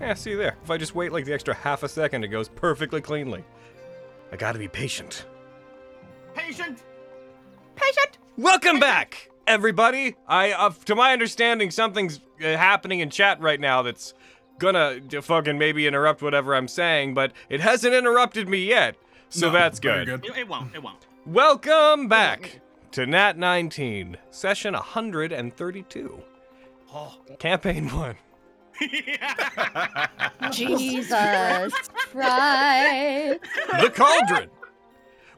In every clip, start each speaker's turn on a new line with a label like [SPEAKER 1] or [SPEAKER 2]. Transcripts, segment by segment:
[SPEAKER 1] yeah, see there. If I just wait like the extra half a second, it goes perfectly cleanly. I gotta be patient.
[SPEAKER 2] Patient!
[SPEAKER 3] Patient!
[SPEAKER 1] Welcome back, everybody. I, uh, to my understanding, something's uh, happening in chat right now that's gonna d- fucking maybe interrupt whatever I'm saying, but it hasn't interrupted me yet, so
[SPEAKER 4] No,
[SPEAKER 1] that's
[SPEAKER 4] very
[SPEAKER 1] good.
[SPEAKER 2] It, it won't, it won't.
[SPEAKER 1] Welcome back to Nat 19, session 132,
[SPEAKER 2] Oh.
[SPEAKER 1] campaign one.
[SPEAKER 3] Jesus Christ.
[SPEAKER 1] The cauldron.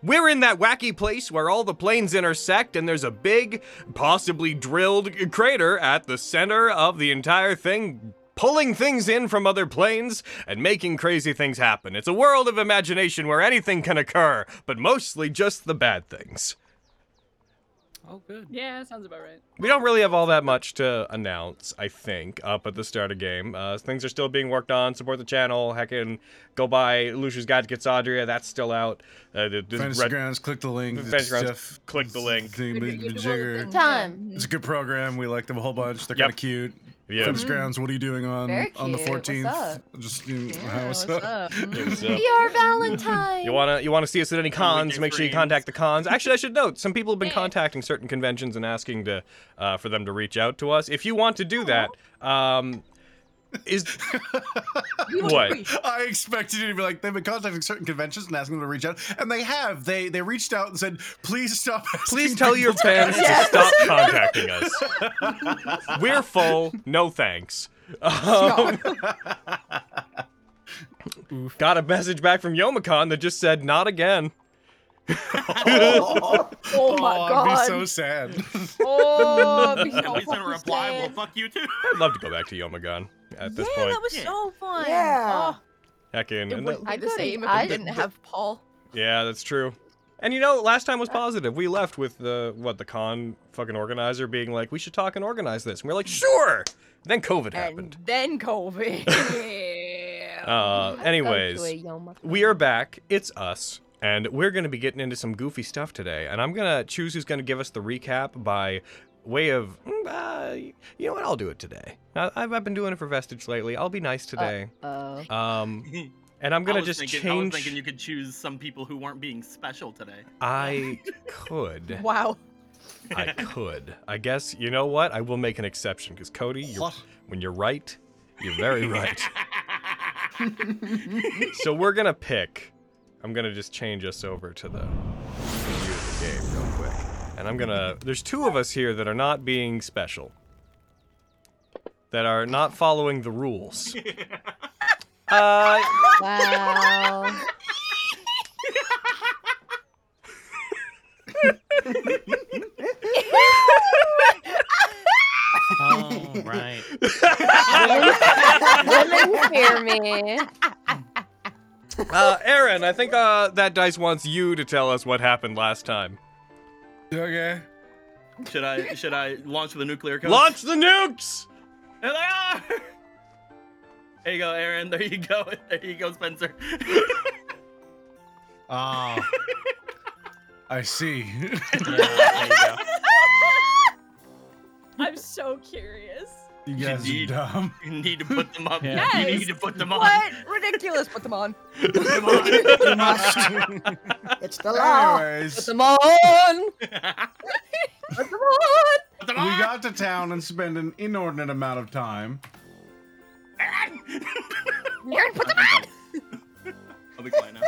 [SPEAKER 1] We're in that wacky place where all the planes intersect, and there's a big, possibly drilled crater at the center of the entire thing, pulling things in from other planes and making crazy things happen. It's a world of imagination where anything can occur, but mostly just the bad things.
[SPEAKER 5] Oh, good.
[SPEAKER 6] Yeah, sounds about right.
[SPEAKER 1] We don't really have all that much to announce, I think, up at the start of game. Uh, things are still being worked on. Support the channel. Heckin' go buy Lucius Guide to Gadsadria. That's still out. Uh, the, the
[SPEAKER 4] Fantasy
[SPEAKER 1] Red-
[SPEAKER 4] Grounds, click the link.
[SPEAKER 1] Fantasy
[SPEAKER 4] It's
[SPEAKER 1] Grounds,
[SPEAKER 4] Jeff-
[SPEAKER 1] click the link.
[SPEAKER 4] thing,
[SPEAKER 6] Good-
[SPEAKER 4] the-
[SPEAKER 6] you do
[SPEAKER 4] the
[SPEAKER 6] all the
[SPEAKER 4] jigger.
[SPEAKER 6] things.
[SPEAKER 3] Time.
[SPEAKER 7] Mm-hmm.
[SPEAKER 4] It's a good program. We like them a whole bunch. They're
[SPEAKER 1] Yep.
[SPEAKER 4] kind of cute.
[SPEAKER 1] Yeah.
[SPEAKER 4] Fantasy Grounds, what are you doing on
[SPEAKER 3] Very
[SPEAKER 4] on the
[SPEAKER 3] cute. What's
[SPEAKER 4] 14th?
[SPEAKER 3] up?
[SPEAKER 4] Just you know,
[SPEAKER 6] Yeah,
[SPEAKER 4] what's up?
[SPEAKER 1] It's, uh,
[SPEAKER 3] Be our Valentine.
[SPEAKER 1] You wanna you wanna see us at any cons?
[SPEAKER 2] get
[SPEAKER 1] Make sure you
[SPEAKER 2] frames.
[SPEAKER 1] contact the cons. Actually, I should note some people have been
[SPEAKER 6] Yeah.
[SPEAKER 1] contacting certain conventions and asking to uh, for them to reach out to us. If you want to do that, um, is what?
[SPEAKER 4] I expected you to be like they've been contacting certain conventions and asking them to reach out, and they have. They they reached out and said, "Please stop."
[SPEAKER 1] Please
[SPEAKER 4] asking
[SPEAKER 1] tell
[SPEAKER 4] people
[SPEAKER 1] your
[SPEAKER 4] to
[SPEAKER 1] fans
[SPEAKER 4] ask
[SPEAKER 1] to stop contacting us. We're full. No thanks. Um, got a message back from Yomicon that just said not again.
[SPEAKER 3] Oh, oh my
[SPEAKER 4] Oh,
[SPEAKER 3] god.
[SPEAKER 4] I'd be so sad.
[SPEAKER 3] Oh, it'd be
[SPEAKER 2] At
[SPEAKER 3] so
[SPEAKER 2] least in a
[SPEAKER 3] fucking
[SPEAKER 2] reply, well,
[SPEAKER 3] sad.
[SPEAKER 2] fuck you too.
[SPEAKER 1] I'd love to go back to Yomicon at this
[SPEAKER 5] yeah,
[SPEAKER 1] point.
[SPEAKER 5] that was
[SPEAKER 2] Yeah.
[SPEAKER 5] so fun.
[SPEAKER 3] Yeah.
[SPEAKER 5] Oh,
[SPEAKER 1] Heckin',
[SPEAKER 5] it
[SPEAKER 1] and
[SPEAKER 5] wouldn't be
[SPEAKER 3] I
[SPEAKER 5] the same if
[SPEAKER 3] I
[SPEAKER 5] it
[SPEAKER 3] didn't have Paul.
[SPEAKER 1] Yeah, that's true. And you know, last time was positive. We left with the what the con fucking organizer being like, "We should talk and organize this," and we are like, "Sure." Then COVID
[SPEAKER 3] And
[SPEAKER 1] happened.
[SPEAKER 3] then COVID.
[SPEAKER 6] Yeah.
[SPEAKER 1] Uh,
[SPEAKER 3] Go to a
[SPEAKER 1] anyways,
[SPEAKER 3] Yoma.
[SPEAKER 1] we are back. It's us, and we're gonna be getting into some goofy stuff today. And I'm gonna choose who's gonna give us the recap by way of, mm, uh, you know what? I'll do it today. I, I've, I've been doing it for Vestige lately. I'll be
[SPEAKER 3] Uh,
[SPEAKER 1] nice today.
[SPEAKER 3] Oh.
[SPEAKER 1] um, and I'm gonna
[SPEAKER 2] I was
[SPEAKER 1] just
[SPEAKER 2] thinking, I was
[SPEAKER 1] change.
[SPEAKER 2] thinking you could choose some people who weren't being special today.
[SPEAKER 1] I could.
[SPEAKER 3] Wow.
[SPEAKER 1] I could. I guess you know what? I will make an exception because Cody, you're, when you're right, you're very right. so we're gonna pick. I'm gonna just change us over to the view of the game real quick, and I'm gonna. There's two of us here that are not being special, that are not following the rules. Uh,
[SPEAKER 3] Wow.
[SPEAKER 5] oh, right.
[SPEAKER 3] Women fear me.
[SPEAKER 1] uh, Aaron, I think uh, that dice wants you to tell us what happened last time.
[SPEAKER 4] Okay.
[SPEAKER 2] should I should I launch the nuclear code?
[SPEAKER 1] Launch the nukes.
[SPEAKER 2] There they are! There you go, Aaron. There you go. There you go, Spencer.
[SPEAKER 4] Ah.
[SPEAKER 2] Oh,
[SPEAKER 4] I see.
[SPEAKER 5] Yeah, there you go.
[SPEAKER 6] I'm so curious.
[SPEAKER 4] you guys are
[SPEAKER 2] Indeed.
[SPEAKER 4] dumb.
[SPEAKER 2] You need to put them up.
[SPEAKER 5] Yeah.
[SPEAKER 2] You
[SPEAKER 6] Yes.
[SPEAKER 2] need to put them on.
[SPEAKER 3] What? Ridiculous. Put them on.
[SPEAKER 4] You must.
[SPEAKER 8] It's the law.
[SPEAKER 3] Ah, Put
[SPEAKER 4] Anyways, we
[SPEAKER 3] them on.
[SPEAKER 2] Put
[SPEAKER 3] Put them on.
[SPEAKER 2] them on!
[SPEAKER 4] got to town and spent an inordinate amount of time.
[SPEAKER 2] Aaron!
[SPEAKER 3] Aaron, put them
[SPEAKER 2] I'm
[SPEAKER 3] on.
[SPEAKER 2] fine. I'll be quiet now.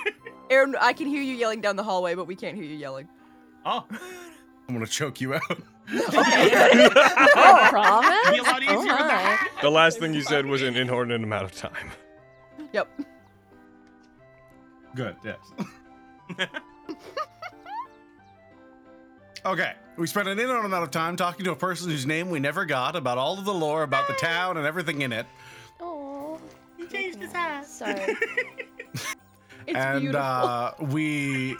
[SPEAKER 3] Aaron, I can hear you yelling down the hallway, but we can't hear you yelling.
[SPEAKER 2] Oh,
[SPEAKER 4] I'm gonna choke you out.
[SPEAKER 3] Oh, promise?
[SPEAKER 2] be a lot easier
[SPEAKER 3] Oh,
[SPEAKER 2] with that.
[SPEAKER 3] my.
[SPEAKER 1] The last thing you said was an inordinate amount of time.
[SPEAKER 3] Yep.
[SPEAKER 4] Good. Yes. okay. We spent an inordinate amount of time talking to a person whose name we never got about all of the lore about the town and everything in it.
[SPEAKER 3] Oh,
[SPEAKER 2] He changed his hat.
[SPEAKER 3] sorry. It's
[SPEAKER 4] and
[SPEAKER 3] beautiful.
[SPEAKER 4] uh, we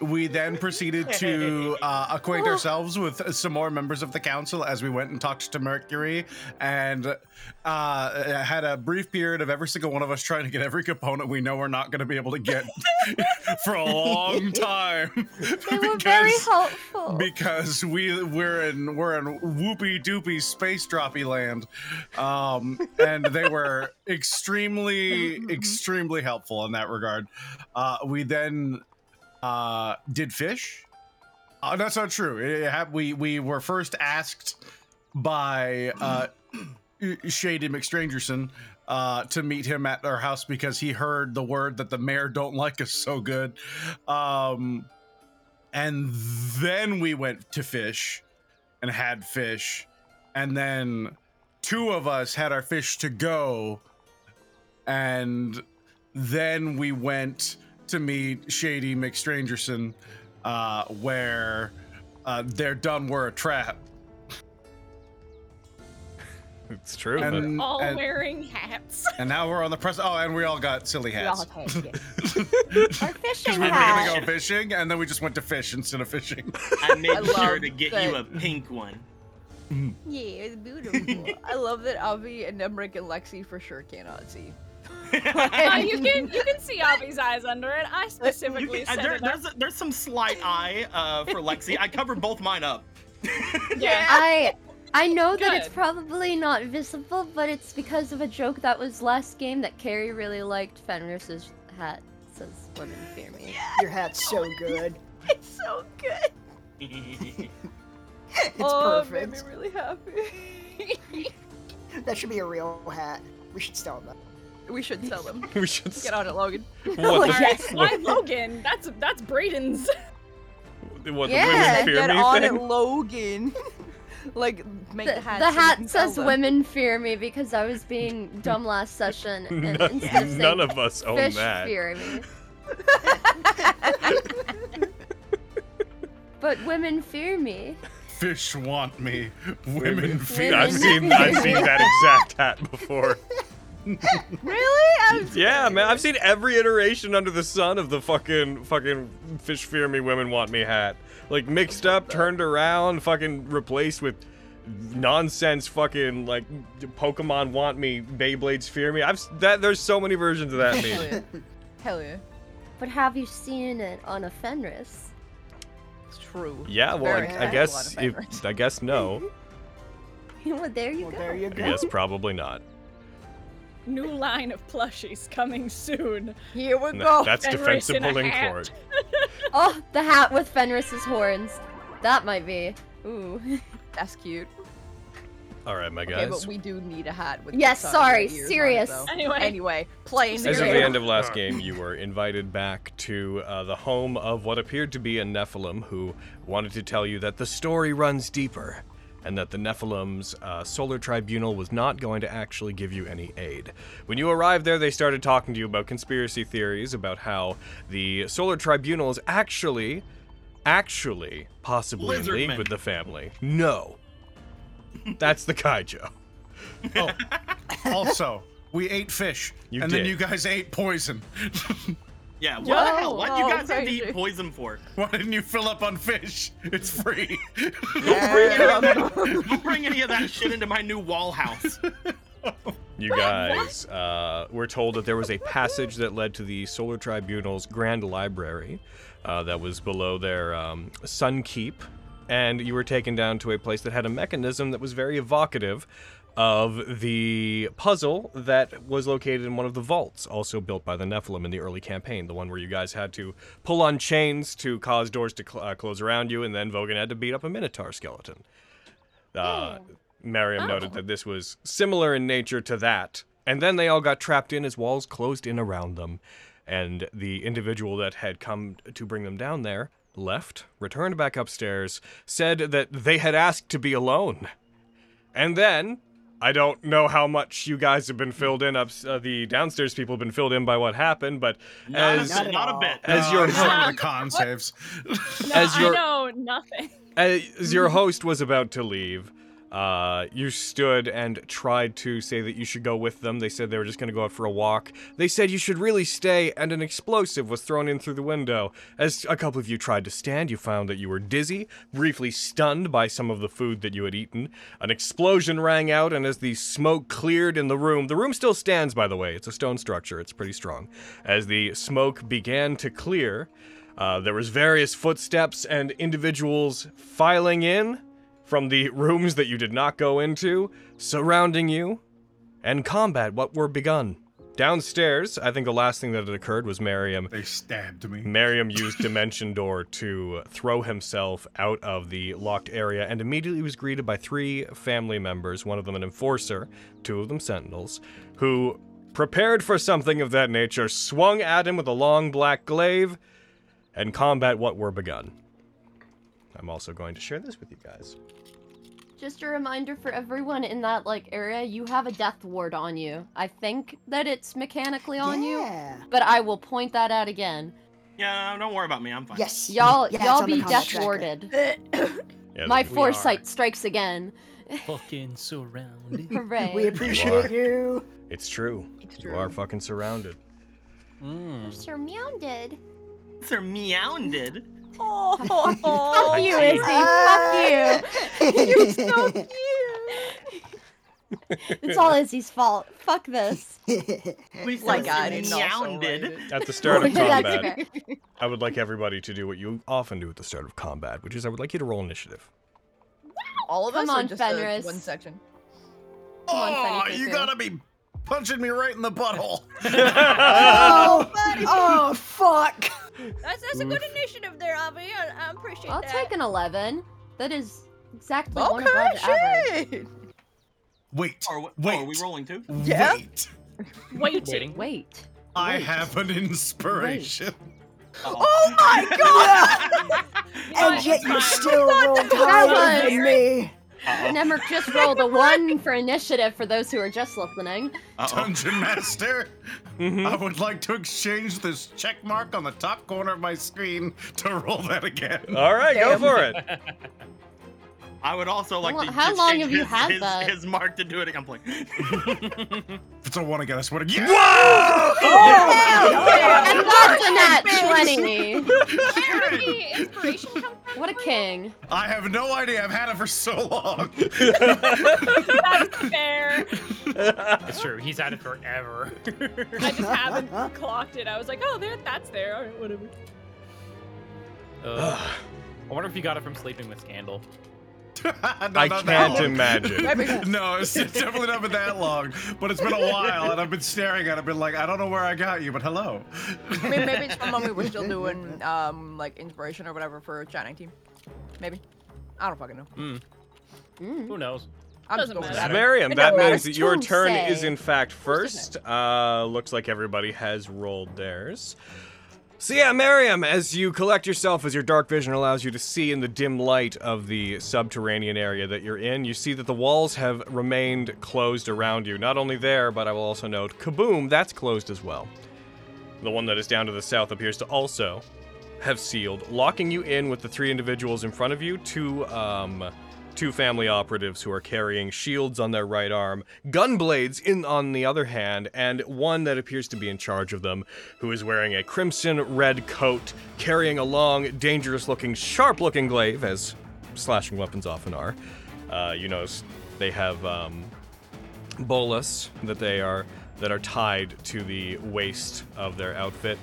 [SPEAKER 4] We then proceeded to uh, acquaint ourselves with some more members of the council as we went and talked to Mercury and uh, had a brief period of every single one of us trying to get every component we know we're not going to be able to get for a long time.
[SPEAKER 7] They were very
[SPEAKER 4] because-
[SPEAKER 7] helpful.
[SPEAKER 4] because we we're in we're in whoopy doopy space droppy land, um, and they were extremely extremely helpful in that regard. Uh, we then uh, did fish. Uh, that's not true. It, it hap- we we were first asked by uh, Shady McStrangerson uh, to meet him at our house because he heard the word that the mayor don't like us so good. Um, and then we went to fish and had fish and then two of us had our fish to go and then we went to meet shady mcstrangerson uh, where uh, they're done were a trap
[SPEAKER 1] It's true.
[SPEAKER 4] and,
[SPEAKER 6] All
[SPEAKER 4] and,
[SPEAKER 6] wearing hats.
[SPEAKER 4] and now we're on the press oh and we all got silly
[SPEAKER 8] We all
[SPEAKER 4] hats
[SPEAKER 8] have hats, yes.
[SPEAKER 7] Our
[SPEAKER 4] because
[SPEAKER 7] fishing
[SPEAKER 4] we were gonna
[SPEAKER 7] hat.
[SPEAKER 4] go fishing and then we just went to fish instead of fishing
[SPEAKER 5] I made
[SPEAKER 3] I
[SPEAKER 5] sure
[SPEAKER 3] love
[SPEAKER 5] to get
[SPEAKER 3] that-
[SPEAKER 5] you a pink one.
[SPEAKER 7] Yeah, it's beautiful.
[SPEAKER 3] I love that Avi and Nemric and Lexi for sure cannot see.
[SPEAKER 6] Uh, you can you can see Avi's eyes under it. I
[SPEAKER 2] You
[SPEAKER 6] specifically
[SPEAKER 2] can-
[SPEAKER 6] said
[SPEAKER 2] there-
[SPEAKER 6] it.
[SPEAKER 2] there's, there's some slight eye uh, for Lexi. I covered both mine up.
[SPEAKER 6] yeah.
[SPEAKER 7] I I know that it's
[SPEAKER 6] Good.
[SPEAKER 7] probably not visible, but it's because of a joke that was last game that Carrie really liked. Fenris's hat says "Women fear me."
[SPEAKER 8] Your hat's so good.
[SPEAKER 3] It's so good.
[SPEAKER 8] It's
[SPEAKER 3] oh, it made
[SPEAKER 8] perfect.
[SPEAKER 3] me really happy.
[SPEAKER 8] That should be a real hat. We should sell that.
[SPEAKER 3] we should sell them.
[SPEAKER 1] we should. s-
[SPEAKER 3] Get on it, Logan.
[SPEAKER 1] What,
[SPEAKER 6] All right, why
[SPEAKER 1] what-
[SPEAKER 6] Logan? That's that's Braden's.
[SPEAKER 1] what
[SPEAKER 7] Yeah,
[SPEAKER 1] the women fear
[SPEAKER 3] Get
[SPEAKER 1] me
[SPEAKER 3] on
[SPEAKER 1] thing?
[SPEAKER 3] it, Logan. like make
[SPEAKER 7] The,
[SPEAKER 3] the,
[SPEAKER 7] the
[SPEAKER 3] hat.
[SPEAKER 7] hat says "Women fear me" because I was being dumb last session, and
[SPEAKER 1] None,
[SPEAKER 7] instead of saying
[SPEAKER 1] none of us own
[SPEAKER 7] "fish
[SPEAKER 1] that.
[SPEAKER 7] fear me," but women fear me.
[SPEAKER 4] fish want me women,
[SPEAKER 1] Women
[SPEAKER 4] fear
[SPEAKER 1] I've
[SPEAKER 7] Women
[SPEAKER 1] seen
[SPEAKER 7] fear
[SPEAKER 1] I've seen
[SPEAKER 7] me.
[SPEAKER 1] that exact hat before.
[SPEAKER 3] Really? I'm
[SPEAKER 1] Yeah, man, I've seen every iteration under the sun of the fucking fucking fish fear me women want me hat. Like mixed up, turned around, fucking replaced with nonsense fucking like Pokemon want me, Beyblades fear me. I've s- that there's so many versions of that meme.
[SPEAKER 3] Hell yeah. Hell yeah.
[SPEAKER 7] But have you seen it on a Fenris?
[SPEAKER 3] It's true.
[SPEAKER 1] Yeah, well,
[SPEAKER 3] Very
[SPEAKER 1] I, I
[SPEAKER 3] impactful
[SPEAKER 1] guess
[SPEAKER 3] on a
[SPEAKER 1] if,
[SPEAKER 3] Fenris.
[SPEAKER 1] I guess no.
[SPEAKER 7] well, there you
[SPEAKER 8] Well,
[SPEAKER 7] go.
[SPEAKER 8] there you
[SPEAKER 1] I
[SPEAKER 8] go.
[SPEAKER 1] guess probably not.
[SPEAKER 6] New line of plushies coming soon.
[SPEAKER 3] Here we
[SPEAKER 1] No,
[SPEAKER 3] go.
[SPEAKER 1] that's
[SPEAKER 6] Fenris
[SPEAKER 1] defensive
[SPEAKER 6] in a
[SPEAKER 1] pulling
[SPEAKER 6] hat.
[SPEAKER 1] cord.
[SPEAKER 7] Oh, the hat with Fenris's horns. That might be. Ooh.
[SPEAKER 3] That's cute.
[SPEAKER 1] All right, my
[SPEAKER 3] Okay,
[SPEAKER 1] guys.
[SPEAKER 3] but we do need a hat with.
[SPEAKER 7] Yes,
[SPEAKER 3] the sun
[SPEAKER 7] sorry,
[SPEAKER 3] and the ears on it,
[SPEAKER 7] serious.
[SPEAKER 3] though.
[SPEAKER 6] Anyway.
[SPEAKER 3] Anyway, playing
[SPEAKER 1] As of
[SPEAKER 7] Zero.
[SPEAKER 1] the end of last game, you were invited back to uh, the home of what appeared to be a Nephilim who wanted to tell you that the story runs deeper and that the Nephilim's uh, solar tribunal was not going to actually give you any aid. When you arrived there, they started talking to you about conspiracy theories, about how the solar tribunal is actually, actually, possibly in
[SPEAKER 2] Lizard
[SPEAKER 1] league
[SPEAKER 2] men.
[SPEAKER 1] with the family. No. That's the Kaijo.
[SPEAKER 4] Oh, also, we ate fish,
[SPEAKER 1] You
[SPEAKER 4] and then
[SPEAKER 1] did.
[SPEAKER 4] you guys ate poison.
[SPEAKER 2] Yeah. What
[SPEAKER 3] Whoa,
[SPEAKER 2] the hell? What you
[SPEAKER 3] whoa,
[SPEAKER 2] guys have to
[SPEAKER 3] crazy.
[SPEAKER 2] eat poison for?
[SPEAKER 4] Why didn't you fill up on fish? It's free.
[SPEAKER 2] Don't bring any of that shit into my new wall house.
[SPEAKER 1] You guys uh, were told that there was a passage that led to the Solar Tribunal's Grand Library uh, that was below their um, Sun Keep, and you were taken down to a place that had a mechanism that was very evocative of the puzzle that was located in one of the vaults, also built by the Nephilim in the early campaign, the one where you guys had to pull on chains to cause doors to cl- uh, close around you, and then Vogan had to beat up a Minotaur skeleton. Uh, Mariam noted that this was similar in nature to that. And then they all got trapped in as walls closed in around them. And the individual that had come to bring them down there left, returned back upstairs, said that they had asked to be alone. And then, I don't know how much you guys have been filled in up, uh, the downstairs people have been filled in by what happened, but
[SPEAKER 2] Not,
[SPEAKER 1] as,
[SPEAKER 2] a, bit- not a bit.
[SPEAKER 1] as your
[SPEAKER 4] it's one of the con saves.
[SPEAKER 6] No,
[SPEAKER 1] As
[SPEAKER 6] I
[SPEAKER 1] your-
[SPEAKER 6] know nothing.
[SPEAKER 1] Uh, as your host was about to leave, Uh, you stood and tried to say that you should go with them. They said they were just going to go out for a walk. They said you should really stay, and an explosive was thrown in through the window. As a couple of you tried to stand, you found that you were dizzy, briefly stunned by some of the food that you had eaten. An explosion rang out, and as the smoke cleared in the room, the room still stands, by the way. It's a stone structure, it's pretty strong. As the smoke began to clear, uh, there was various footsteps and individuals filing in from the rooms that you did not go into, surrounding you, and combat what were begun. Downstairs, I think the last thing that had occurred was Miriam.
[SPEAKER 4] They stabbed me.
[SPEAKER 1] Miriam used Dimension Door to throw himself out of the locked area and immediately was greeted by three family members, one of them an enforcer, two of them sentinels, who, prepared for something of that nature, swung at him with a long black glaive and combat what were begun. I'm also going to share this with you guys.
[SPEAKER 7] Just a reminder for everyone in that like area, you have a death ward on you. I think that it's mechanically on you,
[SPEAKER 8] yeah.
[SPEAKER 7] but I will point that out again.
[SPEAKER 2] Yeah, don't worry about me. I'm fine.
[SPEAKER 8] Yes.
[SPEAKER 7] Y'all,
[SPEAKER 8] Yeah, it's
[SPEAKER 7] y'all
[SPEAKER 8] on the
[SPEAKER 7] be
[SPEAKER 8] contract.
[SPEAKER 7] death warded.
[SPEAKER 1] Yeah,
[SPEAKER 5] we
[SPEAKER 7] My
[SPEAKER 5] are.
[SPEAKER 7] foresight strikes again.
[SPEAKER 5] Fucking surrounded.
[SPEAKER 7] Hooray!
[SPEAKER 8] We appreciate you.
[SPEAKER 1] It's true.
[SPEAKER 8] It's
[SPEAKER 1] You are fucking surrounded.
[SPEAKER 7] We're
[SPEAKER 5] Mm.
[SPEAKER 7] surrounded.
[SPEAKER 2] They're meounded.
[SPEAKER 6] Oh, oh, oh.
[SPEAKER 7] Fuck you, Izzy.
[SPEAKER 8] Ah.
[SPEAKER 7] Fuck you. You're so cute. it's all Izzy's fault. Fuck this.
[SPEAKER 2] We
[SPEAKER 3] My
[SPEAKER 2] said
[SPEAKER 3] God, it's also
[SPEAKER 2] meounded.
[SPEAKER 1] At the start of
[SPEAKER 7] That's
[SPEAKER 1] combat,
[SPEAKER 7] fair.
[SPEAKER 1] I would like everybody to do what you often do at the start of combat, which is I would like you to roll initiative.
[SPEAKER 3] All of us
[SPEAKER 7] Come
[SPEAKER 3] are
[SPEAKER 7] on,
[SPEAKER 3] just a,
[SPEAKER 7] Fenris.
[SPEAKER 3] one section.
[SPEAKER 7] Come on, Fanny
[SPEAKER 4] Oh, you
[SPEAKER 7] Cuckoo.
[SPEAKER 4] gotta be punching me right in the butthole.
[SPEAKER 8] oh, oh, fuck.
[SPEAKER 6] That's, that's a good initiative there, Avi. I, I appreciate
[SPEAKER 7] I'll
[SPEAKER 6] that.
[SPEAKER 7] take an 11. That is exactly one above average.
[SPEAKER 3] Okay, shit.
[SPEAKER 4] Wait,
[SPEAKER 2] Are, we-
[SPEAKER 4] wait,
[SPEAKER 2] oh, are we rolling too?
[SPEAKER 3] Yeah.
[SPEAKER 4] wait.
[SPEAKER 6] Waiting.
[SPEAKER 7] Wait.
[SPEAKER 4] I have an inspiration.
[SPEAKER 3] Oh my god!
[SPEAKER 8] And yet you still rolled
[SPEAKER 7] was-
[SPEAKER 8] higher than me.
[SPEAKER 7] Nemrick just rolled a 1 for initiative for those who are just listening.
[SPEAKER 4] Dungeon Master,
[SPEAKER 1] Mhm.
[SPEAKER 4] I would like to exchange this check mark on the top corner of my screen to roll that again.
[SPEAKER 1] All right, go
[SPEAKER 3] Damn.
[SPEAKER 1] for it.
[SPEAKER 2] I would also like
[SPEAKER 7] How lo-
[SPEAKER 2] to.
[SPEAKER 7] how
[SPEAKER 2] to
[SPEAKER 7] long
[SPEAKER 2] change
[SPEAKER 7] have you
[SPEAKER 2] his,
[SPEAKER 7] had
[SPEAKER 2] his,
[SPEAKER 7] that?
[SPEAKER 2] His mark to do it. I'm playing.
[SPEAKER 4] If it's a one again, I swear to God. Oh,
[SPEAKER 7] And that's a nat 20.
[SPEAKER 6] Where did the inspiration come from?
[SPEAKER 7] What a king.
[SPEAKER 4] I have no idea. I've had it for so long.
[SPEAKER 6] That's fair.
[SPEAKER 5] That's true. He's had it forever.
[SPEAKER 6] I just haven't clocked it. I was like, oh, there, that's there. All right, whatever.
[SPEAKER 5] Ugh. I wonder if you got it from sleeping with Scandal.
[SPEAKER 4] No,
[SPEAKER 1] I
[SPEAKER 4] not that
[SPEAKER 1] can't
[SPEAKER 4] long.
[SPEAKER 1] imagine.
[SPEAKER 4] No, it's it's definitely not been that long, but it's been a while, and I've been staring at it, been like, I don't know where I got you, but hello.
[SPEAKER 3] I mean, maybe it's from when we were still doing um like inspiration or whatever for Chat 19. Maybe. I don't fucking know.
[SPEAKER 1] Hmm.
[SPEAKER 3] Hmm.
[SPEAKER 7] Mm.
[SPEAKER 5] Hmm. Who knows?
[SPEAKER 3] I'm just
[SPEAKER 6] Doesn't
[SPEAKER 3] going with
[SPEAKER 5] matter.
[SPEAKER 3] that.
[SPEAKER 1] Miriam,
[SPEAKER 3] It
[SPEAKER 1] that
[SPEAKER 3] don't
[SPEAKER 1] means
[SPEAKER 7] matter.
[SPEAKER 1] that your
[SPEAKER 7] Don't
[SPEAKER 1] turn
[SPEAKER 7] say.
[SPEAKER 1] is in fact first. Uh, looks like everybody has rolled theirs. So yeah, Miriam, as you collect yourself, as your dark vision allows you to see in the dim light of the subterranean area that you're in, you see that the walls have remained closed around you. Not only there, but I will also note, kaboom, that's closed as well. The one that is down to the south appears to also have sealed, locking you in with the three individuals in front of you, two um two family operatives who are carrying shields on their right arm, gun blades in on the other hand, and one that appears to be in charge of them, who is wearing a crimson red coat, carrying a long, dangerous looking, sharp looking glaive, as slashing weapons often are. Uh, you notice they have um, bolas that they are that are tied to the waist of their outfit.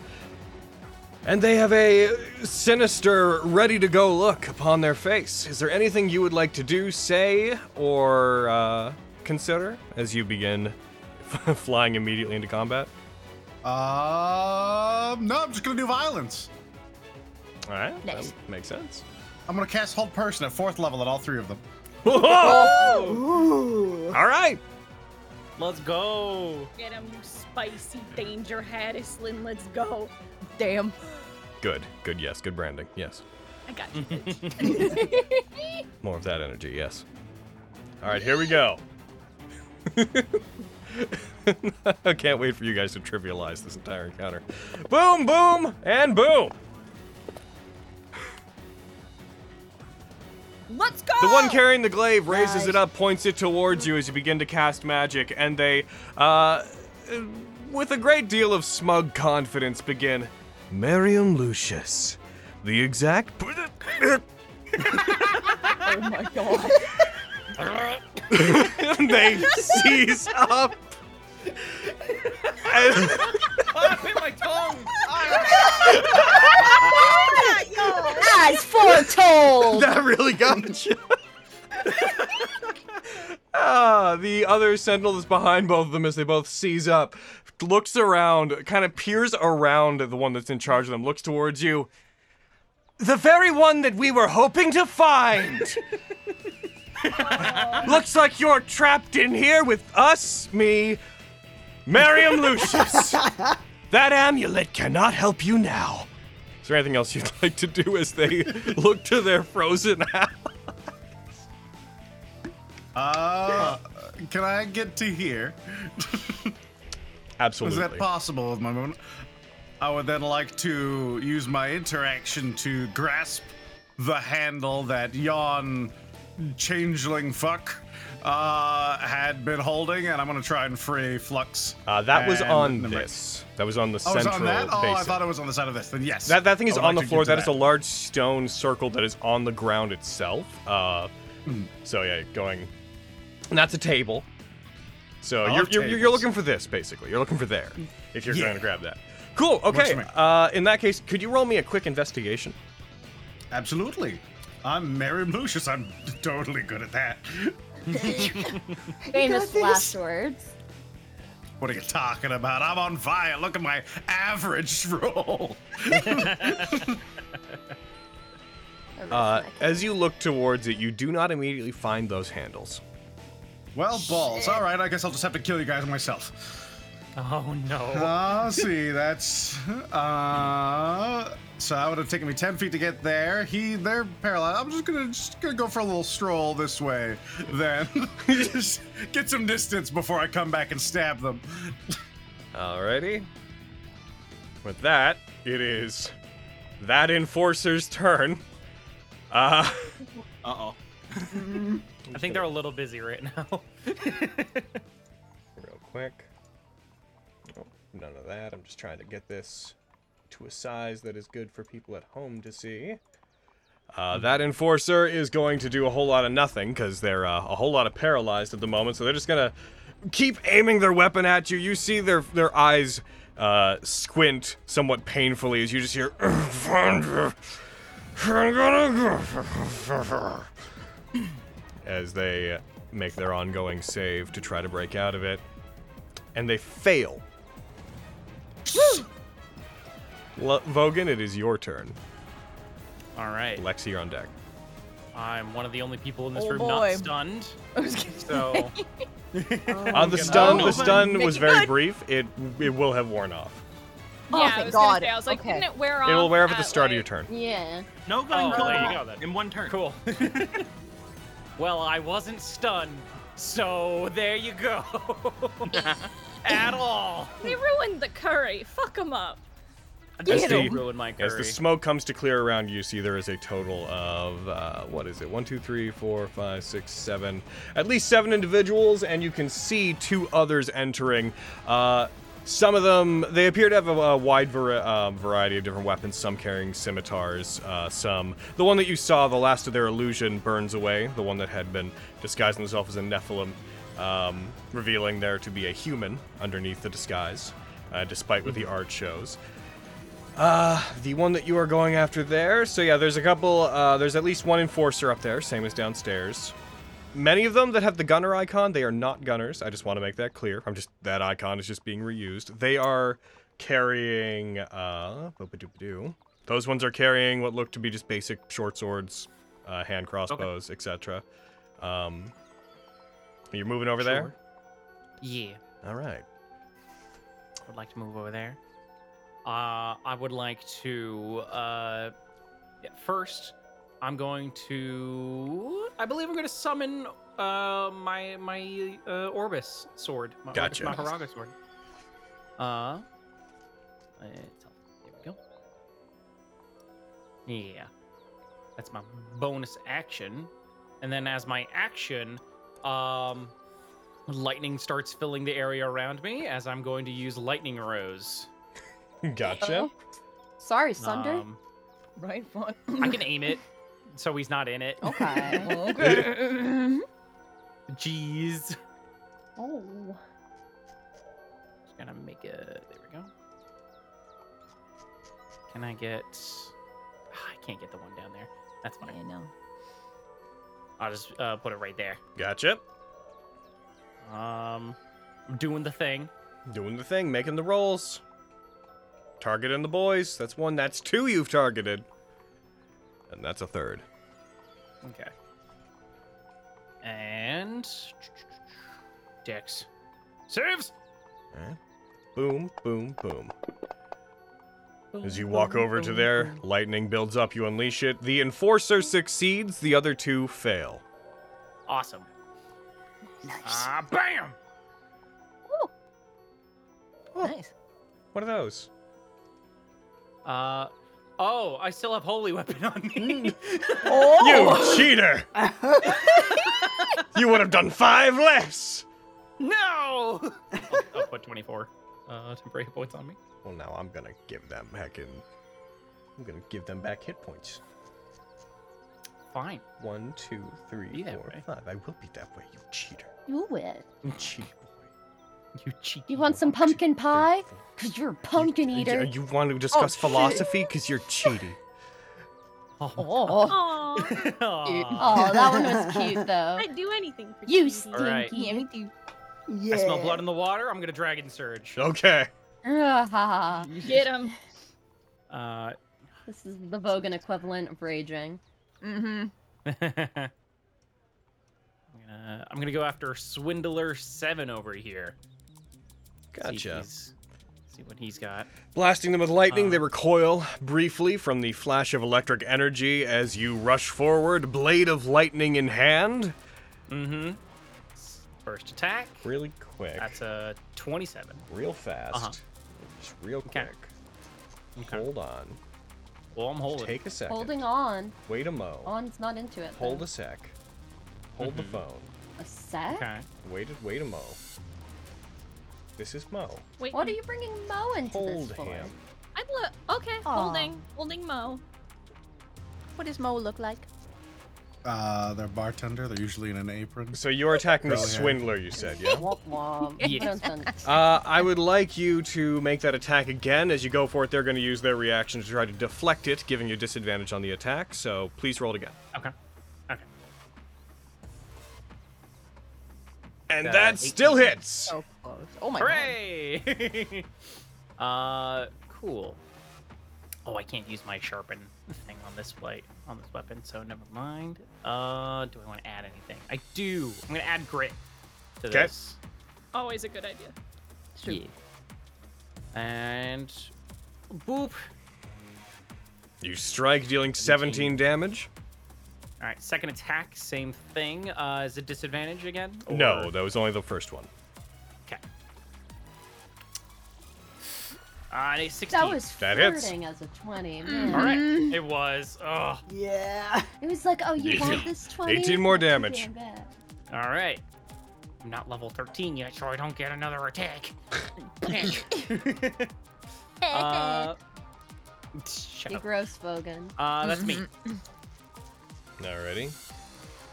[SPEAKER 1] And they have a sinister, ready to go look upon their face. Is there anything you would like to do, say, or uh, consider as you begin flying immediately into combat?
[SPEAKER 4] Um, no, I'm just gonna do violence.
[SPEAKER 1] All right,
[SPEAKER 3] Nice.
[SPEAKER 1] that makes sense.
[SPEAKER 4] I'm gonna cast Hold Person at fourth level at all three of them.
[SPEAKER 8] Ooh.
[SPEAKER 1] All right,
[SPEAKER 5] Let's go.
[SPEAKER 6] Get him, you spicy danger hat, Islin. Let's go.
[SPEAKER 3] Damn.
[SPEAKER 1] good, good. Yes, good branding. Yes,
[SPEAKER 6] I got you.
[SPEAKER 1] more of that energy. Yes. All right, here we go. I can't wait for you guys to trivialize this entire encounter. Boom, boom, and boom.
[SPEAKER 3] Let's go!
[SPEAKER 1] The
[SPEAKER 9] Ah!
[SPEAKER 1] one carrying the glaive raises
[SPEAKER 8] Nice.
[SPEAKER 1] it up, points it towards you as you begin to cast magic, and they, uh, with a great deal of smug confidence, begin. Marium Lucius, the exact.
[SPEAKER 3] Oh my god.
[SPEAKER 1] they seize up. And
[SPEAKER 2] Oh, I bit my tongue.
[SPEAKER 7] As foretold!
[SPEAKER 1] that really got you. ah, the other sentinel is behind both of them as they both seize up, looks around, kind of peers around at the one that's in charge of them, looks towards you. The very one that we were hoping to find. Looks like you're trapped in here with us, me, Mariam Lucius. that amulet cannot help you now. Is there anything else you'd like to do as they look to their frozen house?
[SPEAKER 4] Uh, can I get to here? Is
[SPEAKER 1] Absolutely.
[SPEAKER 4] that possible with my moment? I would then like to use my interaction to grasp the handle that yawn changeling fuck uh, had been holding, and I'm gonna try and free Flux.
[SPEAKER 1] uh, that was
[SPEAKER 4] and
[SPEAKER 1] on
[SPEAKER 4] Nimric.
[SPEAKER 1] this. That was on the
[SPEAKER 4] Oh, it's
[SPEAKER 1] central
[SPEAKER 4] on that? Oh, I
[SPEAKER 1] basin.
[SPEAKER 4] thought it was on the side of this. Then yes.
[SPEAKER 1] that, that thing is
[SPEAKER 4] I would
[SPEAKER 1] on
[SPEAKER 4] like
[SPEAKER 1] the
[SPEAKER 4] to
[SPEAKER 1] floor.
[SPEAKER 4] get to
[SPEAKER 1] that is a large stone circle that is on the ground itself. Uh,
[SPEAKER 4] Hmm.
[SPEAKER 1] so yeah, going. And that's a table. So
[SPEAKER 4] I
[SPEAKER 1] you're,
[SPEAKER 4] love
[SPEAKER 1] you're, you're
[SPEAKER 4] tables.
[SPEAKER 1] looking for this basically. You're looking for there. If you're
[SPEAKER 4] Yeah.
[SPEAKER 1] going to grab that. Cool. Okay.
[SPEAKER 4] for me.
[SPEAKER 1] Uh, in that case, could you roll me a quick investigation?
[SPEAKER 4] Absolutely. I'm Mary Lucius. I'm totally good at that.
[SPEAKER 7] Famous
[SPEAKER 8] got this.
[SPEAKER 7] last words.
[SPEAKER 4] What are you talking about? I'm on fire. Look at my average roll.
[SPEAKER 7] Or rest
[SPEAKER 1] Uh,
[SPEAKER 7] my case.
[SPEAKER 1] as you look towards it, you do not immediately find those handles.
[SPEAKER 4] Well, balls. All right, I guess I'll just have to kill you guys myself.
[SPEAKER 5] Oh no.
[SPEAKER 4] Uh, see, that's. Uh, so that would have taken me ten feet to get there. He, they're paralyzed. I'm just gonna, just gonna go for a little stroll this way, then just get some distance before I come back and stab them.
[SPEAKER 1] Alrighty. With that, it is that enforcer's turn. Uh,
[SPEAKER 2] Uh oh.
[SPEAKER 5] I think they're a little busy right now.
[SPEAKER 1] real quick. Oh, none of that. I'm just trying to get this to a size that is good for people at home to see. Uh, that enforcer is going to do a whole lot of nothing because they're uh, a whole lot of paralyzed at the moment, so they're just gonna keep aiming their weapon at you. You see their their eyes uh, squint somewhat painfully as you just hear. as they make their ongoing save to try to break out of it, and they fail. Lo- Vogan, it is your turn.
[SPEAKER 5] All right.
[SPEAKER 1] Lexi, you're on deck.
[SPEAKER 5] I'm one of the only people in this
[SPEAKER 3] Oh,
[SPEAKER 5] room
[SPEAKER 3] boy.
[SPEAKER 5] not stunned. So
[SPEAKER 1] Uh, the stun,
[SPEAKER 5] Oh,
[SPEAKER 1] the stun
[SPEAKER 3] make
[SPEAKER 1] was
[SPEAKER 3] it
[SPEAKER 1] very
[SPEAKER 3] good.
[SPEAKER 1] brief. It it will have worn off.
[SPEAKER 3] Oh,
[SPEAKER 6] yeah, I
[SPEAKER 3] thank
[SPEAKER 6] was
[SPEAKER 3] God.
[SPEAKER 6] gonna say, I was like,
[SPEAKER 3] Okay.
[SPEAKER 6] didn't it wear off?
[SPEAKER 1] It'll wear off at the
[SPEAKER 6] at,
[SPEAKER 1] start of
[SPEAKER 6] like-
[SPEAKER 1] your turn.
[SPEAKER 7] Yeah.
[SPEAKER 2] No gun
[SPEAKER 5] Oh,
[SPEAKER 2] killed
[SPEAKER 5] there you
[SPEAKER 2] him
[SPEAKER 5] go, then.
[SPEAKER 2] in one turn.
[SPEAKER 5] cool. well, I wasn't stunned. So there you go. At all.
[SPEAKER 6] They ruined the curry. Fuck them up.
[SPEAKER 5] I
[SPEAKER 1] As
[SPEAKER 5] just
[SPEAKER 1] the-
[SPEAKER 5] don't ruin my
[SPEAKER 1] As the
[SPEAKER 5] curry.
[SPEAKER 1] smoke comes to clear around you, see there is a total of uh, what is it? One, two, three, four, five, six, seven. At least seven individuals, and you can see two others entering. Uh, some of them they appear to have a, a wide vari- uh, variety of different weapons. Some carrying scimitars. Uh, some the one that you saw, the last of their illusion, burns away. The one that had been disguising himself as a Nephilim, um, revealing there to be a human underneath the disguise, uh, despite what the art shows. Uh, the one that you are going after there. So yeah, there's a couple. Uh, there's at least one enforcer up there, same as downstairs. Many of them that have the gunner icon, they are not gunners. I just want to make that clear. I'm just that icon is just being reused. They are carrying. Uh, boop-a-doop-a-doo. those ones are carrying what look to be just basic short swords, uh, hand crossbows, etc. Um, you're moving over there.
[SPEAKER 5] Sure. Yeah.
[SPEAKER 1] All right.
[SPEAKER 5] would like to move over there. Uh, I would like to. Uh, yeah, first, I'm going to. I believe I'm going to summon uh, my my uh, Orbis sword. My
[SPEAKER 1] Gotcha.
[SPEAKER 5] Orbis Maharaga sword. Uh, it's- there we go. Yeah, that's my bonus action. and then as my action, um, lightning starts filling the area around me as I'm going to use lightning rose.
[SPEAKER 1] Gotcha.
[SPEAKER 7] Oh. Sorry, Sunder.
[SPEAKER 5] Um,
[SPEAKER 3] Right foot.
[SPEAKER 5] I can aim it, so he's not in it.
[SPEAKER 7] okay.
[SPEAKER 3] okay.
[SPEAKER 5] Jeez.
[SPEAKER 7] Oh.
[SPEAKER 5] Just gonna make a. There we go. Can I get? Ah, I can't get the one down there. That's fine.
[SPEAKER 3] yeah, no.
[SPEAKER 5] I'll just uh, put it right there.
[SPEAKER 1] Gotcha.
[SPEAKER 5] Um, I'm doing the thing.
[SPEAKER 1] Doing the thing, making the rolls. Targeting the boys. That's one. That's two you've targeted. And that's a third.
[SPEAKER 5] Okay. And Dex saves.
[SPEAKER 1] Alright. Eh? Boom, boom, boom. As you walk over to there, lightning builds up, you unleash it. The enforcer succeeds, the other two fail.
[SPEAKER 5] Awesome.
[SPEAKER 8] Nice.
[SPEAKER 5] Ah, bam!
[SPEAKER 3] Nice.
[SPEAKER 1] What are those?
[SPEAKER 5] Uh, oh, I still have holy weapon on me.
[SPEAKER 1] You cheater! you would have done five less!
[SPEAKER 5] no. I'll, I'll put 24 uh, temporary hit points on me.
[SPEAKER 1] Well, now I'm gonna give them heckin'. I'm gonna give them back hit points.
[SPEAKER 5] Fine.
[SPEAKER 1] One, two, three,
[SPEAKER 5] Be that
[SPEAKER 1] four,
[SPEAKER 5] way.
[SPEAKER 1] five. I will be that way, you cheater.
[SPEAKER 7] Do it.
[SPEAKER 1] You cheat boy.
[SPEAKER 5] You cheat.
[SPEAKER 7] You want some
[SPEAKER 1] One, two,
[SPEAKER 7] pumpkin
[SPEAKER 1] three,
[SPEAKER 7] pie?
[SPEAKER 1] four.
[SPEAKER 7] Cause you're a pumpkin
[SPEAKER 1] You-
[SPEAKER 7] eater.
[SPEAKER 1] You, want to
[SPEAKER 6] Oh,
[SPEAKER 1] discuss
[SPEAKER 7] Oh, shit.
[SPEAKER 1] philosophy? Because you're cheaty.
[SPEAKER 5] Oh.
[SPEAKER 3] Oh.
[SPEAKER 6] Aw,
[SPEAKER 5] Aw.
[SPEAKER 7] Oh, that one was cute though.
[SPEAKER 6] I'd do anything for
[SPEAKER 7] You
[SPEAKER 6] Stevie.
[SPEAKER 7] stinky.
[SPEAKER 5] right.
[SPEAKER 3] Yeah, me too.
[SPEAKER 8] Yeah.
[SPEAKER 5] I smell blood in the water. I'm gonna dragon surge.
[SPEAKER 1] Okay.
[SPEAKER 7] Ah, ha, ha, ha.
[SPEAKER 6] Get him.
[SPEAKER 5] Uh,
[SPEAKER 7] This is the Vogan equivalent of raging.
[SPEAKER 3] Mm-hmm.
[SPEAKER 5] I'm gonna I'm gonna go after Swindler Seven over here. See, if
[SPEAKER 1] Gotcha.
[SPEAKER 5] he's- see what he's got.
[SPEAKER 1] Blasting them with lightning, they
[SPEAKER 5] Uh.
[SPEAKER 1] recoil briefly from the flash of electric energy as you rush forward, blade of lightning in hand.
[SPEAKER 5] Mm-hmm. First attack.
[SPEAKER 1] Really quick.
[SPEAKER 5] That's a 27.
[SPEAKER 1] real fast.
[SPEAKER 5] Uh-huh.
[SPEAKER 1] Just real
[SPEAKER 5] Okay.
[SPEAKER 1] quick.
[SPEAKER 5] Okay.
[SPEAKER 1] Hold on.
[SPEAKER 5] Well, I'm holding.
[SPEAKER 1] Take a second.
[SPEAKER 7] Holding on.
[SPEAKER 1] Wait a mo.
[SPEAKER 7] On's not into it.
[SPEAKER 1] Hold
[SPEAKER 7] though.
[SPEAKER 1] a sec. Hold the phone.
[SPEAKER 7] a sec.
[SPEAKER 5] Okay.
[SPEAKER 1] Wait a wait a mo. This is Mo.
[SPEAKER 6] Wait.
[SPEAKER 7] What are you bringing Mo into
[SPEAKER 1] Hold
[SPEAKER 7] this for?
[SPEAKER 1] him.
[SPEAKER 6] I'd look. Okay,
[SPEAKER 7] Aw.
[SPEAKER 6] holding, holding Mo.
[SPEAKER 3] What does Mo look like?
[SPEAKER 4] Uh, they're bartender. They're usually in an apron.
[SPEAKER 1] So you're attacking the
[SPEAKER 4] Probably him.
[SPEAKER 1] swindler, you said, yeah?
[SPEAKER 7] Womp womp.
[SPEAKER 5] Yeah.
[SPEAKER 7] Dun, dun, dun.
[SPEAKER 1] Uh, I would like you to make that attack again. As you go for it, they're going to use their reaction to try to deflect it, giving you disadvantage on the attack. So please roll it again.
[SPEAKER 5] Okay. Okay.
[SPEAKER 1] And
[SPEAKER 5] Uh,
[SPEAKER 1] that still
[SPEAKER 5] 18.
[SPEAKER 1] hits.
[SPEAKER 3] So close. Oh my
[SPEAKER 5] Hooray! uh, cool. Oh, I can't use my sharpen thing on this flight on this weapon, so never mind. Uh, do I want to add anything? I do. I'm gonna add grit to
[SPEAKER 1] Okay.
[SPEAKER 5] this.
[SPEAKER 6] Always a good idea.
[SPEAKER 3] Shoot.
[SPEAKER 5] Yeah. And boop.
[SPEAKER 1] You strike, dealing 17 damage.
[SPEAKER 5] All right, second attack, same thing. Uh, is it disadvantage again?
[SPEAKER 1] No,
[SPEAKER 5] Or-
[SPEAKER 1] that was only the first one.
[SPEAKER 5] Okay. Uh, 16.
[SPEAKER 7] That was
[SPEAKER 1] That hits.
[SPEAKER 7] flirting as a 20.
[SPEAKER 5] All
[SPEAKER 7] Man.
[SPEAKER 5] right.
[SPEAKER 3] Mm-hmm.
[SPEAKER 5] It was. Ugh.
[SPEAKER 8] Yeah.
[SPEAKER 7] It was like, oh, you want this 20?
[SPEAKER 1] 18 more
[SPEAKER 7] Not too
[SPEAKER 1] damage.
[SPEAKER 7] damn bad.
[SPEAKER 5] All right. I'm not level 13 yet, so I don't get another attack. uh, shut
[SPEAKER 7] You
[SPEAKER 5] up.
[SPEAKER 7] gross Vogan.
[SPEAKER 5] Uh, that's me.
[SPEAKER 1] Alrighty.
[SPEAKER 5] I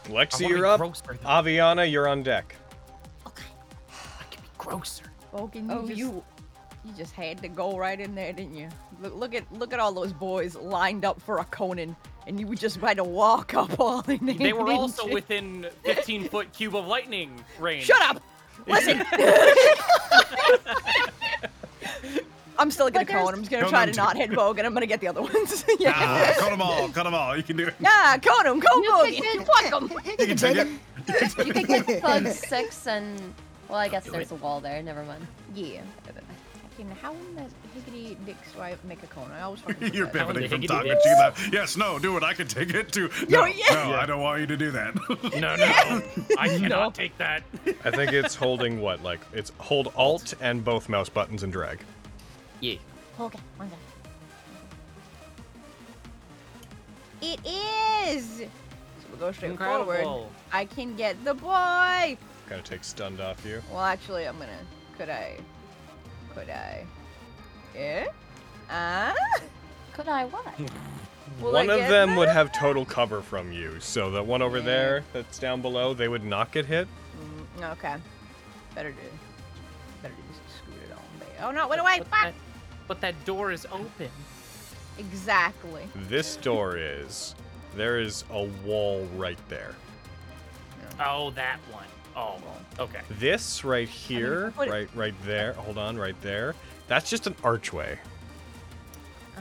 [SPEAKER 1] Lexi,
[SPEAKER 5] wanna
[SPEAKER 1] you're
[SPEAKER 5] be
[SPEAKER 1] up.
[SPEAKER 5] Grosser, though.
[SPEAKER 1] Aviana, you're on deck.
[SPEAKER 5] I can be grosser.
[SPEAKER 3] Bogan,
[SPEAKER 7] Oh,
[SPEAKER 3] you, just,
[SPEAKER 7] you-
[SPEAKER 3] you just had to go right in there, didn't you? Look, look at look at all those boys lined up for a Conan, and you were just about to walk up all in there.
[SPEAKER 5] They were
[SPEAKER 3] didn't
[SPEAKER 5] also
[SPEAKER 3] you?
[SPEAKER 5] within 15 foot cube of lightning range.
[SPEAKER 3] Shut up! Listen. I'm still gonna
[SPEAKER 7] But there's-
[SPEAKER 3] cone. I'm just gonna try to
[SPEAKER 4] Conan's-
[SPEAKER 3] not hit Bogan. I'm gonna get the other ones.
[SPEAKER 4] Ah,
[SPEAKER 3] yeah.
[SPEAKER 4] cut them all. Cut them all. You can do it.
[SPEAKER 3] Yeah, cone him, cone
[SPEAKER 7] You
[SPEAKER 3] Bogan.
[SPEAKER 7] picked it.
[SPEAKER 3] Fuck him.
[SPEAKER 8] You
[SPEAKER 4] You can take it.
[SPEAKER 7] You could get Fug 6 and. Well, I guess there's a wall there. Never mind.
[SPEAKER 3] Yeah. Fucking how in the higgity dicks do I make a cone? I always fucking.
[SPEAKER 4] You're
[SPEAKER 5] one
[SPEAKER 4] pivoting
[SPEAKER 5] the
[SPEAKER 4] from
[SPEAKER 5] higgity
[SPEAKER 4] taco
[SPEAKER 5] dicks.
[SPEAKER 4] to Yes, no, do it. I can take it too. No,
[SPEAKER 3] yeah.
[SPEAKER 4] no, I don't want you to do that.
[SPEAKER 5] No, no. I cannot take that.
[SPEAKER 1] I think it's holding what? Like, it's hold Alt and both mouse buttons and drag.
[SPEAKER 5] yeah.
[SPEAKER 3] Okay, one second. It is We'll go straight forward.
[SPEAKER 5] Incredible.
[SPEAKER 3] I can get the boy.
[SPEAKER 1] Gotta take stunned off you.
[SPEAKER 3] Well, actually, I'm gonna. Could I? Could I? Eh? Ah?
[SPEAKER 7] Could I what?
[SPEAKER 3] Will
[SPEAKER 1] one
[SPEAKER 3] I
[SPEAKER 1] of
[SPEAKER 3] get
[SPEAKER 1] them would
[SPEAKER 3] that?
[SPEAKER 1] have total cover from you, so the one over
[SPEAKER 3] Yeah.
[SPEAKER 1] there that's down below, they would not get hit.
[SPEAKER 3] Mm, Okay. Better do. Better do just scoot it on there. Oh no! Went away.
[SPEAKER 5] But
[SPEAKER 3] Fuck.
[SPEAKER 5] that, but that door is open.
[SPEAKER 3] Exactly.
[SPEAKER 1] This door is. There is a wall right there.
[SPEAKER 5] Oh, that one. Oh, okay.
[SPEAKER 1] This right here,
[SPEAKER 3] put it-
[SPEAKER 1] right, right there. Hold on, right there. That's just an archway.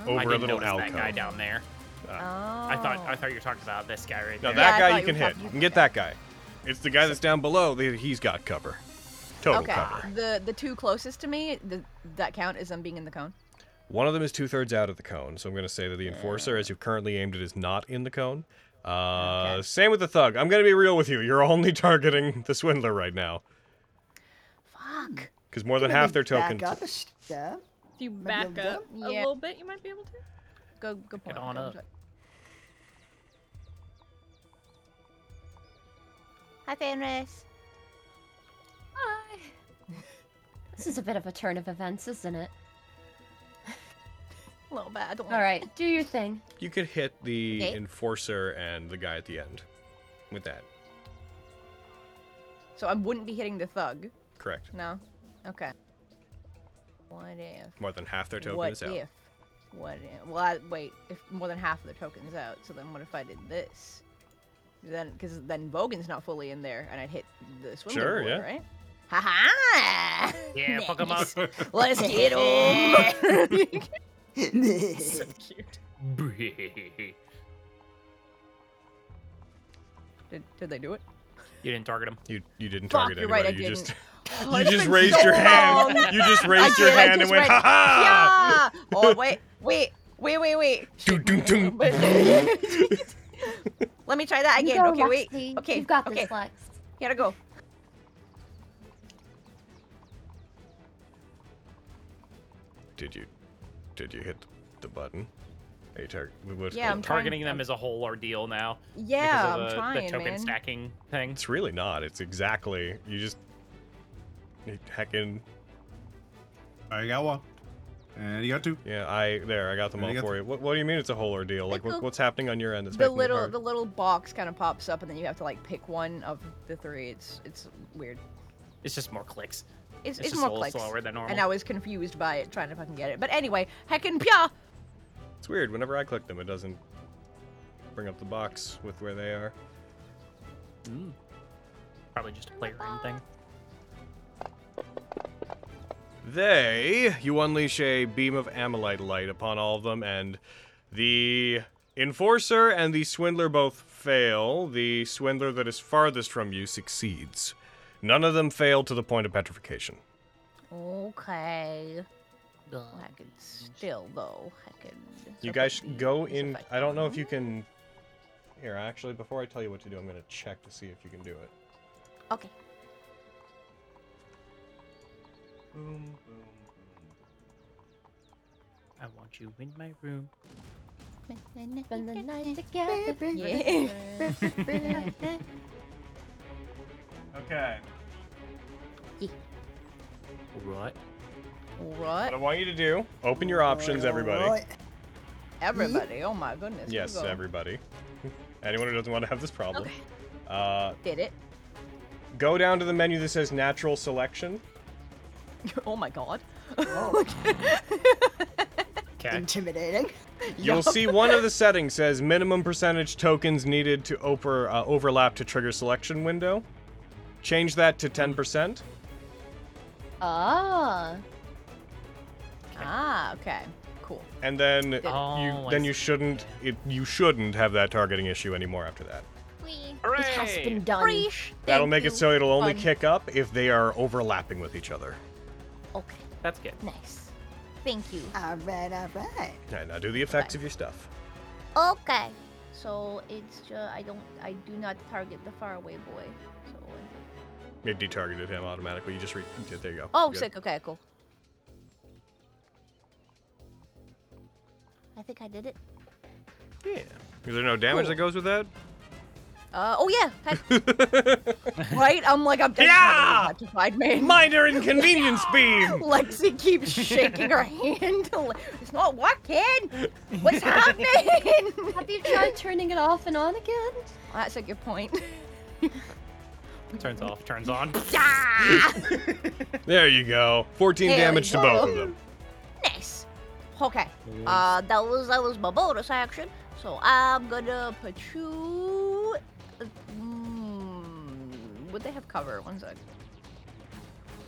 [SPEAKER 3] Oh.
[SPEAKER 5] I
[SPEAKER 1] Over a
[SPEAKER 5] didn't
[SPEAKER 1] little
[SPEAKER 5] notice that guy
[SPEAKER 1] alcove. Uh,
[SPEAKER 5] down there. I thought I thought you were talking about this guy right
[SPEAKER 1] No,
[SPEAKER 5] there.
[SPEAKER 1] that
[SPEAKER 3] I
[SPEAKER 1] guy you
[SPEAKER 3] thought you
[SPEAKER 1] can
[SPEAKER 3] were
[SPEAKER 1] hit.
[SPEAKER 3] talking-
[SPEAKER 1] You can get that guy. It's the guy that's down below. that He's got cover. Total
[SPEAKER 3] Okay.
[SPEAKER 1] cover.
[SPEAKER 3] The the two closest to me, the, that count is them being in the cone.
[SPEAKER 1] One of them is two thirds out of the cone, so I'm going to say that the enforcer, as you currently aimed it, is not in the cone. Uh,
[SPEAKER 3] Okay.
[SPEAKER 1] Same with the thug. I'm going to be real with you. You're only targeting the swindler right now,
[SPEAKER 3] Fuck.
[SPEAKER 1] because more than half their tokens.
[SPEAKER 8] Back up a step.
[SPEAKER 6] If you
[SPEAKER 8] Maybe
[SPEAKER 6] back
[SPEAKER 8] I'll
[SPEAKER 6] up
[SPEAKER 3] go-
[SPEAKER 6] a
[SPEAKER 3] Yeah.
[SPEAKER 6] little bit, you might be able to.
[SPEAKER 3] Go go point.
[SPEAKER 5] on
[SPEAKER 3] go
[SPEAKER 5] up.
[SPEAKER 3] point. Hi, Fenris.
[SPEAKER 7] Hi. This is a bit of a turn of events, isn't it?
[SPEAKER 3] A little bit. I don't.
[SPEAKER 7] All right, do your thing.
[SPEAKER 1] You could hit the
[SPEAKER 3] Okay.
[SPEAKER 1] enforcer and the guy at the end with that.
[SPEAKER 3] So I wouldn't be hitting the thug.
[SPEAKER 1] Correct.
[SPEAKER 3] No. Okay. What if?
[SPEAKER 1] More than half their token
[SPEAKER 3] what
[SPEAKER 1] is out.
[SPEAKER 3] if? What if? Well, I, wait. If more than half of the tokens out, so then what if I did this? Then, because then Vogan's not fully in there, and I'd hit the swindler
[SPEAKER 1] Sure,
[SPEAKER 3] board,
[SPEAKER 1] yeah.
[SPEAKER 3] right? Ha ha!
[SPEAKER 5] Yeah, fuck him up.
[SPEAKER 3] Let's hit him.
[SPEAKER 6] So cute.
[SPEAKER 5] you
[SPEAKER 3] did, did they do it?
[SPEAKER 5] didn't target him.
[SPEAKER 1] You you didn't
[SPEAKER 3] Fuck,
[SPEAKER 1] target
[SPEAKER 3] you're
[SPEAKER 1] anybody.
[SPEAKER 3] right, I
[SPEAKER 1] you
[SPEAKER 3] didn't.
[SPEAKER 1] just
[SPEAKER 3] Oh,
[SPEAKER 1] you
[SPEAKER 3] it's
[SPEAKER 1] just
[SPEAKER 3] been
[SPEAKER 1] raised
[SPEAKER 3] so
[SPEAKER 1] your hand.
[SPEAKER 3] long.
[SPEAKER 1] You just
[SPEAKER 3] I
[SPEAKER 1] raised your
[SPEAKER 3] did, I
[SPEAKER 1] hand and
[SPEAKER 3] just
[SPEAKER 1] went ha ha.
[SPEAKER 3] Yeah! Oh wait, wait, wait, wait, wait.
[SPEAKER 1] Dun, dun, dun.
[SPEAKER 3] But- Let me try that
[SPEAKER 7] You
[SPEAKER 3] again.
[SPEAKER 7] go,
[SPEAKER 3] okay, wait.
[SPEAKER 7] Lexi.
[SPEAKER 3] Okay,
[SPEAKER 7] You've got
[SPEAKER 3] okay.
[SPEAKER 7] this, Lex.
[SPEAKER 3] Gotta go.
[SPEAKER 1] Did you did you hit the button? Are you tar- what-
[SPEAKER 3] Yeah, I'm trying-
[SPEAKER 5] Targeting them is a whole ordeal now.
[SPEAKER 3] Yeah,
[SPEAKER 5] because
[SPEAKER 3] I'm
[SPEAKER 5] of the,
[SPEAKER 3] trying,
[SPEAKER 5] the token
[SPEAKER 3] man.
[SPEAKER 5] stacking thing.
[SPEAKER 1] It's really not. It's exactly you just you heckin'
[SPEAKER 4] I got one. And you got two.
[SPEAKER 1] yeah. I there. I got them
[SPEAKER 4] You
[SPEAKER 1] all
[SPEAKER 4] got
[SPEAKER 1] for you. What, what do you mean it's a whole ordeal? Like what,
[SPEAKER 3] Little-
[SPEAKER 1] what's happening on your end? That's
[SPEAKER 3] the
[SPEAKER 1] making it
[SPEAKER 3] little
[SPEAKER 1] hard?
[SPEAKER 3] the little box kind of pops up and then you have to like pick one of the three it's it's weird
[SPEAKER 5] It's just more clicks.
[SPEAKER 3] it's,
[SPEAKER 5] It's,
[SPEAKER 3] it's,
[SPEAKER 5] just
[SPEAKER 3] more
[SPEAKER 5] a little
[SPEAKER 3] clicks
[SPEAKER 5] slower than normal.
[SPEAKER 3] and i was confused by it trying to fucking get it but anyway heckin' pya
[SPEAKER 1] It's weird. Whenever I click them, it doesn't bring up the box with where they are.
[SPEAKER 5] Mm. Probably just a playroom thing.
[SPEAKER 1] They, you unleash a beam of amylite light upon all of them, and the enforcer and the swindler both fail. The swindler that is farthest from you succeeds. None of them fail to the point of petrification.
[SPEAKER 3] okay i can still though i can
[SPEAKER 1] you guys should go in. I don't know if you can. Here, actually, before I tell you what to do, I'm going to check to see if you can do it.
[SPEAKER 3] okay
[SPEAKER 1] Boom, boom.
[SPEAKER 5] I want you in my room.
[SPEAKER 7] Spend the night together.
[SPEAKER 3] yeah
[SPEAKER 1] Okay.
[SPEAKER 5] Right.
[SPEAKER 1] What
[SPEAKER 3] what
[SPEAKER 1] I want you to do, open your options, everybody.
[SPEAKER 8] Alright.
[SPEAKER 3] everybody oh my goodness
[SPEAKER 1] Yes,
[SPEAKER 3] Google
[SPEAKER 1] everybody. Anyone who doesn't want to have this problem.
[SPEAKER 3] Okay.
[SPEAKER 1] Uh,
[SPEAKER 3] did it
[SPEAKER 1] go down to the menu that says natural selection.
[SPEAKER 3] oh my god
[SPEAKER 5] Okay.
[SPEAKER 8] Intimidating.
[SPEAKER 1] You'll see one of the settings says minimum percentage tokens needed to over, uh, overlap to trigger selection window. Change that to 10%.
[SPEAKER 7] Ah.
[SPEAKER 3] ah okay cool
[SPEAKER 1] And then
[SPEAKER 5] Oh,
[SPEAKER 1] you
[SPEAKER 5] I
[SPEAKER 1] then you
[SPEAKER 5] see.
[SPEAKER 1] shouldn't it, you shouldn't have that targeting issue anymore after that.
[SPEAKER 7] It has
[SPEAKER 5] Hooray!
[SPEAKER 7] been done.
[SPEAKER 1] That'll make it so it'll only
[SPEAKER 7] Fun.
[SPEAKER 1] kick up if they are overlapping with each other.
[SPEAKER 7] Okay,
[SPEAKER 5] That's good.
[SPEAKER 7] nice. Thank you.
[SPEAKER 8] Alright, alright.
[SPEAKER 1] All right, now do the effects of your stuff.
[SPEAKER 7] Okay.
[SPEAKER 3] So it's just I don't I do not target the faraway boy. So
[SPEAKER 1] It detargeted him automatically. You just re- there you go.
[SPEAKER 3] oh
[SPEAKER 1] Good.
[SPEAKER 3] sick. Okay, cool. I think I did it.
[SPEAKER 1] Yeah. Is there no damage that goes with that?
[SPEAKER 3] Uh, oh yeah, heck, right? I'm like, I'm definitely
[SPEAKER 1] Yeah!
[SPEAKER 3] petrified, man.
[SPEAKER 1] Minor inconvenience beam.
[SPEAKER 3] Lexi keeps shaking her hand. It's not working. What's happening?
[SPEAKER 7] Have you tried turning it off and on again?
[SPEAKER 3] That's a good point.
[SPEAKER 5] Turns off, turns on.
[SPEAKER 3] Ah!
[SPEAKER 1] There you go. 14
[SPEAKER 3] There
[SPEAKER 1] damage to
[SPEAKER 3] you
[SPEAKER 1] both
[SPEAKER 3] go.
[SPEAKER 1] of them.
[SPEAKER 3] Nice. Okay. Uh, that was that was my bonus action. So I'm gonna put you. Mm, would they have cover? One sec.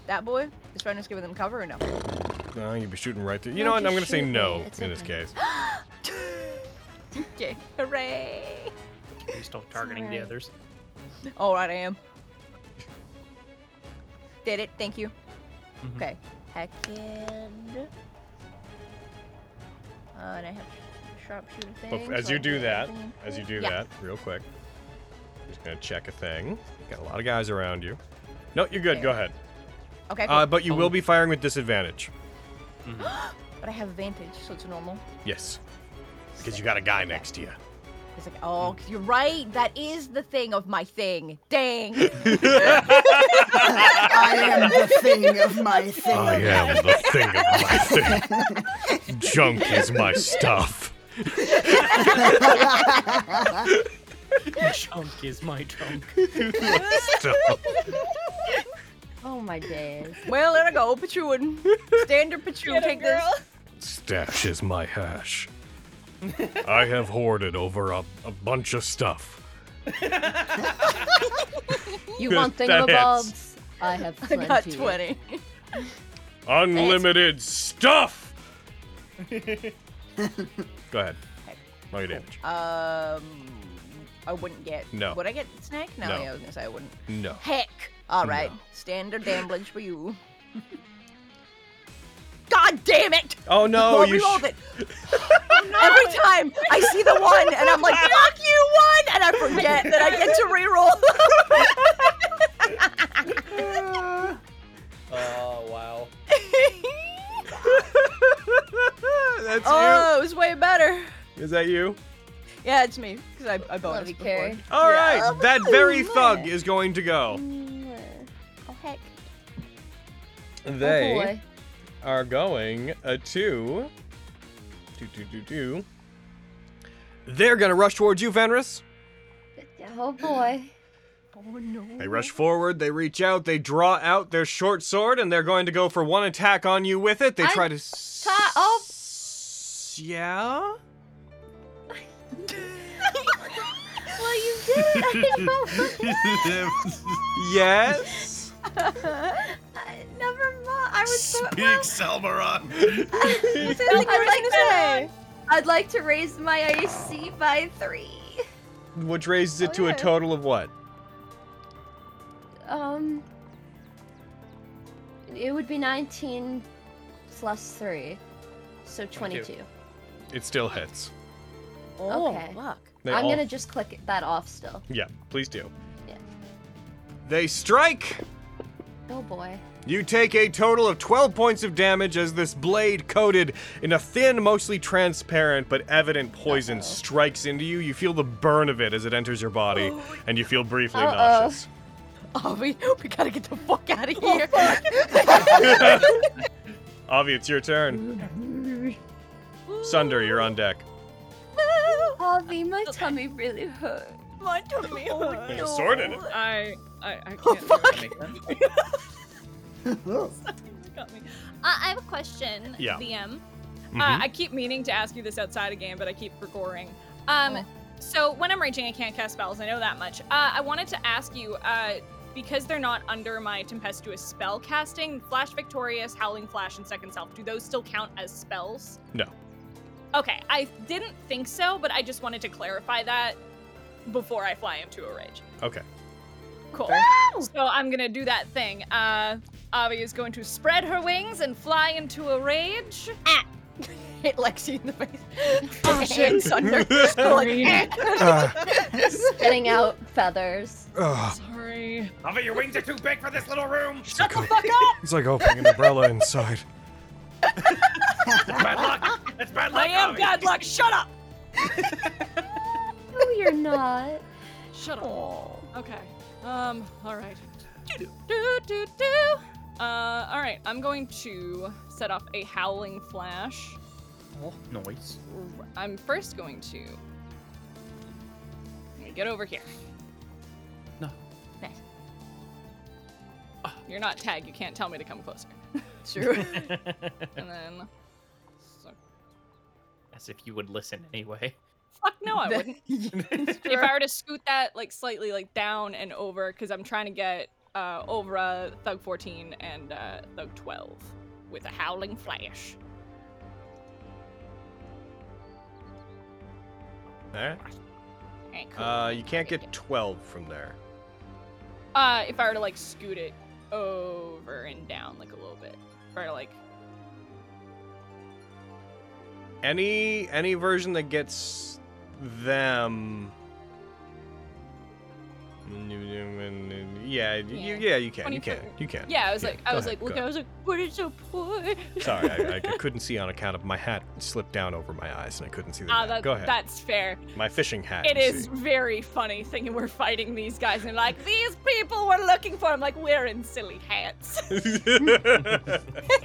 [SPEAKER 3] That boy is trying to give them cover or no?
[SPEAKER 1] No, you'd be shooting right through. You
[SPEAKER 7] No,
[SPEAKER 1] know what? I'm
[SPEAKER 7] just
[SPEAKER 1] gonna say
[SPEAKER 7] shoot me.
[SPEAKER 1] no
[SPEAKER 7] It's
[SPEAKER 1] Oh, in this
[SPEAKER 7] okay.
[SPEAKER 1] case.
[SPEAKER 3] Okay. Hooray!
[SPEAKER 5] He's still targeting the
[SPEAKER 7] alright.
[SPEAKER 5] others.
[SPEAKER 3] All right, I am. Did it? Thank you.
[SPEAKER 1] Mm-hmm.
[SPEAKER 5] Mhm.
[SPEAKER 3] Okay. Heckin. Uh, and I have sh- sharpshooter
[SPEAKER 1] But
[SPEAKER 3] thing.
[SPEAKER 1] f- as
[SPEAKER 3] so
[SPEAKER 1] you
[SPEAKER 3] I
[SPEAKER 1] do
[SPEAKER 3] get
[SPEAKER 1] that,
[SPEAKER 3] everything
[SPEAKER 1] as you
[SPEAKER 3] cool.
[SPEAKER 1] do
[SPEAKER 3] Yeah.
[SPEAKER 1] that, real quick, I'm just gonna check a thing. Got a lot of guys around you. No, you're good. Go ahead.
[SPEAKER 3] Okay. Cool.
[SPEAKER 1] Uh, but you will be firing with disadvantage. Mm-hmm.
[SPEAKER 3] but I have advantage, so it's normal.
[SPEAKER 1] Yes, because you got a guy next to you.
[SPEAKER 3] It's like,
[SPEAKER 1] Mm.
[SPEAKER 3] oh, you're right. That is the thing of my thing. Dang.
[SPEAKER 8] I am the thing of my thing.
[SPEAKER 1] I am Oh, the thing of my thing. Junk is my stuff.
[SPEAKER 5] Chunk is my trunk.
[SPEAKER 1] Stuff.
[SPEAKER 7] Oh my days.
[SPEAKER 3] well, there I go, Pachuin. Standard Pachu,
[SPEAKER 6] Get 'em,
[SPEAKER 3] take this.
[SPEAKER 6] girl.
[SPEAKER 1] Stash is my hash. I have hoarded over a, a bunch of stuff.
[SPEAKER 7] You
[SPEAKER 1] Good,
[SPEAKER 7] want
[SPEAKER 1] that hits.
[SPEAKER 7] thingamabobs? I have
[SPEAKER 3] I
[SPEAKER 7] plenty.
[SPEAKER 3] got 20.
[SPEAKER 1] Unlimited stuff! Go ahead. Roll your damage.
[SPEAKER 3] Um, I wouldn't get.
[SPEAKER 1] No.
[SPEAKER 3] Would I get snack? No,
[SPEAKER 1] No.
[SPEAKER 3] yeah, I was gonna say I wouldn't.
[SPEAKER 1] No.
[SPEAKER 3] Heck. All right. Standard damage for you. God damn it!
[SPEAKER 1] Oh no,
[SPEAKER 3] Well,
[SPEAKER 1] you
[SPEAKER 3] rerolled
[SPEAKER 1] sh-
[SPEAKER 3] it. Every time I see the one and I'm like, fuck you, one! And I forget that I get to reroll.
[SPEAKER 2] Oh wow.
[SPEAKER 1] That's
[SPEAKER 3] oh, it was way better.
[SPEAKER 1] you. Is that you?
[SPEAKER 3] Yeah, it's me, because I, I bonus
[SPEAKER 7] Love you,
[SPEAKER 3] before.
[SPEAKER 7] Carrie.
[SPEAKER 1] All right,
[SPEAKER 3] Yeah.
[SPEAKER 1] that very
[SPEAKER 7] Oh,
[SPEAKER 1] thug
[SPEAKER 7] man.
[SPEAKER 1] is going to go.
[SPEAKER 7] Oh heck.
[SPEAKER 1] They
[SPEAKER 7] Oh boy.
[SPEAKER 1] are going uh, to. Do, do, do, do. They're gonna rush towards you, Fenris.
[SPEAKER 7] Oh boy.
[SPEAKER 3] Oh, no.
[SPEAKER 1] They rush forward, they reach out, they draw out their short sword, and they're going to go for one attack on you with it. They
[SPEAKER 7] I
[SPEAKER 1] try to. s-
[SPEAKER 7] ta- oh.
[SPEAKER 1] Yeah?
[SPEAKER 7] Well, you did. I know.
[SPEAKER 1] Yes?
[SPEAKER 7] I- Never mind. I was so.
[SPEAKER 4] Speak, Selmaron.
[SPEAKER 7] I'd like to. I'd like to raise my AC by three.
[SPEAKER 1] Which raises it
[SPEAKER 7] Oh,
[SPEAKER 1] to a
[SPEAKER 7] yeah.
[SPEAKER 1] total of what?
[SPEAKER 7] Um. It would be 19 plus three, so 22.
[SPEAKER 1] It still hits.
[SPEAKER 3] Oh,
[SPEAKER 7] Okay.
[SPEAKER 3] fuck.
[SPEAKER 1] They
[SPEAKER 7] I'm
[SPEAKER 1] all-
[SPEAKER 7] gonna just click that off still.
[SPEAKER 1] Yeah, please do.
[SPEAKER 7] Yeah.
[SPEAKER 1] They strike!
[SPEAKER 7] Oh boy.
[SPEAKER 1] You take a total of 12 points of damage as this blade, coated in a thin, mostly transparent but evident poison,
[SPEAKER 7] Uh-oh.
[SPEAKER 1] strikes into you. You feel the burn of it as it enters your body, and you feel briefly
[SPEAKER 7] Uh-oh.
[SPEAKER 1] nauseous.
[SPEAKER 3] Oh, we, we gotta get the fuck out of here.
[SPEAKER 1] Avi, it's your turn. Sunder, you're on deck.
[SPEAKER 7] Avi, my tummy really hurts.
[SPEAKER 3] My tummy
[SPEAKER 6] Oh.
[SPEAKER 3] hurts.
[SPEAKER 1] There's a sword in it.
[SPEAKER 6] I I, I
[SPEAKER 7] Oh,
[SPEAKER 6] can't. fuck. Got me. Uh, I have a question.
[SPEAKER 1] Yeah.
[SPEAKER 6] DM. Uh,
[SPEAKER 1] Mhm.
[SPEAKER 6] I keep meaning to ask you this outside again, but I keep goring. Um,
[SPEAKER 3] Oh.
[SPEAKER 6] So when I'm raging, I can't cast spells. I know that much. Uh, I wanted to ask you uh, because they're not under my tempestuous spell casting. Flash Victorious, Howling Flash, and Second Self. Do those still count as spells?
[SPEAKER 1] No.
[SPEAKER 6] Okay, I didn't think so, but I just wanted to clarify that before I fly into a rage.
[SPEAKER 1] Okay.
[SPEAKER 6] Cool. So I'm gonna do that thing. Uh, Avi is going to spread her wings and fly into a rage.
[SPEAKER 3] Ah. Hit Lexi in the face. Oh, shit. Sunder. like, eh.
[SPEAKER 7] Spitting out feathers.
[SPEAKER 6] Sorry.
[SPEAKER 5] Avi, your wings are too big for this little room.
[SPEAKER 1] Shut the fuck up! It's like opening an umbrella inside.
[SPEAKER 5] Bad luck. It's bad luck.
[SPEAKER 6] I am
[SPEAKER 5] Avi.
[SPEAKER 6] bad luck. Shut up.
[SPEAKER 7] No, you're not.
[SPEAKER 6] Shut up. Okay. Um. All right. Do do do do. Uh. All right. I'm going to set off a howling flash.
[SPEAKER 2] Oh, noise.
[SPEAKER 6] R- I'm first going to. Let me get over here.
[SPEAKER 5] No.
[SPEAKER 3] Nice.
[SPEAKER 6] You're not tag. You can't tell me to come closer.
[SPEAKER 3] True.
[SPEAKER 6] and then. So,
[SPEAKER 5] As if you would listen anyway.
[SPEAKER 6] fuck no, I wouldn't.
[SPEAKER 3] wouldn't.
[SPEAKER 6] if I were to scoot that like slightly like down and over, because I'm trying to get uh, Ovra, Thug 14, and uh, Thug 12 with a howling flash.
[SPEAKER 1] All right.
[SPEAKER 6] Alright, cool.
[SPEAKER 1] Uh, you can't get 12 from there.
[SPEAKER 6] Uh, if I were to like scoot it over and down like a little bit, if I were to like
[SPEAKER 1] Any any version that gets them. Yeah, you,
[SPEAKER 6] Yeah.
[SPEAKER 1] yeah, you can, you
[SPEAKER 6] 20
[SPEAKER 1] can, you can.
[SPEAKER 6] yeah, I was
[SPEAKER 1] Yeah,
[SPEAKER 6] like I
[SPEAKER 1] go
[SPEAKER 6] was
[SPEAKER 1] ahead,
[SPEAKER 6] like look,
[SPEAKER 1] go
[SPEAKER 6] I was like, what is so poor?
[SPEAKER 1] Sorry, I, I couldn't see on account of my hat slipped down over my eyes, and I couldn't see the
[SPEAKER 6] Ah,
[SPEAKER 1] map.
[SPEAKER 6] that,
[SPEAKER 1] Go ahead.
[SPEAKER 6] that's fair.
[SPEAKER 1] my fishing hat.
[SPEAKER 6] It
[SPEAKER 1] you
[SPEAKER 6] is
[SPEAKER 1] see.
[SPEAKER 6] very funny thinking we're fighting these guys and like these people we're looking for. I'm like we're in silly hats.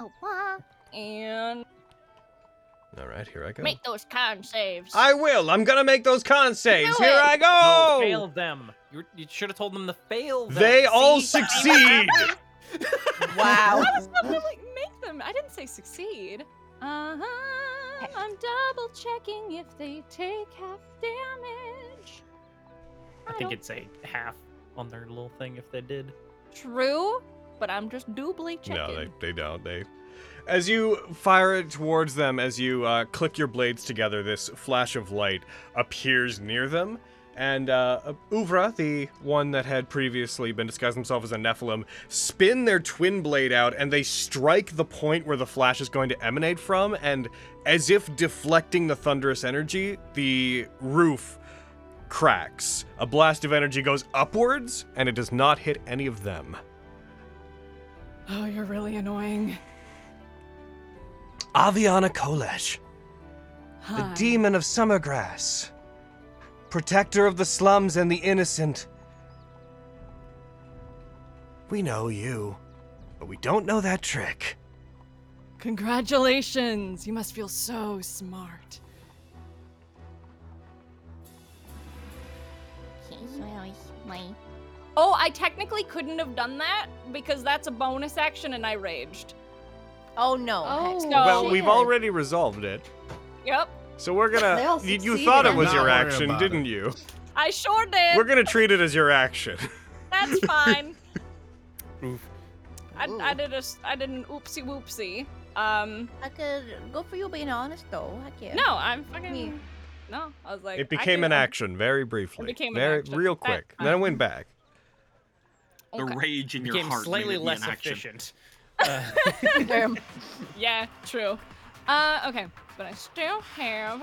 [SPEAKER 3] oh, wow.
[SPEAKER 6] and
[SPEAKER 1] All right, here I go.
[SPEAKER 6] make those con saves.
[SPEAKER 1] I will. I'm gonna make those con saves. Here
[SPEAKER 6] it.
[SPEAKER 1] I
[SPEAKER 5] No,
[SPEAKER 1] go.
[SPEAKER 5] fail them. You, were- you should have told them to fail them.
[SPEAKER 1] They all
[SPEAKER 5] Oh, See?
[SPEAKER 1] succeed.
[SPEAKER 3] Wow.
[SPEAKER 6] I was not gonna like make them. I didn't say succeed. Uh-huh. I'm double checking if they take half damage.
[SPEAKER 5] I think
[SPEAKER 6] don't-
[SPEAKER 5] it's a half on their little thing if they did.
[SPEAKER 6] true, but I'm just doubly checking.
[SPEAKER 1] No, they, they don't. They. As you fire it towards them, as you uh, click your blades together, this flash of light appears near them. And uh, Uvra, the one that had previously been disguised himself as a Nephilim, spin their twin blade out and they strike the point where the flash is going to emanate from. And as if deflecting the thunderous energy, the roof cracks. A blast of energy goes upwards and it does not hit any of them.
[SPEAKER 6] Oh, you're really annoying.
[SPEAKER 1] Aviana Kolesh, the
[SPEAKER 3] Oh,
[SPEAKER 1] demon of Summergrass, protector of the slums and the innocent. We know you, but we don't know that trick.
[SPEAKER 6] Congratulations. You must feel so smart. Oh, I technically couldn't have done that because that's a bonus action and I raged.
[SPEAKER 3] Oh, no.
[SPEAKER 7] Oh,
[SPEAKER 3] Hex.
[SPEAKER 6] Well,
[SPEAKER 1] Well,
[SPEAKER 6] shit.
[SPEAKER 1] we've already resolved it,
[SPEAKER 6] Yep.
[SPEAKER 1] so we're
[SPEAKER 7] They all
[SPEAKER 1] gonna. You, you
[SPEAKER 7] succeeded.
[SPEAKER 1] thought it
[SPEAKER 7] I'm
[SPEAKER 1] was
[SPEAKER 4] not
[SPEAKER 1] your
[SPEAKER 4] worried
[SPEAKER 1] action,
[SPEAKER 4] about
[SPEAKER 1] didn't
[SPEAKER 4] it.
[SPEAKER 1] you?
[SPEAKER 6] I sure did.
[SPEAKER 1] We're gonna treat it as your action.
[SPEAKER 6] That's fine.
[SPEAKER 5] Oof.
[SPEAKER 6] I, I
[SPEAKER 8] Ooh.
[SPEAKER 6] did a s- I did an oopsie whoopsie. Um,
[SPEAKER 3] I could go for you being honest, though. Heck yeah.
[SPEAKER 6] no, I'm fucking no. I was like,
[SPEAKER 1] It
[SPEAKER 6] I
[SPEAKER 1] became
[SPEAKER 6] do-
[SPEAKER 1] an
[SPEAKER 6] I'm-
[SPEAKER 1] action very briefly,
[SPEAKER 6] became an
[SPEAKER 1] very
[SPEAKER 6] action.
[SPEAKER 1] real
[SPEAKER 6] That's
[SPEAKER 1] quick. Then it
[SPEAKER 6] fine.
[SPEAKER 1] went back.
[SPEAKER 2] The
[SPEAKER 6] Okay.
[SPEAKER 2] rage in your
[SPEAKER 5] Became
[SPEAKER 2] heart
[SPEAKER 5] slightly
[SPEAKER 2] made it be
[SPEAKER 5] less
[SPEAKER 2] an action.
[SPEAKER 5] efficient. Uh,
[SPEAKER 3] Damn.
[SPEAKER 1] Mhm.
[SPEAKER 6] Yeah, true. Uh, okay, but I still have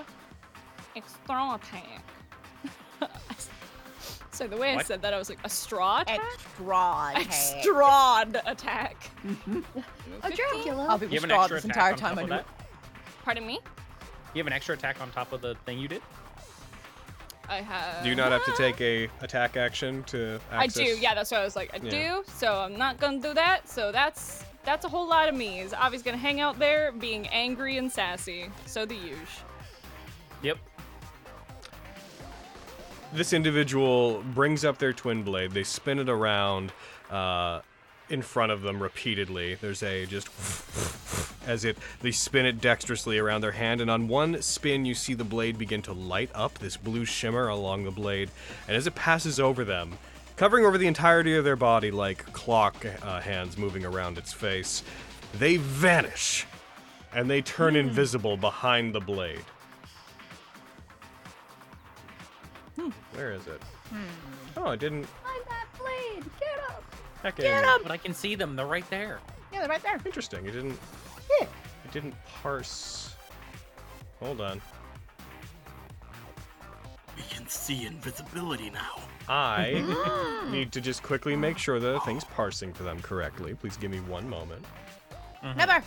[SPEAKER 6] a straw attack. so the way I
[SPEAKER 5] What?
[SPEAKER 6] said that, I was like a straw attack,
[SPEAKER 3] Extra.
[SPEAKER 6] a
[SPEAKER 3] attack.
[SPEAKER 6] strawed attack.
[SPEAKER 7] Oh, Dracula.
[SPEAKER 3] I'll be
[SPEAKER 5] you have an
[SPEAKER 3] straw
[SPEAKER 5] extra
[SPEAKER 3] this
[SPEAKER 5] attack
[SPEAKER 3] entire
[SPEAKER 5] on
[SPEAKER 3] time
[SPEAKER 5] top
[SPEAKER 3] I
[SPEAKER 5] of
[SPEAKER 3] do it.
[SPEAKER 5] that.
[SPEAKER 6] Pardon me.
[SPEAKER 5] You have an extra attack on top of the thing you did.
[SPEAKER 6] I have.
[SPEAKER 1] Do you not have to take a attack action to?
[SPEAKER 6] I
[SPEAKER 1] Access?
[SPEAKER 6] do. Yeah, that's what I was like. I
[SPEAKER 1] Yeah.
[SPEAKER 6] do. So I'm not gonna do that. So that's that's a whole lot of me. Is Avi's gonna hang out there being angry and sassy. So the huge.
[SPEAKER 5] Yep.
[SPEAKER 1] this individual brings up their twin blade. They spin it around uh, in front of them repeatedly. There's a just as it they spin it dexterously around their hand, and on one spin you see the blade begin to light up this blue shimmer along the blade, and as it passes over them, covering over the entirety of their body like clock uh, hands moving around its face, they vanish, and they turn invisible behind the blade. Where is it?
[SPEAKER 3] Hmm.
[SPEAKER 1] Oh, I didn't.
[SPEAKER 7] Find that blade. Get up.
[SPEAKER 1] Heck
[SPEAKER 5] But I can see them. They're right there.
[SPEAKER 3] Yeah, they're right there.
[SPEAKER 1] Interesting. It didn't.
[SPEAKER 8] Yeah.
[SPEAKER 1] It didn't parse. Hold on.
[SPEAKER 2] We can see invisibility now.
[SPEAKER 1] Ah. I need to just quickly make sure that the thing's parsing for them correctly. Please give me one moment.
[SPEAKER 3] Never.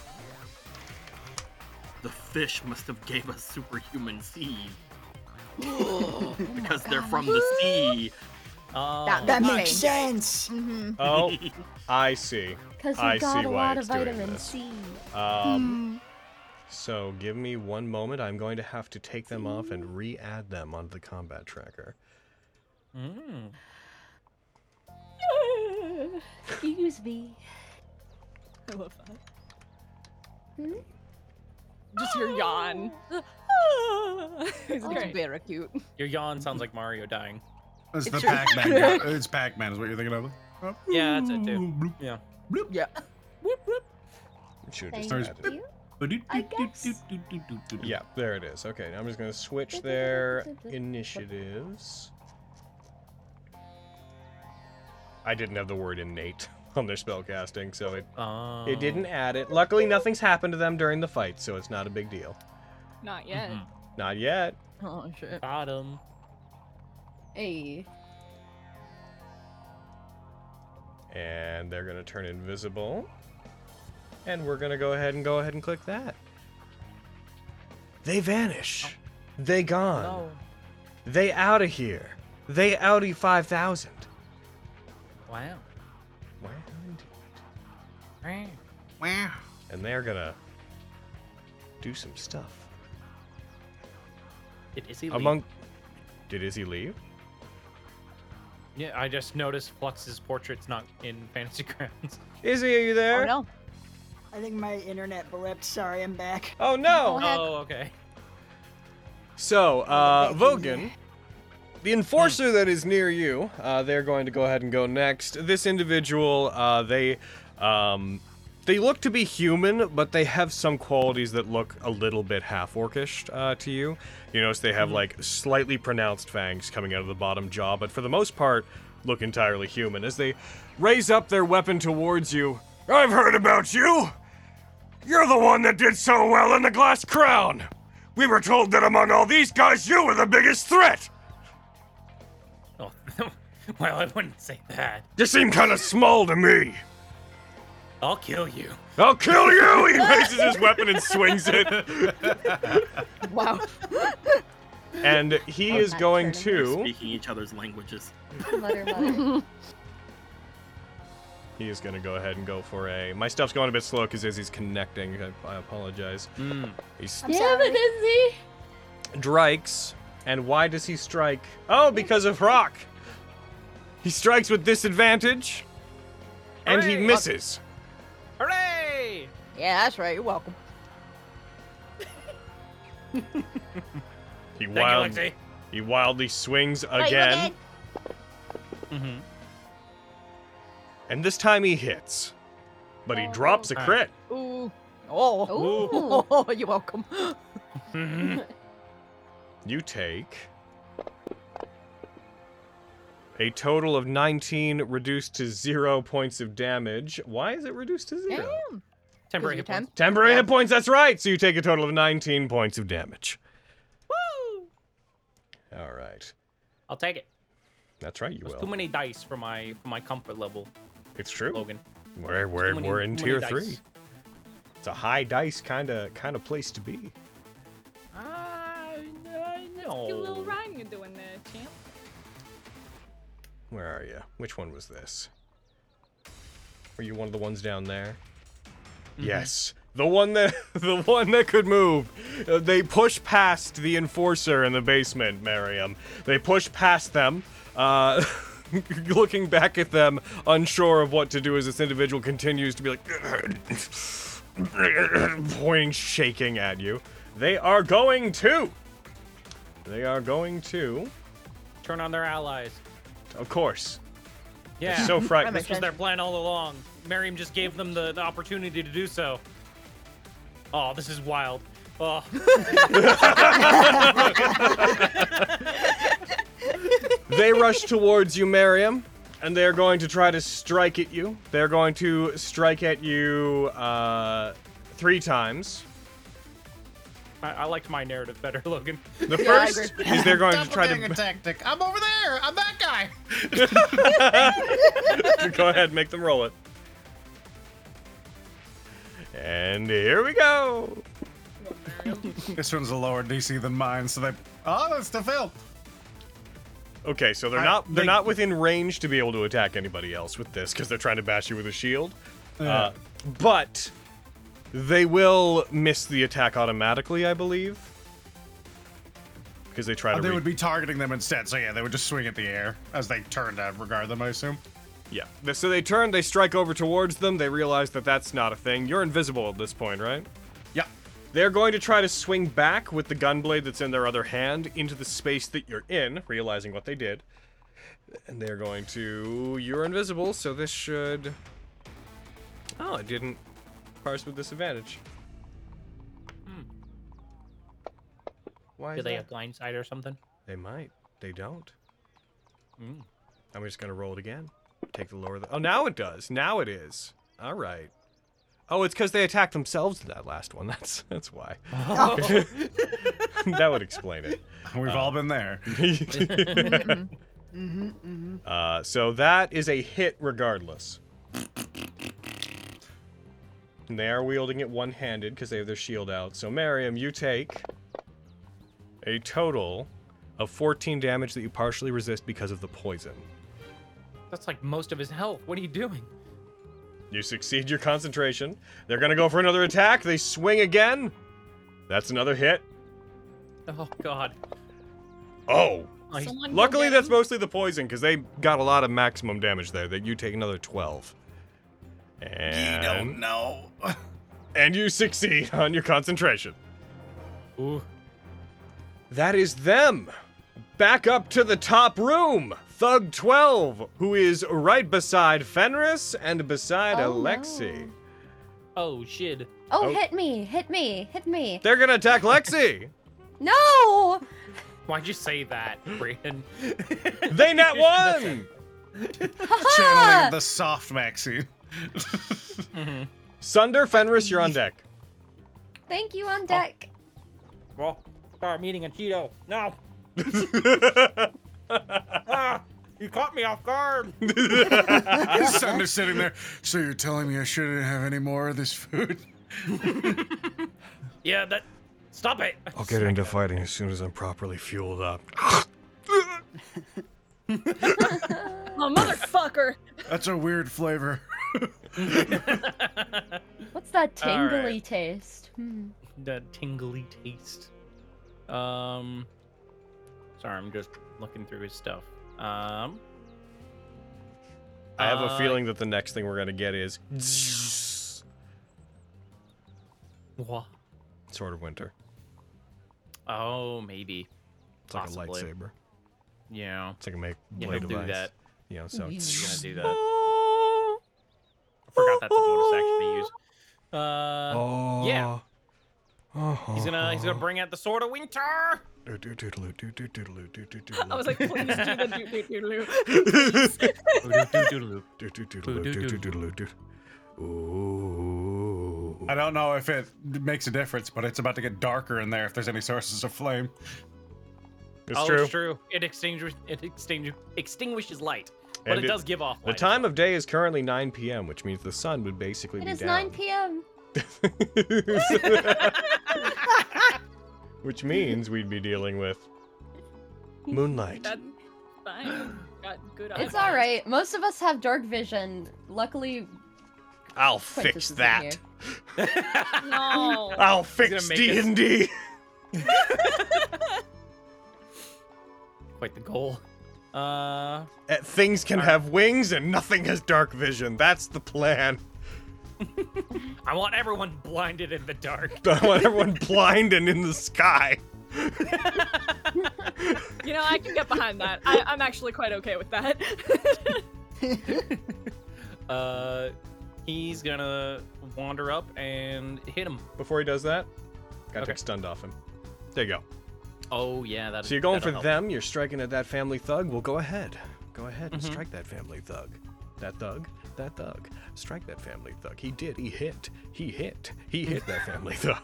[SPEAKER 2] The fish must have gave us superhuman seed.
[SPEAKER 7] Oh
[SPEAKER 2] because they're from the sea.
[SPEAKER 5] Oh,
[SPEAKER 3] That-
[SPEAKER 8] That
[SPEAKER 3] Okay.
[SPEAKER 8] makes sense.
[SPEAKER 3] Mm-hmm.
[SPEAKER 1] Oh, I see.
[SPEAKER 7] Because
[SPEAKER 1] I
[SPEAKER 7] we got
[SPEAKER 1] see
[SPEAKER 7] a
[SPEAKER 1] why
[SPEAKER 7] lot of
[SPEAKER 1] it's doing
[SPEAKER 7] vitamin
[SPEAKER 1] this.
[SPEAKER 7] C.
[SPEAKER 1] Um, so give me one moment. I'm going to have to take them off and re-add them onto the combat tracker.
[SPEAKER 5] mm.
[SPEAKER 7] Hmm. Excuse me.
[SPEAKER 6] I love that.
[SPEAKER 7] Hmm?
[SPEAKER 6] Just your yawn. it's
[SPEAKER 3] It's
[SPEAKER 6] great.
[SPEAKER 3] Oh, very cute.
[SPEAKER 5] Your yawn sounds like Mario dying.
[SPEAKER 4] It's the
[SPEAKER 3] It's your-
[SPEAKER 4] Pac Man. It's Pac Man, is what you're thinking of.
[SPEAKER 5] Yeah, that's it too. Yeah.
[SPEAKER 3] Yeah.
[SPEAKER 1] Should just
[SPEAKER 7] Thank
[SPEAKER 4] There's-
[SPEAKER 1] add it.
[SPEAKER 7] you. I guess.
[SPEAKER 1] Yeah, there it is. Okay, now I'm just gonna switch their initiatives. I didn't have the word innate on their spellcasting, so it
[SPEAKER 5] Oh.
[SPEAKER 1] it didn't add it. Luckily, nothing's happened to them during the fight, so it's not a big deal.
[SPEAKER 6] Not yet.
[SPEAKER 5] Mhm.
[SPEAKER 1] Not yet.
[SPEAKER 3] Oh shit.
[SPEAKER 5] Got 'em.
[SPEAKER 7] Hey.
[SPEAKER 1] And they're gonna turn invisible. And we're gonna go ahead and go ahead and click that. They vanish. They gone.
[SPEAKER 5] Oh. No.
[SPEAKER 1] They out of here. They outie five thousand.
[SPEAKER 5] Wow.
[SPEAKER 1] Wow, indeed.
[SPEAKER 5] Right.
[SPEAKER 4] Wow.
[SPEAKER 1] and they're gonna do some stuff.
[SPEAKER 5] Did Izzy leave?
[SPEAKER 1] Among, did Izzy leave?
[SPEAKER 5] Yeah, I just noticed Flux's portrait's not in Fantasy Grounds.
[SPEAKER 1] Izzy, are you there?
[SPEAKER 3] Oh no.
[SPEAKER 8] I think my internet blipped. Sorry, I'm back.
[SPEAKER 1] Oh, no.
[SPEAKER 7] Heck.
[SPEAKER 5] Oh, okay.
[SPEAKER 1] So, uh,
[SPEAKER 8] back in
[SPEAKER 1] Vogan, the enforcer that is near you, uh, they're going to go ahead and go next. This individual, uh, they, um, they look to be human, but they have some qualities that look a little bit half orcish uh, to you. You notice they have like slightly pronounced fangs coming out of the bottom jaw, but for the most part, look entirely human. As they raise up their weapon towards you, I've heard about you. You're the one that did so well in the Glass Crown. We were told that among all these guys, you were the biggest threat.
[SPEAKER 5] Oh, well, I wouldn't say that.
[SPEAKER 1] You seem kind of small to me.
[SPEAKER 5] I'll kill you.
[SPEAKER 1] I'll kill you! He raises his weapon and swings it.
[SPEAKER 3] Wow.
[SPEAKER 1] And he
[SPEAKER 7] Oh,
[SPEAKER 1] is
[SPEAKER 7] that's
[SPEAKER 1] going
[SPEAKER 7] pretty
[SPEAKER 1] to.
[SPEAKER 2] Speaking each other's languages.
[SPEAKER 7] Mutter, mutter.
[SPEAKER 1] He is going to go ahead and go for a. My stuff's going a bit slow because Izzy's connecting. I, I apologize.
[SPEAKER 5] Mm.
[SPEAKER 1] He's
[SPEAKER 8] I'm
[SPEAKER 7] Damn
[SPEAKER 8] sorry.
[SPEAKER 7] it, Izzy!
[SPEAKER 1] strikes. And why does he strike? Oh, because of Rock. He strikes with disadvantage. And he
[SPEAKER 5] Hooray.
[SPEAKER 1] misses.
[SPEAKER 5] Hooray!
[SPEAKER 3] Yeah, that's right. You're welcome.
[SPEAKER 1] He,
[SPEAKER 5] Thank
[SPEAKER 1] wild,
[SPEAKER 5] you, Lexi.
[SPEAKER 1] he wildly swings
[SPEAKER 8] Wait,
[SPEAKER 1] again.
[SPEAKER 8] what
[SPEAKER 5] Mm-hmm.
[SPEAKER 1] And this time he hits. But he
[SPEAKER 7] Oh,
[SPEAKER 1] drops a
[SPEAKER 5] no.
[SPEAKER 1] crit.
[SPEAKER 3] Ooh. Oh.
[SPEAKER 7] Ooh.
[SPEAKER 3] Oh, you're welcome.
[SPEAKER 1] Mm-hmm. You take a total of 19 reduced to zero points of damage. Why is it reduced to zero?
[SPEAKER 3] Damn.
[SPEAKER 5] Temporary
[SPEAKER 3] Is
[SPEAKER 5] hit
[SPEAKER 3] it your
[SPEAKER 5] points.
[SPEAKER 1] Temporary
[SPEAKER 3] Yeah.
[SPEAKER 1] hit points, that's right. So you take a total of 19 points of damage. Woo! All right.
[SPEAKER 5] I'll take it.
[SPEAKER 1] That's right, you
[SPEAKER 5] There's too
[SPEAKER 1] will.
[SPEAKER 5] many dice for my for my comfort level,
[SPEAKER 1] It's true.
[SPEAKER 5] Logan.
[SPEAKER 1] We're,
[SPEAKER 5] Too
[SPEAKER 1] we're,
[SPEAKER 5] many-
[SPEAKER 1] we're in
[SPEAKER 5] too many
[SPEAKER 1] tier
[SPEAKER 5] dice.
[SPEAKER 1] three. It's a high dice kind of kind of place to be.
[SPEAKER 5] I, I know.
[SPEAKER 6] Your little rhyme you're doing there, champ.
[SPEAKER 1] Where are you? Which one was this? Were you one of the ones down there? Yes, the one that the one that could move. Uh, they push past the enforcer in the basement, Miriam. They push past them. Uh, looking back at them, unsure of what to do as this individual continues to be like pointing, shaking at you. They are going to. They are going to.
[SPEAKER 5] Turn on their allies.
[SPEAKER 1] Of course.
[SPEAKER 5] Yeah.
[SPEAKER 1] So frightened.
[SPEAKER 5] this was their plan all along. Miriam just gave them the, the opportunity to do so. Oh, this is wild. Oh,
[SPEAKER 1] they rush towards you, Miriam, and they're going to try to strike at you. They're going to strike at you uh, three times.
[SPEAKER 5] I, I liked my narrative better, Logan.
[SPEAKER 1] The
[SPEAKER 3] Yeah, I
[SPEAKER 1] first is they're going to try
[SPEAKER 4] Doppelganger
[SPEAKER 1] to
[SPEAKER 4] tactic. I'm over there. I'm that guy.
[SPEAKER 1] go ahead and make them roll it. And here we go.
[SPEAKER 4] This one's a lower DC than mine, so they. Oh, that's to fail.
[SPEAKER 1] Okay, so they're
[SPEAKER 4] I-
[SPEAKER 1] not they're
[SPEAKER 4] they-
[SPEAKER 1] not within range to be able to attack anybody else with this because they're trying to bash you with a shield. Uh, but they will miss the attack automatically, I believe, because they try to.
[SPEAKER 4] they
[SPEAKER 1] re-
[SPEAKER 4] would be targeting them instead, so yeah, they would just swing at the air as they turn to regard them, I assume.
[SPEAKER 1] yeah. They- So they turn, they strike over towards them. They realize that that's not a thing. You're invisible at this point, right?
[SPEAKER 4] Yep.
[SPEAKER 1] They're going to try to swing back with the gunblade that's in their other hand into the space that you're in, realizing what they did. And they're going to. You're invisible, so this should. Oh, it didn't parse with disadvantage. Why
[SPEAKER 5] Do
[SPEAKER 1] is
[SPEAKER 5] they
[SPEAKER 1] that?
[SPEAKER 5] have blindsight or something?
[SPEAKER 1] They might. They don't.
[SPEAKER 5] Mm.
[SPEAKER 1] I'm just gonna roll it again. Take the lower. Th- oh, now it does. Now it is. All right. Oh, it's because they attacked themselves in that last one. That's that's why. that would explain it.
[SPEAKER 4] We've all been there.
[SPEAKER 1] Uh, so that is a hit regardless. And they are wielding it one handed because they have their shield out. So, Mariam, you take a total of 14 damage that you partially resist because of the poison.
[SPEAKER 5] That's like most of his health. What are you doing?
[SPEAKER 1] You succeed your concentration. They're going to go for another attack. They swing again. That's another hit.
[SPEAKER 5] Oh God.
[SPEAKER 1] Oh.
[SPEAKER 5] I-
[SPEAKER 6] Someone go
[SPEAKER 1] Luckily,
[SPEAKER 6] get
[SPEAKER 1] that's
[SPEAKER 6] him.
[SPEAKER 1] mostly the poison because they got a lot of maximum damage there. That you take another 12. And
[SPEAKER 4] know.
[SPEAKER 1] and you succeed on your concentration.
[SPEAKER 5] Ooh.
[SPEAKER 1] That is them. Back up to the top room. Thug 12, who is right beside Fenris and beside
[SPEAKER 7] Oh,
[SPEAKER 1] Alexi.
[SPEAKER 7] no.
[SPEAKER 5] Oh shit.
[SPEAKER 7] Oh,
[SPEAKER 1] Oh.
[SPEAKER 7] hit me! Hit me! Hit me!
[SPEAKER 1] They're going to attack Lexi.
[SPEAKER 7] No!
[SPEAKER 5] Why'd you say that, Brian?
[SPEAKER 1] they nat
[SPEAKER 5] That's
[SPEAKER 1] one.
[SPEAKER 4] Channeling
[SPEAKER 7] Ha!
[SPEAKER 4] the soft maxi.
[SPEAKER 1] Sunder, Fenris, you're on deck.
[SPEAKER 7] Thank you on deck.
[SPEAKER 5] Well, start meeting a Cheeto. No. Ah, you caught me off guard.
[SPEAKER 4] Sunder sitting there. So you're telling me I shouldn't have any more of this food?
[SPEAKER 5] yeah. That. Stop it.
[SPEAKER 1] I'll get into fighting as soon as I'm properly fueled up.
[SPEAKER 6] Oh, motherfucker.
[SPEAKER 4] That's a weird flavor.
[SPEAKER 7] What's that
[SPEAKER 5] All right.
[SPEAKER 7] tingly taste? Hmm.
[SPEAKER 5] That tingly taste. Um. Sorry, I'm just looking through his stuff. Um.
[SPEAKER 1] I have a
[SPEAKER 5] Uh,
[SPEAKER 1] feeling that the next thing we're going to get is
[SPEAKER 5] What?
[SPEAKER 1] Sword of Winter.
[SPEAKER 5] Oh, maybe.
[SPEAKER 1] It's like
[SPEAKER 5] Possibly.
[SPEAKER 1] a lightsaber.
[SPEAKER 5] Yeah.
[SPEAKER 1] It's like a make
[SPEAKER 5] Yeah,
[SPEAKER 1] blade
[SPEAKER 5] he'll do
[SPEAKER 1] device.
[SPEAKER 5] that.
[SPEAKER 1] You know, so
[SPEAKER 5] He's gonna do that.
[SPEAKER 1] that.
[SPEAKER 5] Forgot that's a bonus action to use. Uh,
[SPEAKER 1] Oh. Uh-huh.
[SPEAKER 5] yeah. he's gonna he's gonna bring out the sword of winter.
[SPEAKER 6] I was like, please do the doo doo doo doo.
[SPEAKER 1] Ooh.
[SPEAKER 4] I don't know if it makes a difference, but it's about to get darker in there if there's any sources of flame.
[SPEAKER 1] It's
[SPEAKER 5] oh,
[SPEAKER 1] true.
[SPEAKER 5] it's true. It extinguishes it extingu- extinguishes light, but
[SPEAKER 1] And
[SPEAKER 5] it,
[SPEAKER 1] it-
[SPEAKER 5] does give off
[SPEAKER 1] The
[SPEAKER 5] light.
[SPEAKER 1] time of day is currently 9 p.m., which means the sun would basically
[SPEAKER 7] It
[SPEAKER 1] be
[SPEAKER 7] is 9
[SPEAKER 1] down.
[SPEAKER 7] p.m.
[SPEAKER 1] 9 which means we'd be dealing with moonlight.
[SPEAKER 6] That's fine. Got good eyes.
[SPEAKER 7] It's all right. Most of us have dark vision. Luckily,
[SPEAKER 1] I'll
[SPEAKER 7] Quintus
[SPEAKER 1] fix
[SPEAKER 7] isn't
[SPEAKER 1] that.
[SPEAKER 7] here.
[SPEAKER 6] No.
[SPEAKER 1] I'll
[SPEAKER 5] gonna
[SPEAKER 1] fix
[SPEAKER 5] make us-
[SPEAKER 1] D&D.
[SPEAKER 5] Quite the goal. Uh,
[SPEAKER 1] Uh, Things can have wings and nothing has dark vision. That's the plan.
[SPEAKER 5] I want everyone blinded in the dark.
[SPEAKER 1] I want everyone blind and in the sky.
[SPEAKER 6] You know, I can get behind that. I, I'm actually quite okay with that.
[SPEAKER 5] Uh, he's gonna wander up and hit him.
[SPEAKER 1] Before he does that, gotta
[SPEAKER 5] Okay.
[SPEAKER 1] take stunned off him. There you go.
[SPEAKER 5] Oh yeah, that.
[SPEAKER 1] So you're going for them. You're striking at that family thug. Well, go ahead. Go ahead and
[SPEAKER 5] Mhm.
[SPEAKER 1] strike that family thug. That thug. That thug. Strike that family thug. He did. He hit. He hit. He hit that family thug.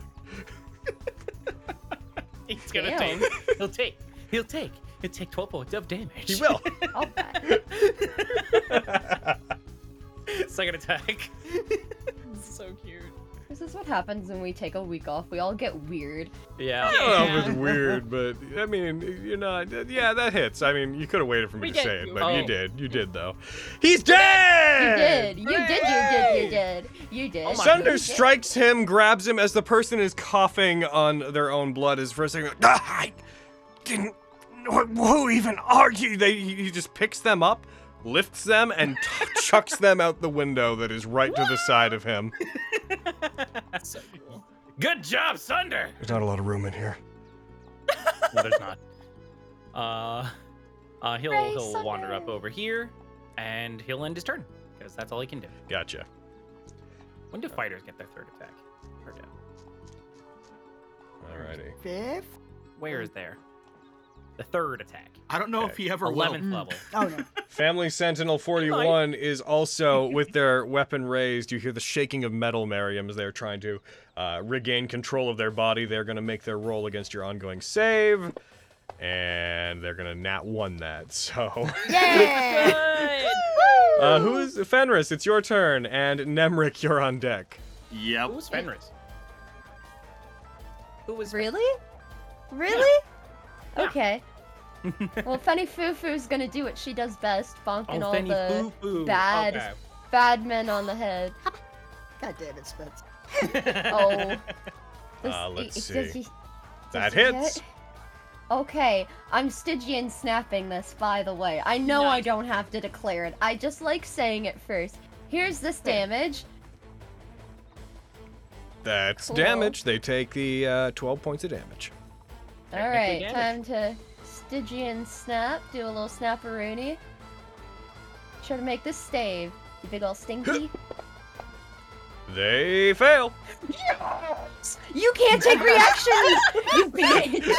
[SPEAKER 5] He's gonna
[SPEAKER 7] Damn.
[SPEAKER 5] take. He'll take. He'll take. He'll take 12 points of damage.
[SPEAKER 1] He will.
[SPEAKER 7] I'll bet.
[SPEAKER 5] Second attack.
[SPEAKER 6] so cute.
[SPEAKER 7] There's This is what happens when we take a week off. We all get weird.
[SPEAKER 5] Yeah.
[SPEAKER 1] I don't know if
[SPEAKER 6] Yeah.
[SPEAKER 1] it's weird, but I mean, you're not. Yeah, that hits. I mean, you could have waited for me
[SPEAKER 6] We
[SPEAKER 1] to
[SPEAKER 6] get
[SPEAKER 1] say
[SPEAKER 6] you.
[SPEAKER 1] it, but
[SPEAKER 5] Oh.
[SPEAKER 1] you did. You did, though. He's
[SPEAKER 7] You
[SPEAKER 1] dead!
[SPEAKER 7] did. You did. You did. You did. You did.
[SPEAKER 5] Oh my
[SPEAKER 7] you
[SPEAKER 1] Sunder
[SPEAKER 7] did.
[SPEAKER 1] strikes him, grabs him as the person is coughing on their own blood. Is for a second, "Ah, I didn't. Who even are you? They, he just picks them up, lifts them, and t- chucks them out the window that is right to the side of him.
[SPEAKER 6] So cool.
[SPEAKER 5] Good job, Sunder.
[SPEAKER 1] There's not a lot of room in here.
[SPEAKER 5] no, there's not. Uh, uh, he'll
[SPEAKER 7] Hooray,
[SPEAKER 5] he'll wander up
[SPEAKER 7] Sunder.
[SPEAKER 5] over here, and he'll end his turn because that's all he can do.
[SPEAKER 1] Gotcha.
[SPEAKER 5] When do fighters get their third attack? Or do-
[SPEAKER 1] Alrighty.
[SPEAKER 8] Fifth?
[SPEAKER 5] Where is there? The third attack.
[SPEAKER 2] I don't know if he ever will.
[SPEAKER 5] Eleventh
[SPEAKER 8] Mm.
[SPEAKER 5] level.
[SPEAKER 8] Oh no.
[SPEAKER 1] Family Sentinel 41 is also with their weapon raised. You hear the shaking of metal, Miriam, as they're trying to uh, regain control of their body. They're going to make their roll against your ongoing save, and they're going to nat one that. So,
[SPEAKER 8] Yeah.
[SPEAKER 6] Good.
[SPEAKER 1] uh, who is Fenris? It's your turn, and Nemric, you're on deck.
[SPEAKER 2] Yep.
[SPEAKER 5] Who's Fenris? Who was
[SPEAKER 7] Really? Really?
[SPEAKER 5] Yeah.
[SPEAKER 7] Okay. well, Fenny Foo Foo's gonna do what she does best, bonking all
[SPEAKER 5] Oh, Fenny
[SPEAKER 7] the
[SPEAKER 5] Foo Foo.
[SPEAKER 7] bad-
[SPEAKER 5] Okay.
[SPEAKER 7] bad men on the head.
[SPEAKER 8] God damn it, Spence.
[SPEAKER 7] Oh. This-
[SPEAKER 1] Uh, let's
[SPEAKER 7] it- it does
[SPEAKER 1] see.
[SPEAKER 7] he-
[SPEAKER 1] That
[SPEAKER 7] does he
[SPEAKER 1] hits.
[SPEAKER 7] hit? Okay, I'm Stygian snapping this, by the way. I know I
[SPEAKER 6] Nice.
[SPEAKER 7] don't have to declare it. I just like saying it first. Here's this damage.
[SPEAKER 1] That's
[SPEAKER 7] Cool.
[SPEAKER 1] damage. They take the uh, 12 points of damage.
[SPEAKER 7] All
[SPEAKER 5] Technically
[SPEAKER 7] right, time
[SPEAKER 5] damage.
[SPEAKER 7] to Stygian snap. Do a little snapperoonie. Try to make this save. You big ol' stinky.
[SPEAKER 1] They fail.
[SPEAKER 7] you can't take reactions, you bitch.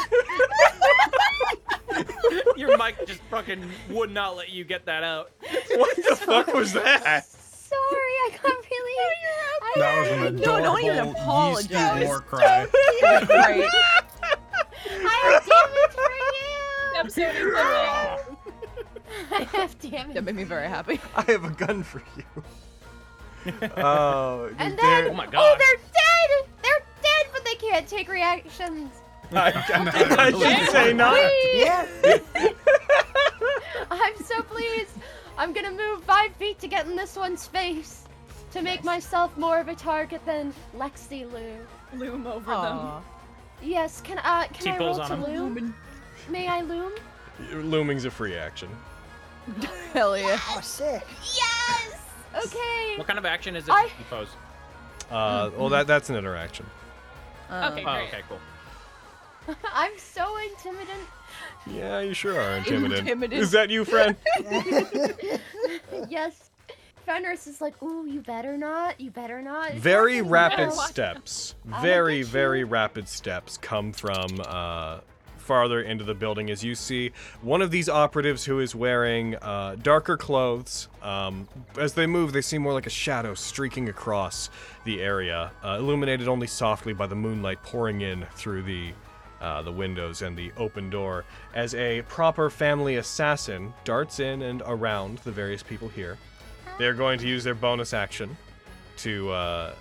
[SPEAKER 5] Your mic just fucking would not let you get that out.
[SPEAKER 1] What the fuck was that?
[SPEAKER 7] Sorry, I got really. I
[SPEAKER 4] That was an
[SPEAKER 3] No,
[SPEAKER 4] adorable
[SPEAKER 3] don't even apologize.
[SPEAKER 4] yeasty war cry.
[SPEAKER 3] Great.
[SPEAKER 7] I have damage for
[SPEAKER 6] I'm so excited.
[SPEAKER 7] you. I have damage.
[SPEAKER 3] That made me very happy.
[SPEAKER 1] I have a gun for you. Oh,
[SPEAKER 7] And
[SPEAKER 1] they're-
[SPEAKER 7] then,
[SPEAKER 5] Oh my
[SPEAKER 7] oh,
[SPEAKER 5] gosh.
[SPEAKER 7] they're dead. They're dead, but they can't take reactions.
[SPEAKER 1] I should say not.
[SPEAKER 8] Yeah.
[SPEAKER 7] I'm so pleased. I'm gonna move five feet to get in this one's face to make myself more of a target than Lexi Lou.
[SPEAKER 6] Loom over them.
[SPEAKER 3] Aw.
[SPEAKER 7] Yes, can I can I
[SPEAKER 5] T-pose
[SPEAKER 7] roll to
[SPEAKER 5] on
[SPEAKER 7] loom? May I loom?
[SPEAKER 1] Looming's a free action.
[SPEAKER 3] Hell yeah.
[SPEAKER 8] Oh sick.
[SPEAKER 7] Yes. Okay.
[SPEAKER 5] What kind of action is it?
[SPEAKER 7] I-
[SPEAKER 5] You pose.
[SPEAKER 1] Uh, well, that that's an interaction.
[SPEAKER 3] Um,
[SPEAKER 6] Uh, Okay.
[SPEAKER 5] Oh,
[SPEAKER 6] Great.
[SPEAKER 5] okay, cool.
[SPEAKER 7] I'm so intimidated.
[SPEAKER 1] Yeah, you sure are intimidated.
[SPEAKER 3] Intimidated.
[SPEAKER 1] Is that you, friend?
[SPEAKER 7] Yes. Fenris is like, ooh, you better not. You better not. It's
[SPEAKER 1] very
[SPEAKER 7] happening
[SPEAKER 1] rapid
[SPEAKER 7] now."
[SPEAKER 1] steps.
[SPEAKER 7] I'll
[SPEAKER 1] Very,
[SPEAKER 7] get you.
[SPEAKER 1] very rapid steps come from uh, farther into the building as you see one of these operatives who is wearing uh, darker clothes. Um, as they move, they seem more like a shadow streaking across the area, uh, illuminated only softly by the moonlight pouring in through the. Uh, the windows and the open door as a proper family assassin darts in and around the various people here. They're going to use their bonus action to uh,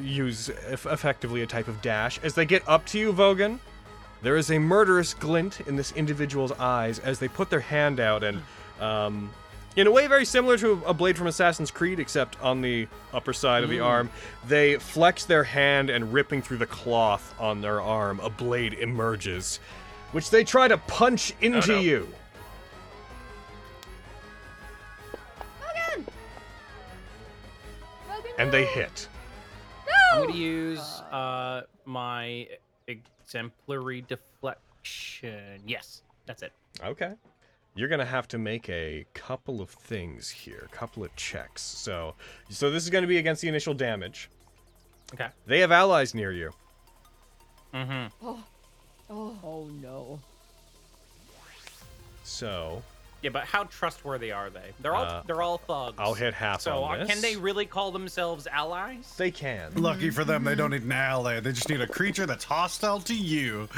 [SPEAKER 1] use eff- effectively a type of dash. As they get up to you, Vogan, there is a murderous glint in this individual's eyes as they put their hand out and, um, in a way very similar to a blade from Assassin's Creed, except on the upper side of the arm, they flex their hand and ripping through the cloth on their arm, a blade emerges, which they try to punch into
[SPEAKER 5] no.
[SPEAKER 1] you.
[SPEAKER 7] Logan! Logan,
[SPEAKER 1] And they hit.
[SPEAKER 5] I'm gonna use uh, my exemplary deflection. Yes, that's it.
[SPEAKER 1] Okay. You're gonna have to make a couple of things here, couple of checks. So, so this is gonna be against the initial damage.
[SPEAKER 5] Okay.
[SPEAKER 1] They have allies near you.
[SPEAKER 5] Mm-hmm.
[SPEAKER 3] Oh no.
[SPEAKER 1] So,
[SPEAKER 5] Yeah, but how trustworthy are they? They're all
[SPEAKER 1] Uh,
[SPEAKER 5] they're all thugs.
[SPEAKER 1] I'll hit half
[SPEAKER 5] So
[SPEAKER 1] on
[SPEAKER 5] uh,
[SPEAKER 1] this.
[SPEAKER 5] can they really call themselves allies?
[SPEAKER 1] they can.
[SPEAKER 4] Lucky for them, they don't need an ally. They just need a creature that's hostile to you.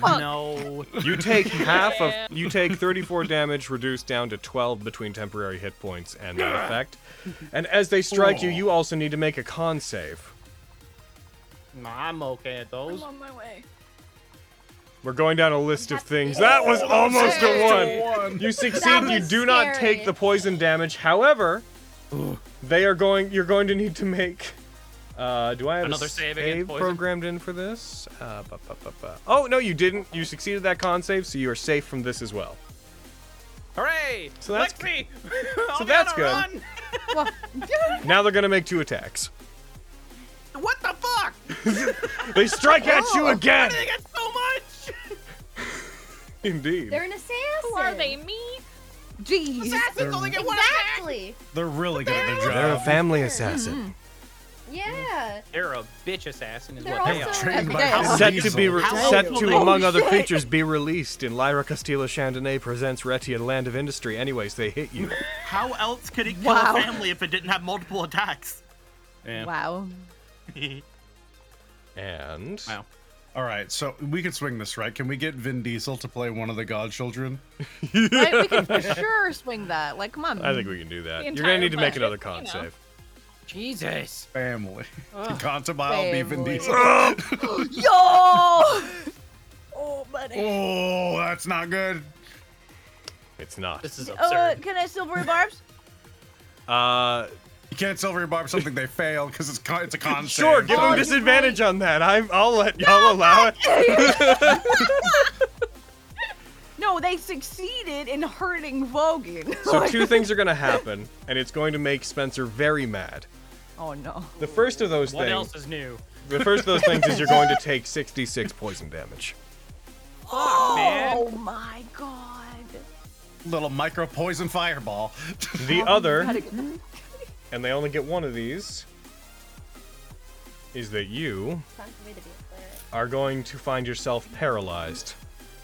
[SPEAKER 5] no.
[SPEAKER 1] You take half of you take 34 damage reduced down to 12 between temporary hit points and that effect. And as they strike you, you also need to make a con save.
[SPEAKER 5] No, I'm okay at those.
[SPEAKER 6] I'm on my way.
[SPEAKER 1] We're going down a list of things. That was almost a one.
[SPEAKER 4] one.
[SPEAKER 1] You succeed. You
[SPEAKER 7] was
[SPEAKER 1] do not
[SPEAKER 7] scary.
[SPEAKER 1] take the poison damage. However, they are going. You're going to need to make. Uh, do I have
[SPEAKER 2] Another
[SPEAKER 1] a
[SPEAKER 2] save against poison?
[SPEAKER 1] programmed in for this? Uh, ba, ba, ba, ba. Oh no, you didn't. You succeeded that con save, so you are safe from this as well.
[SPEAKER 5] Hooray!
[SPEAKER 1] So that's
[SPEAKER 5] Flex me. I'll be
[SPEAKER 1] that's
[SPEAKER 5] on a
[SPEAKER 1] good.
[SPEAKER 5] run.
[SPEAKER 3] Well,
[SPEAKER 1] Now they're gonna make two attacks.
[SPEAKER 5] What the fuck?
[SPEAKER 1] They strike at you
[SPEAKER 7] Oh.
[SPEAKER 1] again.
[SPEAKER 5] Oh, I got so much.
[SPEAKER 1] Indeed.
[SPEAKER 7] They're an assassin.
[SPEAKER 6] Who are they? Me?
[SPEAKER 3] Jeez.
[SPEAKER 5] Assassins only get one attack.
[SPEAKER 7] Exactly.
[SPEAKER 4] They're really good at their
[SPEAKER 1] They're a
[SPEAKER 4] job.
[SPEAKER 1] family assassin.
[SPEAKER 6] Mm-hmm.
[SPEAKER 7] Yeah.
[SPEAKER 5] They're a bitch assassin. Is
[SPEAKER 7] They're
[SPEAKER 5] what they
[SPEAKER 7] also-
[SPEAKER 5] are.
[SPEAKER 4] Trained
[SPEAKER 3] Every
[SPEAKER 4] by
[SPEAKER 3] day.
[SPEAKER 4] Vin
[SPEAKER 1] Set to
[SPEAKER 4] Diesel.
[SPEAKER 1] be re-
[SPEAKER 8] How
[SPEAKER 1] set
[SPEAKER 8] old
[SPEAKER 1] to
[SPEAKER 8] are
[SPEAKER 1] among
[SPEAKER 8] they?
[SPEAKER 1] other creatures be released in Lyra Castillo Chandonnay presents Retia Land of Industry. Anyways, they hit you.
[SPEAKER 2] How else could it kill
[SPEAKER 3] Wow.
[SPEAKER 2] a family if it didn't have multiple attacks?
[SPEAKER 3] Wow.
[SPEAKER 1] And
[SPEAKER 5] Wow.
[SPEAKER 4] All right, so we can swing this, right? Can we get Vin Diesel to play one of the godchildren?
[SPEAKER 3] Right, we can for sure swing that. Like, come on.
[SPEAKER 1] I think we can do that.
[SPEAKER 6] The
[SPEAKER 1] You're gonna
[SPEAKER 6] entire
[SPEAKER 1] need to make
[SPEAKER 6] budget,
[SPEAKER 1] another
[SPEAKER 6] you
[SPEAKER 1] con
[SPEAKER 6] know.
[SPEAKER 1] save.
[SPEAKER 5] Jesus.
[SPEAKER 4] Family. Contobile be Vin
[SPEAKER 3] Family.
[SPEAKER 4] Diesel.
[SPEAKER 3] Yo! Oh, buddy.
[SPEAKER 4] Oh, that's not good.
[SPEAKER 1] It's not.
[SPEAKER 5] This is
[SPEAKER 3] Uh,
[SPEAKER 5] absurd.
[SPEAKER 3] can I silvery barbs?
[SPEAKER 1] Uh,
[SPEAKER 4] You can't silver barb something they fail because it's con- it's a con.
[SPEAKER 1] sure,
[SPEAKER 4] save.
[SPEAKER 1] give
[SPEAKER 3] Oh,
[SPEAKER 1] him
[SPEAKER 3] you're
[SPEAKER 1] disadvantage on that. I, I'll let y'all allow it.
[SPEAKER 3] No, they succeeded in hurting Vogan.
[SPEAKER 1] So two things are gonna happen, and it's going to make Spencer very mad.
[SPEAKER 3] oh no.
[SPEAKER 1] The first of those
[SPEAKER 5] what
[SPEAKER 1] things,
[SPEAKER 5] else is new?
[SPEAKER 1] the first of those things is you're going to take 66 poison damage.
[SPEAKER 5] man.
[SPEAKER 3] Oh my god.
[SPEAKER 4] little micro poison fireball.
[SPEAKER 1] The other, and they only get one of these, is that you
[SPEAKER 7] Time for me to be a cleric.
[SPEAKER 1] are going to find yourself paralyzed.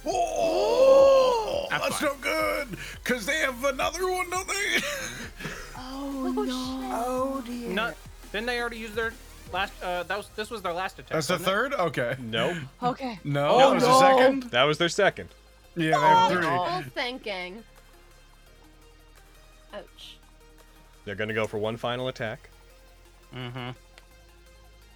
[SPEAKER 4] oh, that's,
[SPEAKER 5] fine.
[SPEAKER 4] no good because they have another one, don't they?
[SPEAKER 3] Oh, no.
[SPEAKER 8] Oh dear.
[SPEAKER 5] Not. Didn't they already use their last? Uh, that was. This was their last attack.
[SPEAKER 4] That's the
[SPEAKER 5] wasn't it?
[SPEAKER 4] third. Okay.
[SPEAKER 1] Nope,
[SPEAKER 3] Okay.
[SPEAKER 4] No,
[SPEAKER 1] Oh,
[SPEAKER 4] that was
[SPEAKER 1] no.
[SPEAKER 4] the second.
[SPEAKER 1] that was their second.
[SPEAKER 4] Yeah, they
[SPEAKER 3] Oh,
[SPEAKER 4] have three.
[SPEAKER 7] Full thinking. Ouch.
[SPEAKER 1] They're gonna go for one final attack.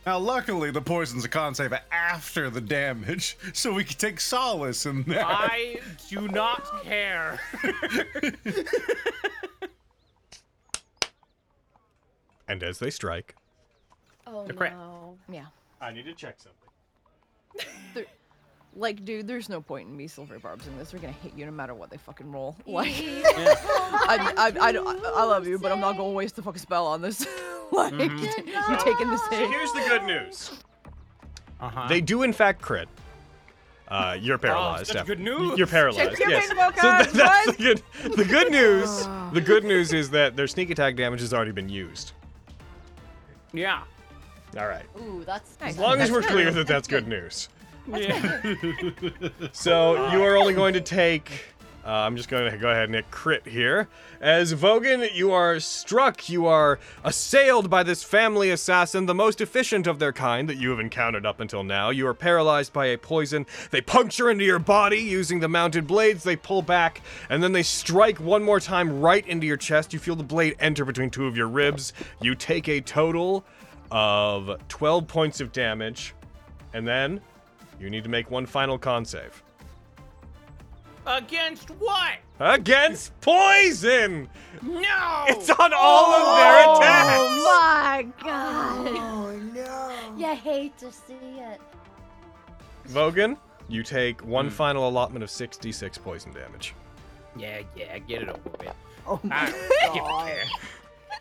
[SPEAKER 4] Now, luckily, the poison's a con save after the damage, so we can take solace in that.
[SPEAKER 5] I do not care.
[SPEAKER 1] And as they strike,
[SPEAKER 7] Oh
[SPEAKER 5] crit.
[SPEAKER 7] no.
[SPEAKER 3] Yeah.
[SPEAKER 1] I need to check something.
[SPEAKER 3] Like, dude, there's no point in me silver barbs in this. They're gonna hit you no matter what they fucking roll. Like, I, I, I, don't- I love you, but I'm not gonna waste the fucking spell on this. like, you're taking this hit.
[SPEAKER 1] Mm-hmm. Here's the good news.
[SPEAKER 5] Uh huh.
[SPEAKER 1] They do in fact crit. Uh, you're paralyzed.
[SPEAKER 5] such
[SPEAKER 1] after-
[SPEAKER 5] good news.
[SPEAKER 1] You're paralyzed.
[SPEAKER 3] You're
[SPEAKER 1] yes.
[SPEAKER 3] rainbow
[SPEAKER 1] that-
[SPEAKER 3] cards,
[SPEAKER 1] that's
[SPEAKER 3] what?
[SPEAKER 1] the good. The good news. the good news is that their sneak attack damage has already been used.
[SPEAKER 5] Yeah.
[SPEAKER 1] All right.
[SPEAKER 7] Ooh, that's
[SPEAKER 3] Nice.
[SPEAKER 1] Mm-hmm. As long as
[SPEAKER 3] That's
[SPEAKER 1] we're
[SPEAKER 3] good.
[SPEAKER 1] clear that that's good news.
[SPEAKER 5] Yeah.
[SPEAKER 1] So you are only going to take. Uh, I'm just going to go ahead and hit crit here. As Vogan, you are struck. You are assailed by this family assassin, the most efficient of their kind that you have encountered up until now. You are paralyzed by a poison. They puncture into your body using the mounted blades. They pull back, and then they strike one more time right into your chest. You feel the blade enter between two of your ribs. You take a total of 12 points of damage, and then you need to make one final con save.
[SPEAKER 5] Against what?
[SPEAKER 1] Against poison!
[SPEAKER 8] Oh.
[SPEAKER 5] No.
[SPEAKER 1] It's on all of their attacks!
[SPEAKER 3] Oh my god.
[SPEAKER 8] Oh no.
[SPEAKER 7] You hate to see it.
[SPEAKER 1] Vogan, you take one
[SPEAKER 5] Hmm.
[SPEAKER 1] final allotment of 66 poison damage.
[SPEAKER 5] Yeah, yeah. Get it over with.
[SPEAKER 8] Oh
[SPEAKER 5] I
[SPEAKER 8] my
[SPEAKER 5] don't give a
[SPEAKER 8] god.
[SPEAKER 5] care.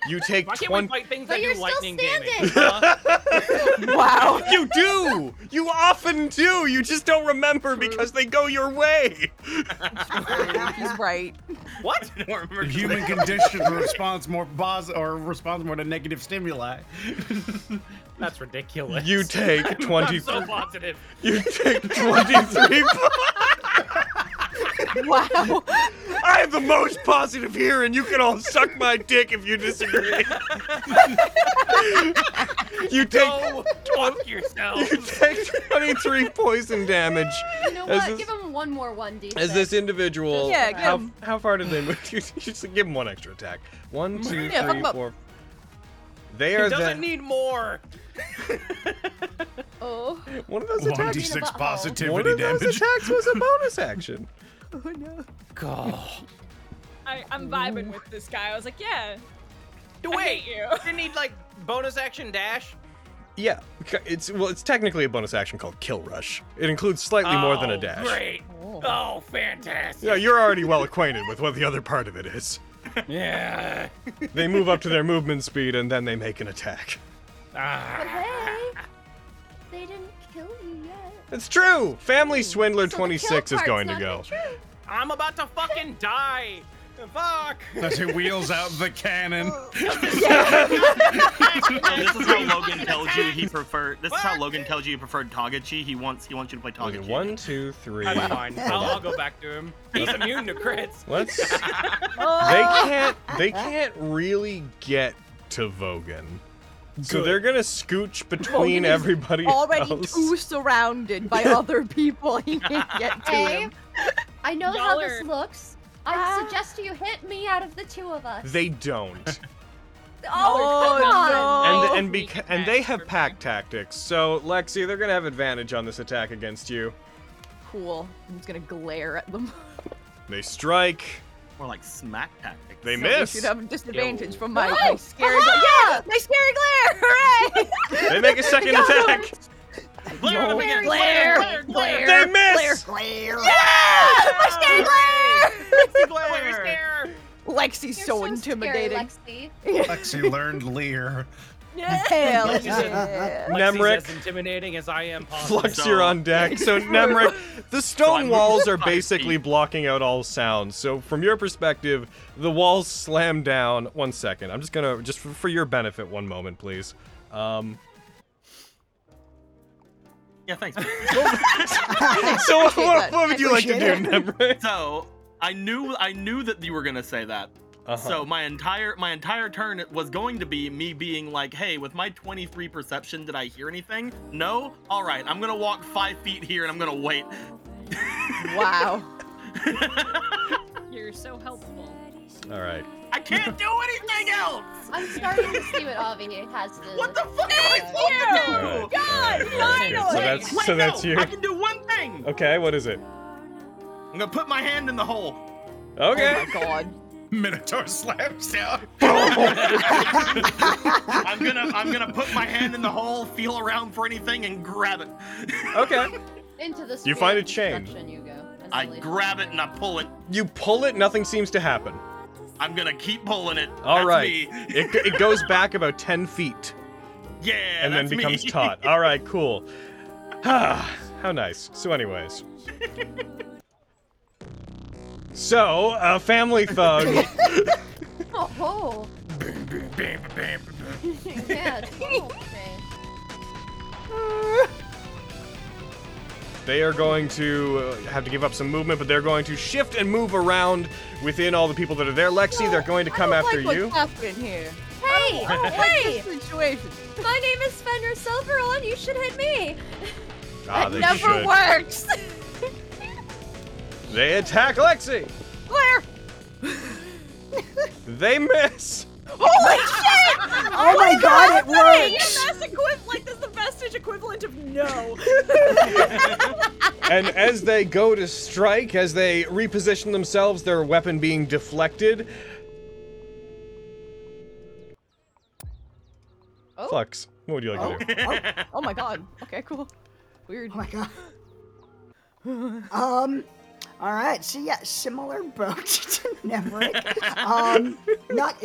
[SPEAKER 1] You take
[SPEAKER 5] Why can't
[SPEAKER 1] 20.
[SPEAKER 5] we fight things
[SPEAKER 7] But
[SPEAKER 5] that
[SPEAKER 7] you're
[SPEAKER 5] do
[SPEAKER 7] still
[SPEAKER 5] lightning
[SPEAKER 7] standing.
[SPEAKER 5] damage? Huh?
[SPEAKER 3] Wow.
[SPEAKER 1] you do! You often do! You just don't remember because they go your way!
[SPEAKER 3] He's right.
[SPEAKER 5] what?
[SPEAKER 2] I don't remember
[SPEAKER 4] The human condition responds more pos- or responds more to negative stimuli.
[SPEAKER 5] That's ridiculous.
[SPEAKER 1] You take 20.
[SPEAKER 5] I'm so positive.
[SPEAKER 1] You take 23. po-
[SPEAKER 3] Wow.
[SPEAKER 1] I am the most positive here, and you can all suck my dick if you disagree. you take.
[SPEAKER 5] Go fuck yourself.
[SPEAKER 1] You take 23 poison damage.
[SPEAKER 7] You know
[SPEAKER 1] As this-
[SPEAKER 7] what? Give him one more one d.
[SPEAKER 1] As this individual,
[SPEAKER 3] Yeah, give
[SPEAKER 1] how,
[SPEAKER 3] him.
[SPEAKER 1] how far did they move? You just give him one extra attack. One, two, three, four.
[SPEAKER 3] Yeah, fuck him up.
[SPEAKER 1] They
[SPEAKER 5] He
[SPEAKER 1] are
[SPEAKER 5] doesn't
[SPEAKER 1] then
[SPEAKER 5] need more.
[SPEAKER 7] Oh.
[SPEAKER 1] one of those
[SPEAKER 4] One
[SPEAKER 1] attacks.
[SPEAKER 4] d
[SPEAKER 7] about
[SPEAKER 4] six
[SPEAKER 7] how?
[SPEAKER 1] One
[SPEAKER 4] positivity
[SPEAKER 1] of those
[SPEAKER 4] damage.
[SPEAKER 1] attacks was a bonus action.
[SPEAKER 3] Oh no.
[SPEAKER 5] God.
[SPEAKER 6] I, I'm vibing with this guy. I was like, yeah, I
[SPEAKER 5] Wait,
[SPEAKER 6] hate you.
[SPEAKER 5] didn't he like bonus action dash?
[SPEAKER 1] Yeah, c- it's well, it's technically a bonus action called Kill Rush. It includes slightly more than a
[SPEAKER 5] Oh,
[SPEAKER 1] dash.
[SPEAKER 5] Great.
[SPEAKER 3] Oh.
[SPEAKER 5] Oh, fantastic.
[SPEAKER 1] Yeah, you're already well acquainted with what the other part of it is.
[SPEAKER 5] Yeah.
[SPEAKER 1] They move up to their movement speed and then they make an attack.
[SPEAKER 7] But
[SPEAKER 5] Ah.
[SPEAKER 7] hey, they didn't kill you yet.
[SPEAKER 1] It's true. Family Swindler
[SPEAKER 7] So the kill
[SPEAKER 1] 26 is
[SPEAKER 7] part's
[SPEAKER 1] going to
[SPEAKER 7] not
[SPEAKER 1] go.
[SPEAKER 7] true.
[SPEAKER 5] I'm about to fucking die. Fuck.
[SPEAKER 4] As he wheels out the cannon.
[SPEAKER 2] No, this is how Logan tells you he preferred. This is how Logan tells you he preferred Togechi. He wants he wants you to play
[SPEAKER 1] Okay,
[SPEAKER 2] Togechi.
[SPEAKER 1] one, two, three.
[SPEAKER 5] That's fine.
[SPEAKER 1] Hold
[SPEAKER 5] I'll,
[SPEAKER 1] on.
[SPEAKER 5] I'll go back to him. Oh, He's immune to crits.
[SPEAKER 1] Let's. they can't. They can't really get to Vogan, so
[SPEAKER 4] Good.
[SPEAKER 1] they're gonna scooch between
[SPEAKER 3] Vogan is
[SPEAKER 1] everybody.
[SPEAKER 3] Already
[SPEAKER 1] else.
[SPEAKER 3] too surrounded by other people. He can't get to
[SPEAKER 7] Hey,
[SPEAKER 3] him.
[SPEAKER 7] I know how this
[SPEAKER 6] Dollar.
[SPEAKER 7] looks. I suggest you hit me out of the two of us.
[SPEAKER 1] They don't.
[SPEAKER 7] oh, come on.
[SPEAKER 1] and
[SPEAKER 6] Oh.
[SPEAKER 1] and
[SPEAKER 6] Sneak
[SPEAKER 1] beca- and
[SPEAKER 6] attack
[SPEAKER 1] they have
[SPEAKER 6] for
[SPEAKER 1] pack tactics. So Lexi, they're gonna have advantage on this attack against you.
[SPEAKER 3] Cool. I'm just gonna glare at them.
[SPEAKER 1] They strike.
[SPEAKER 2] More like smack tactics.
[SPEAKER 1] They
[SPEAKER 3] So
[SPEAKER 1] miss.
[SPEAKER 3] They should have a disadvantage
[SPEAKER 5] Yo.
[SPEAKER 3] from my, my scary glare. Yeah, my scary glare. Hooray!
[SPEAKER 1] They make a second attack.
[SPEAKER 2] Glare at him again.
[SPEAKER 3] glare,
[SPEAKER 2] Glare, glare,
[SPEAKER 1] They miss.
[SPEAKER 8] Glare.
[SPEAKER 9] Ah,
[SPEAKER 3] My scary glare.
[SPEAKER 2] glare.
[SPEAKER 3] Lexi's
[SPEAKER 7] You're
[SPEAKER 3] so,
[SPEAKER 7] so
[SPEAKER 3] intimidating.
[SPEAKER 7] Scary, Lexi.
[SPEAKER 4] Lexi learned Lear.
[SPEAKER 3] Hell
[SPEAKER 5] Lexi's a-
[SPEAKER 3] yeah.
[SPEAKER 5] Lexi's
[SPEAKER 1] Nemric.
[SPEAKER 5] as intimidating as I am. possible.
[SPEAKER 1] Flux, you're on deck. So Nemric, the stone
[SPEAKER 2] moving
[SPEAKER 1] walls are
[SPEAKER 2] five
[SPEAKER 1] basically
[SPEAKER 2] feet.
[SPEAKER 1] blocking out all sounds. So from your perspective, the walls slam down. One second, I'm just gonna just for, for your benefit, one moment, please. Um,
[SPEAKER 2] Yeah, thanks.
[SPEAKER 1] so what,
[SPEAKER 3] appreciate
[SPEAKER 1] what,
[SPEAKER 3] that.
[SPEAKER 1] would you like to do,
[SPEAKER 8] Appreciate
[SPEAKER 1] Nemric?
[SPEAKER 2] so I knew I knew that you were gonna say that.
[SPEAKER 1] Uh-huh.
[SPEAKER 2] So my entire my entire turn was going to be me being like, hey, with my 23 perception, did I hear anything? No? Alright, I'm gonna walk five feet here and I'm gonna wait.
[SPEAKER 3] Wow.
[SPEAKER 6] You're so helpful.
[SPEAKER 1] all right.
[SPEAKER 2] I can't do anything else!
[SPEAKER 7] I'm starting to see what Avi has to.
[SPEAKER 2] What the fuck am I
[SPEAKER 7] Thank
[SPEAKER 2] supposed to do?
[SPEAKER 1] All right,
[SPEAKER 2] Wait,
[SPEAKER 1] all right, all right,
[SPEAKER 6] finally!
[SPEAKER 1] So that's,
[SPEAKER 2] wait,
[SPEAKER 1] so that's
[SPEAKER 2] no,
[SPEAKER 1] you.
[SPEAKER 2] I can do one thing!
[SPEAKER 1] Okay, what is it?
[SPEAKER 2] I'm gonna put my hand in the hole.
[SPEAKER 1] Okay.
[SPEAKER 3] Oh my god.
[SPEAKER 4] Minotaur slaps down.
[SPEAKER 2] I'm gonna I'm gonna put my hand in the hole, feel around for anything, and grab it.
[SPEAKER 1] Okay.
[SPEAKER 7] Into the
[SPEAKER 1] You
[SPEAKER 7] sphere
[SPEAKER 1] find a
[SPEAKER 7] of
[SPEAKER 1] chain.
[SPEAKER 7] destruction You go.
[SPEAKER 2] I
[SPEAKER 7] Isolation.
[SPEAKER 2] grab it and I pull it.
[SPEAKER 1] You pull it, nothing seems to happen.
[SPEAKER 2] I'm gonna keep pulling it.
[SPEAKER 1] All
[SPEAKER 2] That's
[SPEAKER 1] right.
[SPEAKER 2] me.
[SPEAKER 1] It, it goes back about 10 feet
[SPEAKER 2] Yeah,
[SPEAKER 1] and then
[SPEAKER 2] that's
[SPEAKER 1] becomes
[SPEAKER 2] me.
[SPEAKER 1] taut. All right, cool. Ah, How nice. So, anyways. So, a family thug.
[SPEAKER 7] Oh, oh. yeah, total chain.
[SPEAKER 1] They are going to uh, have to give up some movement, but they're going to shift and move around within all the people that are there. Lexi, they're going to
[SPEAKER 3] I
[SPEAKER 1] come
[SPEAKER 3] don't
[SPEAKER 1] after
[SPEAKER 3] like what's
[SPEAKER 1] you.
[SPEAKER 3] happening here.
[SPEAKER 7] Hey,
[SPEAKER 3] I don't like
[SPEAKER 7] hey!
[SPEAKER 3] this situation.
[SPEAKER 7] My name is Fenrir Silverall, and you should hit me.
[SPEAKER 1] Ah,
[SPEAKER 3] that
[SPEAKER 1] they
[SPEAKER 3] never
[SPEAKER 1] should.
[SPEAKER 3] works.
[SPEAKER 1] They attack Lexi.
[SPEAKER 3] Glare.
[SPEAKER 1] They miss.
[SPEAKER 3] Holy shit!
[SPEAKER 8] Oh my god, it works!
[SPEAKER 6] That's equiv- like that's the vestige equivalent of no.
[SPEAKER 1] and as they go to strike, as they reposition themselves, their weapon being deflected.
[SPEAKER 3] Oh.
[SPEAKER 1] Flux, what would you like to do?
[SPEAKER 3] Oh my god. Okay, cool. Weird.
[SPEAKER 8] Oh my god. um. All right. So yeah, similar boat to Nemric. Um, not
[SPEAKER 2] Hold that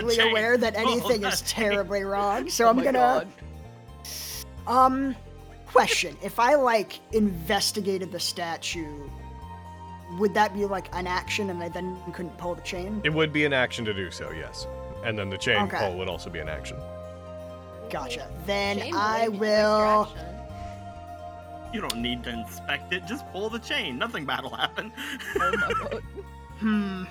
[SPEAKER 8] immediately
[SPEAKER 2] chain.
[SPEAKER 8] aware that
[SPEAKER 2] Hold
[SPEAKER 8] anything
[SPEAKER 2] that
[SPEAKER 8] is terribly wrong, so
[SPEAKER 3] Oh
[SPEAKER 8] I'm
[SPEAKER 3] my god.
[SPEAKER 8] gonna um question: If I like investigated the statue, would that be like an action, and I then couldn't pull the chain?
[SPEAKER 1] It would be an action to do so, yes. And then the chain
[SPEAKER 8] Oh. Okay.
[SPEAKER 1] pull would also be an action.
[SPEAKER 8] Gotcha. Then
[SPEAKER 7] Chain
[SPEAKER 8] I
[SPEAKER 7] blade,
[SPEAKER 8] will.
[SPEAKER 7] distraction.
[SPEAKER 2] You don't need to inspect it. Just pull the chain. Nothing bad will happen.
[SPEAKER 3] Oh my god.
[SPEAKER 8] Hmm.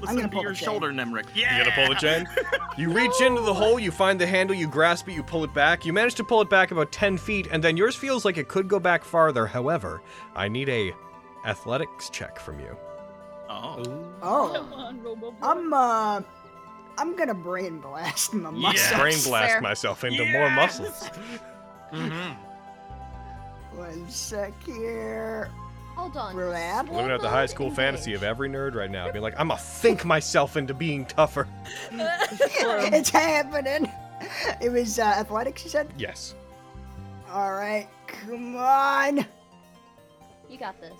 [SPEAKER 2] Listen
[SPEAKER 8] gonna
[SPEAKER 2] to
[SPEAKER 8] pull
[SPEAKER 2] your
[SPEAKER 8] the chain.
[SPEAKER 2] shoulder, Nemric. Yeah.
[SPEAKER 1] You gonna pull the chain? You reach into the hole, you find the handle, you grasp it, you pull it back. You manage to pull it back about 10 feet, and then yours feels like it could go back farther. However, I need a athletics check from you.
[SPEAKER 2] Oh.
[SPEAKER 8] Oh.
[SPEAKER 6] Come on, Robo.
[SPEAKER 8] I'm uh I'm gonna brain blast my muscles.
[SPEAKER 1] Uh, Brain blast
[SPEAKER 6] Fair.
[SPEAKER 1] myself into more muscles.
[SPEAKER 2] Mm-hmm.
[SPEAKER 8] One sec here.
[SPEAKER 7] Hold on.
[SPEAKER 8] Rab?
[SPEAKER 1] Living out the high school fantasy of every nerd right now. Being like, I'm gonna think myself into being tougher.
[SPEAKER 8] it's happening. It was uh, athletics, you said?
[SPEAKER 1] Yes.
[SPEAKER 8] All right, come on.
[SPEAKER 7] You got this.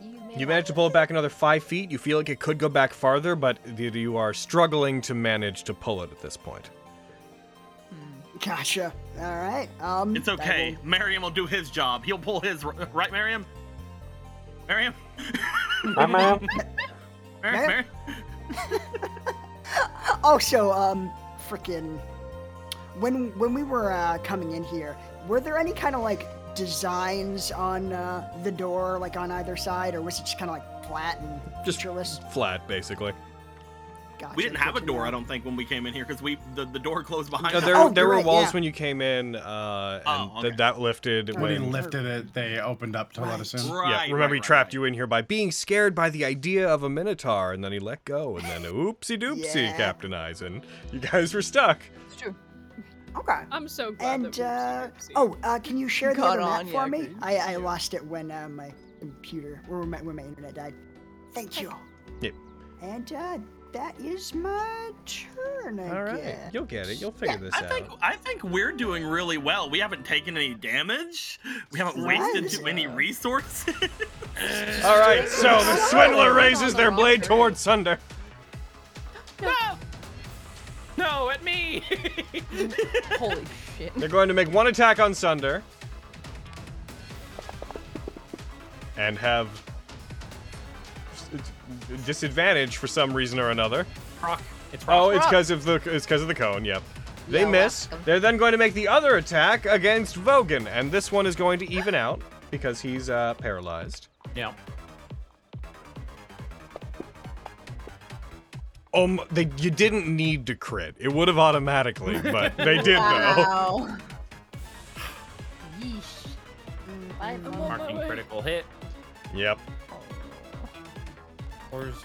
[SPEAKER 7] You, may
[SPEAKER 1] You
[SPEAKER 7] got
[SPEAKER 1] managed to pull it
[SPEAKER 7] this.
[SPEAKER 1] back another five feet. You feel like it could go back farther, but you are struggling to manage to pull it at this point.
[SPEAKER 8] Gotcha. All right. Um,
[SPEAKER 2] It's
[SPEAKER 8] I
[SPEAKER 2] okay. Merriam will do his job. He'll pull his right, Merriam. Merriam. Merriam. Merriam.
[SPEAKER 8] will- Also, um, freaking, when when we were uh, coming in here, were there any kind of like designs on uh, the door, like on either side, or was it just kind of like flat and
[SPEAKER 1] Just-
[SPEAKER 8] featureless?
[SPEAKER 1] Flat, basically.
[SPEAKER 8] Gotcha.
[SPEAKER 2] We didn't have a
[SPEAKER 8] good to
[SPEAKER 2] door,
[SPEAKER 8] know.
[SPEAKER 2] I don't think, when we came in here because we the, the door closed behind
[SPEAKER 1] Uh,
[SPEAKER 2] us.
[SPEAKER 1] there,
[SPEAKER 8] Oh,
[SPEAKER 1] there
[SPEAKER 8] you're
[SPEAKER 1] were
[SPEAKER 8] right,
[SPEAKER 1] walls
[SPEAKER 8] yeah.
[SPEAKER 1] when you came in, uh, and
[SPEAKER 2] Oh,
[SPEAKER 1] th-
[SPEAKER 2] okay.
[SPEAKER 1] that lifted
[SPEAKER 4] When he
[SPEAKER 1] when.
[SPEAKER 4] lifted it, they opened up to let us in.
[SPEAKER 2] Right.
[SPEAKER 1] yeah, remember
[SPEAKER 2] right,
[SPEAKER 1] he
[SPEAKER 2] right,
[SPEAKER 1] trapped
[SPEAKER 2] right.
[SPEAKER 1] you in here by being scared by the idea of a minotaur, and then he let go, and then oopsie doopsie,
[SPEAKER 8] Yeah.
[SPEAKER 1] Captain Eyes, and you guys were stuck.
[SPEAKER 3] It's true.
[SPEAKER 8] Okay.
[SPEAKER 6] I'm so glad
[SPEAKER 8] And
[SPEAKER 6] that
[SPEAKER 8] uh,
[SPEAKER 6] Oopsie Doopsie-
[SPEAKER 8] oh, uh, can you share the
[SPEAKER 3] Got
[SPEAKER 8] other map
[SPEAKER 3] on,
[SPEAKER 8] for
[SPEAKER 3] yeah,
[SPEAKER 8] me?
[SPEAKER 3] good.
[SPEAKER 8] I, I lost it when uh, my computer or when my, when my internet died. Thank you.
[SPEAKER 1] Yep.
[SPEAKER 8] And uh, that is my turn. I
[SPEAKER 1] All right,
[SPEAKER 8] guess.
[SPEAKER 1] you'll get it. You'll figure this
[SPEAKER 2] I
[SPEAKER 1] out.
[SPEAKER 2] think I think we're doing really well. We haven't taken any damage. We haven't wasted too many resources.
[SPEAKER 1] All right, so the swindler raises
[SPEAKER 7] on
[SPEAKER 1] their
[SPEAKER 7] the
[SPEAKER 1] blade
[SPEAKER 7] rocker.
[SPEAKER 1] towards Sunder.
[SPEAKER 5] No, at me.
[SPEAKER 3] Holy shit.
[SPEAKER 1] They're going to make one attack on Sunder. And have disadvantage for some reason or another.
[SPEAKER 5] Rock. It's rock.
[SPEAKER 1] Oh, it's because of the it's because of the cone. Yep. They
[SPEAKER 7] Yeah,
[SPEAKER 1] miss.
[SPEAKER 7] welcome.
[SPEAKER 1] They're then going to make the other attack against Vogan, and this one is going to even out because he's uh, paralyzed.
[SPEAKER 5] Yeah.
[SPEAKER 1] Um, they, you didn't need to crit. It would have automatically, but they did though.
[SPEAKER 3] Wow.
[SPEAKER 7] Yeesh. Bye,
[SPEAKER 6] I'm
[SPEAKER 7] Mom.
[SPEAKER 6] on my
[SPEAKER 5] Marking
[SPEAKER 6] way.
[SPEAKER 5] critical hit.
[SPEAKER 1] Yep.
[SPEAKER 5] Where's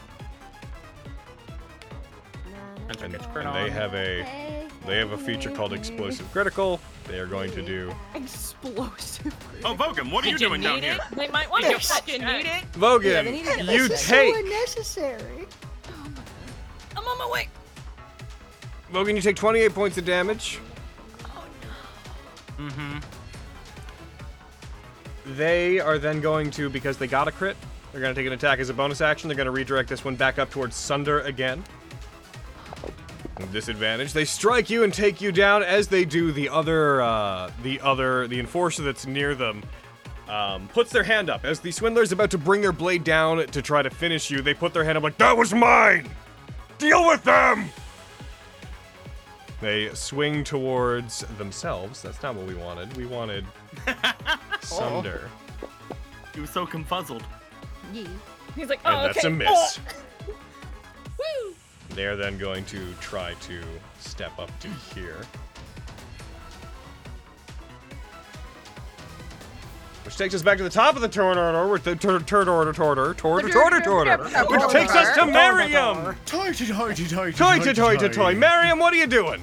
[SPEAKER 7] Nah,
[SPEAKER 1] And,
[SPEAKER 5] Gets
[SPEAKER 1] and
[SPEAKER 5] crit
[SPEAKER 1] they
[SPEAKER 5] on.
[SPEAKER 1] have a
[SPEAKER 7] hey,
[SPEAKER 1] they have a feature called
[SPEAKER 7] hey,
[SPEAKER 1] explosive critical. They are going to do
[SPEAKER 3] Explosive.
[SPEAKER 2] oh, Vogan, what are you
[SPEAKER 6] Did you
[SPEAKER 2] doing down
[SPEAKER 6] need
[SPEAKER 2] here?
[SPEAKER 6] it? They might want to
[SPEAKER 8] Yes.
[SPEAKER 6] touch need it.
[SPEAKER 3] Yeah,
[SPEAKER 1] Vogan.
[SPEAKER 3] they need to get a
[SPEAKER 1] you
[SPEAKER 3] second.
[SPEAKER 1] take
[SPEAKER 8] So unnecessary.
[SPEAKER 6] I'm on my way.
[SPEAKER 1] Vogan. You take 28 points of damage.
[SPEAKER 5] Mm-hmm.
[SPEAKER 1] They are then going to because they got a crit. They're going to take an attack as a bonus action. They're going to redirect this one back up towards Sunder again. With Disadvantage. They strike you and take you down. As they do, the other, uh, the other, the enforcer that's near them um, puts their hand up. As the swindler's about to bring their blade down to try to finish you, they put their hand up like, "That was mine. Deal with them." They swing towards themselves. That's not what we wanted. We wanted Sunder.
[SPEAKER 2] Oh. He was so confuzzled.
[SPEAKER 3] Oh.
[SPEAKER 7] yee.
[SPEAKER 6] He's like, oh,
[SPEAKER 1] And that's
[SPEAKER 6] okay.
[SPEAKER 1] a miss.
[SPEAKER 6] Woo.
[SPEAKER 1] They are then going to try to step up to here. Which takes us back to the top of the turn order, with the turn turn order, turn order, turn order, turn order, turn order, which takes us to Miriam.
[SPEAKER 4] Toy to toy to toy to
[SPEAKER 1] Toy to toy to toy. Miriam, what are you doing?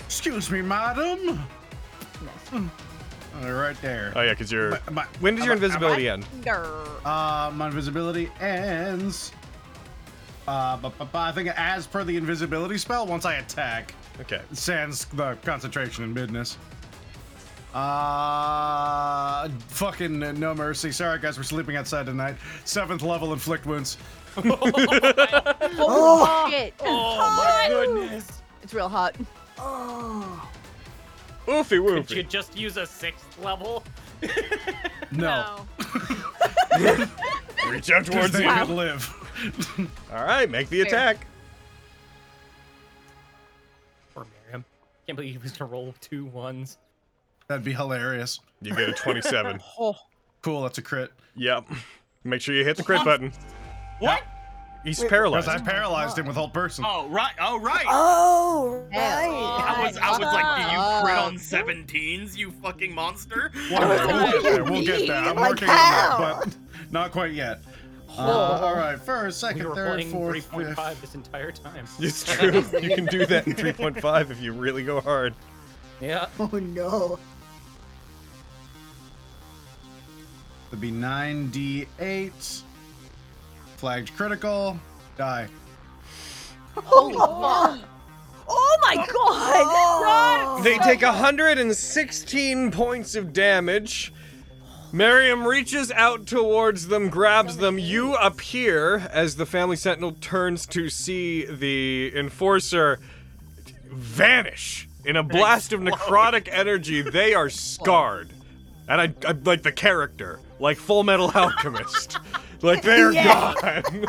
[SPEAKER 4] Excuse me, madam. Uh, Right there.
[SPEAKER 1] Oh yeah, because you're.
[SPEAKER 4] My- my-
[SPEAKER 1] When does your
[SPEAKER 4] am I- am
[SPEAKER 1] invisibility end?
[SPEAKER 3] Grr.
[SPEAKER 4] Uh, my invisibility ends. Uh, but, but, but I think as per the invisibility spell, once I attack,
[SPEAKER 1] Okay.
[SPEAKER 4] sans the concentration and midness. Uh, fucking no mercy. Sorry, guys, we're sleeping outside tonight. Seventh level inflict wounds.
[SPEAKER 8] Oh,
[SPEAKER 7] Shit.
[SPEAKER 3] It's real hot.
[SPEAKER 8] oh.
[SPEAKER 1] Oofy
[SPEAKER 5] Could you
[SPEAKER 1] woofy.
[SPEAKER 5] just use a sixth level?
[SPEAKER 4] No,
[SPEAKER 6] No.
[SPEAKER 1] Reach out
[SPEAKER 4] because
[SPEAKER 1] towards
[SPEAKER 4] they
[SPEAKER 1] you.
[SPEAKER 4] could live.
[SPEAKER 1] All right, make the
[SPEAKER 3] Fair.
[SPEAKER 1] attack.
[SPEAKER 5] Or Miriam. Can't believe he was to roll two ones.
[SPEAKER 4] That'd be hilarious.
[SPEAKER 1] You get a 27.
[SPEAKER 3] Oh,
[SPEAKER 4] Cool, that's a crit.
[SPEAKER 1] Yep. Make sure you hit the crit button.
[SPEAKER 2] What?
[SPEAKER 1] He's
[SPEAKER 8] Wait,
[SPEAKER 1] paralyzed.
[SPEAKER 4] Because I paralyzed him with hold person.
[SPEAKER 2] Oh right. Oh right.
[SPEAKER 8] Oh,
[SPEAKER 3] Hell.
[SPEAKER 8] right.
[SPEAKER 2] I was I was like, do you crit
[SPEAKER 3] Ah.
[SPEAKER 2] on 17s, you fucking monster?
[SPEAKER 4] One day, we'll get there. We'll get there. I'm
[SPEAKER 8] Like
[SPEAKER 4] working on that,
[SPEAKER 8] how?
[SPEAKER 4] but not quite yet. Uh, all right, first,
[SPEAKER 5] We
[SPEAKER 4] second,
[SPEAKER 5] were
[SPEAKER 4] third,
[SPEAKER 5] playing
[SPEAKER 4] fourth,
[SPEAKER 5] 3.5
[SPEAKER 4] fifth.
[SPEAKER 5] this entire time.
[SPEAKER 1] It's true. you can do that in 3.5 if you really go hard.
[SPEAKER 5] Yeah.
[SPEAKER 8] Oh no.
[SPEAKER 4] It'd be nine d eight. Flagged critical. Die.
[SPEAKER 3] Holy fuck! Oh my god! Oh.
[SPEAKER 1] They take 116 points of damage. Miriam reaches out towards them, grabs them. You appear as the family sentinel turns to see the enforcer vanish in a blast of necrotic energy. They are scarred, and I, I like the character, like Full Metal Alchemist, like they're gone.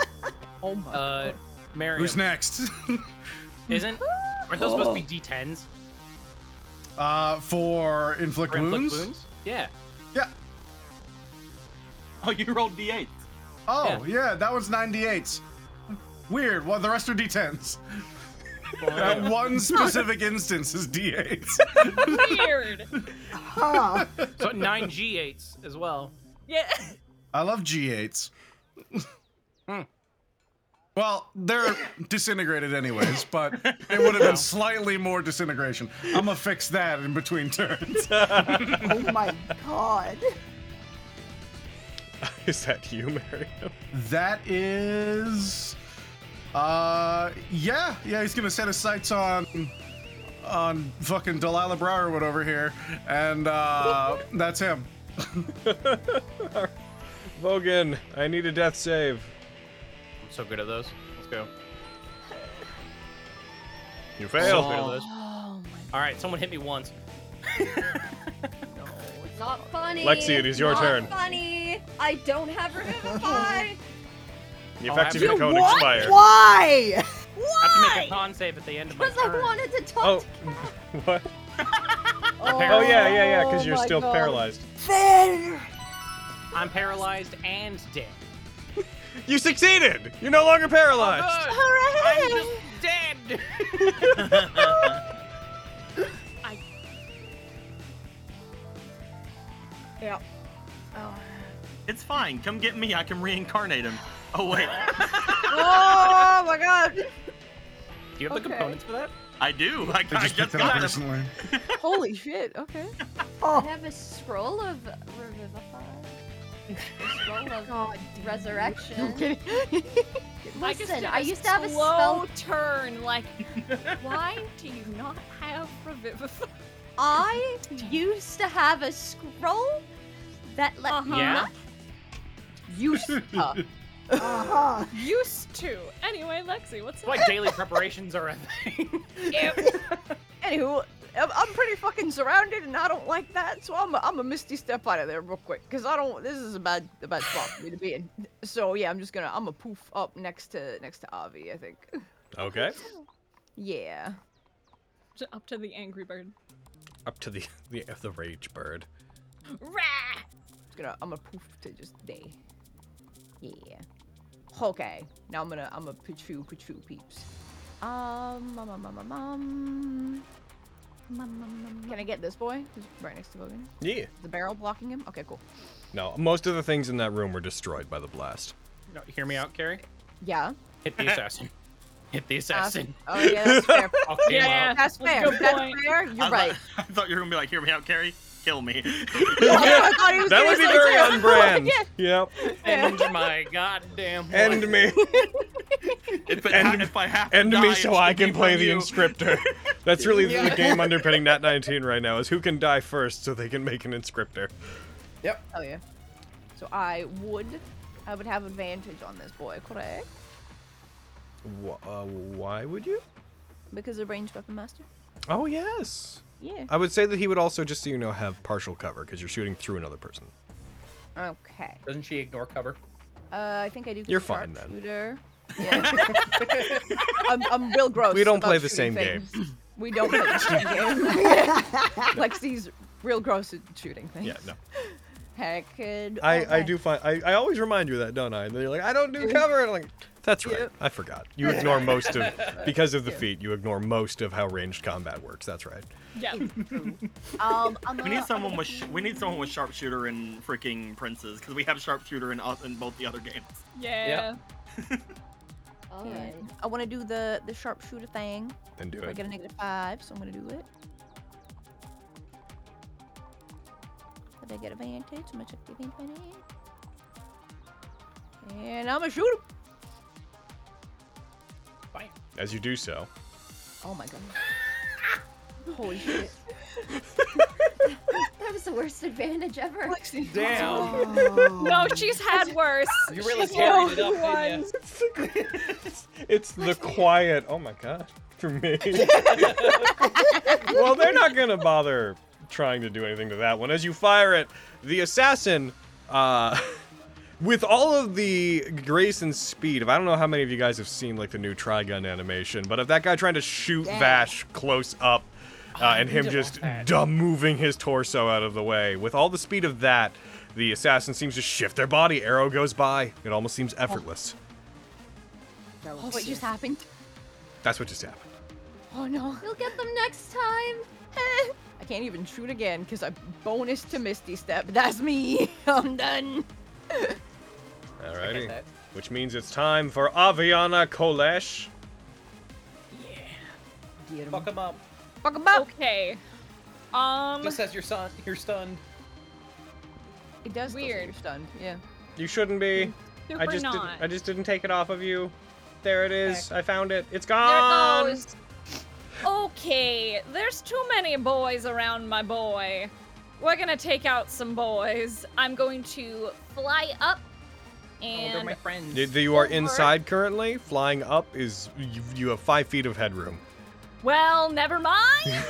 [SPEAKER 3] Oh my.
[SPEAKER 5] Uh, Mary,
[SPEAKER 4] Who's next?
[SPEAKER 5] isn't? Aren't those supposed to be D10s?
[SPEAKER 4] uh, for inflict
[SPEAKER 5] for inflict
[SPEAKER 4] wounds?
[SPEAKER 5] wounds? Yeah.
[SPEAKER 4] Yeah.
[SPEAKER 2] Oh, you rolled d8.
[SPEAKER 4] Oh, yeah. that was nine d eights. Weird. Well, the rest are d10s. That one specific instance is d8s.
[SPEAKER 6] Weird.
[SPEAKER 8] Huh.
[SPEAKER 5] So nine G8s as well.
[SPEAKER 6] Yeah.
[SPEAKER 4] I love G8s. Hmm. well, they're disintegrated anyways, but it would have been slightly more disintegration. I'm gonna fix that in between turns.
[SPEAKER 8] Oh my god.
[SPEAKER 1] Is that you, Miriam?
[SPEAKER 4] that is uh yeah, yeah, he's gonna set his sights on on fucking Delilah Browerwood over here, and uh that's him.
[SPEAKER 1] Vogan, I need a death save.
[SPEAKER 5] I'm so good at those. Let's go.
[SPEAKER 1] You
[SPEAKER 5] So
[SPEAKER 1] failed.
[SPEAKER 5] good at those.
[SPEAKER 7] Oh
[SPEAKER 5] All right, someone hit me once.
[SPEAKER 7] Not funny.
[SPEAKER 1] Lexi, it is your
[SPEAKER 7] not
[SPEAKER 1] turn.
[SPEAKER 7] funny. I don't have revivify.
[SPEAKER 1] The
[SPEAKER 5] I'll
[SPEAKER 1] effects of
[SPEAKER 5] have
[SPEAKER 1] your
[SPEAKER 5] to-
[SPEAKER 1] cone
[SPEAKER 8] What?
[SPEAKER 1] expire.
[SPEAKER 8] Why?
[SPEAKER 5] I have to make a con save at the end of my
[SPEAKER 7] Because I
[SPEAKER 5] turn.
[SPEAKER 7] wanted to talk.
[SPEAKER 1] Oh,
[SPEAKER 7] to-
[SPEAKER 1] what? Oh yeah, yeah, yeah. Because you're
[SPEAKER 7] my
[SPEAKER 1] still
[SPEAKER 7] God.
[SPEAKER 1] paralyzed.
[SPEAKER 8] Then
[SPEAKER 5] I'm paralyzed and dead.
[SPEAKER 1] You succeeded. You're no longer paralyzed.
[SPEAKER 5] I'm just dead.
[SPEAKER 2] It's fine. Come get me. I can reincarnate him. Oh wait,
[SPEAKER 3] oh my god!
[SPEAKER 5] Do you have the
[SPEAKER 3] Okay.
[SPEAKER 5] components for that?
[SPEAKER 2] I do. I, I
[SPEAKER 4] I just
[SPEAKER 2] just,
[SPEAKER 4] picked it up
[SPEAKER 2] got him.
[SPEAKER 4] recently.
[SPEAKER 3] Holy shit! Okay.
[SPEAKER 7] I have a scroll of revivify. A scroll of resurrection.
[SPEAKER 6] I just
[SPEAKER 7] Listen,
[SPEAKER 6] did
[SPEAKER 7] I
[SPEAKER 6] a
[SPEAKER 7] used to have a
[SPEAKER 6] slow
[SPEAKER 7] spell.
[SPEAKER 6] turn. Like, why do you not have revivify?
[SPEAKER 7] I used to have a scroll that let
[SPEAKER 6] Uh-huh.
[SPEAKER 7] me
[SPEAKER 5] Yeah?
[SPEAKER 7] not
[SPEAKER 3] Used to.
[SPEAKER 8] uh-huh.
[SPEAKER 6] Used to. Anyway, Lexi, what's
[SPEAKER 5] That's why
[SPEAKER 6] up?
[SPEAKER 5] daily preparations are a thing.
[SPEAKER 3] Anywho, I'm, I'm pretty fucking surrounded, and I don't like that. So I'm a, I'm a misty step out of there real quick, cause I don't. This is a bad a bad spot for me to be in. So yeah, I'm just gonna I'm a poof up next to next to Avi, I think.
[SPEAKER 1] Okay.
[SPEAKER 3] Yeah.
[SPEAKER 6] Up to the angry bird.
[SPEAKER 1] Up to the the the rage bird.
[SPEAKER 6] Rah!
[SPEAKER 3] just gonna I'm gonna poof to just day. Yeah. Okay. Now I'm gonna I'm gonna pachu pachu peeps. Um, um, um, um, um,
[SPEAKER 7] Mm.
[SPEAKER 3] um. Can I get this boy? He's right next to Bogan.
[SPEAKER 1] Yeah.
[SPEAKER 3] Is The barrel blocking him? Okay, cool.
[SPEAKER 1] No, most of the things in that room were destroyed by the blast.
[SPEAKER 5] no, hear me out, Carrie.
[SPEAKER 3] Yeah.
[SPEAKER 5] Hit the assassin. Hit the assassin.
[SPEAKER 3] Uh, oh yeah, that's fair.
[SPEAKER 5] Fuck him
[SPEAKER 6] yeah.
[SPEAKER 5] up.
[SPEAKER 3] That's fair.
[SPEAKER 6] Good
[SPEAKER 3] That's
[SPEAKER 6] point.
[SPEAKER 3] fair. You're
[SPEAKER 2] I
[SPEAKER 3] right. Oh,
[SPEAKER 2] Thought, I thought you were gonna be like, "Hear me out, Carrie. Kill me."
[SPEAKER 3] I thought he was
[SPEAKER 1] That
[SPEAKER 3] gonna
[SPEAKER 1] would be
[SPEAKER 3] say
[SPEAKER 1] very
[SPEAKER 3] that.
[SPEAKER 1] on brand. Yep.
[SPEAKER 5] End
[SPEAKER 6] Oh
[SPEAKER 5] my goddamn.
[SPEAKER 1] End
[SPEAKER 5] life.
[SPEAKER 1] me.
[SPEAKER 2] if, it,
[SPEAKER 1] End-
[SPEAKER 2] if I have to
[SPEAKER 1] End
[SPEAKER 2] die,
[SPEAKER 1] me
[SPEAKER 2] it's
[SPEAKER 1] so
[SPEAKER 2] gonna
[SPEAKER 1] I
[SPEAKER 2] be
[SPEAKER 1] can play
[SPEAKER 2] from
[SPEAKER 1] the
[SPEAKER 2] you.
[SPEAKER 1] inscriptor. That's really the game underpinning Nat 19 right now is who can die first so they can make an inscriptor.
[SPEAKER 3] Oh yeah. So I would, I would have advantage on this boy, correct?
[SPEAKER 1] Wh- uh, why would you?
[SPEAKER 3] Because of ranged weapon master.
[SPEAKER 1] Oh yes.
[SPEAKER 3] Yeah.
[SPEAKER 1] I would say that he would also just so you know have partial cover because you're shooting through another person.
[SPEAKER 3] Okay.
[SPEAKER 5] Doesn't she ignore cover?
[SPEAKER 3] Uh, I think I do. 'cause
[SPEAKER 1] You're fine, then.
[SPEAKER 3] sharpshooter. Yeah. I'm, I'm real gross.
[SPEAKER 1] We don't play
[SPEAKER 3] about
[SPEAKER 1] the
[SPEAKER 3] shooting
[SPEAKER 1] same game.
[SPEAKER 3] things. We don't play the same game. Lexi's real gross at shooting things.
[SPEAKER 1] Yeah, no.
[SPEAKER 3] Heck, and-
[SPEAKER 1] I, I
[SPEAKER 3] okay.
[SPEAKER 1] do find I, I always remind you of that, don't I? And then you're like, I don't do cover. And I'm like, That's right. I forgot. You ignore most of because of the feat. You ignore most of how ranged combat works. That's right.
[SPEAKER 6] Yeah.
[SPEAKER 3] Um, I'm
[SPEAKER 2] We
[SPEAKER 3] gonna,
[SPEAKER 2] need someone with sh- we need someone with sharpshooter and freaking princes because we have sharpshooter in us in both the other games.
[SPEAKER 6] Yeah.
[SPEAKER 7] Alright.
[SPEAKER 3] I want to do the the sharpshooter thing.
[SPEAKER 1] Then do
[SPEAKER 3] I
[SPEAKER 1] it.
[SPEAKER 3] get a negative five, so I'm gonna do it. Did I get advantage? I'm gonna check the advantage. And I'm gonna shoot him.
[SPEAKER 1] As you do so,
[SPEAKER 3] Oh my god. Holy shit.
[SPEAKER 7] That was the worst advantage ever.
[SPEAKER 3] Lexi.
[SPEAKER 5] Damn.
[SPEAKER 6] No, she's had worse.
[SPEAKER 5] You really
[SPEAKER 6] She's
[SPEAKER 5] carried it
[SPEAKER 6] rolled
[SPEAKER 5] up, didn't
[SPEAKER 6] ones.
[SPEAKER 5] you?
[SPEAKER 1] it's the quiet. Oh my god, for me. well, they're not gonna bother trying to do anything to that one. As you fire it, the assassin, uh, with all of the grace and speed. Of I don't know how many of you guys have seen like the new Trigun animation, but of that guy trying to shoot Vash close up. Uh, and him
[SPEAKER 5] did
[SPEAKER 1] just
[SPEAKER 5] like that.
[SPEAKER 1] dumb moving his torso out of the way. With all the speed of that, the assassin seems to shift their body. Arrow goes by. It almost seems effortless.
[SPEAKER 8] That
[SPEAKER 3] Oh,
[SPEAKER 8] was
[SPEAKER 3] what just happened?
[SPEAKER 1] That's what just happened.
[SPEAKER 3] Oh no.
[SPEAKER 7] You'll get them next time.
[SPEAKER 3] I can't even shoot again because I bonus to Misty Step. That's me. I'm done.
[SPEAKER 1] Alrighty.
[SPEAKER 5] that.
[SPEAKER 1] Which means it's time for Aviana Kolesh.
[SPEAKER 3] Get him.
[SPEAKER 5] Fuck him up.
[SPEAKER 3] Fuck him up.
[SPEAKER 6] Okay. Um.
[SPEAKER 5] Just as you're stunned. You're stunned.
[SPEAKER 3] It does. still say
[SPEAKER 6] Weird.
[SPEAKER 3] you're Stunned. Yeah.
[SPEAKER 1] You shouldn't be. I
[SPEAKER 6] Super
[SPEAKER 1] just
[SPEAKER 6] not.
[SPEAKER 1] Didn't, I just didn't take it off of you. There it is. I found it. It's
[SPEAKER 6] There
[SPEAKER 1] gone.
[SPEAKER 6] it goes. Okay, there's too many boys around my boy. We're gonna take out some boys. I'm going to fly up
[SPEAKER 5] Oh, they're
[SPEAKER 6] and
[SPEAKER 5] my friends.
[SPEAKER 1] You, you are
[SPEAKER 6] Over.
[SPEAKER 1] inside currently. Flying up is you, you have five feet of headroom.
[SPEAKER 6] well, never mind.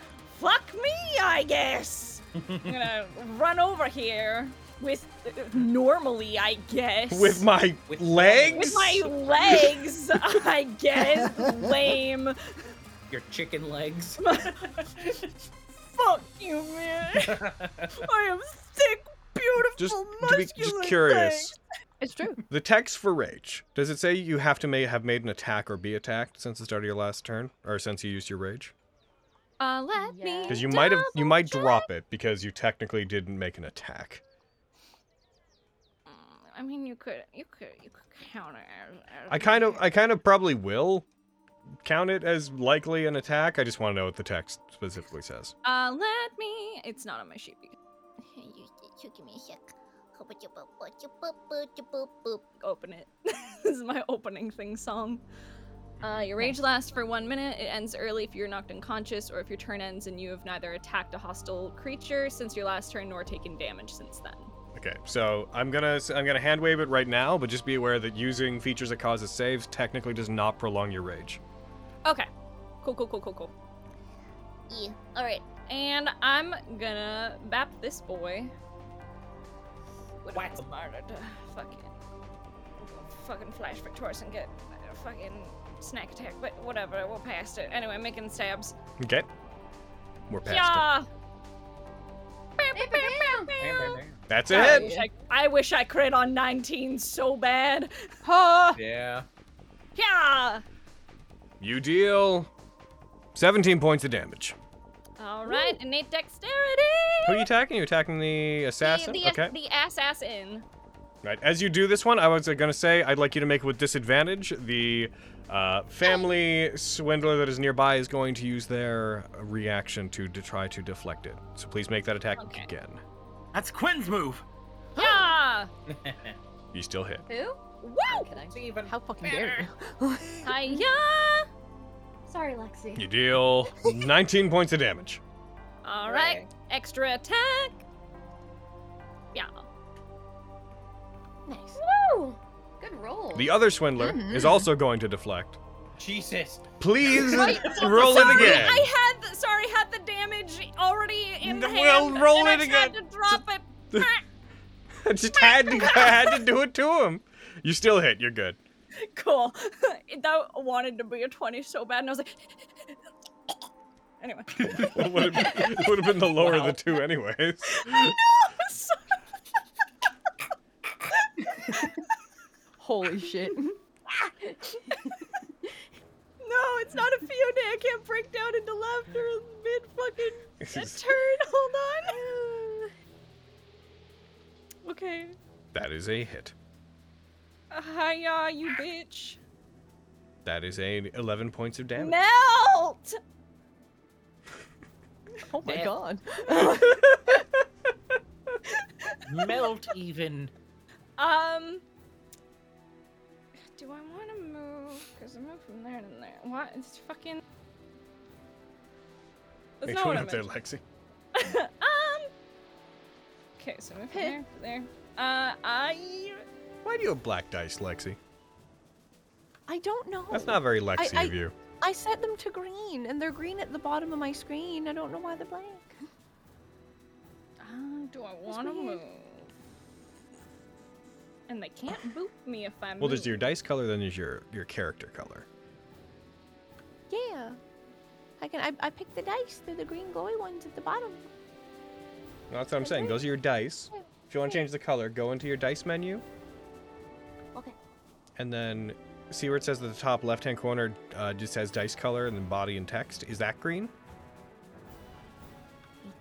[SPEAKER 6] Fuck me, I guess. I'm gonna run over here with normally, I guess.
[SPEAKER 1] With my
[SPEAKER 5] With-
[SPEAKER 1] legs.
[SPEAKER 6] with my legs, I guess. Lame.
[SPEAKER 5] Your chicken legs.
[SPEAKER 6] Fuck you, man. I am sick, beautiful,
[SPEAKER 1] just to be
[SPEAKER 6] muscular.
[SPEAKER 1] just curious.
[SPEAKER 3] It's true.
[SPEAKER 1] The text for rage. Does it say you have to may have made an attack or be attacked since the start of your last turn, or since you used your rage?
[SPEAKER 6] thing. Uh, let me.
[SPEAKER 1] Because you might have you might
[SPEAKER 6] double
[SPEAKER 1] drop it because you technically didn't make an attack.
[SPEAKER 6] check. I mean, you could, you could, you could counter. as- as-
[SPEAKER 1] I kind of, I kind of probably will count it as likely an attack. I just want to know what the text specifically says.
[SPEAKER 6] Uh, let me. It's not on my sheet. because- Open it. this is my opening thing song. Uh, your rage lasts for one minute. It ends early if you're knocked unconscious or if your turn ends and you have neither attacked a hostile creature since your last turn nor taken damage since then.
[SPEAKER 1] Okay, so I'm gonna, s- I'm gonna hand wave it right now, but just be aware that using features that causes saves technically does not prolong your rage.
[SPEAKER 6] Okay. Cool, cool, cool, cool, cool.
[SPEAKER 7] Yeah. Alright.
[SPEAKER 6] And I'm gonna bap this boy. With
[SPEAKER 5] Whack
[SPEAKER 6] my
[SPEAKER 5] him.
[SPEAKER 6] smarter to fucking fucking flash for torso and get a fucking snack attack, but whatever, we're past it. Anyway, making stabs.
[SPEAKER 1] Okay, we're past it.
[SPEAKER 6] Yeah.
[SPEAKER 1] That's
[SPEAKER 6] I
[SPEAKER 1] it.
[SPEAKER 6] wish I, I wish I crit on 19 so bad.
[SPEAKER 3] Huh.
[SPEAKER 5] Yeah.
[SPEAKER 6] Yeah.
[SPEAKER 1] You deal 17 points of damage.
[SPEAKER 6] All right, innate dexterity.
[SPEAKER 1] Who are you attacking? You attacking the
[SPEAKER 6] the,
[SPEAKER 1] assassin?
[SPEAKER 6] the,
[SPEAKER 1] okay.
[SPEAKER 6] the assassin.
[SPEAKER 1] Right. As you do this one, I was gonna say I'd like you to make it with disadvantage. The uh, family swindler that is nearby is going to use their reaction to, to try to deflect it. So please make that attack
[SPEAKER 6] Okay.
[SPEAKER 1] again.
[SPEAKER 2] That's Quinn's move.
[SPEAKER 6] Yeah.
[SPEAKER 1] You still hit.
[SPEAKER 7] Who?
[SPEAKER 6] Woo.
[SPEAKER 7] Can I?
[SPEAKER 5] Even
[SPEAKER 3] How fucking dare you?
[SPEAKER 6] Hiya.
[SPEAKER 7] Sorry, Lexi.
[SPEAKER 1] You deal 19 points of damage.
[SPEAKER 6] All right, extra attack. Yeah.
[SPEAKER 3] nice.
[SPEAKER 7] Woo! Good roll.
[SPEAKER 1] The other swindler
[SPEAKER 6] Mm-hmm.
[SPEAKER 1] is also going to deflect.
[SPEAKER 5] Jesus.
[SPEAKER 1] Please
[SPEAKER 6] Wait,
[SPEAKER 1] roll
[SPEAKER 6] sorry,
[SPEAKER 1] it again.
[SPEAKER 6] I had the, sorry had the damage already in
[SPEAKER 1] N-
[SPEAKER 6] hand.
[SPEAKER 1] well, roll
[SPEAKER 6] and
[SPEAKER 1] it
[SPEAKER 6] I tried
[SPEAKER 1] again.
[SPEAKER 6] to drop it.
[SPEAKER 1] I just had to, I had to do it to him. You still hit. You're good.
[SPEAKER 6] cool. that wanted to be a twenty so bad, and I was like, anyway.
[SPEAKER 1] It would have been the lower of the two, anyways.
[SPEAKER 3] Holy shit.
[SPEAKER 6] No, it's not a Fiona. I can't break down into laughter mid fucking turn. Hold on. okay.
[SPEAKER 1] That is a hit.
[SPEAKER 6] Hiya, you bitch.
[SPEAKER 1] That is a 11 points of damage.
[SPEAKER 6] Melt!
[SPEAKER 3] Oh my
[SPEAKER 6] Yeah.
[SPEAKER 3] god.
[SPEAKER 5] Melt even.
[SPEAKER 6] Um. Do I want to move? Because I moved from there to there. What? It's fucking. That's
[SPEAKER 1] Make
[SPEAKER 6] not
[SPEAKER 1] sure
[SPEAKER 6] what
[SPEAKER 1] we're
[SPEAKER 6] I
[SPEAKER 1] up there,
[SPEAKER 6] meant.
[SPEAKER 1] Lexi.
[SPEAKER 6] um. Okay, so move from there to there. Uh, I.
[SPEAKER 1] Why do you have black dice, Lexi?
[SPEAKER 3] I don't
[SPEAKER 6] Oh.
[SPEAKER 3] know.
[SPEAKER 1] That's not very Lexi
[SPEAKER 3] I-
[SPEAKER 1] of you.
[SPEAKER 3] I set them to green, and they're green at the bottom of my screen. I don't know why they're blank.
[SPEAKER 6] Uh, do I want to
[SPEAKER 3] weird.
[SPEAKER 6] move? And they can't boot me if I move.
[SPEAKER 1] Well, there's your dice color, then there's your, your character color.
[SPEAKER 3] Yeah. I can. I, I picked the dice. They're the green glowy ones at the bottom.
[SPEAKER 1] No, that's what I'm saying. Those are your dice. If you want to change the color, go into your dice menu.
[SPEAKER 3] Okay.
[SPEAKER 1] And then see where it says at the top left hand corner uh, just says dice color and then body and text. Is that green?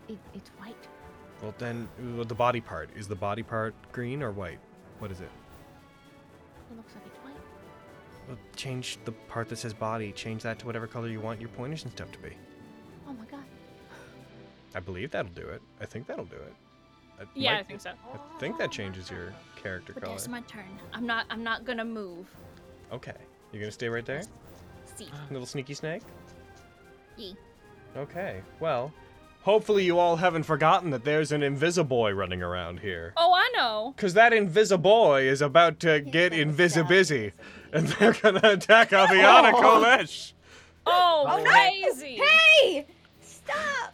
[SPEAKER 3] It, it, it's white.
[SPEAKER 1] Well, then uh, the body part. Is the body part green or white? What is it?
[SPEAKER 3] It looks like it's white.
[SPEAKER 1] Well, change the part that says body. Change that to whatever color you want your pointers and stuff to be.
[SPEAKER 3] Oh my god.
[SPEAKER 1] I believe that'll do it. I think that'll do it. That
[SPEAKER 6] Yeah, I
[SPEAKER 1] might-
[SPEAKER 6] think so.
[SPEAKER 1] I think that changes your character
[SPEAKER 6] But
[SPEAKER 1] color.
[SPEAKER 6] that's my turn. I'm not. I'm not gonna move.
[SPEAKER 1] Okay. You're gonna stay right there?
[SPEAKER 6] See.
[SPEAKER 1] Little sneaky snake?
[SPEAKER 6] Ye.
[SPEAKER 1] Okay. Well, hopefully you all haven't forgotten that there's an Invisiboy running around here.
[SPEAKER 6] Oh, I know.
[SPEAKER 1] Cause that Invisiboy is about to get
[SPEAKER 7] that was
[SPEAKER 1] invisibusy. And they're gonna attack Aviana Kolesh.
[SPEAKER 6] Oh, crazy.
[SPEAKER 7] Hey! Stop!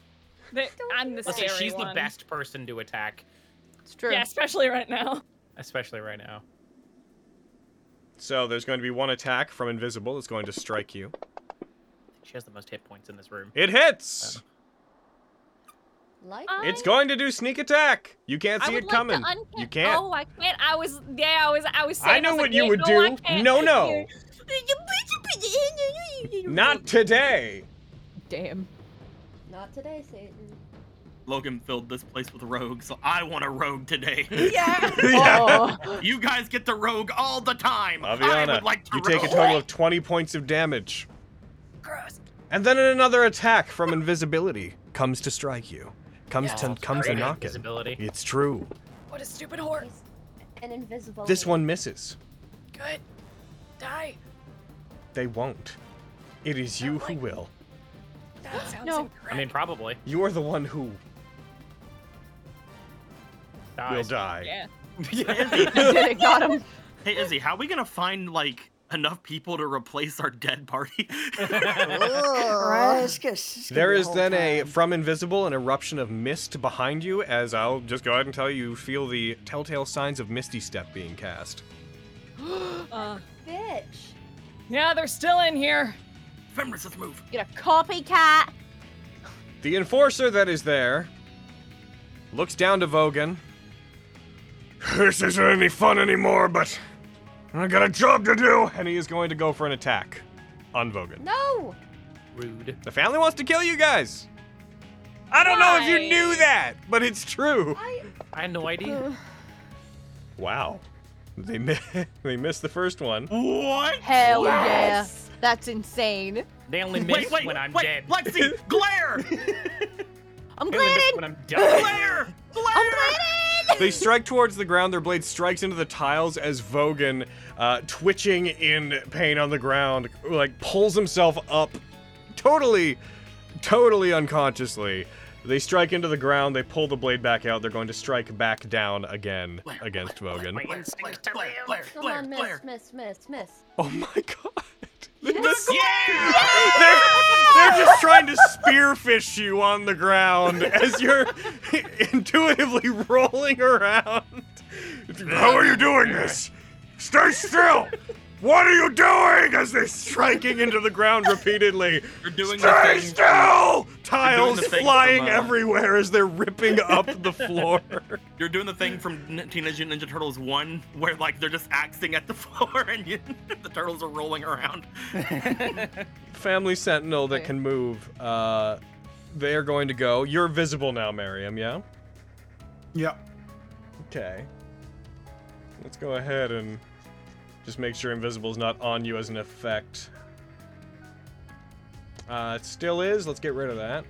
[SPEAKER 6] They-
[SPEAKER 7] Don't
[SPEAKER 6] I'm the
[SPEAKER 7] do that.
[SPEAKER 5] Listen,
[SPEAKER 6] scary
[SPEAKER 5] she's
[SPEAKER 6] one.
[SPEAKER 5] the best person to attack,
[SPEAKER 3] It's true.
[SPEAKER 6] Yeah, especially right now.
[SPEAKER 5] especially right now.
[SPEAKER 1] So there's going to be one attack from Invisible that's going to strike you.
[SPEAKER 5] She has the most hit points in this room.
[SPEAKER 1] It hits!
[SPEAKER 7] Like
[SPEAKER 6] Uh,
[SPEAKER 1] It's going to do sneak attack. You can't
[SPEAKER 6] I
[SPEAKER 1] see
[SPEAKER 6] would
[SPEAKER 1] it
[SPEAKER 6] like to
[SPEAKER 1] coming.
[SPEAKER 6] unca-
[SPEAKER 1] you can't.
[SPEAKER 6] Oh, I can't. I was. Yeah, I was. I was. Saying,
[SPEAKER 1] I know
[SPEAKER 6] was
[SPEAKER 1] what
[SPEAKER 6] like,
[SPEAKER 1] you
[SPEAKER 6] yeah,
[SPEAKER 1] would
[SPEAKER 6] no, I
[SPEAKER 1] do.
[SPEAKER 6] can't.
[SPEAKER 1] No, no.
[SPEAKER 6] You-
[SPEAKER 1] Not today.
[SPEAKER 3] Damn.
[SPEAKER 7] Not today, Satan.
[SPEAKER 2] Logan filled this place with rogues, so I want a rogue today.
[SPEAKER 3] Oh.
[SPEAKER 2] you guys get to rogue all the time. I
[SPEAKER 1] Aviana,
[SPEAKER 2] would like to
[SPEAKER 1] you take a
[SPEAKER 2] rogue.
[SPEAKER 1] total of 20 points of damage. And then another attack from invisibility comes to strike you. Comes to comes to
[SPEAKER 5] Great
[SPEAKER 1] knock it.
[SPEAKER 5] invisibility.
[SPEAKER 1] It's true.
[SPEAKER 6] What a stupid whore.
[SPEAKER 7] He's an invisible.
[SPEAKER 1] This
[SPEAKER 7] lady.
[SPEAKER 1] one misses.
[SPEAKER 6] Good. Die.
[SPEAKER 1] They won't. It is you who will.
[SPEAKER 6] That sounds
[SPEAKER 3] No.
[SPEAKER 5] I mean, probably.
[SPEAKER 1] You're the one who will
[SPEAKER 5] Dies.
[SPEAKER 1] die.
[SPEAKER 6] Yeah.
[SPEAKER 2] Izzy,
[SPEAKER 3] Did it got him.
[SPEAKER 2] hey Izzy, how are we gonna find like enough people to replace our dead party?
[SPEAKER 8] Right, it's gonna- it's gonna
[SPEAKER 1] There
[SPEAKER 8] be
[SPEAKER 1] is
[SPEAKER 8] whole
[SPEAKER 1] then a
[SPEAKER 8] time.
[SPEAKER 1] from invisible an eruption of mist behind you as I'll just go ahead and tell you you feel the telltale signs of misty step being cast.
[SPEAKER 6] Uh,
[SPEAKER 7] Ah, Bitch.
[SPEAKER 6] yeah, they're still in here.
[SPEAKER 2] Femris, let's move.
[SPEAKER 3] Get a copycat.
[SPEAKER 1] The enforcer that is there looks down to Vogan. This isn't any fun anymore, but I got a job to do. And he is going to go for an attack on Vogan.
[SPEAKER 7] No!
[SPEAKER 5] Rude.
[SPEAKER 1] The family wants to kill you guys. I don't know if you
[SPEAKER 6] Why?
[SPEAKER 1] knew that, but it's true.
[SPEAKER 7] I.
[SPEAKER 5] I had no idea.
[SPEAKER 1] Wow. They, mi- they missed the first one.
[SPEAKER 2] What?
[SPEAKER 3] Hell yeah. That's insane.
[SPEAKER 5] They only miss
[SPEAKER 2] Wait, wait,
[SPEAKER 5] when I'm
[SPEAKER 2] wait,
[SPEAKER 5] dead.
[SPEAKER 2] Lexi, glare,
[SPEAKER 3] I'm
[SPEAKER 5] They only miss
[SPEAKER 3] glitted.
[SPEAKER 5] when I'm dead.
[SPEAKER 2] glare, glare.
[SPEAKER 1] They strike towards the ground. Their blade strikes into the tiles as Vogan, uh, twitching in pain on the ground, like pulls himself up, totally, totally unconsciously. They strike into the ground. They pull the blade back out. They're going to strike back down again against Vogan.
[SPEAKER 5] My instincts tell
[SPEAKER 2] glare,
[SPEAKER 5] me.
[SPEAKER 2] glare,
[SPEAKER 7] Come
[SPEAKER 2] glare,
[SPEAKER 7] on, miss,
[SPEAKER 2] glare.
[SPEAKER 7] miss, miss, miss.
[SPEAKER 1] Oh my god! This-
[SPEAKER 5] Yeah!
[SPEAKER 1] They're, they're just trying to spearfish you on the ground as you're intuitively rolling around. How are you doing this? Stay still! What are you doing? As they're striking into the ground repeatedly.
[SPEAKER 2] You're doing the
[SPEAKER 1] Stay
[SPEAKER 2] thing.
[SPEAKER 1] still!
[SPEAKER 2] doing
[SPEAKER 1] Tiles
[SPEAKER 2] the thing from,
[SPEAKER 1] flying
[SPEAKER 2] uh,
[SPEAKER 1] everywhere as they're ripping up the floor.
[SPEAKER 2] You're doing the thing from N- Teenage Mutant Ninja Turtles one, where like they're just axing at the floor and you, the turtles are rolling around.
[SPEAKER 1] Family Sentinel that
[SPEAKER 3] Okay.
[SPEAKER 1] can move. Uh, they are going to go. You're visible now, Miriam. Yeah.
[SPEAKER 4] Yep.
[SPEAKER 1] Okay. Let's go ahead and just make sure invisible's not on you as an effect. Uh, it still is. Let's get rid of that.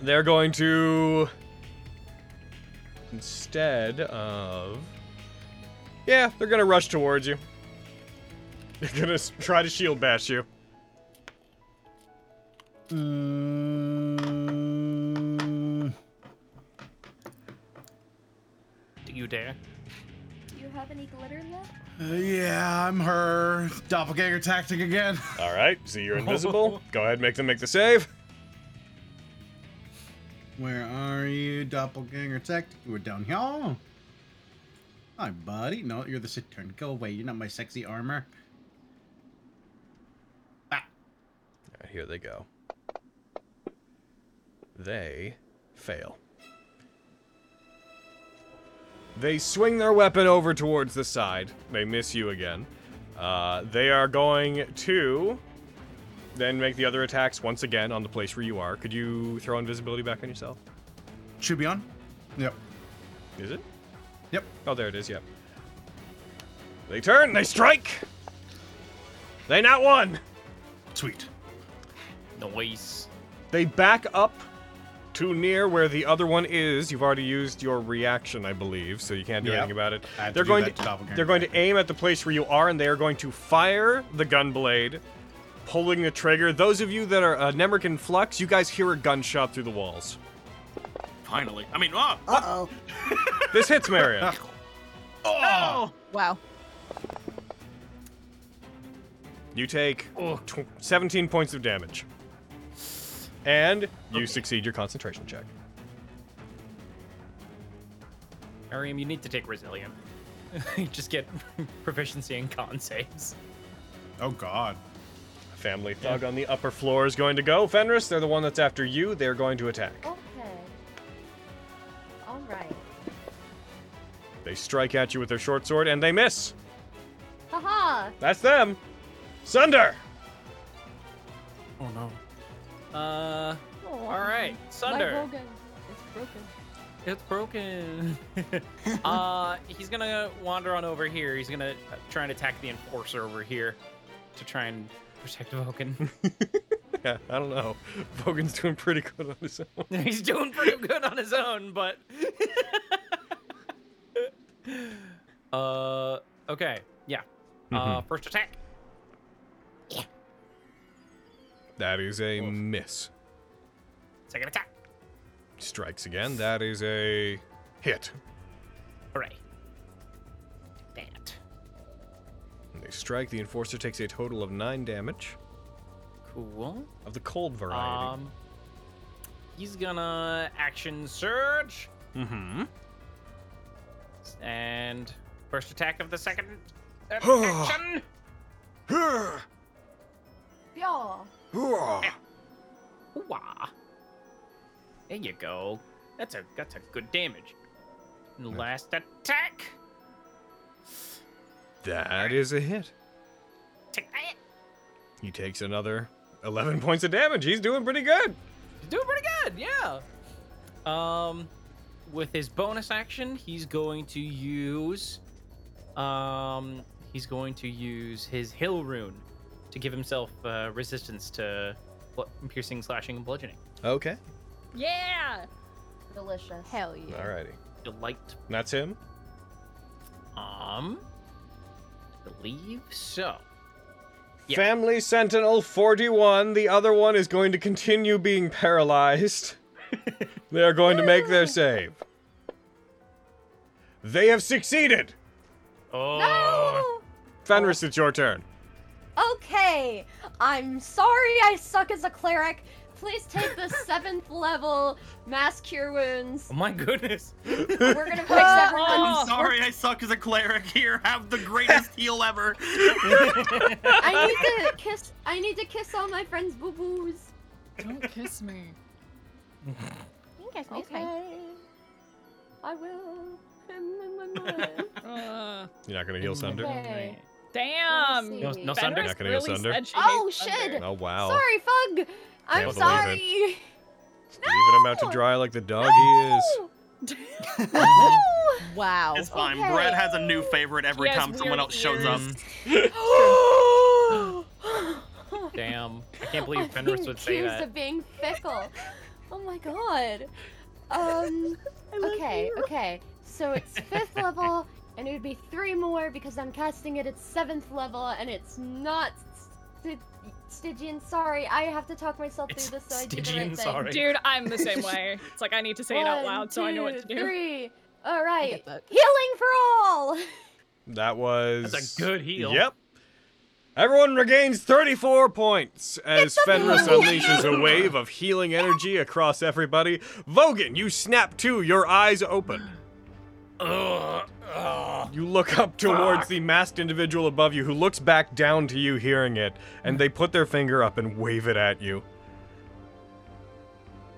[SPEAKER 1] They're going to instead of yeah, they're gonna rush towards you. They're gonna s- try to shield bash you.
[SPEAKER 4] Mm,
[SPEAKER 5] Do you dare?
[SPEAKER 7] Do you have any glitter left?
[SPEAKER 4] yeah, I'm her doppelganger tactic again.
[SPEAKER 1] All right, so you're invisible. go ahead, make them make the save.
[SPEAKER 4] Where are you, doppelganger tactic? You were down here. Hi, buddy. No, you're the Saturn. Go away. You're not my sexy armor.
[SPEAKER 1] Alright, here they go. They fail. They swing their weapon over towards the side. They miss you again. Uh, they are going to then make the other attacks once again on the place where you are. Could you throw invisibility back on yourself?
[SPEAKER 4] Should be on. Yep.
[SPEAKER 1] Is it?
[SPEAKER 4] Yep.
[SPEAKER 1] Oh, there it is, yep. They turn, they strike! They not one!
[SPEAKER 4] Sweet.
[SPEAKER 5] Noise.
[SPEAKER 1] They back up to near where the other one is. You've already used your reaction, I believe, so you can't do
[SPEAKER 4] Yep.
[SPEAKER 1] anything about it.
[SPEAKER 4] I have to
[SPEAKER 1] They're
[SPEAKER 4] do
[SPEAKER 1] going
[SPEAKER 4] that to
[SPEAKER 1] to
[SPEAKER 4] doppelganger
[SPEAKER 1] they're going to
[SPEAKER 4] tactic.
[SPEAKER 1] aim at the place where you are, and they are going to fire the gun blade, pulling the trigger. Those of you that are uh, Nemric and Flux, you guys hear a gunshot through the walls.
[SPEAKER 2] Finally, I mean, oh,
[SPEAKER 8] Uh oh.
[SPEAKER 1] This hits Marion.
[SPEAKER 6] Oh.
[SPEAKER 2] no!
[SPEAKER 3] Wow.
[SPEAKER 1] you take tw- 17 points of damage, and you succeed your concentration check.
[SPEAKER 5] Arium, you need to take resilient. Just get proficiency in con saves.
[SPEAKER 4] Oh God.
[SPEAKER 1] Family thug on the upper floor is going to go. Fenris, they're the one that's after you. They're going to attack.
[SPEAKER 7] Okay. All right.
[SPEAKER 1] They strike at you with their short sword and they miss.
[SPEAKER 7] Haha.
[SPEAKER 1] That's them. Sunder.
[SPEAKER 5] Oh no. Uh,
[SPEAKER 7] Oh,
[SPEAKER 5] all right,
[SPEAKER 7] My
[SPEAKER 5] Sunder.
[SPEAKER 7] Rogan is broken.
[SPEAKER 5] It's broken. uh, he's gonna wander on over here. He's gonna uh, try and attack the enforcer over here to try and protect Vulcan.
[SPEAKER 1] Yeah, I don't know. Vogan's doing pretty good on his own.
[SPEAKER 5] he's doing pretty good on his own, but. uh, okay, yeah. Uh,
[SPEAKER 1] Mm-hmm.
[SPEAKER 5] first attack.
[SPEAKER 1] That is a miss.
[SPEAKER 5] Second attack.
[SPEAKER 1] Strikes again. That is a hit.
[SPEAKER 5] Hooray. That.
[SPEAKER 1] And they strike. The enforcer takes a total of nine damage
[SPEAKER 5] Cool.
[SPEAKER 1] of the cold variety.
[SPEAKER 5] Um, he's gonna action surge
[SPEAKER 1] mm-hmm.
[SPEAKER 5] and first attack of the second action.
[SPEAKER 7] Yeah.
[SPEAKER 5] Hoo-wah. There you go. That's a that's a good damage. And last attack.
[SPEAKER 1] That is a hit.
[SPEAKER 5] Take that.
[SPEAKER 1] He takes another 11 points of damage. He's doing pretty good.
[SPEAKER 5] He's doing pretty good, yeah. Um, with his bonus action, he's going to use, um, he's going to use his hill rune to give himself uh, resistance to bl- piercing, slashing, and bludgeoning.
[SPEAKER 1] Okay.
[SPEAKER 6] Yeah.
[SPEAKER 7] Delicious.
[SPEAKER 3] Hell yeah.
[SPEAKER 1] Alrighty.
[SPEAKER 5] Delight.
[SPEAKER 1] And That's him.
[SPEAKER 5] Um, I believe so. Yeah.
[SPEAKER 1] Family Sentinel 41. The other one is going to continue being paralyzed. they are going to make their save. They have succeeded.
[SPEAKER 5] Oh.
[SPEAKER 7] No.
[SPEAKER 1] Fenris, it's your turn.
[SPEAKER 7] Okay. I'm sorry. I suck as a cleric. Please take the seventh level mass cure wounds.
[SPEAKER 5] Oh my goodness.
[SPEAKER 7] We're gonna fix everyone's
[SPEAKER 3] Oh,
[SPEAKER 2] sorry I suck as a cleric here. Have the greatest heal ever.
[SPEAKER 7] I need to kiss. I need to kiss all my friends' boo boos.
[SPEAKER 10] Don't kiss me.
[SPEAKER 7] I will. Damn.
[SPEAKER 10] Uh,
[SPEAKER 1] You're not gonna heal Sunder?
[SPEAKER 7] Okay.
[SPEAKER 6] Damn.
[SPEAKER 5] No, no
[SPEAKER 7] Fenris
[SPEAKER 5] Sunder.
[SPEAKER 1] Not gonna go
[SPEAKER 6] really
[SPEAKER 1] Sunder.
[SPEAKER 6] said she
[SPEAKER 7] Oh,
[SPEAKER 6] hates
[SPEAKER 7] shit.
[SPEAKER 6] Sunder.
[SPEAKER 1] Oh wow.
[SPEAKER 7] Sorry, Fug. I'm
[SPEAKER 1] believe it.
[SPEAKER 7] sorry.
[SPEAKER 1] Leaving him out to dry like the dog he is.
[SPEAKER 3] Wow.
[SPEAKER 2] It's fine.
[SPEAKER 7] okay.
[SPEAKER 2] Brett has a new favorite every
[SPEAKER 6] She has
[SPEAKER 2] time someone
[SPEAKER 6] weird
[SPEAKER 2] else shows up.
[SPEAKER 6] ears.
[SPEAKER 5] Damn. I can't
[SPEAKER 7] I'm
[SPEAKER 5] believe
[SPEAKER 7] being
[SPEAKER 5] Fenris would say
[SPEAKER 7] accused
[SPEAKER 5] that.
[SPEAKER 7] of being fickle. Oh my god. Um. Okay. Okay. So it's fifth level, and it would be three more because I'm casting it at seventh level, and it's not st- Stygian. Sorry, I have to talk myself
[SPEAKER 5] It's
[SPEAKER 7] through this so I do the right
[SPEAKER 5] Stygian,
[SPEAKER 7] thing.
[SPEAKER 5] sorry.
[SPEAKER 6] Dude, I'm the same way. It's like I need to say it out
[SPEAKER 7] One,
[SPEAKER 6] loud so I know what to
[SPEAKER 7] two,
[SPEAKER 6] do.
[SPEAKER 7] Three. All
[SPEAKER 3] I
[SPEAKER 7] right.
[SPEAKER 3] get that.
[SPEAKER 7] Healing for all.
[SPEAKER 1] That was
[SPEAKER 5] That's a good heal.
[SPEAKER 1] Yep. Everyone regains 34 points as Fenris unleashes a wave of healing energy across everybody. Vogan, you snap to, your eyes open.
[SPEAKER 5] Ugh, ugh.
[SPEAKER 1] You look up towards the masked individual above you who looks back down to you hearing it, and they put their finger up and wave it at you.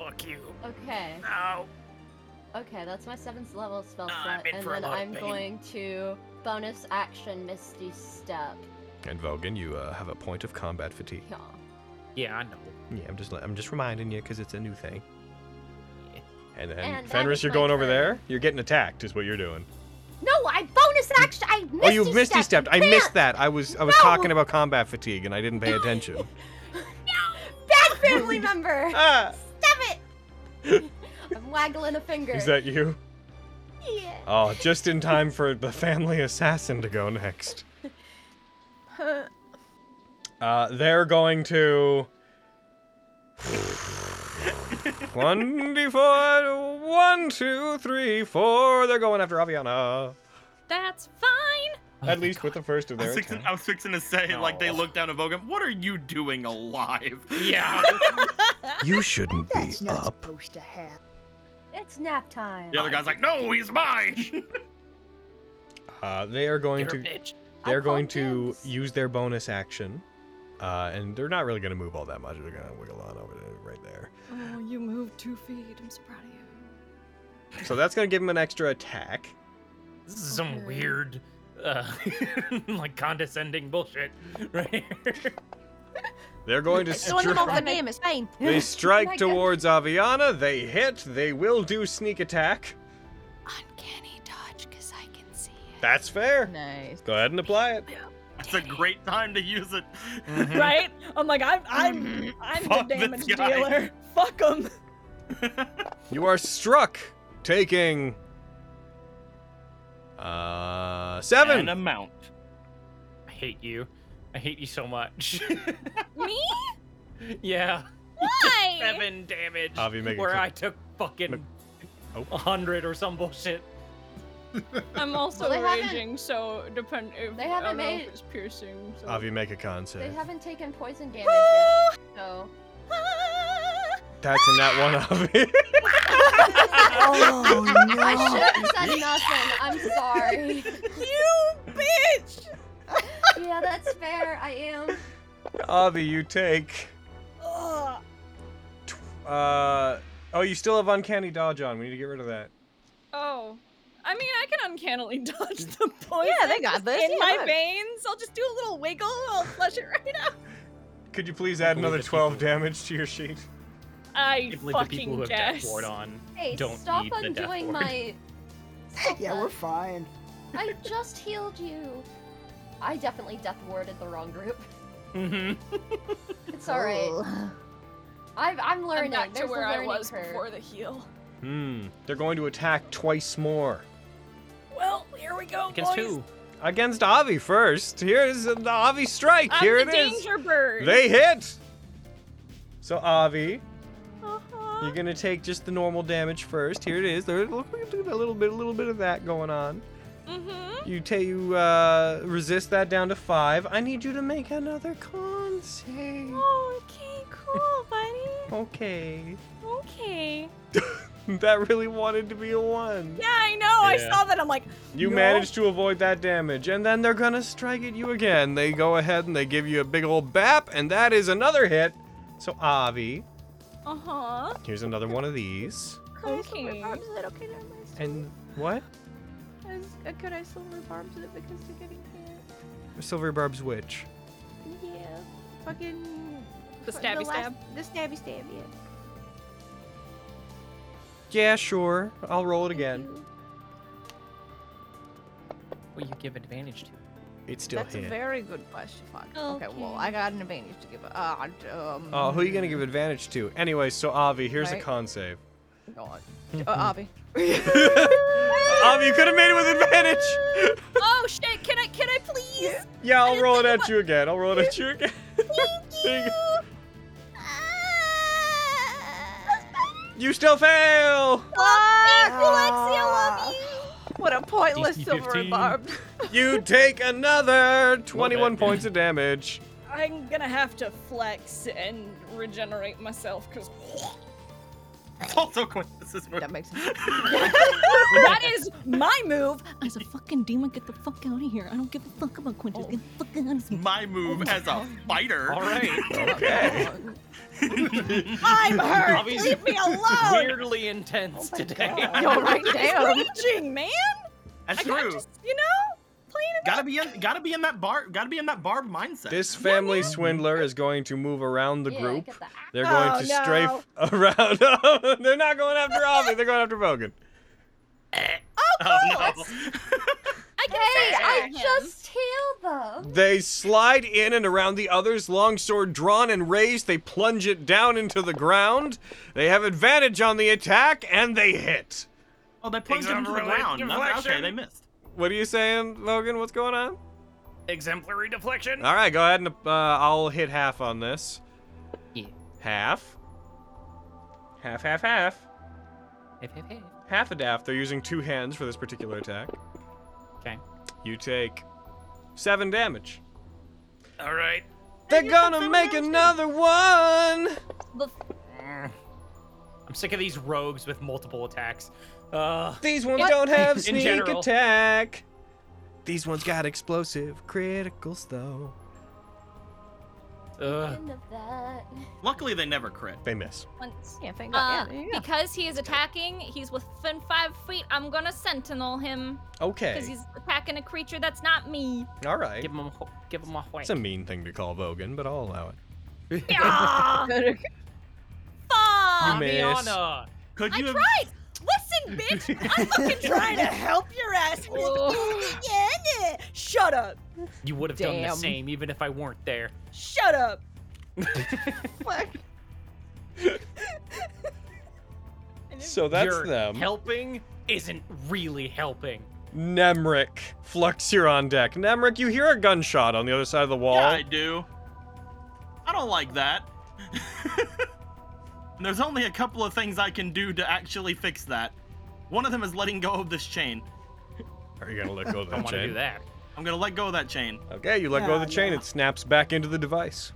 [SPEAKER 5] Fuck you.
[SPEAKER 7] Okay.
[SPEAKER 5] Ow.
[SPEAKER 7] Okay, that's my seventh level spell
[SPEAKER 5] Ah, I'm
[SPEAKER 7] set,
[SPEAKER 5] in
[SPEAKER 7] and
[SPEAKER 5] for a
[SPEAKER 7] then
[SPEAKER 5] lot of
[SPEAKER 7] I'm
[SPEAKER 5] pain.
[SPEAKER 7] going to bonus action Misty Step.
[SPEAKER 1] And Vogan, you uh, have a point of combat fatigue.
[SPEAKER 7] Yeah.
[SPEAKER 5] Yeah, I know.
[SPEAKER 1] Yeah, I'm just I'm just reminding you because it's a new thing. And then
[SPEAKER 7] And that
[SPEAKER 1] Fenris,
[SPEAKER 7] is
[SPEAKER 1] you're
[SPEAKER 7] my
[SPEAKER 1] going over
[SPEAKER 7] turn.
[SPEAKER 1] there. You're getting attacked, is what you're doing.
[SPEAKER 7] No, I bonus action. I Misty
[SPEAKER 1] oh, you misty stepped. I missed that. I was I was
[SPEAKER 7] No.
[SPEAKER 1] talking about combat fatigue and I didn't pay attention.
[SPEAKER 7] Bad family member.
[SPEAKER 1] ah,
[SPEAKER 7] Step it. I'm waggling a finger.
[SPEAKER 1] is that you?
[SPEAKER 7] Yeah.
[SPEAKER 1] Oh, just in time for the family assassin to go next. Uh, they're going to. 24, 1, 2, 3, 4. They're going after Aviana.
[SPEAKER 6] That's fine.
[SPEAKER 1] At least with the first of
[SPEAKER 2] I
[SPEAKER 1] their
[SPEAKER 2] was, fixing,
[SPEAKER 1] attack.
[SPEAKER 2] I was fixing to say, like, they
[SPEAKER 5] No.
[SPEAKER 2] looked down at Vogan. What are you doing alive?
[SPEAKER 5] Yeah.
[SPEAKER 1] You shouldn't
[SPEAKER 8] That's not supposed to happen.
[SPEAKER 7] It's nap time.
[SPEAKER 2] The other guy's like, no, he's mine.
[SPEAKER 1] Uh, they are going
[SPEAKER 5] You're a
[SPEAKER 1] to
[SPEAKER 5] bitch.
[SPEAKER 7] I
[SPEAKER 1] they're going
[SPEAKER 7] called
[SPEAKER 1] to
[SPEAKER 7] dibs.
[SPEAKER 1] use their bonus action, uh, and they're not really going to move all that much. They're going to wiggle on over to right there.
[SPEAKER 10] Oh, you moved two feet. I'm so proud of you.
[SPEAKER 1] So that's going to give them an extra attack.
[SPEAKER 5] This is some
[SPEAKER 10] Okay.
[SPEAKER 5] weird, uh, like condescending bullshit right here.
[SPEAKER 1] They're going to
[SPEAKER 3] It's showing them
[SPEAKER 1] stri-
[SPEAKER 3] off the game. It's fine.
[SPEAKER 1] they strike
[SPEAKER 7] Like that.
[SPEAKER 1] towards Aviana. They hit. They will do sneak attack.
[SPEAKER 10] Uncanny dodge, cause I can see it.
[SPEAKER 1] That's fair.
[SPEAKER 3] Nice.
[SPEAKER 1] Go ahead and apply it.
[SPEAKER 2] That's a great time to use it.
[SPEAKER 5] Mm-hmm.
[SPEAKER 6] Right? I'm like, I'm I'm
[SPEAKER 3] Mm-hmm.
[SPEAKER 6] I'm
[SPEAKER 2] Fuck
[SPEAKER 6] the
[SPEAKER 2] this
[SPEAKER 6] damage
[SPEAKER 2] guy.
[SPEAKER 6] dealer. Fuck him.
[SPEAKER 1] You are struck, taking uh
[SPEAKER 2] An
[SPEAKER 1] seven.
[SPEAKER 2] amount.
[SPEAKER 5] I hate you. I hate you so much.
[SPEAKER 6] Me?
[SPEAKER 5] yeah.
[SPEAKER 6] Why?
[SPEAKER 5] Seven damage.
[SPEAKER 1] Avi, make a
[SPEAKER 5] where
[SPEAKER 1] con-
[SPEAKER 5] I took fucking
[SPEAKER 1] Oh.
[SPEAKER 5] a hundred or some bullshit.
[SPEAKER 6] I'm also
[SPEAKER 7] Well, they haven't-
[SPEAKER 6] raging, so depend. If, um,
[SPEAKER 7] They
[SPEAKER 6] I
[SPEAKER 7] haven't
[SPEAKER 6] don't know
[SPEAKER 7] made-
[SPEAKER 6] if it's piercing. So.
[SPEAKER 1] Avi, make a con
[SPEAKER 7] They
[SPEAKER 1] save.
[SPEAKER 7] haven't taken poison damage yet, so.
[SPEAKER 1] That's in that one, Avi.
[SPEAKER 8] Oh
[SPEAKER 7] I should have said
[SPEAKER 8] no!
[SPEAKER 7] nothing. I'm sorry.
[SPEAKER 3] You bitch!
[SPEAKER 7] Yeah, that's fair. I am.
[SPEAKER 1] Avi, you take.
[SPEAKER 6] Ugh.
[SPEAKER 1] Uh, oh, you still have uncanny dodge on. We need to get rid of that.
[SPEAKER 6] Oh. I mean, I can uncannily dodge the poison.
[SPEAKER 3] Yeah, they got
[SPEAKER 6] just
[SPEAKER 3] this,
[SPEAKER 6] In
[SPEAKER 3] yeah,
[SPEAKER 6] my
[SPEAKER 3] look.
[SPEAKER 6] veins, I'll just do a little wiggle. I'll flush it right out.
[SPEAKER 1] Could you please add
[SPEAKER 5] believe
[SPEAKER 1] another
[SPEAKER 5] that
[SPEAKER 1] 12
[SPEAKER 5] people-
[SPEAKER 1] damage to your sheet?
[SPEAKER 5] I
[SPEAKER 6] I
[SPEAKER 5] can't believe the people who
[SPEAKER 6] fucking
[SPEAKER 5] have
[SPEAKER 6] guess.
[SPEAKER 5] death ward on.
[SPEAKER 7] Hey,
[SPEAKER 5] Don't
[SPEAKER 7] stop
[SPEAKER 5] need the death
[SPEAKER 7] undoing
[SPEAKER 5] ward.
[SPEAKER 7] my. Stop
[SPEAKER 8] Yeah,
[SPEAKER 7] that.
[SPEAKER 8] we're fine.
[SPEAKER 7] I just healed you. I definitely death warded the wrong group.
[SPEAKER 5] Mm-hmm.
[SPEAKER 7] It's alright.
[SPEAKER 3] Oh.
[SPEAKER 7] I've, I'm learning.
[SPEAKER 6] I'm back to
[SPEAKER 7] There's
[SPEAKER 6] where
[SPEAKER 7] a
[SPEAKER 6] I
[SPEAKER 7] learning
[SPEAKER 6] was
[SPEAKER 7] curve.
[SPEAKER 6] before the heal.
[SPEAKER 1] Hmm. They're going to attack twice more.
[SPEAKER 6] Well, here we go,
[SPEAKER 5] Against
[SPEAKER 6] boys.
[SPEAKER 5] who?
[SPEAKER 1] Against Avi first. Here's the Avi strike.
[SPEAKER 6] I'm
[SPEAKER 1] Here
[SPEAKER 6] the
[SPEAKER 1] it is.
[SPEAKER 6] danger bird.
[SPEAKER 1] They hit. So Avi,
[SPEAKER 6] Uh-huh.
[SPEAKER 1] you're gonna take just the normal damage first. Here it is. There's a little bit, a little bit of that going on.
[SPEAKER 6] Mm-hmm.
[SPEAKER 1] You ta- you uh, resist that down to five. I need you to make another con save.
[SPEAKER 6] Oh, okay, cool, buddy.
[SPEAKER 1] Okay.
[SPEAKER 6] Okay.
[SPEAKER 1] That really wanted to be a one.
[SPEAKER 6] Yeah, I know.
[SPEAKER 5] Yeah.
[SPEAKER 6] I saw that. I'm like,
[SPEAKER 1] You
[SPEAKER 6] No.
[SPEAKER 1] managed to avoid that damage, and then they're gonna strike at you again. They go ahead and they give you a big old bap, and that is another hit. So Avi,
[SPEAKER 6] uh
[SPEAKER 3] Uh-huh.
[SPEAKER 6] huh.
[SPEAKER 1] here's another one of these.
[SPEAKER 6] Okay.
[SPEAKER 9] Is it okay to have
[SPEAKER 1] And what?
[SPEAKER 9] my is, uh, could I silver barbs it because they're getting hit?
[SPEAKER 1] Silver Barb's witch.
[SPEAKER 9] Yeah. Fucking.
[SPEAKER 6] The
[SPEAKER 9] fu-
[SPEAKER 6] stabby
[SPEAKER 9] last-
[SPEAKER 6] stab.
[SPEAKER 9] The stabby stab, yeah.
[SPEAKER 1] Yeah, sure. I'll roll it again.
[SPEAKER 5] Well, you give advantage to.
[SPEAKER 1] It still
[SPEAKER 3] That's a
[SPEAKER 1] hit.
[SPEAKER 3] very good question. Fuck. Okay. well,
[SPEAKER 6] Okay.
[SPEAKER 3] I got an advantage to give. Uh, um,
[SPEAKER 1] Oh, who are you gonna give advantage to? Anyway, so Avi, here's a
[SPEAKER 3] Right.
[SPEAKER 1] con save.
[SPEAKER 3] God. Uh, Avi.
[SPEAKER 1] Avi, you could have made it with advantage.
[SPEAKER 6] Oh shit! Can I? Can I please?
[SPEAKER 1] Yeah,
[SPEAKER 6] I
[SPEAKER 1] I'll
[SPEAKER 6] didn't
[SPEAKER 1] roll it
[SPEAKER 6] think
[SPEAKER 1] at
[SPEAKER 6] about-
[SPEAKER 1] you again. I'll roll it at you again. There you go. You still fail.
[SPEAKER 8] Ah.
[SPEAKER 3] What a pointless
[SPEAKER 5] DC
[SPEAKER 3] silver
[SPEAKER 5] 15.
[SPEAKER 3] barb.
[SPEAKER 1] You take another 21 points of damage.
[SPEAKER 6] I'm gonna have to flex and regenerate myself because
[SPEAKER 2] It's also Quintus's move.
[SPEAKER 3] that makes sense.
[SPEAKER 6] that is my move. As a fucking demon, get the fuck out of here. I don't give a fuck about Quintus. Get the fuck out of here.
[SPEAKER 2] My move as a fighter.
[SPEAKER 5] Oh All right.
[SPEAKER 1] Okay.
[SPEAKER 6] I'm hurt.
[SPEAKER 5] Obvious-
[SPEAKER 6] Leave me alone. Oh
[SPEAKER 5] Weirdly intense today.
[SPEAKER 3] Yo, right
[SPEAKER 6] It's
[SPEAKER 3] damn.
[SPEAKER 6] raging, man.
[SPEAKER 2] That's
[SPEAKER 6] I got
[SPEAKER 2] true.
[SPEAKER 6] just, you know, playing it
[SPEAKER 2] Gotta be in. Gotta be in that bar. Gotta be in that barb mindset.
[SPEAKER 1] This family swindler is going to move around the
[SPEAKER 7] Yeah,
[SPEAKER 1] group.
[SPEAKER 7] get that.
[SPEAKER 1] They're going
[SPEAKER 9] Oh,
[SPEAKER 1] to
[SPEAKER 9] no.
[SPEAKER 1] strafe around. They're not going after Avi. They're going after Bogan.
[SPEAKER 2] oh no.
[SPEAKER 6] I can
[SPEAKER 7] Hey,
[SPEAKER 6] save
[SPEAKER 7] I
[SPEAKER 6] him.
[SPEAKER 7] just healed them.
[SPEAKER 1] They slide in and around the others, longsword drawn and raised. They plunge it down into the ground. They have advantage on the attack, and they hit.
[SPEAKER 2] Oh, they plunged him to the
[SPEAKER 5] Example
[SPEAKER 2] ground. No, okay,
[SPEAKER 5] deflection.
[SPEAKER 2] they missed.
[SPEAKER 1] What are you saying, Logan? What's going on?
[SPEAKER 5] Exemplary deflection.
[SPEAKER 1] All right, go ahead and uh, I'll hit half on this.
[SPEAKER 5] Yeah.
[SPEAKER 1] Half. Half, half, half.
[SPEAKER 5] Hip, hip, hip.
[SPEAKER 1] Half a daff. They're using two hands for this particular attack.
[SPEAKER 5] Okay.
[SPEAKER 1] You take seven damage.
[SPEAKER 5] All right.
[SPEAKER 1] They're gonna make another one.
[SPEAKER 6] The
[SPEAKER 5] Mm. I'm sick of these rogues with multiple attacks. Uh,
[SPEAKER 1] These ones don't have
[SPEAKER 5] In
[SPEAKER 1] sneak
[SPEAKER 5] general.
[SPEAKER 1] attack. These ones got explosive criticals though.
[SPEAKER 5] uh,
[SPEAKER 7] End of that.
[SPEAKER 2] Luckily, they never crit.
[SPEAKER 1] They miss.
[SPEAKER 6] once.
[SPEAKER 3] Yeah, thank
[SPEAKER 6] Uh,
[SPEAKER 3] God. Yeah, there you go.
[SPEAKER 6] because he is attacking, he's within five feet. I'm gonna sentinel him because
[SPEAKER 1] Okay.
[SPEAKER 6] he's attacking a creature that's not me.
[SPEAKER 1] All right.
[SPEAKER 5] give them a ho- give them a whack.
[SPEAKER 1] It's a mean thing to call Vogan, but I'll allow it.
[SPEAKER 6] Yeah, fuck.
[SPEAKER 1] You miss.
[SPEAKER 5] Aviana.
[SPEAKER 2] Could
[SPEAKER 6] I
[SPEAKER 2] you? have-
[SPEAKER 6] tried. Listen, bitch, I'm fucking trying to help your ass. and you're like,
[SPEAKER 3] Oh.
[SPEAKER 6] "Yeah, yeah, yeah." Shut up.
[SPEAKER 5] You would have done the
[SPEAKER 3] Damn.
[SPEAKER 5] same even if I weren't there.
[SPEAKER 6] Shut up.
[SPEAKER 3] Fuck.
[SPEAKER 1] So that's
[SPEAKER 5] Your
[SPEAKER 1] them.
[SPEAKER 5] Helping isn't really helping.
[SPEAKER 1] Nemric, Flux, you're on deck. Nemric, you hear a gunshot on the other side of the wall.
[SPEAKER 2] Yeah, I do. I don't like that. And There's only a couple of things I can do to actually fix that. One of them is letting go of this chain.
[SPEAKER 1] Are you gonna let go of
[SPEAKER 5] I
[SPEAKER 1] that
[SPEAKER 5] want to
[SPEAKER 1] chain?
[SPEAKER 5] do that.
[SPEAKER 2] I'm gonna let go of that chain.
[SPEAKER 1] Okay, you let go of the
[SPEAKER 8] Yeah,
[SPEAKER 1] chain.
[SPEAKER 8] yeah.
[SPEAKER 1] It snaps back into the device.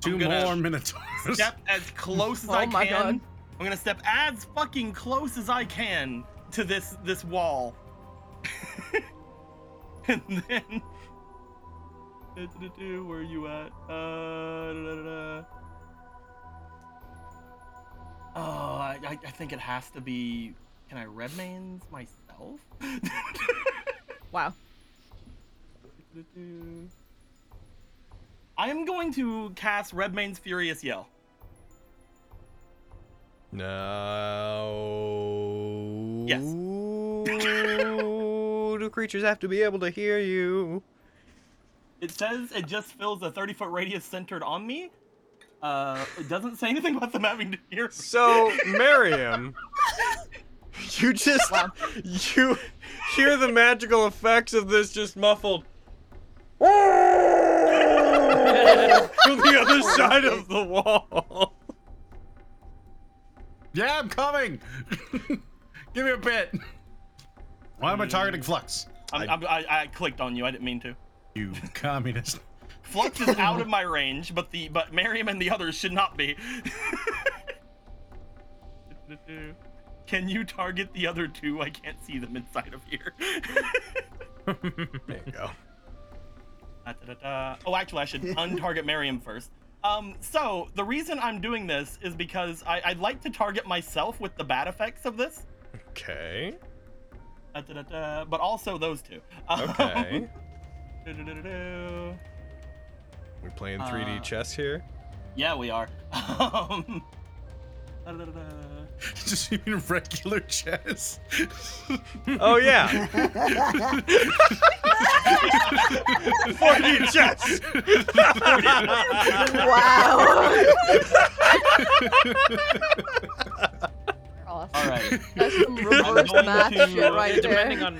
[SPEAKER 4] Two
[SPEAKER 2] I'm gonna
[SPEAKER 4] more minotaurs.
[SPEAKER 2] Step as close as
[SPEAKER 3] Oh
[SPEAKER 2] I
[SPEAKER 3] my
[SPEAKER 2] can.
[SPEAKER 3] God.
[SPEAKER 2] I'm gonna step as fucking close as I can to this this wall. and then Du-du-du-du, where are you at? Uh, da-da-da-da. Oh, I, I, I think it has to be. Can I red mains myself?
[SPEAKER 3] Wow.
[SPEAKER 2] I am going to cast Redmane's Furious Yell.
[SPEAKER 1] No.
[SPEAKER 2] Yes.
[SPEAKER 1] Do creatures have to be able to hear you?
[SPEAKER 2] It says it just fills a 30 foot radius centered on me. Uh, it doesn't say anything about them having to hear. me.
[SPEAKER 1] So, Miriam, you just you hear the magical effects of this just muffled from the other side of the wall.
[SPEAKER 4] Yeah, I'm coming. Give me a bit. Why am I targeting Flux?
[SPEAKER 2] Hmm. I'm, I'm, I, I clicked on you. I didn't mean to.
[SPEAKER 4] You communist.
[SPEAKER 2] Flux is out of my range, but the but Miriam and the others should not be. Can you target the other two? I can't see them inside of here.
[SPEAKER 1] There you go.
[SPEAKER 2] Da, da, da, da. Oh, actually, I should untarget Miriam first. Um, so the reason I'm doing this is because I, I'd like to target myself with the bad effects of this,
[SPEAKER 1] Okay.
[SPEAKER 2] Da, da, da, da, but also those two. Um,
[SPEAKER 1] Okay.
[SPEAKER 2] da, da, da, da, da.
[SPEAKER 1] We're playing 3D
[SPEAKER 2] Uh,
[SPEAKER 1] chess here.
[SPEAKER 2] Yeah, we are. Um, da, da, da, da.
[SPEAKER 4] Just even regular chess.
[SPEAKER 1] Oh yeah, 4D chess.
[SPEAKER 3] Wow.
[SPEAKER 7] They're awesome.
[SPEAKER 2] All right.
[SPEAKER 3] That's some
[SPEAKER 2] I'm
[SPEAKER 3] reverse
[SPEAKER 2] going
[SPEAKER 3] math
[SPEAKER 2] to-
[SPEAKER 3] shit right there.
[SPEAKER 5] Depending on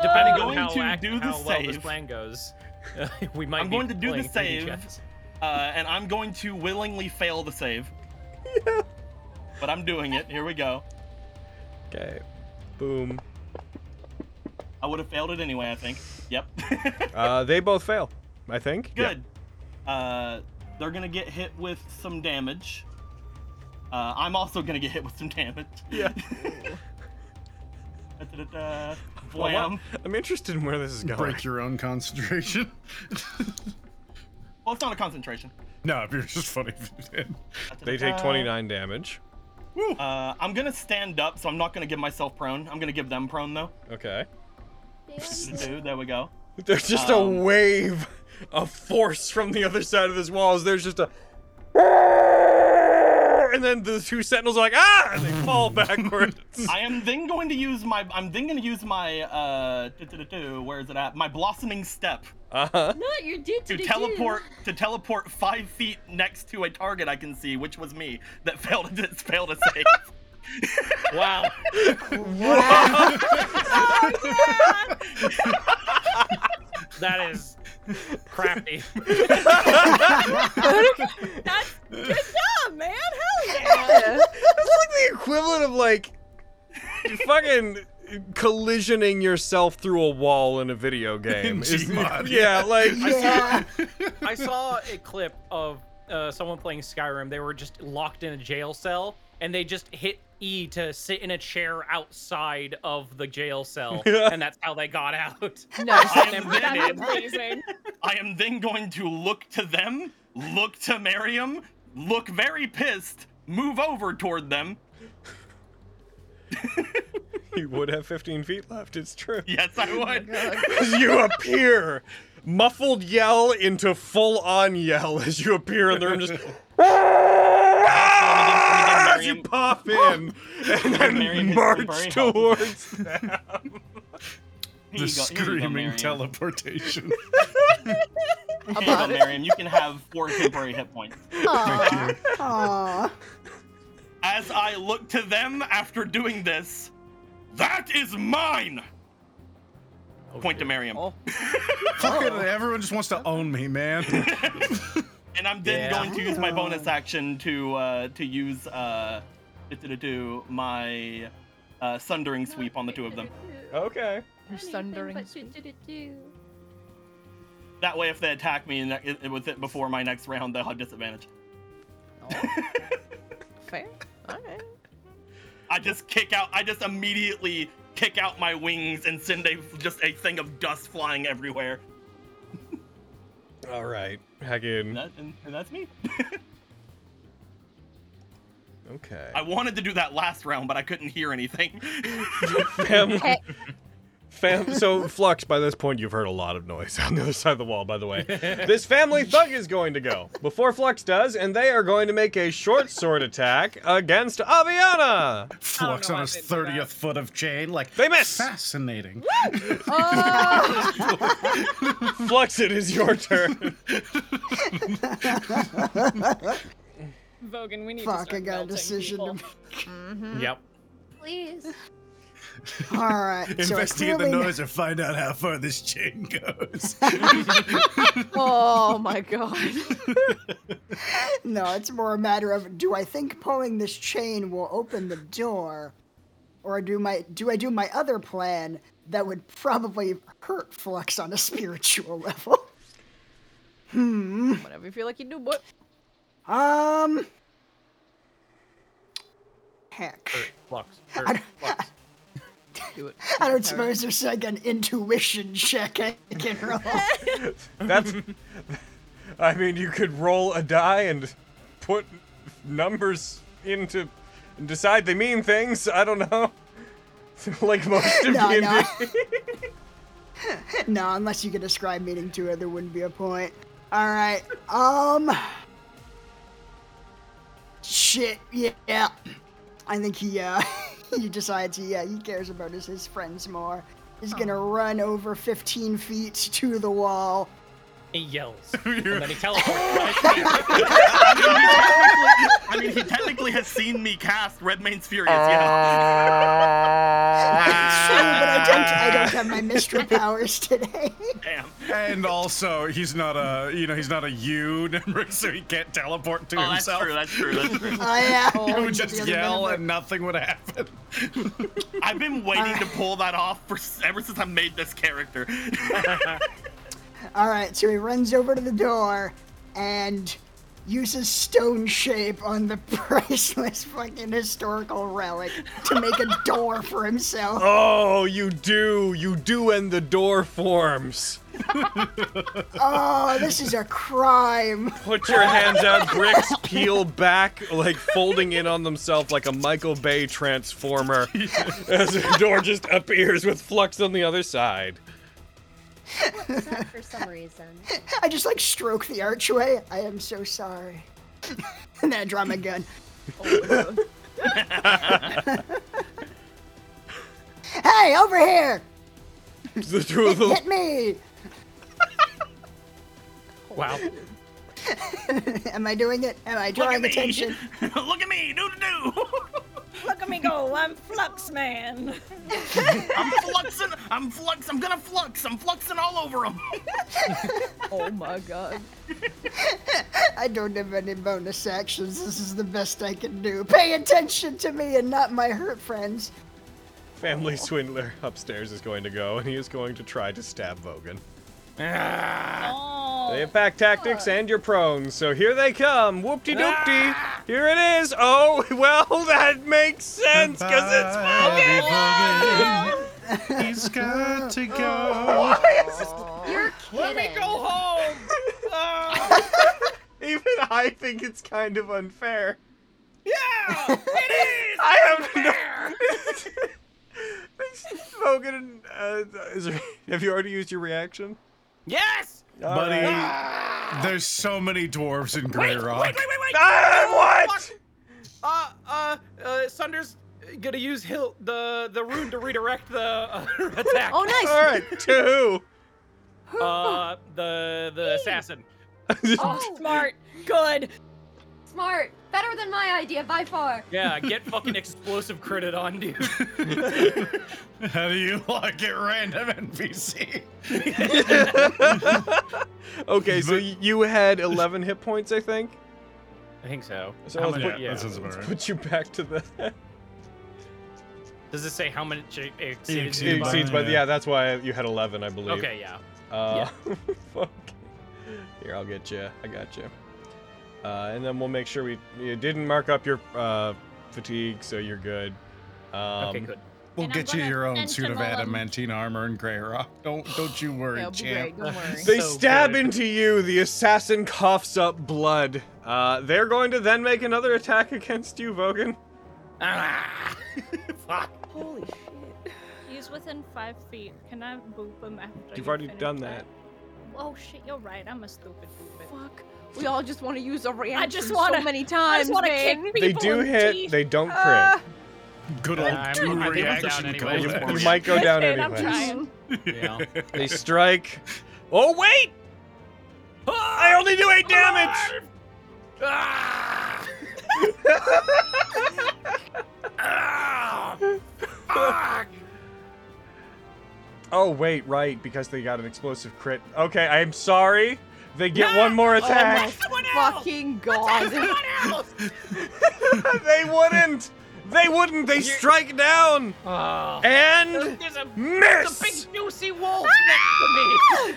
[SPEAKER 5] depending
[SPEAKER 2] I'm
[SPEAKER 5] on
[SPEAKER 2] going
[SPEAKER 5] how,
[SPEAKER 2] to
[SPEAKER 5] act,
[SPEAKER 2] do the
[SPEAKER 5] how well this
[SPEAKER 2] save.
[SPEAKER 5] plan goes, we might.
[SPEAKER 2] I'm
[SPEAKER 5] be
[SPEAKER 2] going to do the
[SPEAKER 5] playing
[SPEAKER 2] save.
[SPEAKER 5] 3D chess.
[SPEAKER 2] Uh, and I'm going to willingly fail the save. But I'm doing it. Here we go.
[SPEAKER 1] Okay. Boom.
[SPEAKER 2] I would have failed it anyway, I think. Yep.
[SPEAKER 1] Uh, they both fail. I think. Yeah.
[SPEAKER 2] Good. Uh, they're gonna get hit with some damage. Uh, I'm also gonna get hit with some damage.
[SPEAKER 1] Yeah.
[SPEAKER 2] Da-da-da-da.
[SPEAKER 1] Well, what-
[SPEAKER 2] Blam.
[SPEAKER 1] I'm interested in where this is going.
[SPEAKER 4] Break your own concentration.
[SPEAKER 2] Well, it's not a concentration.
[SPEAKER 4] no, if you're just funny if you did.
[SPEAKER 1] They take
[SPEAKER 2] Da-da-da-da.
[SPEAKER 1] 29 damage.
[SPEAKER 2] Uh, I'm gonna stand up, so I'm not gonna give myself prone. I'm gonna give them prone though.
[SPEAKER 1] Okay.
[SPEAKER 2] Do, There we go.
[SPEAKER 1] There's just a
[SPEAKER 2] Um,
[SPEAKER 1] wave of force from the other side of this wall. as There's just a. And then the two sentinels are like, ah! And they fall backwards.
[SPEAKER 2] I am then going to use my. I'm then gonna use my. Uh, do-do-do-do, where is it at? My blossoming step
[SPEAKER 1] Uh huh.
[SPEAKER 7] Not your dude
[SPEAKER 2] to teleport to teleport five feet next to a target I can see, which was me that failed to failed to save.
[SPEAKER 5] Wow.
[SPEAKER 3] Oh,
[SPEAKER 5] that is crappy.
[SPEAKER 6] That's good job, man. Hell yeah.
[SPEAKER 3] Yeah.
[SPEAKER 1] That's like the equivalent of like fucking collisioning yourself through a wall in a video game. Is-
[SPEAKER 4] Gmod,
[SPEAKER 1] yeah, like
[SPEAKER 8] Yeah.
[SPEAKER 5] I saw a clip of uh, someone playing Skyrim. They were just locked in a jail cell, and they just hit E to sit in a chair outside of the jail cell, and that's how they got out.
[SPEAKER 3] Nice.
[SPEAKER 2] I am
[SPEAKER 6] That's
[SPEAKER 2] then
[SPEAKER 6] amazing.
[SPEAKER 2] I am then going to look to them, look to Miriam, look very pissed, move over toward them.
[SPEAKER 1] you would have 15 feet left. It's true.
[SPEAKER 2] Yes, I
[SPEAKER 4] Oh
[SPEAKER 2] would.
[SPEAKER 1] As you appear, muffled yell into full on yell as you appear in the room, just as you pop in and
[SPEAKER 2] Miriam
[SPEAKER 1] then
[SPEAKER 2] is
[SPEAKER 1] march
[SPEAKER 2] very helpful.
[SPEAKER 1] towards them.
[SPEAKER 2] Here you go-
[SPEAKER 4] The
[SPEAKER 2] here you go,
[SPEAKER 4] screaming
[SPEAKER 2] Miriam.
[SPEAKER 4] teleportation.
[SPEAKER 2] Here you go,
[SPEAKER 3] About it.
[SPEAKER 2] Miriam. You can have four temporary hit points.
[SPEAKER 8] Aw. Aw.
[SPEAKER 2] As I look to them after doing this, that is mine. Point to Miriam.
[SPEAKER 3] Oh.
[SPEAKER 4] Fucking everyone just wants to own me, man.
[SPEAKER 2] And I'm then
[SPEAKER 5] Yeah.
[SPEAKER 2] going to use my bonus action to uh, to use uh, to do my uh, sundering sweep on the two of them.
[SPEAKER 1] Okay.
[SPEAKER 3] Your sundering. sweet.
[SPEAKER 2] That way, if they attack me and that- it- it- with it before my next round, they'll have disadvantage.
[SPEAKER 3] Fair. Alright.
[SPEAKER 2] I just kick out. I just immediately kick out my wings and send a just a thing of dust flying everywhere.
[SPEAKER 1] All right.
[SPEAKER 2] And,
[SPEAKER 1] Hacking.
[SPEAKER 2] that, and, and that's me.
[SPEAKER 1] Okay.
[SPEAKER 2] I wanted to do that last round, but I couldn't hear anything.
[SPEAKER 1] Fam, fam, so Flux, by this point, you've heard a lot of noise on the other side of the wall. By the way, this family thug is going to go before Flux does, and they are going to make a short sword attack against Aviana.
[SPEAKER 4] Flux
[SPEAKER 6] know
[SPEAKER 4] on
[SPEAKER 6] why I
[SPEAKER 4] his
[SPEAKER 6] didn't do that.
[SPEAKER 4] 30th foot of chain. Like,
[SPEAKER 1] They miss!
[SPEAKER 4] Fascinating.
[SPEAKER 3] Oh,
[SPEAKER 1] Flux, it is your turn.
[SPEAKER 6] Vogan, we need to
[SPEAKER 8] Fuck,
[SPEAKER 6] start
[SPEAKER 8] I got a
[SPEAKER 6] melting
[SPEAKER 8] decision to
[SPEAKER 6] people.
[SPEAKER 8] make.
[SPEAKER 3] Mm-hmm.
[SPEAKER 5] Yep.
[SPEAKER 7] Please.
[SPEAKER 8] All right.
[SPEAKER 4] Investigate
[SPEAKER 8] Uh, so
[SPEAKER 4] the
[SPEAKER 8] it's clearly-
[SPEAKER 4] noise and find out how far this chain goes.
[SPEAKER 3] oh my god.
[SPEAKER 8] No, it's more a matter of do I think pulling this chain will open the door, or do my do I do my other plan that would probably hurt Flux on a spiritual level?
[SPEAKER 3] Whatever you feel like you do, boy.
[SPEAKER 8] Um. heck?
[SPEAKER 5] Or flux.
[SPEAKER 1] er,
[SPEAKER 8] I
[SPEAKER 5] Or
[SPEAKER 8] don't-
[SPEAKER 5] flux.
[SPEAKER 3] Do it.
[SPEAKER 8] I don't suppose there's like an intuition check I can roll.
[SPEAKER 1] That's. I mean, you could roll a die and put numbers into and decide they mean things. I don't know. like most of
[SPEAKER 8] No,
[SPEAKER 1] D&D.
[SPEAKER 8] no. no, unless you could ascribe meaning to it, there wouldn't be a point. All right. Um. Shit. Yeah. I think he uh he decides he uh, he cares about his his friends more. He's gonna run over 15 feet to the wall.
[SPEAKER 5] He yells. and then he teleports. Right?
[SPEAKER 2] I mean, he technically has seen me cast Redmane's Furious, yeah.
[SPEAKER 8] It's true, Uh. but I don't I don't have my mystery powers today.
[SPEAKER 2] Damn.
[SPEAKER 4] And also, he's not a you know he's not a U number, so he can't teleport to
[SPEAKER 2] Oh, that's
[SPEAKER 4] himself.
[SPEAKER 2] true, that's true, that's true.
[SPEAKER 8] I uh, am.
[SPEAKER 4] he would just yell and nothing would happen.
[SPEAKER 2] I've been waiting
[SPEAKER 3] Uh.
[SPEAKER 2] to pull that off for s- ever since I made this character.
[SPEAKER 8] All right, so he runs over to the door and uses stone shape on the priceless fucking historical relic to make a door for himself.
[SPEAKER 1] Oh, you do. You do, and the door forms.
[SPEAKER 8] Oh, this is a crime.
[SPEAKER 1] Put your hands out, bricks peel back, like folding in on themselves like a Michael Bay transformer. as the door just appears with flux on the other side.
[SPEAKER 7] Except for some reason.
[SPEAKER 8] I just like stroke the archway. I am so sorry. and then I draw my gun. hey, over here!
[SPEAKER 1] The two of them
[SPEAKER 8] Hit me!
[SPEAKER 5] wow.
[SPEAKER 8] Am I doing it? Am
[SPEAKER 2] Look
[SPEAKER 8] I
[SPEAKER 2] at
[SPEAKER 8] drawing
[SPEAKER 2] me.
[SPEAKER 8] attention?
[SPEAKER 2] Look at me, doo doo doo.
[SPEAKER 6] Look at me go, I'm Flux Man.
[SPEAKER 2] I'm fluxing. I'm flux. I'm gonna flux. I'm fluxing all over him.
[SPEAKER 3] Oh my god.
[SPEAKER 8] I don't have any bonus actions. This is the best I can do. Pay attention to me and not my hurt friends.
[SPEAKER 1] Family swindler upstairs is going to go, and he is going to try to stab Vogan. Ah!
[SPEAKER 6] Oh.
[SPEAKER 1] They have pack tactics, and you're prone, so here they come. Whoop de doop de. Here it is. Oh, well, that makes sense because it's Vogan.
[SPEAKER 4] Vogan. He's got to go.
[SPEAKER 7] You're kidding. Let me go home.
[SPEAKER 9] Ah.
[SPEAKER 1] Even I think it's kind of unfair. Yeah, it is. I have no. Vogan, uh, is there, have you already used your reaction?
[SPEAKER 2] Yes.
[SPEAKER 1] All
[SPEAKER 4] Buddy,
[SPEAKER 1] right.
[SPEAKER 8] Ah!
[SPEAKER 4] there's so many dwarves in Grey Rock.
[SPEAKER 5] wait.
[SPEAKER 1] Ah, what?
[SPEAKER 5] Uh, uh, uh, Sunder's gonna use Hill the the rune to redirect the uh, attack.
[SPEAKER 9] Oh, nice.
[SPEAKER 1] All right, two.
[SPEAKER 5] Uh, the the assassin.
[SPEAKER 7] Oh,
[SPEAKER 6] Smart. Good.
[SPEAKER 7] smart. Better than my idea by far.
[SPEAKER 5] Yeah, get fucking explosive critted on, dude.
[SPEAKER 4] How do you like it, random NPC?
[SPEAKER 1] okay, so y- you had 11 hit points, I think.
[SPEAKER 5] I think so.
[SPEAKER 1] So
[SPEAKER 5] How
[SPEAKER 1] let's
[SPEAKER 5] many-
[SPEAKER 1] put,
[SPEAKER 5] yeah.
[SPEAKER 4] that sounds about
[SPEAKER 1] let's
[SPEAKER 4] right.
[SPEAKER 1] put you back to the. it
[SPEAKER 5] Does it say how much it
[SPEAKER 4] It
[SPEAKER 5] exceeds?
[SPEAKER 4] exceeds
[SPEAKER 5] by?
[SPEAKER 1] exceeds, but yeah, that's why you had 11, I believe.
[SPEAKER 5] Okay, yeah.
[SPEAKER 1] Uh, fuck. Here, I'll get you. I got you. Uh, and then we'll make sure we you didn't mark up your uh, fatigue, so you're good. Um,
[SPEAKER 5] okay, good.
[SPEAKER 4] We'll
[SPEAKER 6] And I'm
[SPEAKER 4] get you
[SPEAKER 6] gonna
[SPEAKER 4] your own
[SPEAKER 6] send
[SPEAKER 4] suit of
[SPEAKER 6] Timon-
[SPEAKER 4] adamantine armor and Grey Rock. Don't don't you worry,
[SPEAKER 3] Yeah,
[SPEAKER 4] champ.
[SPEAKER 3] great. Don't worry.
[SPEAKER 1] They
[SPEAKER 5] So
[SPEAKER 1] stab
[SPEAKER 5] good.
[SPEAKER 1] into you. The assassin coughs up blood. Uh, they're going to then make another attack against you, Vogan.
[SPEAKER 5] Ah, fuck.
[SPEAKER 3] Holy shit.
[SPEAKER 6] He's within five feet. Can I boop him after?
[SPEAKER 1] You've
[SPEAKER 6] you
[SPEAKER 1] already
[SPEAKER 6] finish
[SPEAKER 1] done that.
[SPEAKER 6] Oh shit, you're right. I'm a stupid boop.
[SPEAKER 3] Fuck. We all just want to use our reaction
[SPEAKER 6] just wanna-
[SPEAKER 3] so many
[SPEAKER 6] I
[SPEAKER 3] times,
[SPEAKER 6] just want to
[SPEAKER 3] man.
[SPEAKER 6] kick people.
[SPEAKER 1] They do
[SPEAKER 6] in the
[SPEAKER 1] hit.
[SPEAKER 6] teeth. uh,
[SPEAKER 1] They don't crit.
[SPEAKER 3] Ah.
[SPEAKER 4] Good
[SPEAKER 5] Yeah,
[SPEAKER 4] old
[SPEAKER 5] I'm-
[SPEAKER 4] two
[SPEAKER 5] I think it's down
[SPEAKER 4] reaction
[SPEAKER 5] anyway.
[SPEAKER 1] you,
[SPEAKER 4] combo.
[SPEAKER 1] you might go down
[SPEAKER 6] Shit, I'm
[SPEAKER 1] anyway.
[SPEAKER 6] trying.
[SPEAKER 5] Yeah.
[SPEAKER 1] They strike. Oh wait! I only do eight damage.
[SPEAKER 5] Ah! Ah!
[SPEAKER 1] Oh wait, right, because they got an explosive crit. Okay, I'm sorry. They get one more
[SPEAKER 5] Oh,
[SPEAKER 6] Oh
[SPEAKER 1] attack.
[SPEAKER 3] Fucking god.
[SPEAKER 1] they wouldn't. They wouldn't. They strike down
[SPEAKER 5] Ah.
[SPEAKER 1] and
[SPEAKER 5] There's a
[SPEAKER 1] miss.
[SPEAKER 5] big juicy wolf next to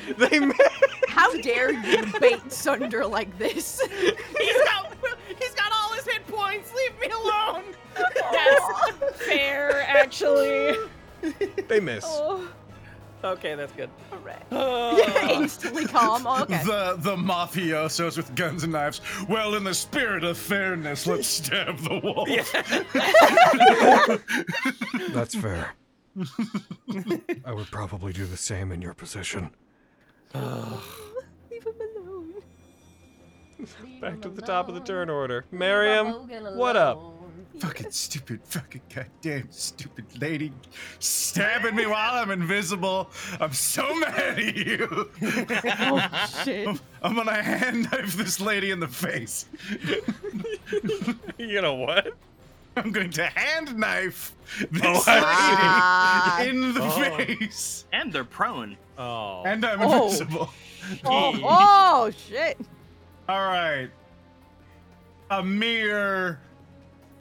[SPEAKER 5] me.
[SPEAKER 1] They miss.
[SPEAKER 3] How dare you bait Sunder like this?
[SPEAKER 5] He's got he's got all his hit points. Leave me alone.
[SPEAKER 6] Yes.
[SPEAKER 1] They miss.
[SPEAKER 9] Oh,
[SPEAKER 5] Okay, that's good.
[SPEAKER 9] all right.
[SPEAKER 3] Instantly calm. Oh, okay.
[SPEAKER 4] The the mafiosos with guns and knives. Well, in the spirit of fairness, let's stab the wolf.
[SPEAKER 1] That's fair. I would probably do the same in your position.
[SPEAKER 9] Leave him alone.
[SPEAKER 1] Back to the top of the turn order. Miriam, what up?
[SPEAKER 4] Fucking stupid, fucking goddamn stupid lady stabbing me while I'm invisible. I'm so mad at you.
[SPEAKER 3] Oh, shit.
[SPEAKER 4] I'm gonna hand knife this lady in the face.
[SPEAKER 1] You know what?
[SPEAKER 4] I'm going to hand knife this
[SPEAKER 1] Oh,
[SPEAKER 2] Ah.
[SPEAKER 3] I
[SPEAKER 4] lady in the
[SPEAKER 5] Oh.
[SPEAKER 4] face.
[SPEAKER 2] And they're prone.
[SPEAKER 5] Oh.
[SPEAKER 4] And I'm
[SPEAKER 3] Oh.
[SPEAKER 4] invincible.
[SPEAKER 3] Oh, oh, shit.
[SPEAKER 4] All right. A mere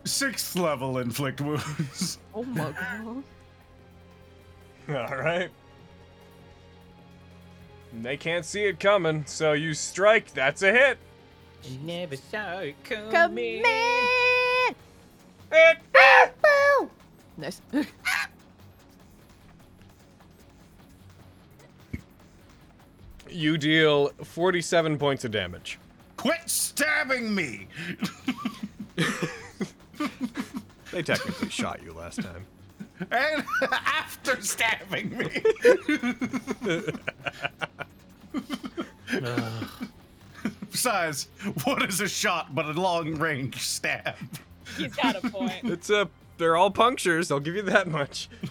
[SPEAKER 4] sixth level inflict wounds.
[SPEAKER 3] Oh my god.
[SPEAKER 1] All right. They can't see it coming, so you strike. That's a hit.
[SPEAKER 5] Never saw it coming.
[SPEAKER 3] Come in.
[SPEAKER 1] Hit.
[SPEAKER 3] Nice.
[SPEAKER 1] You deal 47 points of damage.
[SPEAKER 4] Quit stabbing me.
[SPEAKER 1] They technically shot you last time.
[SPEAKER 4] And after stabbing me. Besides, what is a shot but a long range stab?
[SPEAKER 6] He's got a point.
[SPEAKER 1] It's a. They're all punctures. I'll give you that much.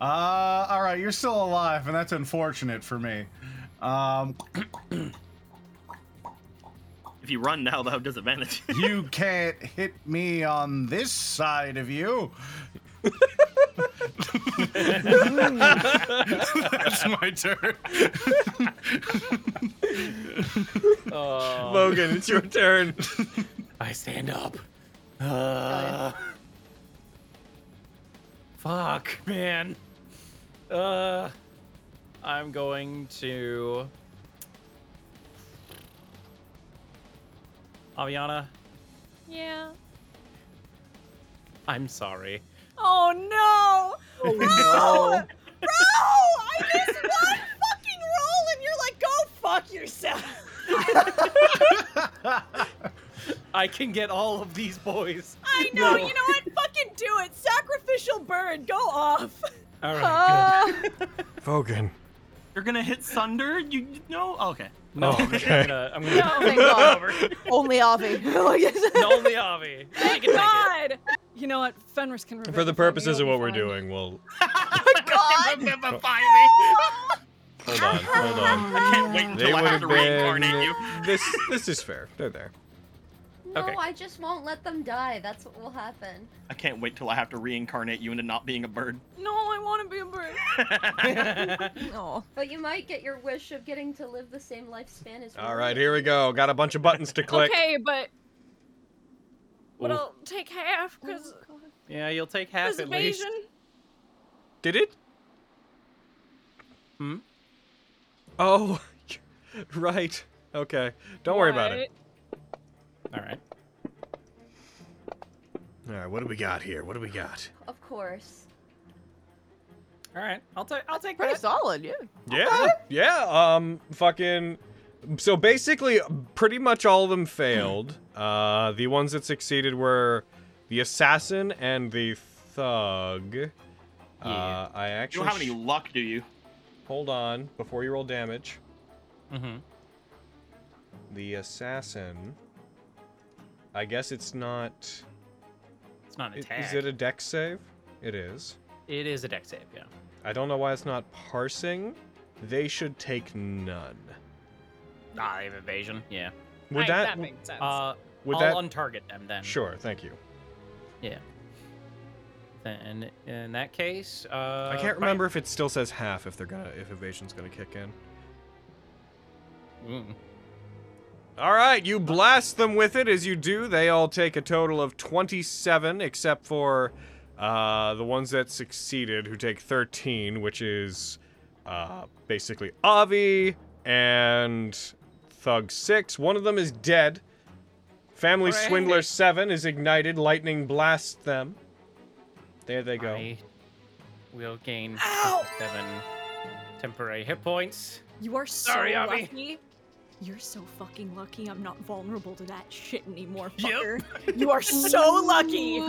[SPEAKER 4] Uh, all right, you're still alive, and that's unfortunate for me. Um,
[SPEAKER 2] If you run now, they'll have disadvantage.
[SPEAKER 4] you can't hit me on this side of you. that's my turn.
[SPEAKER 5] Oh.
[SPEAKER 1] Logan, it's your turn.
[SPEAKER 5] I stand up. Uh, fuck, man. Uh, I'm going to. Aviana,
[SPEAKER 6] Yeah.
[SPEAKER 5] I'm sorry.
[SPEAKER 6] Oh no!
[SPEAKER 3] Oh,
[SPEAKER 6] I just one fucking roll and you're like, go fuck yourself.
[SPEAKER 5] I can get all of these boys.
[SPEAKER 6] I know, you know what? Fucking do it. Sacrificial bird, go off.
[SPEAKER 5] All right,
[SPEAKER 3] uh,
[SPEAKER 1] Vogan.
[SPEAKER 2] You're gonna hit Sunder? You know? Okay.
[SPEAKER 5] good. No, I'm
[SPEAKER 1] okay.
[SPEAKER 5] gonna. I'm
[SPEAKER 3] no,
[SPEAKER 5] gonna
[SPEAKER 3] thank god.
[SPEAKER 5] over.
[SPEAKER 3] Only Avi.
[SPEAKER 5] No, only Avi. Make it, make it.
[SPEAKER 6] God. You know what? Fenris can.
[SPEAKER 1] For the purposes of what we're doing, we'll
[SPEAKER 2] Never find me.
[SPEAKER 1] hold on. Hold on.
[SPEAKER 2] I can't wait
[SPEAKER 1] They
[SPEAKER 2] until I
[SPEAKER 1] would
[SPEAKER 2] have
[SPEAKER 1] have
[SPEAKER 2] to reincarnate
[SPEAKER 1] been.
[SPEAKER 2] you.
[SPEAKER 1] This this is fair. They're there.
[SPEAKER 7] No,
[SPEAKER 5] Okay.
[SPEAKER 7] I just won't let them die. That's what will happen.
[SPEAKER 2] I can't wait till I have to reincarnate you into not being a bird.
[SPEAKER 6] No, I want to be a bird.
[SPEAKER 3] No.
[SPEAKER 7] But you might get your wish of getting to live the same lifespan as we
[SPEAKER 1] All
[SPEAKER 7] live.
[SPEAKER 1] right, here we go. Got a bunch of buttons to click.
[SPEAKER 6] Okay, but but
[SPEAKER 5] Ooh.
[SPEAKER 6] I'll take half
[SPEAKER 7] Oh,
[SPEAKER 6] because
[SPEAKER 7] God.
[SPEAKER 5] Yeah, you'll take half at least.
[SPEAKER 6] evasion.
[SPEAKER 1] Did it?
[SPEAKER 5] Hmm?
[SPEAKER 1] Oh, right. Okay. Don't worry about it.
[SPEAKER 5] All right.
[SPEAKER 1] All right. What do we got here? What do we got?
[SPEAKER 7] Of course.
[SPEAKER 5] All right. I'll take. I'll take
[SPEAKER 3] Pretty
[SPEAKER 5] that.
[SPEAKER 3] solid, yeah.
[SPEAKER 1] Yeah. Yeah. Um. Fucking. So basically, pretty much all of them failed.
[SPEAKER 2] Hmm.
[SPEAKER 1] Uh, the ones that succeeded were the assassin and the thug. Uh, I
[SPEAKER 2] You
[SPEAKER 1] actually
[SPEAKER 2] don't have any
[SPEAKER 1] sh-
[SPEAKER 2] luck, do you?
[SPEAKER 1] hold on before you roll damage.
[SPEAKER 5] Mm-hmm.
[SPEAKER 1] The assassin. I guess it's not.
[SPEAKER 5] It's not an
[SPEAKER 1] i-
[SPEAKER 5] attack.
[SPEAKER 1] Is it a deck save? It is.
[SPEAKER 5] It is a deck save, yeah.
[SPEAKER 1] I don't know why it's not parsing. They should take none.
[SPEAKER 5] Ah, they have evasion. Yeah.
[SPEAKER 1] Would
[SPEAKER 6] I-
[SPEAKER 1] that,
[SPEAKER 6] makes sense.
[SPEAKER 5] Uh,
[SPEAKER 1] would
[SPEAKER 5] I'll
[SPEAKER 1] that
[SPEAKER 5] untarget them then.
[SPEAKER 1] Sure, thank you.
[SPEAKER 5] Then in that case, uh,
[SPEAKER 1] I can't remember if it still says half if they're gonna if evasion's gonna kick in.
[SPEAKER 5] Mm.
[SPEAKER 1] All right, you blast them with it as you do. They all take a total of 27 except for uh, the ones that succeeded who take 13, which is uh, basically Avi and Thug 6. One of them is dead. Family
[SPEAKER 5] Hooray.
[SPEAKER 1] Swindler 7 is ignited. Lightning blasts them. There they go.
[SPEAKER 5] I will gain
[SPEAKER 6] Ow!
[SPEAKER 5] 57 temporary hit points.
[SPEAKER 6] You are so
[SPEAKER 5] Sorry, Abby.
[SPEAKER 6] lucky. You're so fucking lucky I'm not vulnerable to that shit anymore, fucker.
[SPEAKER 5] Yep.
[SPEAKER 6] You are so lucky.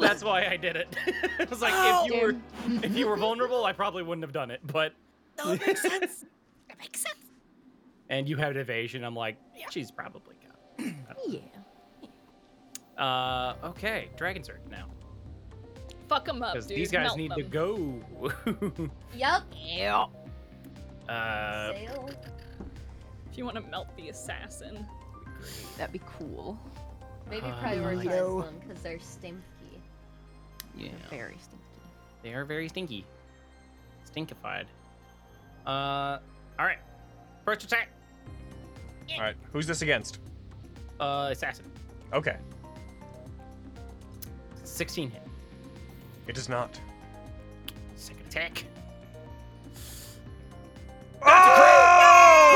[SPEAKER 5] That's why I did it. I was like, if you were if you were vulnerable, I probably wouldn't have done it. But
[SPEAKER 10] No, it makes sense. It makes sense.
[SPEAKER 5] and you had evasion. I'm like, she's probably got. it." I don't
[SPEAKER 3] Yeah.
[SPEAKER 5] know. Uh, okay, Dragon's Earth now
[SPEAKER 6] Fuck them up,
[SPEAKER 5] because
[SPEAKER 6] dude.
[SPEAKER 5] these guys
[SPEAKER 6] Melt
[SPEAKER 5] need to
[SPEAKER 6] them.
[SPEAKER 5] go.
[SPEAKER 7] Yep.
[SPEAKER 5] uh,
[SPEAKER 7] Sail.
[SPEAKER 6] If you want to melt the assassin.
[SPEAKER 3] That'd be cool.
[SPEAKER 7] Maybe
[SPEAKER 5] Uh,
[SPEAKER 7] prioritize
[SPEAKER 8] Yo.
[SPEAKER 7] them because they're
[SPEAKER 1] Um,
[SPEAKER 7] stinky.
[SPEAKER 5] yeah,
[SPEAKER 3] Very stinky.
[SPEAKER 5] they are very stinky, stinkified. Uh, all right, first attack.
[SPEAKER 1] All right, who's this against?
[SPEAKER 5] Uh, assassin,
[SPEAKER 1] Okay,
[SPEAKER 5] 16 hit.
[SPEAKER 1] it is not.
[SPEAKER 5] Second attack.
[SPEAKER 3] Oh!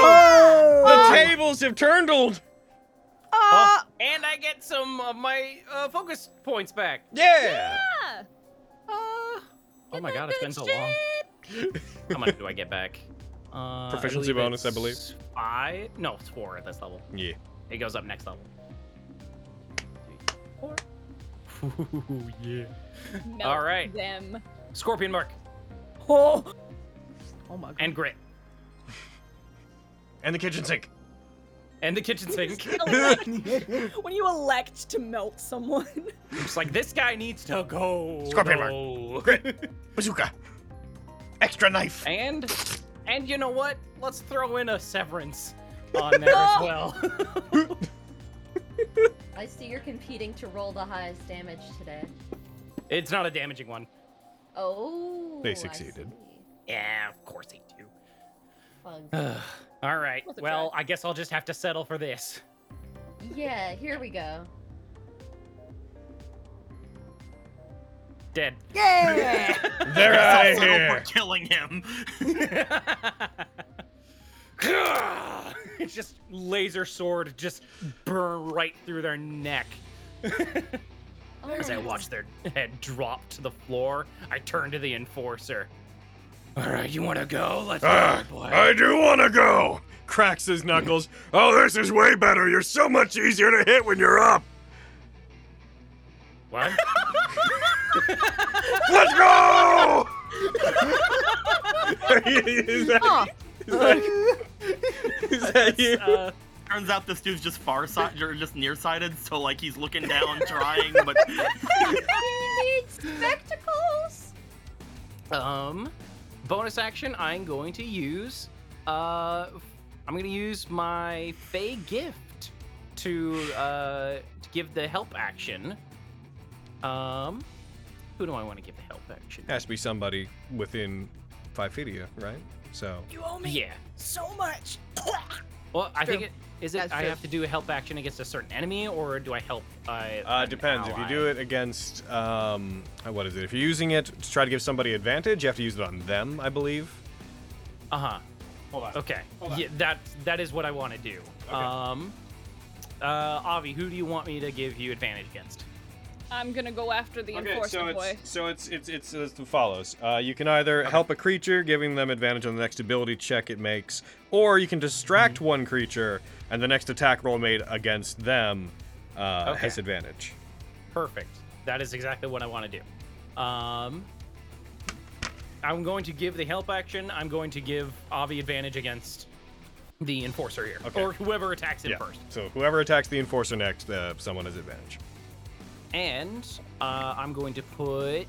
[SPEAKER 1] Oh! The tables have turned.
[SPEAKER 3] Uh,
[SPEAKER 5] Oh, and I get some of my uh, focus points back.
[SPEAKER 1] Yeah.
[SPEAKER 6] Ah!
[SPEAKER 5] Uh, oh my god, it's been so long. How much do I get back? Uh,
[SPEAKER 1] Proficiency
[SPEAKER 5] believe
[SPEAKER 1] bonus, I believe.
[SPEAKER 5] it's Five? No, it's four at this level.
[SPEAKER 1] Yeah.
[SPEAKER 5] It goes up next level. Four. Ooh, yeah.
[SPEAKER 6] Melt
[SPEAKER 5] All right.
[SPEAKER 6] them.
[SPEAKER 5] Scorpion mark
[SPEAKER 3] Oh. Oh my god.
[SPEAKER 5] and grit
[SPEAKER 1] And the kitchen sink.
[SPEAKER 5] and the kitchen sink.
[SPEAKER 6] Elect- when you elect to melt someone.
[SPEAKER 5] It's like this guy needs to go.
[SPEAKER 1] Scorpion mark.
[SPEAKER 5] no.
[SPEAKER 1] Bazooka. Extra knife.
[SPEAKER 5] And and you know what? Let's throw in a severance on there as well.
[SPEAKER 7] I see you're competing to roll the highest damage today.
[SPEAKER 5] it's not a damaging one.
[SPEAKER 7] Oh. I
[SPEAKER 1] succeeded.
[SPEAKER 7] see.
[SPEAKER 5] Yeah, of course they do. Uh.
[SPEAKER 7] Fun.
[SPEAKER 5] All right.
[SPEAKER 6] Worth a
[SPEAKER 5] Well, I guess I'll just have to settle for this.
[SPEAKER 7] yeah, here we go.
[SPEAKER 5] Dead.
[SPEAKER 8] Yeah.
[SPEAKER 1] There I
[SPEAKER 2] It's also
[SPEAKER 1] hear.
[SPEAKER 2] for killing him.
[SPEAKER 5] it's just laser sword just burn right through their neck. As I
[SPEAKER 6] Oh
[SPEAKER 7] Alright.
[SPEAKER 5] watched their head drop to the floor, I turned to the enforcer. All right, you want to go? Let's
[SPEAKER 1] Ah,
[SPEAKER 5] go, boy.
[SPEAKER 1] I do want to go. Cracks his knuckles. Oh, this is way better. You're so much easier to hit when you're up.
[SPEAKER 5] What?
[SPEAKER 1] Let's go! is that,
[SPEAKER 3] Huh.
[SPEAKER 1] is that, is that you?
[SPEAKER 5] Uh,
[SPEAKER 2] Turns out this dude's just far sighted, or just nearsighted, so like he's looking down, trying, but
[SPEAKER 7] You need spectacles.
[SPEAKER 5] Um, bonus action. I'm going to use. Uh, I'm going to use my Fey gift to uh to give the help action. Um, who do I want to give the help action?
[SPEAKER 1] Has to be somebody within five feet of you, right? So
[SPEAKER 6] You owe me
[SPEAKER 5] Yeah.
[SPEAKER 6] so much.
[SPEAKER 5] Well, I think
[SPEAKER 3] True.
[SPEAKER 5] it is it.
[SPEAKER 3] That's
[SPEAKER 5] I
[SPEAKER 3] true.
[SPEAKER 5] have to do a help action against a certain enemy, or do I help? Uh,
[SPEAKER 1] Uh, depends. If you do it against, um, uh, what is it? If you're using it to try to give somebody advantage, you have to use it on them, I believe.
[SPEAKER 5] uh huh.
[SPEAKER 4] Hold on.
[SPEAKER 5] Okay. Yeah, that that is what I want to do. Um, uh, Avi, who do you want me to give you advantage against?
[SPEAKER 6] I'm gonna go after the enforcer boy.
[SPEAKER 1] so it's it's it's as follows. Uh, you can either help a creature, giving them advantage on the next ability check it makes, or you can distract
[SPEAKER 5] Mm-hmm.
[SPEAKER 1] one creature, and the next attack roll made against them uh,
[SPEAKER 5] Okay.
[SPEAKER 1] has advantage.
[SPEAKER 5] Perfect. That is exactly what I want to do. Um, I'm going to give the help action. I'm going to give Avi advantage against the enforcer here,
[SPEAKER 1] Okay.
[SPEAKER 5] or whoever attacks him
[SPEAKER 1] yeah.
[SPEAKER 5] first.
[SPEAKER 1] So whoever attacks the enforcer next, uh, someone has advantage.
[SPEAKER 5] And uh, I'm going to put.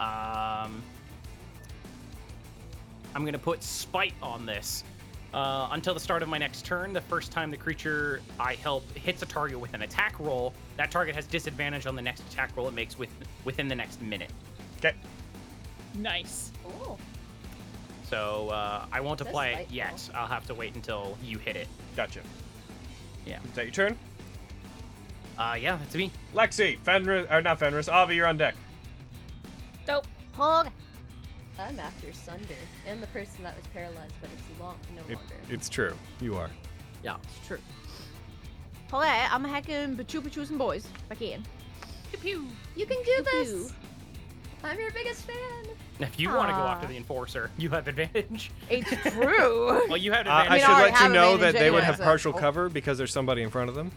[SPEAKER 5] Um, I'm going to put spite on this. Uh, until the start of my next turn, the first time the creature I help hits a target with an attack roll, that target has disadvantage on the next attack roll it makes with, within the next minute.
[SPEAKER 1] Okay.
[SPEAKER 6] Nice.
[SPEAKER 7] Oh,
[SPEAKER 5] So uh, I won't
[SPEAKER 7] That's
[SPEAKER 5] apply it
[SPEAKER 7] spiteful.
[SPEAKER 5] yet. I'll have to wait until you hit it.
[SPEAKER 1] Gotcha.
[SPEAKER 5] Yeah.
[SPEAKER 1] Is that your turn?
[SPEAKER 5] Uh, yeah, that's me.
[SPEAKER 1] Lexi, Fenris, or not Fenris, Avi, you're on deck.
[SPEAKER 6] Dope.
[SPEAKER 7] I'm after Sunder and the person that was paralyzed, but it's long no
[SPEAKER 1] It,
[SPEAKER 7] longer.
[SPEAKER 1] it's true. You are.
[SPEAKER 5] Yeah.
[SPEAKER 3] It's true. Alright, I'm hacking Bachu Bachu's and boys if I can.
[SPEAKER 7] You can do this. I'm your biggest fan.
[SPEAKER 5] If you want to go
[SPEAKER 3] Aw.
[SPEAKER 5] after the enforcer, you have advantage.
[SPEAKER 3] It's true.
[SPEAKER 5] Well, you have
[SPEAKER 1] Uh, I
[SPEAKER 5] advantage.
[SPEAKER 1] should
[SPEAKER 3] mean, I
[SPEAKER 1] let you
[SPEAKER 3] have
[SPEAKER 1] know
[SPEAKER 3] advantage
[SPEAKER 1] that they would
[SPEAKER 3] anyway,
[SPEAKER 1] have
[SPEAKER 3] so-
[SPEAKER 1] partial
[SPEAKER 3] Oh.
[SPEAKER 1] cover because there's somebody in front of them,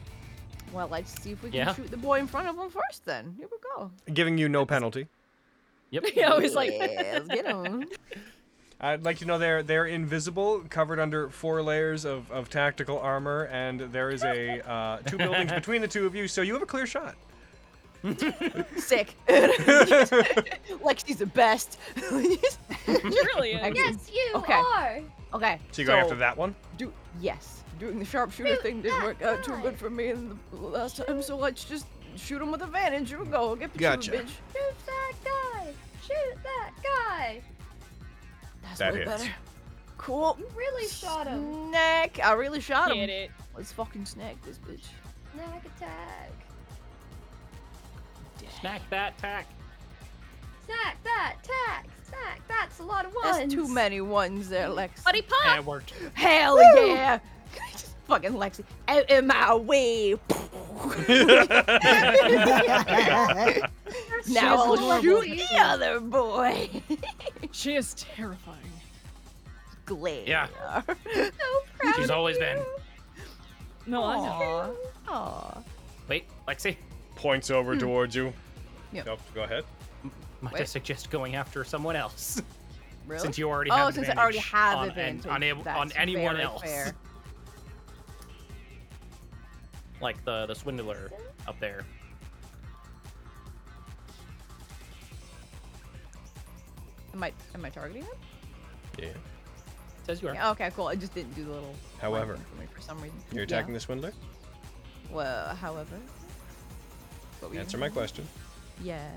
[SPEAKER 3] well, let's see if we can
[SPEAKER 5] Yeah.
[SPEAKER 3] shoot the boy in front of him first. Then here we go.
[SPEAKER 1] giving you no penalty.
[SPEAKER 5] yep.
[SPEAKER 6] Yeah, I was like,
[SPEAKER 3] yeah, let's get him.
[SPEAKER 1] I'd like to know they're they're invisible, covered under four layers of, of tactical armor, and there is a uh, two buildings between the two of you, so you have a clear shot.
[SPEAKER 3] Sick. like she's the best.
[SPEAKER 6] it really is.
[SPEAKER 7] Yes, you
[SPEAKER 3] Okay.
[SPEAKER 7] are.
[SPEAKER 3] okay.
[SPEAKER 1] So you go after that one.
[SPEAKER 3] Do yes, doing the sharpshooter
[SPEAKER 7] Shoot
[SPEAKER 3] thing didn't
[SPEAKER 7] that
[SPEAKER 3] work out too
[SPEAKER 7] guy.
[SPEAKER 3] good for me in the last time, so let's just shoot him with advantage. Here we go. Get the
[SPEAKER 1] Gotcha.
[SPEAKER 3] bitch.
[SPEAKER 7] Shoot that guy. Shoot that guy. Oh,
[SPEAKER 3] That's
[SPEAKER 1] That
[SPEAKER 3] way
[SPEAKER 1] hits.
[SPEAKER 3] better. Cool.
[SPEAKER 7] You really shot him.
[SPEAKER 3] Snack. I really shot him.
[SPEAKER 6] Get it.
[SPEAKER 3] Let's fucking snack this bitch.
[SPEAKER 7] Snack attack.
[SPEAKER 5] Smack that tack.
[SPEAKER 7] Snack that tack. Snack. That's a lot of ones.
[SPEAKER 3] That's too many ones there, Lex.
[SPEAKER 6] Buddy pop.
[SPEAKER 5] And it worked.
[SPEAKER 3] Hell yeah! Just fucking Lexi out in my way.
[SPEAKER 7] First
[SPEAKER 3] now
[SPEAKER 7] shot.
[SPEAKER 3] I'll shoot the other boy.
[SPEAKER 6] She is terrifying.
[SPEAKER 3] Glare.
[SPEAKER 5] Yeah.
[SPEAKER 7] So proud
[SPEAKER 5] She's
[SPEAKER 7] of
[SPEAKER 5] always
[SPEAKER 7] you.
[SPEAKER 5] been.
[SPEAKER 6] No, I know.
[SPEAKER 3] Aww. Aww.
[SPEAKER 5] Wait, Lexi.
[SPEAKER 1] Points over towards you.
[SPEAKER 3] Yep.
[SPEAKER 1] Oh, go ahead.
[SPEAKER 5] Might I
[SPEAKER 3] Wait.
[SPEAKER 5] suggest going after someone else
[SPEAKER 3] Really?
[SPEAKER 5] since you already
[SPEAKER 3] oh,
[SPEAKER 5] have
[SPEAKER 3] since I
[SPEAKER 5] advantage
[SPEAKER 3] already have
[SPEAKER 5] on, an-
[SPEAKER 3] advantage.
[SPEAKER 5] on, a- on
[SPEAKER 3] That's
[SPEAKER 5] anyone
[SPEAKER 3] very
[SPEAKER 5] else.
[SPEAKER 3] fair.
[SPEAKER 5] Like the the swindler up there.
[SPEAKER 3] Am I am I targeting him?
[SPEAKER 1] Yeah.
[SPEAKER 5] Says you are.
[SPEAKER 3] Yeah, okay, cool. I just didn't do the little.
[SPEAKER 1] However.
[SPEAKER 3] line thing for me for some reason.
[SPEAKER 1] You're attacking the swindler.
[SPEAKER 3] Yeah. Well, however. What were you
[SPEAKER 1] Answer my question.
[SPEAKER 3] Yeah.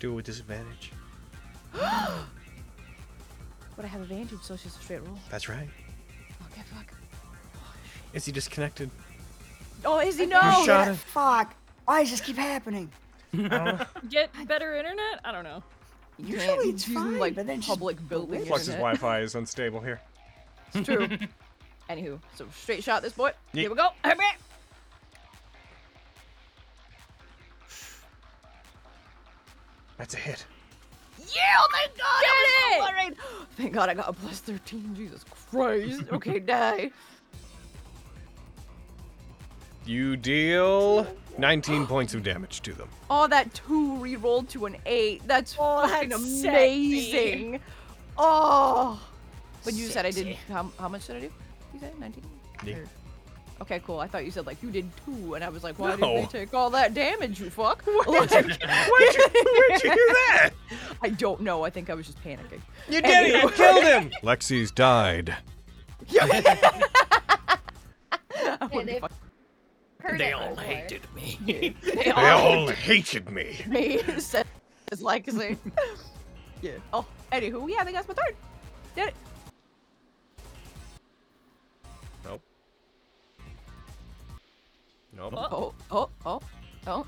[SPEAKER 1] Do it with disadvantage.
[SPEAKER 3] But I have advantage, so it's just a straight roll.
[SPEAKER 1] That's right.
[SPEAKER 3] Okay, fuck.
[SPEAKER 1] Is he disconnected?
[SPEAKER 3] Oh, is he no?
[SPEAKER 8] Oh,
[SPEAKER 1] shot
[SPEAKER 8] yeah,
[SPEAKER 1] him.
[SPEAKER 8] fuck. Why does this keep happening?
[SPEAKER 6] Get better internet? I don't know.
[SPEAKER 3] You
[SPEAKER 8] Usually
[SPEAKER 3] can't
[SPEAKER 8] it's
[SPEAKER 3] use,
[SPEAKER 8] fine,
[SPEAKER 3] like
[SPEAKER 8] but then just
[SPEAKER 3] public building.
[SPEAKER 1] Plus his
[SPEAKER 3] internet.
[SPEAKER 1] Wi-Fi is unstable here.
[SPEAKER 3] It's true. Anywho, so straight shot this boy.
[SPEAKER 1] Ye-
[SPEAKER 3] Here we go. Hit me.
[SPEAKER 1] That's a hit.
[SPEAKER 3] Yeah, oh, thank God. I was so
[SPEAKER 6] Get
[SPEAKER 3] worried. Thank God I got a plus 13. Jesus Christ. Okay, die.
[SPEAKER 1] You deal 19 points of damage to them.
[SPEAKER 3] Oh, that two re-rolled to an eight. That's
[SPEAKER 1] Oh,
[SPEAKER 3] fucking
[SPEAKER 6] that's sexy.
[SPEAKER 3] amazing. Oh. But you said I did. How, how much did I do? You said 19?
[SPEAKER 1] Yeah.
[SPEAKER 3] Or- Okay, cool. I thought you said like you did two, and I was like, why did
[SPEAKER 1] No.
[SPEAKER 3] they take all that damage? You fuck. Like-
[SPEAKER 1] Where'd you, where'd you hear that?
[SPEAKER 3] I don't know. I think I was just panicking.
[SPEAKER 1] You did it! You killed him! Lexi's died.
[SPEAKER 3] I
[SPEAKER 7] Yeah,
[SPEAKER 3] wouldn't
[SPEAKER 7] they
[SPEAKER 3] fuck
[SPEAKER 7] heard
[SPEAKER 5] They
[SPEAKER 7] it
[SPEAKER 5] all
[SPEAKER 7] before.
[SPEAKER 5] hated me.
[SPEAKER 3] they
[SPEAKER 1] They
[SPEAKER 3] all
[SPEAKER 1] all hated me.
[SPEAKER 3] me. said It's like saying, yeah. Oh, anywho, yeah, I think that's my third. Did it.
[SPEAKER 1] Nope. Nope.
[SPEAKER 3] Oh, oh, oh, oh.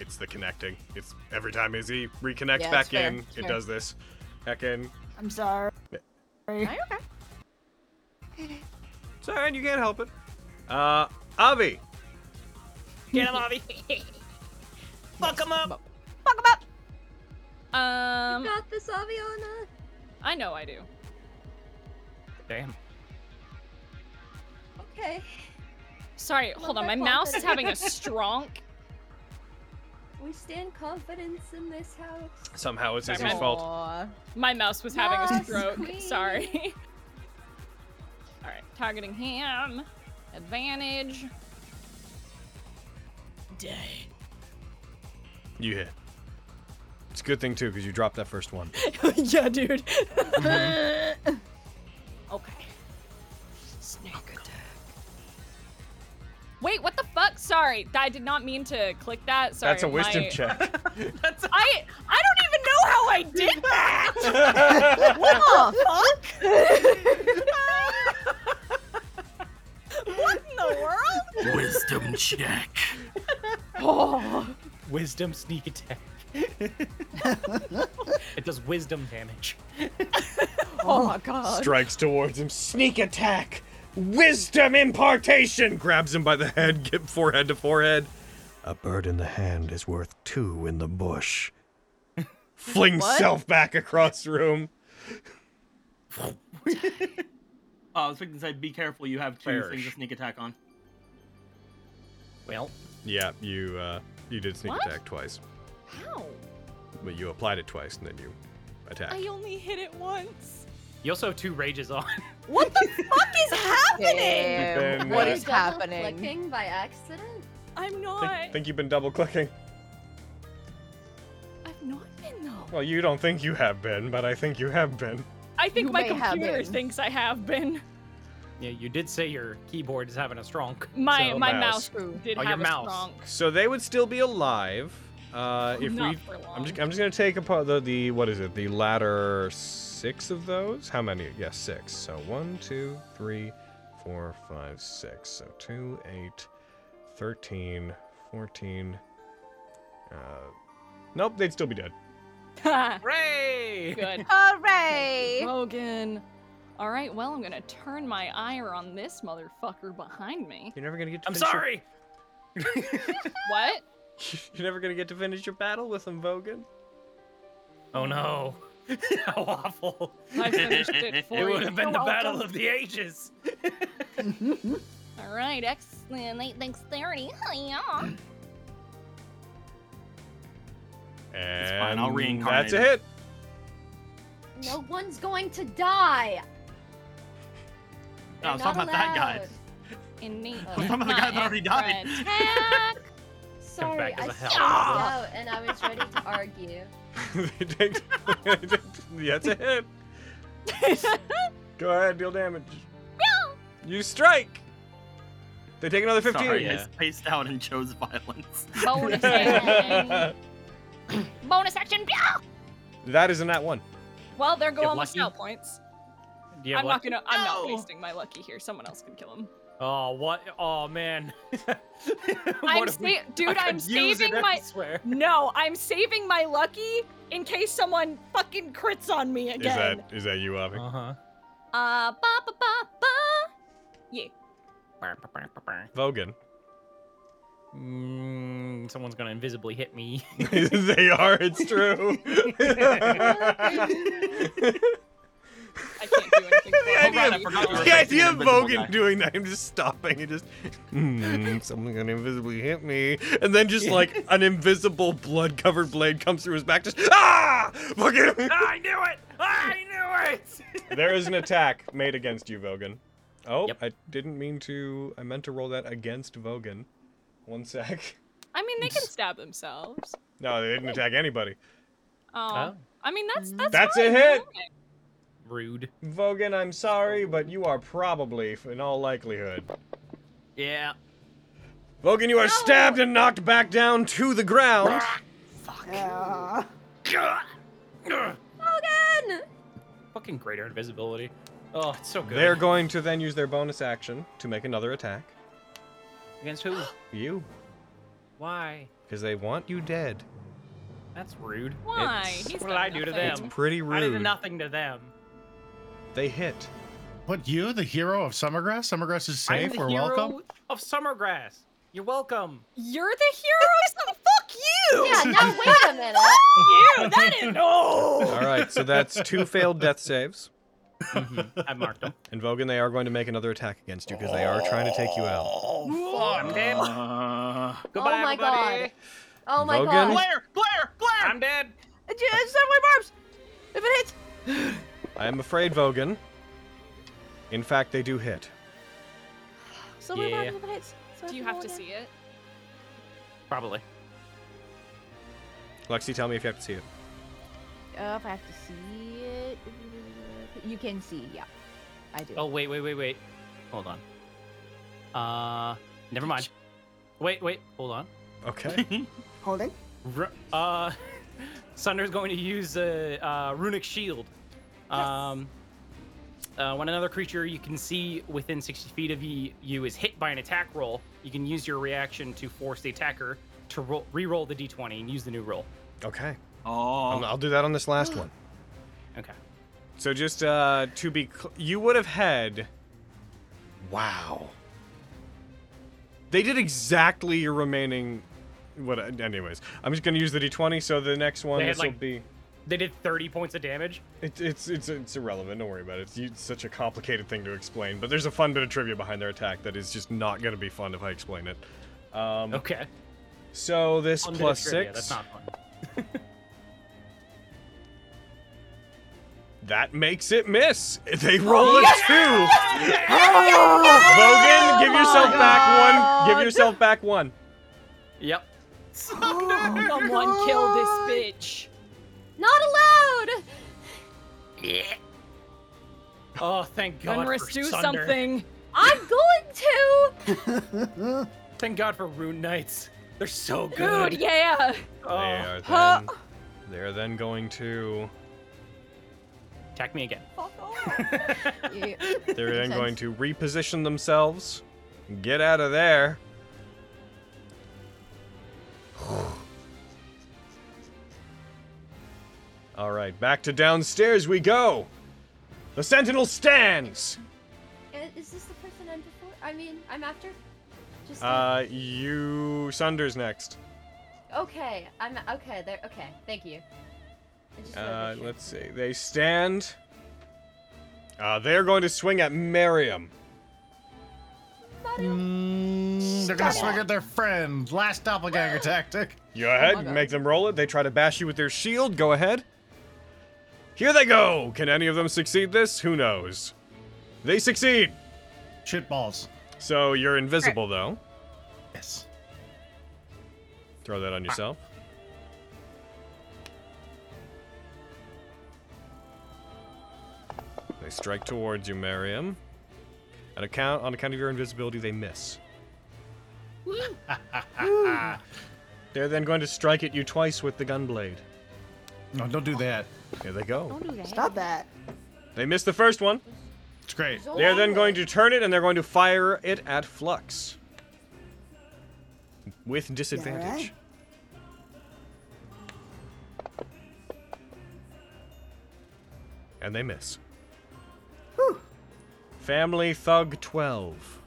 [SPEAKER 1] It's the connecting. It's every time Izzy reconnects
[SPEAKER 3] Yeah,
[SPEAKER 1] back
[SPEAKER 3] it's fair,
[SPEAKER 1] in,
[SPEAKER 3] it's
[SPEAKER 1] it
[SPEAKER 3] fair.
[SPEAKER 1] does this. Back in.
[SPEAKER 8] I'm sorry.
[SPEAKER 3] Are you okay?
[SPEAKER 1] It's alright, you can't help it. Uh, Avi.
[SPEAKER 5] Get him, Avi. Fuck him up.
[SPEAKER 3] Fuck 'em up.
[SPEAKER 7] You
[SPEAKER 6] Um,
[SPEAKER 7] got this, Aviana.
[SPEAKER 6] I know I do.
[SPEAKER 5] Damn.
[SPEAKER 7] Okay.
[SPEAKER 6] Sorry, hold on. My mouse is having a stronk.
[SPEAKER 7] We stand confidence in this house.
[SPEAKER 1] Somehow it's
[SPEAKER 6] Sorry,
[SPEAKER 1] Izzy's
[SPEAKER 6] my-
[SPEAKER 1] fault.
[SPEAKER 3] Aw.
[SPEAKER 6] My mouse was having a
[SPEAKER 7] Mouse
[SPEAKER 6] stroke.
[SPEAKER 7] queen.
[SPEAKER 6] Sorry. All right, targeting him. Advantage. Day.
[SPEAKER 1] You hit. It's a good thing, too, because you dropped that first one.
[SPEAKER 6] yeah, dude.
[SPEAKER 3] Mm-hmm.
[SPEAKER 6] okay. Snake attack. Wait, what the fuck? Sorry, I did not mean to click that. Sorry.
[SPEAKER 1] That's a wisdom
[SPEAKER 6] my-
[SPEAKER 1] check.
[SPEAKER 6] I I don't even know how I did that.
[SPEAKER 3] What the
[SPEAKER 2] Wisdom check.
[SPEAKER 3] fuck? oh.
[SPEAKER 5] Wisdom sneak attack. it does wisdom damage.
[SPEAKER 3] oh my god.
[SPEAKER 1] Strikes towards him. Sneak attack. Wisdom impartation. Grabs him by the head. Get forehead to forehead. A bird in the hand is worth two in the bush. Flings
[SPEAKER 3] What?
[SPEAKER 1] self back across the room.
[SPEAKER 2] Uh, I was thinking, say, be careful. You have two things
[SPEAKER 1] Perish.
[SPEAKER 2] to sneak attack on.
[SPEAKER 5] Well,
[SPEAKER 1] Yeah, you uh, you did sneak
[SPEAKER 6] What?
[SPEAKER 1] attack twice,
[SPEAKER 6] How?
[SPEAKER 1] but you applied it twice and then you attacked.
[SPEAKER 6] I only hit it once.
[SPEAKER 5] you also have two rages on.
[SPEAKER 6] What the fuck is happening?
[SPEAKER 1] Then,
[SPEAKER 3] Damn,
[SPEAKER 1] uh,
[SPEAKER 3] what is
[SPEAKER 7] Double
[SPEAKER 3] happening?
[SPEAKER 7] Clicking by accident.
[SPEAKER 6] I'm
[SPEAKER 1] Think,
[SPEAKER 6] not.
[SPEAKER 1] think you've been double clicking?
[SPEAKER 6] I've not been though.
[SPEAKER 1] Well, you don't think you have been, but I think you have been.
[SPEAKER 6] I think
[SPEAKER 3] You
[SPEAKER 6] my
[SPEAKER 3] may have
[SPEAKER 6] computer
[SPEAKER 3] been.
[SPEAKER 6] thinks I have been.
[SPEAKER 5] Yeah, you did say your keyboard is having a strong.
[SPEAKER 6] My
[SPEAKER 5] so-
[SPEAKER 6] my
[SPEAKER 1] mouse.
[SPEAKER 6] mouse,
[SPEAKER 3] True.
[SPEAKER 6] did
[SPEAKER 5] Oh, your
[SPEAKER 6] have a
[SPEAKER 5] mouse.
[SPEAKER 6] strong.
[SPEAKER 1] So they would still be alive. Uh, if
[SPEAKER 6] not
[SPEAKER 1] we,
[SPEAKER 6] for long.
[SPEAKER 1] I'm just, I'm just gonna take apart the, the what is it? The latter six of those. How many? Yes, six. So one, two, three, four, five, six. So two, eight, thirteen, fourteen. Uh, nope, they'd still be dead.
[SPEAKER 5] Hooray!
[SPEAKER 6] Ah. Good.
[SPEAKER 3] Hooray!
[SPEAKER 6] Logan. All right, well, I'm gonna turn my ire on this motherfucker behind me.
[SPEAKER 1] You're never gonna get. To
[SPEAKER 5] I'm
[SPEAKER 1] finish your-
[SPEAKER 5] sorry.
[SPEAKER 6] What?
[SPEAKER 1] you're never gonna get to finish your battle with them, Vogan.
[SPEAKER 5] Oh no. How awful.
[SPEAKER 6] I finished it for
[SPEAKER 5] It
[SPEAKER 6] you.
[SPEAKER 5] would have been the
[SPEAKER 6] You're
[SPEAKER 5] battle
[SPEAKER 6] welcome.
[SPEAKER 5] of the ages.
[SPEAKER 6] All right, excellent. Eight dexterity. Hi-ya.
[SPEAKER 1] It's
[SPEAKER 2] fine, I'll
[SPEAKER 1] That's
[SPEAKER 2] reincarnate
[SPEAKER 1] a
[SPEAKER 2] it.
[SPEAKER 1] hit.
[SPEAKER 7] No one's going to die.
[SPEAKER 2] No, I was
[SPEAKER 7] They're
[SPEAKER 2] talking
[SPEAKER 7] not
[SPEAKER 2] about that guy.
[SPEAKER 7] allowed.
[SPEAKER 6] Innate.
[SPEAKER 7] Oh.
[SPEAKER 2] Some of the
[SPEAKER 6] my
[SPEAKER 2] guys already died.
[SPEAKER 6] extra attack.
[SPEAKER 7] Sorry,
[SPEAKER 5] back as
[SPEAKER 7] I
[SPEAKER 5] a hell.
[SPEAKER 7] stepped out Oh, and I was ready to argue.
[SPEAKER 1] they take, they take- yeah, that's a hit. Go ahead, deal damage. You strike. They take another fifteen.
[SPEAKER 2] Sorry, I
[SPEAKER 5] Yeah.
[SPEAKER 2] spaced out and chose violence.
[SPEAKER 6] Bonus action. Bonus action. Pew!
[SPEAKER 1] that is a nat one.
[SPEAKER 6] Well, there go
[SPEAKER 5] You're
[SPEAKER 6] all my
[SPEAKER 5] lucky.
[SPEAKER 6] spell points.
[SPEAKER 5] Do you have
[SPEAKER 6] I'm
[SPEAKER 5] luck?
[SPEAKER 6] not gonna. I'm not
[SPEAKER 2] No.
[SPEAKER 6] wasting my lucky here. Someone else can kill him.
[SPEAKER 5] Oh what? Oh man.
[SPEAKER 6] I'm
[SPEAKER 5] What if
[SPEAKER 6] sa-
[SPEAKER 5] we-
[SPEAKER 6] dude.
[SPEAKER 5] I
[SPEAKER 6] I'm
[SPEAKER 5] could use
[SPEAKER 6] saving
[SPEAKER 5] it
[SPEAKER 6] my.
[SPEAKER 5] elsewhere.
[SPEAKER 6] No, I'm saving my lucky in case someone fucking crits on me again.
[SPEAKER 1] Is that is that you, Avi?
[SPEAKER 5] Uh huh.
[SPEAKER 6] Uh, ba ba ba ba.
[SPEAKER 1] Vogan.
[SPEAKER 5] Mm, someone's gonna invisibly hit me.
[SPEAKER 1] they are. It's true.
[SPEAKER 6] I can't do anything. for
[SPEAKER 1] The
[SPEAKER 6] him.
[SPEAKER 1] idea,
[SPEAKER 2] right, I
[SPEAKER 1] of,
[SPEAKER 2] forgot we were
[SPEAKER 1] the idea
[SPEAKER 2] facing
[SPEAKER 1] of
[SPEAKER 2] an invisible
[SPEAKER 1] Vogan
[SPEAKER 2] guy.
[SPEAKER 1] doing that, him just stopping and just, hmm, someone's gonna invisibly hit me, and then just like an invisible blood-covered blade comes through his back, just ah, Vogan.
[SPEAKER 5] I knew it! I knew it!
[SPEAKER 1] there is an attack made against you, Vogan. Oh,
[SPEAKER 5] Yep.
[SPEAKER 1] I didn't mean to. I meant to roll that against Vogan. One sec.
[SPEAKER 6] I mean, they can stab themselves.
[SPEAKER 1] No, they didn't attack anybody.
[SPEAKER 6] Oh.
[SPEAKER 5] Oh.
[SPEAKER 6] I mean, that's that's.
[SPEAKER 1] That's a
[SPEAKER 6] fine,
[SPEAKER 1] hit!
[SPEAKER 6] fine.
[SPEAKER 5] Rude.
[SPEAKER 1] Vogan, I'm sorry, but you are probably, in all likelihood,
[SPEAKER 5] Yeah.
[SPEAKER 1] Vogan. You are stabbed and knocked back down to the ground.
[SPEAKER 7] Oh,
[SPEAKER 8] Uh,
[SPEAKER 5] Fucking greater invisibility. Oh, it's so good.
[SPEAKER 1] They're going to then use their bonus action to make another attack.
[SPEAKER 5] Against who?
[SPEAKER 1] You,
[SPEAKER 5] Why?
[SPEAKER 1] because they want you dead.
[SPEAKER 5] That's rude.
[SPEAKER 6] Why?
[SPEAKER 5] It's-
[SPEAKER 6] He's
[SPEAKER 5] what
[SPEAKER 6] done
[SPEAKER 5] did I do to
[SPEAKER 6] nothing.
[SPEAKER 5] them?
[SPEAKER 1] Pretty
[SPEAKER 5] I did
[SPEAKER 1] rude.
[SPEAKER 5] nothing to them.
[SPEAKER 1] They hit.
[SPEAKER 4] What you, the hero of Summergrass? Summergrass is
[SPEAKER 5] I'm
[SPEAKER 4] safe.
[SPEAKER 5] the
[SPEAKER 4] We're
[SPEAKER 5] hero
[SPEAKER 4] welcome.
[SPEAKER 5] Of Summergrass. You're welcome.
[SPEAKER 6] You're the hero. so fuck you.
[SPEAKER 7] Yeah, now wait a minute.
[SPEAKER 6] you. That is no.
[SPEAKER 1] All right, so that's two failed death saves.
[SPEAKER 5] Mhm, I marked them.
[SPEAKER 1] And Vogan, they are going to make another attack against you because they are trying to take you out.
[SPEAKER 5] I'm dead.
[SPEAKER 2] Uh,
[SPEAKER 5] Goodbye,
[SPEAKER 7] oh my
[SPEAKER 5] everybody.
[SPEAKER 7] god. Oh my
[SPEAKER 1] Logan?
[SPEAKER 7] god. Uh,
[SPEAKER 2] Blair, Blair, Blair!
[SPEAKER 5] I'm dead.
[SPEAKER 9] It's it's seven way barbs. If it hits,
[SPEAKER 1] I am afraid, Vogan. In fact, they do hit.
[SPEAKER 9] seven way
[SPEAKER 5] Yeah.
[SPEAKER 9] barbs. If it hits, so I
[SPEAKER 6] Do you
[SPEAKER 9] roll
[SPEAKER 6] have to
[SPEAKER 9] again.
[SPEAKER 6] see it?
[SPEAKER 5] Probably.
[SPEAKER 1] Lexi, tell me if you have to see it.
[SPEAKER 3] Uh, if I have to see it, you can see. Yeah, I do.
[SPEAKER 5] Oh wait, wait, wait, wait. Hold on. Uh, never mind. Wait, wait. Hold on.
[SPEAKER 1] Okay.
[SPEAKER 8] holding.
[SPEAKER 5] Ru- uh, Sunder's going to use a uh, runic shield. Um, uh, when another creature you can see within 60 feet of ye- you is hit by an attack roll, you can use your reaction to force the attacker to roll, re-roll the d20 and use the new roll.
[SPEAKER 1] okay.
[SPEAKER 2] Oh,
[SPEAKER 1] Um, I'll do that on this last one.
[SPEAKER 5] Okay.
[SPEAKER 1] So just uh, to be, cl- you would have had. Wow. They did exactly your remaining What? uh, Anyways, I'm just gonna use the d20. So the next one
[SPEAKER 5] They had,
[SPEAKER 1] this will
[SPEAKER 5] like-
[SPEAKER 1] be.
[SPEAKER 5] They did 30 points of damage.
[SPEAKER 1] It, it's it's it's irrelevant. Don't worry about it. It's, it's such a complicated thing to explain. But there's a fun bit of trivia behind their attack that is just not gonna be fun if I explain it. Um,
[SPEAKER 5] Okay.
[SPEAKER 1] So this
[SPEAKER 5] Fun bit of
[SPEAKER 1] plus
[SPEAKER 5] trivia,
[SPEAKER 1] six.
[SPEAKER 5] That's not fun.
[SPEAKER 1] That makes it miss. They roll a two. Bogan,
[SPEAKER 5] Oh
[SPEAKER 1] give yourself back one. Give yourself back one.
[SPEAKER 5] Yep.
[SPEAKER 7] Oh,
[SPEAKER 6] Someone kill this bitch.
[SPEAKER 7] Not allowed!
[SPEAKER 5] Oh, thank God.
[SPEAKER 6] Fenris,
[SPEAKER 5] for
[SPEAKER 6] do
[SPEAKER 5] Sunder.
[SPEAKER 6] something.
[SPEAKER 7] I'm going
[SPEAKER 5] Oh,
[SPEAKER 7] to!
[SPEAKER 5] Thank God for Rune Knights. They're so good.
[SPEAKER 6] Dude, yeah.
[SPEAKER 1] They
[SPEAKER 5] Oh.
[SPEAKER 1] are
[SPEAKER 6] Huh.
[SPEAKER 1] then. They're then going to.
[SPEAKER 5] Attack me again.
[SPEAKER 3] Yeah.
[SPEAKER 1] They're
[SPEAKER 3] Makes
[SPEAKER 1] then going
[SPEAKER 3] sense.
[SPEAKER 1] to reposition themselves, get out of there. All right, back to downstairs we go. The sentinel stands.
[SPEAKER 7] Uh, Is this the person I'm before? I mean, I'm after? Just
[SPEAKER 1] Uh, you Sunder's next.
[SPEAKER 7] okay. I'm okay. There. Okay. Thank you. I just wanted to
[SPEAKER 1] Uh,
[SPEAKER 7] make sure.
[SPEAKER 1] let's see. They stand. Uh, they're going to swing at Miriam.
[SPEAKER 4] Mm, they're gonna swing at their friend. Last doppelganger tactic.
[SPEAKER 1] Go ahead,
[SPEAKER 3] my God.
[SPEAKER 1] make them roll it. They try to bash you with their shield. Go ahead. Here they go. Can any of them succeed this? Who knows. They succeed.
[SPEAKER 4] Shit balls.
[SPEAKER 1] So you're invisible though.
[SPEAKER 4] Yes.
[SPEAKER 1] Throw that on yourself. They strike towards you, Miriam. And account on account of your invisibility, they miss. They're then going to strike at you twice with the gunblade.
[SPEAKER 4] No, Oh, don't do that.
[SPEAKER 1] Here they go.
[SPEAKER 8] Stop that.
[SPEAKER 1] They miss the first one.
[SPEAKER 4] It's great.
[SPEAKER 1] They're then going to turn it and they're going to fire it at Flux. With disadvantage. And they miss. Family Thug 12.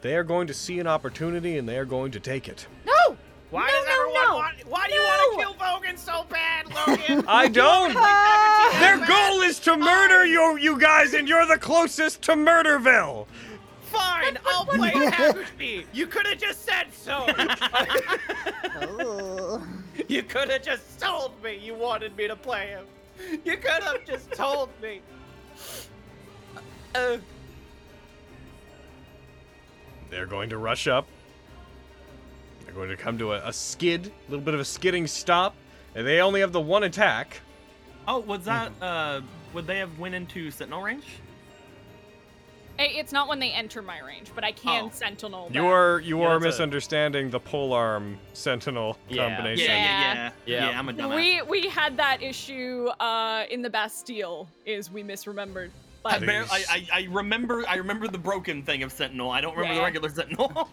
[SPEAKER 1] They are going to see an opportunity and they are going to take it.
[SPEAKER 7] No!
[SPEAKER 5] Why
[SPEAKER 7] No,
[SPEAKER 5] does
[SPEAKER 7] no,
[SPEAKER 5] everyone
[SPEAKER 7] no.
[SPEAKER 5] want? Why do you want to kill Bogan so bad, Logan?
[SPEAKER 1] I don't!
[SPEAKER 5] Never
[SPEAKER 1] Their
[SPEAKER 5] cheated, man.
[SPEAKER 1] goal is to murder you, you guys, and you're the closest to Murderville!
[SPEAKER 5] Fine, I'll play it happy. You could have just said so.
[SPEAKER 3] Oh.
[SPEAKER 5] You could have just told me you wanted me to play him. You could have just told me. Uh,
[SPEAKER 1] They're going to rush up. They're going to come to a, a skid, a little bit of a skidding stop, and they only have the one attack.
[SPEAKER 2] Oh, was that?
[SPEAKER 1] Hmm.
[SPEAKER 2] Uh, would they have went into sentinel range?
[SPEAKER 6] I- It's not when they enter my range, but I can
[SPEAKER 2] Oh.
[SPEAKER 6] sentinel. them.
[SPEAKER 1] You are you
[SPEAKER 5] Yeah,
[SPEAKER 1] are
[SPEAKER 5] that's a-
[SPEAKER 1] misunderstanding the polearm sentinel
[SPEAKER 5] Yeah.
[SPEAKER 1] combination.
[SPEAKER 2] yeah, yeah.
[SPEAKER 5] Yeah.
[SPEAKER 2] Yeah, I'm a dumbass.
[SPEAKER 6] We we had that issue uh, in the Bastille. Is we misremembered.
[SPEAKER 2] I,
[SPEAKER 6] But
[SPEAKER 2] bar- I, I, I remember I remember the broken thing of Sentinel. I don't remember
[SPEAKER 6] Yeah.
[SPEAKER 2] the regular Sentinel.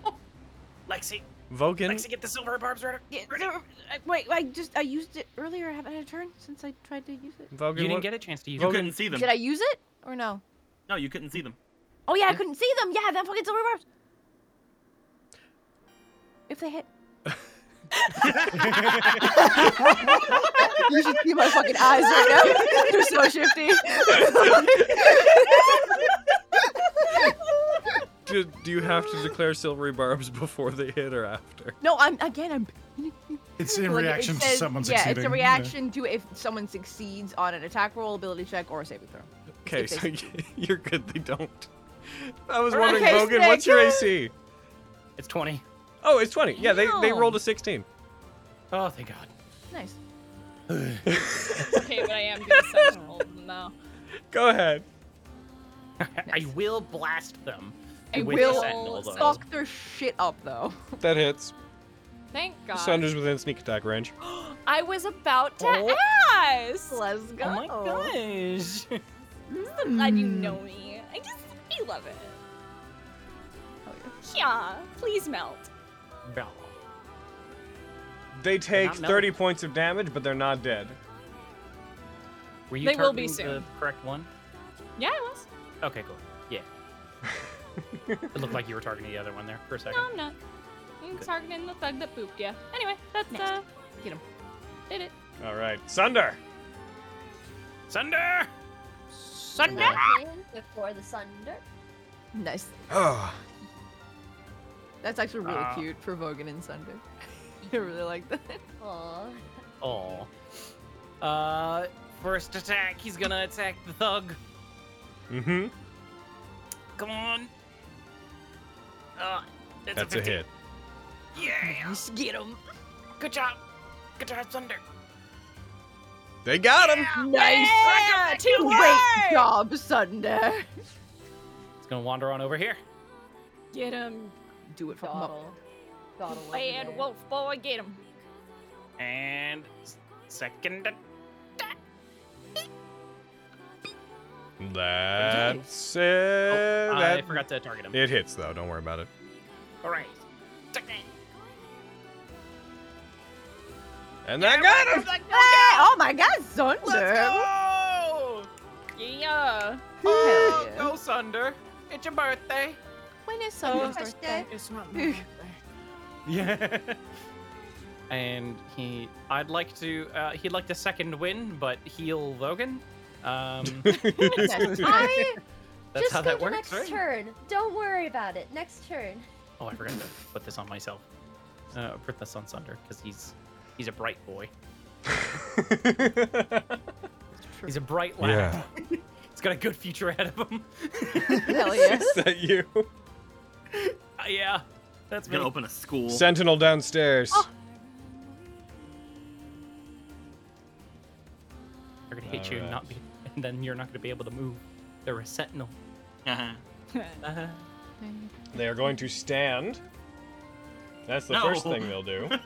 [SPEAKER 5] Lexi,
[SPEAKER 1] Vogan,
[SPEAKER 5] Lexi, get the silver barbs right.
[SPEAKER 9] Yeah, no, I- wait, I just I used it earlier. I haven't had a turn since I tried to use it.
[SPEAKER 1] Vogan,
[SPEAKER 5] You
[SPEAKER 1] what-
[SPEAKER 5] didn't get a chance to use
[SPEAKER 2] you
[SPEAKER 5] it.
[SPEAKER 2] couldn't see them.
[SPEAKER 9] Did I use it or no?
[SPEAKER 2] No, you couldn't see them.
[SPEAKER 9] Oh yeah, I couldn't see them. Yeah, that fucking silver barbs. If they hit.
[SPEAKER 3] You should see my fucking eyes right now. They're so shifty.
[SPEAKER 1] do, do you have to declare silvery barbs before they hit or after?
[SPEAKER 3] No, I'm again. I'm
[SPEAKER 4] It's in
[SPEAKER 3] like, it
[SPEAKER 4] reaction to
[SPEAKER 3] says-
[SPEAKER 4] someone
[SPEAKER 3] yeah,
[SPEAKER 4] succeeding.
[SPEAKER 3] it's a reaction to if someone succeeds on an attack roll, ability check, or a saving throw.
[SPEAKER 1] Okay,
[SPEAKER 3] If
[SPEAKER 1] so
[SPEAKER 3] they-
[SPEAKER 1] you're good. They don't. I was
[SPEAKER 3] Alright,
[SPEAKER 1] wondering,
[SPEAKER 3] okay,
[SPEAKER 1] Vogan,
[SPEAKER 3] stay
[SPEAKER 1] what's your
[SPEAKER 3] good.
[SPEAKER 1] AC?
[SPEAKER 5] It's 20.
[SPEAKER 1] Oh, it's 20. Yeah, they, they
[SPEAKER 3] Damn.
[SPEAKER 1] rolled a 16.
[SPEAKER 5] Oh, thank God.
[SPEAKER 3] Nice.
[SPEAKER 6] okay, but I am gonna sentinel them now.
[SPEAKER 1] Go ahead.
[SPEAKER 5] I will blast them.
[SPEAKER 3] I
[SPEAKER 5] with
[SPEAKER 3] will
[SPEAKER 5] the sentinel, though.
[SPEAKER 3] fuck their shit up though.
[SPEAKER 1] That hits.
[SPEAKER 6] Thank God.
[SPEAKER 1] Sunder's within sneak attack range.
[SPEAKER 6] I was about to
[SPEAKER 5] Oh.
[SPEAKER 6] ask.
[SPEAKER 3] Let's go. Hmm.
[SPEAKER 5] Oh my gosh.
[SPEAKER 6] I'm glad you know me. I just I love it.
[SPEAKER 3] Oh,
[SPEAKER 6] Yeah, please melt.
[SPEAKER 5] Bro.
[SPEAKER 1] They take
[SPEAKER 5] not melted.
[SPEAKER 1] 30 points of damage, but they're not dead.
[SPEAKER 5] Were you
[SPEAKER 6] They will be
[SPEAKER 5] targeting The correct one.
[SPEAKER 6] Yeah, I was.
[SPEAKER 5] Okay, cool. Yeah. It looked like you were targeting the other one there for a second.
[SPEAKER 6] No, I'm not. I'm targeting the thug that pooped you. Anyway, that's
[SPEAKER 3] Next.
[SPEAKER 6] uh,
[SPEAKER 3] Get him.
[SPEAKER 6] did it.
[SPEAKER 1] All right, Sunder.
[SPEAKER 5] Sunder! Sunder!
[SPEAKER 7] Back in before the sunder.
[SPEAKER 3] Nice.
[SPEAKER 1] Oh,
[SPEAKER 3] That's actually really
[SPEAKER 5] Ah.
[SPEAKER 3] cute for Vogan and Sunder. I really like that.
[SPEAKER 7] Aw.
[SPEAKER 5] Oh. Uh, first attack. He's gonna attack the thug.
[SPEAKER 1] mm-hmm.
[SPEAKER 5] Come on. Uh, that's,
[SPEAKER 1] That's a
[SPEAKER 5] 15.
[SPEAKER 1] hit.
[SPEAKER 5] Yeah.
[SPEAKER 3] Just get him.
[SPEAKER 5] Good job. Good job, Sunder.
[SPEAKER 1] They got him.
[SPEAKER 3] Nice.
[SPEAKER 9] Yeah,
[SPEAKER 3] Great job, Sunder.
[SPEAKER 5] It's gonna wander on over here.
[SPEAKER 6] Get him,
[SPEAKER 3] Do it for him.
[SPEAKER 7] Dawdle. Dawdle over
[SPEAKER 6] bad
[SPEAKER 7] there.
[SPEAKER 6] wolf boy. Get him.
[SPEAKER 5] And s- second. at-
[SPEAKER 1] That's it.
[SPEAKER 5] Oh, I
[SPEAKER 1] that-
[SPEAKER 5] forgot to target him.
[SPEAKER 1] It hits though. Don't worry about it.
[SPEAKER 5] All right.
[SPEAKER 1] And I got him.
[SPEAKER 3] Hey, oh my god, Sunder.
[SPEAKER 5] go! Oh,
[SPEAKER 6] Yeah.
[SPEAKER 3] Hell yeah.
[SPEAKER 5] Go, Sunder. It's your birthday.
[SPEAKER 3] When is Sunder's birthday?
[SPEAKER 5] It's not Yeah. and he, I'd like to, uh, he'd like to second win, but heal Logan. Um,
[SPEAKER 3] Goodness,
[SPEAKER 7] I
[SPEAKER 5] that's
[SPEAKER 7] just
[SPEAKER 5] how
[SPEAKER 7] go
[SPEAKER 5] that
[SPEAKER 7] to
[SPEAKER 5] works,
[SPEAKER 7] next
[SPEAKER 5] right?
[SPEAKER 7] turn. Don't worry about it. Next turn.
[SPEAKER 5] Oh, I forgot to put this on myself. Uh, put this on Sunder because he's he's a bright boy. He's a bright lad. he's got a good future ahead of him.
[SPEAKER 3] Hell yeah.
[SPEAKER 1] Is that you?
[SPEAKER 5] Uh, yeah, that's
[SPEAKER 2] I'm gonna
[SPEAKER 5] me.
[SPEAKER 2] open a school.
[SPEAKER 1] Sentinel downstairs.
[SPEAKER 3] Oh.
[SPEAKER 5] They're gonna hit you, and
[SPEAKER 1] Alright.
[SPEAKER 5] not be, and then you're not gonna be able to move. They're a sentinel.
[SPEAKER 2] Uh-huh.
[SPEAKER 5] Uh-huh.
[SPEAKER 1] They are going to stand. That's the
[SPEAKER 2] No.
[SPEAKER 1] first thing they'll do.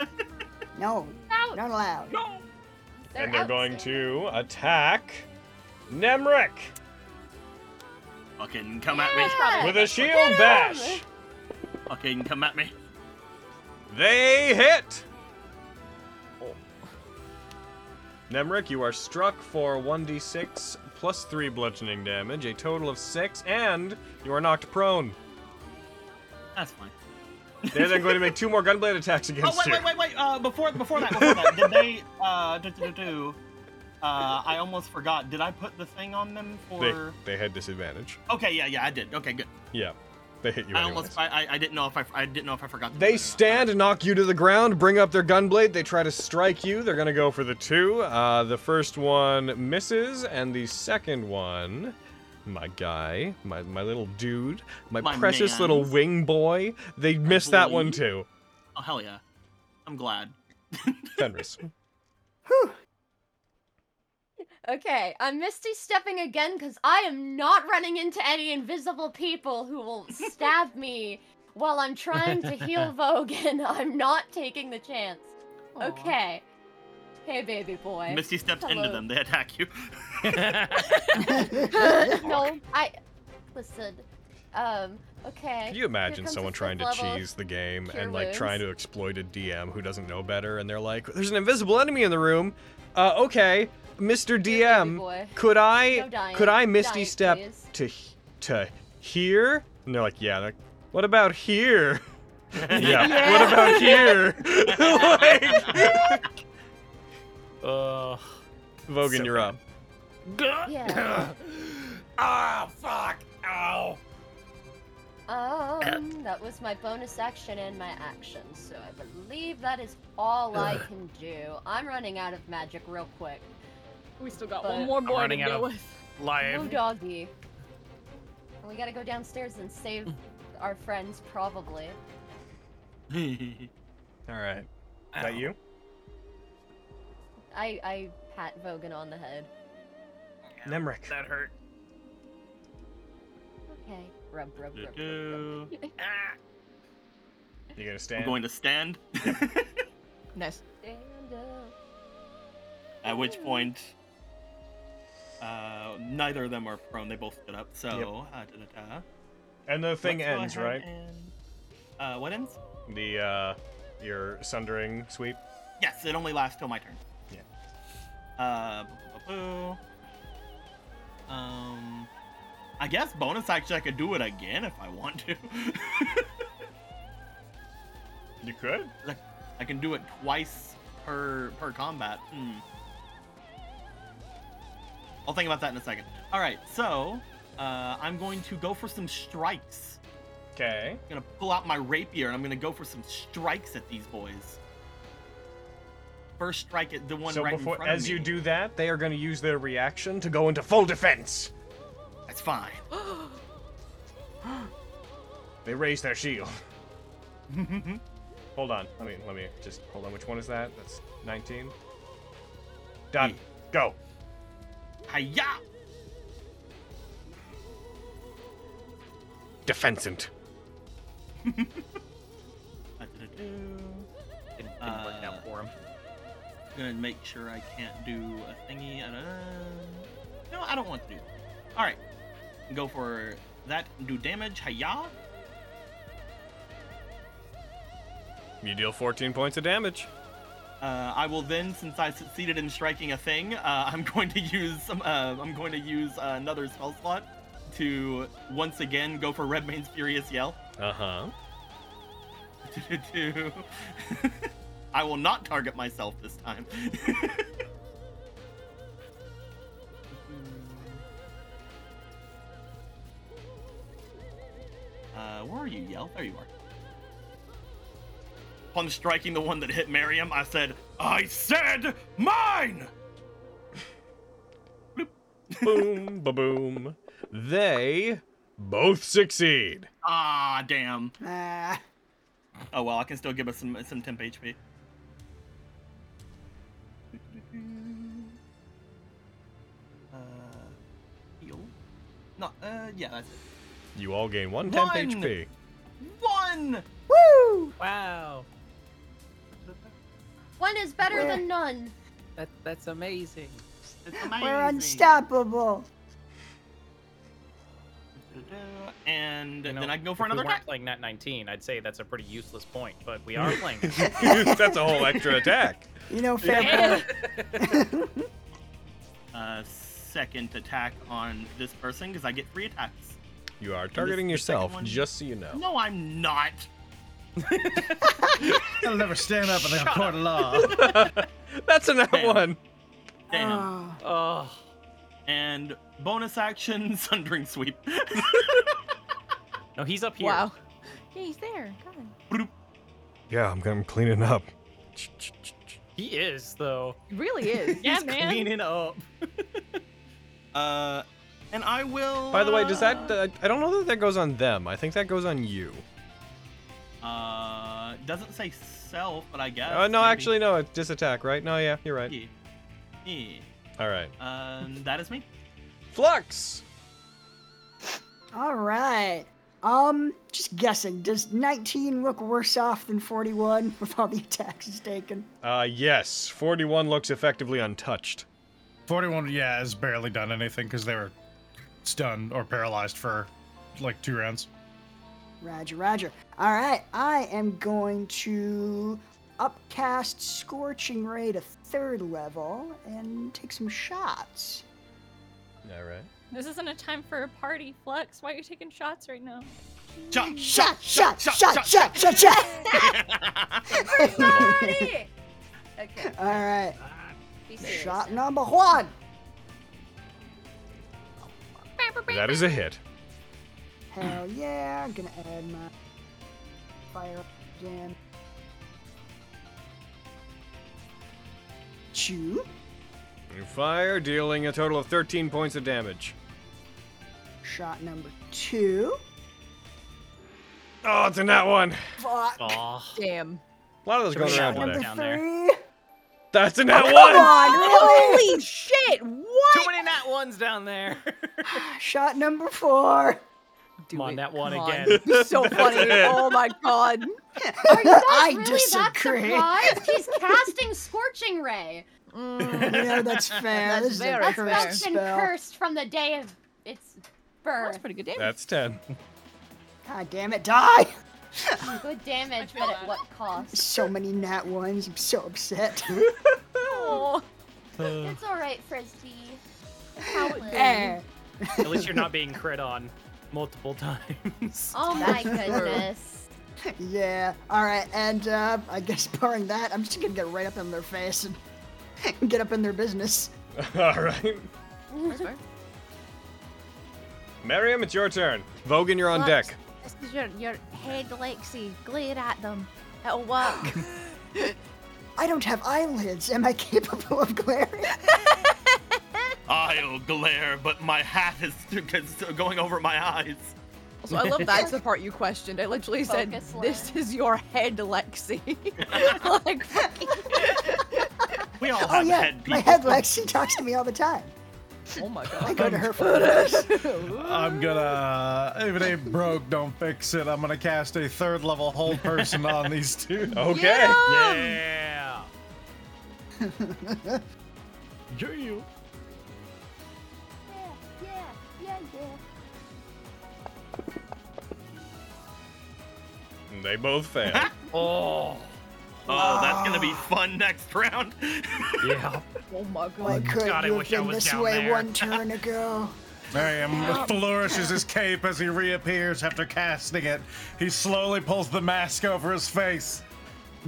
[SPEAKER 8] No,
[SPEAKER 6] Out.
[SPEAKER 8] not allowed.
[SPEAKER 7] They're
[SPEAKER 1] and they're
[SPEAKER 7] out
[SPEAKER 1] going
[SPEAKER 7] soon.
[SPEAKER 1] to attack Nemric
[SPEAKER 2] Fucking come at me.
[SPEAKER 7] Yeah.
[SPEAKER 1] with a shield
[SPEAKER 7] Get 'em!
[SPEAKER 1] bash.
[SPEAKER 2] Fucking come at me.
[SPEAKER 1] They hit. Nemric, you are struck for 1d6 plus 3 bludgeoning damage, a total of 6, and you are knocked prone.
[SPEAKER 2] That's fine.
[SPEAKER 1] They're then going to make two more gunblade attacks
[SPEAKER 2] Oh
[SPEAKER 1] against
[SPEAKER 2] wait,
[SPEAKER 1] you.
[SPEAKER 2] wait, wait, wait. Uh, before before that, before that, did they? Uh, do, do, do, do, uh, I almost forgot. Did I put the thing on them for?
[SPEAKER 1] They, they had disadvantage.
[SPEAKER 2] Okay, yeah, yeah, I did. Okay, good.
[SPEAKER 1] Yeah. They hit you
[SPEAKER 2] I
[SPEAKER 1] anyways.
[SPEAKER 2] almost, I, I, I didn't know if I, I didn't know if I forgot. To do it or
[SPEAKER 1] They
[SPEAKER 2] not.
[SPEAKER 1] stand and knock you to the ground, bring up their gunblade. They try to strike you. They're going to go for the two. Uh, the first one misses, and the second one, my guy, my, my little dude, my,
[SPEAKER 2] My
[SPEAKER 1] precious
[SPEAKER 2] man.
[SPEAKER 1] little wing boy, they miss that one
[SPEAKER 2] boy.
[SPEAKER 1] too.
[SPEAKER 2] Oh hell yeah! I'm glad.
[SPEAKER 1] Fenris.
[SPEAKER 7] Okay, I'm Misty stepping again because I am not running into any invisible people who will stab me while I'm trying to heal Vogan. I'm not taking the chance.
[SPEAKER 3] Aw.
[SPEAKER 7] Okay. Hey, baby boy.
[SPEAKER 2] Misty steps into
[SPEAKER 7] Hello.
[SPEAKER 2] them. They attack you.
[SPEAKER 7] no, I. Listen. Um, okay.
[SPEAKER 1] Can you imagine
[SPEAKER 7] comes the
[SPEAKER 1] someone
[SPEAKER 7] fifth
[SPEAKER 1] trying to
[SPEAKER 7] level.
[SPEAKER 1] cheese the game
[SPEAKER 7] Cure
[SPEAKER 1] and like trying
[SPEAKER 7] wounds.
[SPEAKER 1] to exploit a DM who doesn't know better? And they're like, "There's an invisible enemy in the room." Uh, okay, Mr.
[SPEAKER 7] baby
[SPEAKER 1] DM,
[SPEAKER 7] boy.
[SPEAKER 1] could I
[SPEAKER 7] No dying.
[SPEAKER 1] could I Misty
[SPEAKER 7] Dying,
[SPEAKER 1] step
[SPEAKER 7] please.
[SPEAKER 1] to he- to here? And they're like, "Yeah." They're like, what about here? yeah. What about here? like,
[SPEAKER 5] Ugh.
[SPEAKER 1] Vogan,
[SPEAKER 5] So
[SPEAKER 1] you're
[SPEAKER 5] bad.
[SPEAKER 1] up.
[SPEAKER 7] Yeah.
[SPEAKER 5] Ah, fuck. Ow.
[SPEAKER 7] Um, that was my bonus action and my action, so I believe that is all I can do. I'm running out of magic real quick.
[SPEAKER 6] We still got
[SPEAKER 7] But
[SPEAKER 6] one more boy to
[SPEAKER 5] running out
[SPEAKER 6] deal
[SPEAKER 5] of-
[SPEAKER 6] with.
[SPEAKER 7] Oh,
[SPEAKER 5] Live.
[SPEAKER 7] doggy. And we gotta go downstairs and save our friends, probably.
[SPEAKER 1] All right. Is that you?
[SPEAKER 7] I I pat Vogan on the head.
[SPEAKER 1] Nemric.
[SPEAKER 5] That hurt.
[SPEAKER 7] Okay. Rub, rub, rub, rub,
[SPEAKER 2] Do-do.
[SPEAKER 1] You gonna
[SPEAKER 2] I'm
[SPEAKER 1] stand?
[SPEAKER 2] going to stand.
[SPEAKER 3] Nice.
[SPEAKER 7] rub. And, uh,
[SPEAKER 2] At which point, uh, neither of them are prone. They both stood up. So, uh, da-da-da.
[SPEAKER 1] and the thing
[SPEAKER 2] Let's go
[SPEAKER 1] ends,
[SPEAKER 2] ahead
[SPEAKER 1] right?
[SPEAKER 2] and- Uh, what ends?
[SPEAKER 1] The uh, your sundering sweep.
[SPEAKER 2] Yes, it only lasts till my turn.
[SPEAKER 1] Yeah.
[SPEAKER 2] Uh, boo, boo, boo, boo. um, I guess bonus action I could do it again if I want to.
[SPEAKER 1] You could.
[SPEAKER 2] Like, I can do it twice per per combat. Hmm. I'll think about that in a second. All right, so uh, I'm going to go for some strikes.
[SPEAKER 1] Okay.
[SPEAKER 2] I'm gonna pull out my rapier and I'm gonna go for some strikes at these boys. First strike at the one
[SPEAKER 1] so
[SPEAKER 2] right in
[SPEAKER 1] before,
[SPEAKER 2] front of
[SPEAKER 1] as you
[SPEAKER 2] me.
[SPEAKER 1] do that, they are going to use their reaction to go into full defense.
[SPEAKER 2] that's fine.
[SPEAKER 1] They raise their shield. hold on. Let me let me just hold on. Which one is that? That's 19. Done.
[SPEAKER 2] Yeah.
[SPEAKER 1] Go.
[SPEAKER 2] E. Hiya!
[SPEAKER 1] Defensant.
[SPEAKER 5] Didn't, didn't work
[SPEAKER 2] Uh,
[SPEAKER 5] out for him.
[SPEAKER 2] Gonna make sure I can't do a thingy. Uh, no, I don't want to do. That. All right, go for that. Do damage. Hiya!
[SPEAKER 1] You deal 14 points of damage.
[SPEAKER 2] Uh, I will then, since I succeeded in striking a thing, uh, I'm going to use some. Uh, I'm going to use uh, another spell slot to once again go for Redmane's Furious Yell.
[SPEAKER 1] Uh huh.
[SPEAKER 2] I will not target myself this time. uh, where are you, Yell? There you are. Upon striking the one that hit Miriam, I said, I said mine!
[SPEAKER 1] boom, ba boom. They both succeed.
[SPEAKER 2] Ah, damn.
[SPEAKER 8] Ah,
[SPEAKER 2] Oh well, I can still give us some some temp HP. Uh, heal. No, uh, yeah, that's it.
[SPEAKER 1] You all gain one temp
[SPEAKER 2] One!
[SPEAKER 1] HP.
[SPEAKER 2] One.
[SPEAKER 8] woo!
[SPEAKER 5] Wow,
[SPEAKER 7] One is better than none.
[SPEAKER 5] that that's amazing.
[SPEAKER 2] That's
[SPEAKER 8] We're
[SPEAKER 2] amazing.
[SPEAKER 8] unstoppable.
[SPEAKER 2] And
[SPEAKER 5] You know,
[SPEAKER 2] then I can go for
[SPEAKER 5] if we
[SPEAKER 2] another
[SPEAKER 5] weren't
[SPEAKER 2] attack.
[SPEAKER 5] playing Nat 19, I'd say that's a pretty useless point, but we are playing. it.
[SPEAKER 1] That's a whole extra attack.
[SPEAKER 8] You know, fair point.
[SPEAKER 2] Uh, second attack on this person because I get three attacks.
[SPEAKER 1] You are
[SPEAKER 2] this-
[SPEAKER 1] targeting
[SPEAKER 2] the second
[SPEAKER 1] yourself,
[SPEAKER 2] one-
[SPEAKER 1] just so you know.
[SPEAKER 2] No, I'm not.
[SPEAKER 4] I'll never stand up in a court of law.
[SPEAKER 1] That's a nat
[SPEAKER 2] Damn.
[SPEAKER 1] one.
[SPEAKER 2] Damn.
[SPEAKER 8] Ah,
[SPEAKER 5] oh,
[SPEAKER 2] and bonus action, Sundering Sweep.
[SPEAKER 5] no, he's up here.
[SPEAKER 3] Wow.
[SPEAKER 9] Yeah, he's there. God.
[SPEAKER 1] Yeah, I'm, I'm cleaning up.
[SPEAKER 5] He is though.
[SPEAKER 3] It really is.
[SPEAKER 6] Yeah,
[SPEAKER 5] he's
[SPEAKER 6] man.
[SPEAKER 5] cleaning up.
[SPEAKER 2] uh, and I will.
[SPEAKER 1] By the way, does
[SPEAKER 2] uh,
[SPEAKER 1] that? Uh, I don't know that that goes on them. I think that goes on you.
[SPEAKER 2] Uh, doesn't say self, but I guess.
[SPEAKER 1] Uh, no,
[SPEAKER 2] maybe.
[SPEAKER 1] actually, no. It's just attack, right? No, yeah, you're right.
[SPEAKER 2] Yeah. Yeah.
[SPEAKER 1] All right.
[SPEAKER 2] Um, that is me.
[SPEAKER 1] Flux.
[SPEAKER 8] all right. Um, just guessing. Does 19 look worse off than 41 with all the attacks it's taken?
[SPEAKER 1] Uh, yes. 41 looks effectively untouched.
[SPEAKER 4] 41, yeah, has barely done anything because they were stunned or paralyzed for like two rounds.
[SPEAKER 8] Roger, Roger. All right, I am going to upcast Scorching Ray to third level and take some shots.
[SPEAKER 1] All right.
[SPEAKER 6] This isn't a time for a party, Flux. Why are you taking shots right now?
[SPEAKER 2] Shot,
[SPEAKER 8] Shot, shot, shot, shot, shot, shot.
[SPEAKER 7] Party! okay,
[SPEAKER 8] All right,
[SPEAKER 7] be serious.
[SPEAKER 8] shot number one.
[SPEAKER 1] That is a hit.
[SPEAKER 8] Hell yeah, I'm gonna add my fire again. Chew.
[SPEAKER 1] You fire, dealing a total of 13 points of damage.
[SPEAKER 8] Shot number two.
[SPEAKER 1] Oh, it's a nat one.
[SPEAKER 8] Fuck.
[SPEAKER 5] Oh,
[SPEAKER 3] Damn.
[SPEAKER 1] A lot of those going
[SPEAKER 5] Three nat
[SPEAKER 1] around
[SPEAKER 5] ones
[SPEAKER 1] today.
[SPEAKER 5] down there.
[SPEAKER 8] Three.
[SPEAKER 1] That's a nat
[SPEAKER 8] Come
[SPEAKER 1] one.
[SPEAKER 8] on, really?
[SPEAKER 3] Holy shit! What?
[SPEAKER 5] Too many nat ones down there.
[SPEAKER 8] Shot number four.
[SPEAKER 3] Do
[SPEAKER 5] Come on,
[SPEAKER 3] it.
[SPEAKER 5] that one
[SPEAKER 3] Come on.
[SPEAKER 5] again.
[SPEAKER 3] You're so funny. Oh my god.
[SPEAKER 7] Are you guys
[SPEAKER 8] I
[SPEAKER 7] really
[SPEAKER 8] disagree.
[SPEAKER 7] That surprised? He's casting Scorching Ray.
[SPEAKER 8] Mm, You know, that's fair.
[SPEAKER 3] That's
[SPEAKER 8] this is a
[SPEAKER 3] very
[SPEAKER 7] That's
[SPEAKER 3] fair.
[SPEAKER 8] cursed
[SPEAKER 7] that's been
[SPEAKER 8] spell.
[SPEAKER 7] cursed from the day of its
[SPEAKER 9] That's
[SPEAKER 7] birth.
[SPEAKER 9] pretty good damage.
[SPEAKER 1] That's 10.
[SPEAKER 8] God damn it, die!
[SPEAKER 7] Good damage,
[SPEAKER 6] feel
[SPEAKER 7] but at
[SPEAKER 6] that.
[SPEAKER 7] what cost?
[SPEAKER 8] So many nat ones. I'm so upset.
[SPEAKER 3] Oh.
[SPEAKER 7] Oh It's all right, Frisbee.
[SPEAKER 8] Eh,
[SPEAKER 5] At least you're not being crit on multiple times.
[SPEAKER 7] Oh my
[SPEAKER 8] That's true.
[SPEAKER 7] goodness.
[SPEAKER 8] Yeah. All right. And uh, I guess barring that, I'm just gonna get right up in their face and get up in their business.
[SPEAKER 1] All right. Miriam, it's your turn. Vogan, you're on
[SPEAKER 10] Look,
[SPEAKER 1] deck.
[SPEAKER 10] This is your, your head, Lexi. Glare at them. It'll work.
[SPEAKER 8] I don't have eyelids. Am I capable of glaring?
[SPEAKER 2] I'll glare, but my hat is is going over my eyes.
[SPEAKER 3] Also, I love that's the part you questioned. I literally said,
[SPEAKER 7] Focus
[SPEAKER 3] "This is your head, Lexi." like, fucking-
[SPEAKER 2] We all
[SPEAKER 8] oh
[SPEAKER 2] have
[SPEAKER 8] yeah,
[SPEAKER 2] head people.
[SPEAKER 8] my head Lexi talks to me all the time.
[SPEAKER 3] oh my
[SPEAKER 8] I
[SPEAKER 3] god.
[SPEAKER 8] go to her for advice.
[SPEAKER 4] I'm gonna. If it ain't broke, don't fix it. I'm gonna cast a third level hold person on these two.
[SPEAKER 1] Okay.
[SPEAKER 5] yeah. yeah.
[SPEAKER 1] They both fail.
[SPEAKER 5] Oh.
[SPEAKER 2] Oh, that's gonna be fun next round.
[SPEAKER 5] Yeah.
[SPEAKER 3] Oh my god.
[SPEAKER 8] Why couldn't
[SPEAKER 5] God, I
[SPEAKER 8] you have
[SPEAKER 5] wish I
[SPEAKER 8] been
[SPEAKER 5] was
[SPEAKER 8] this
[SPEAKER 5] down
[SPEAKER 8] way
[SPEAKER 5] there.
[SPEAKER 8] one turn ago?
[SPEAKER 4] Miriam flourishes his cape as he reappears after casting it. He slowly pulls the mask over his face.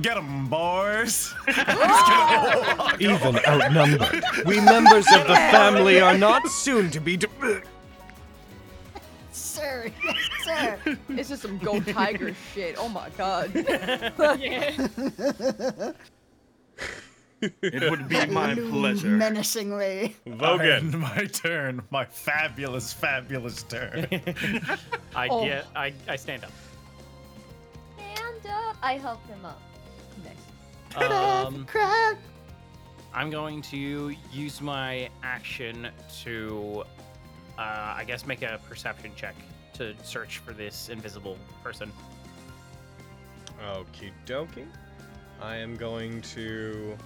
[SPEAKER 4] Get him, boys!
[SPEAKER 1] Even outnumbered. We members of the family are not soon to be. De-
[SPEAKER 8] Sir, yes, sir.
[SPEAKER 3] It's just some go tiger shit. Oh my god.
[SPEAKER 6] Yeah.
[SPEAKER 2] It would be my
[SPEAKER 8] Loom
[SPEAKER 2] pleasure.
[SPEAKER 8] Menacingly.
[SPEAKER 1] Vogan.
[SPEAKER 4] And my turn, my fabulous, fabulous turn.
[SPEAKER 5] I
[SPEAKER 3] Oh.
[SPEAKER 5] get. I, I stand up.
[SPEAKER 7] Stand up. I help him up.
[SPEAKER 5] Um,
[SPEAKER 8] Crap.
[SPEAKER 5] I'm going to use my action to, uh, I guess, make a perception check to search for this invisible person.
[SPEAKER 1] Okie dokie. I am going to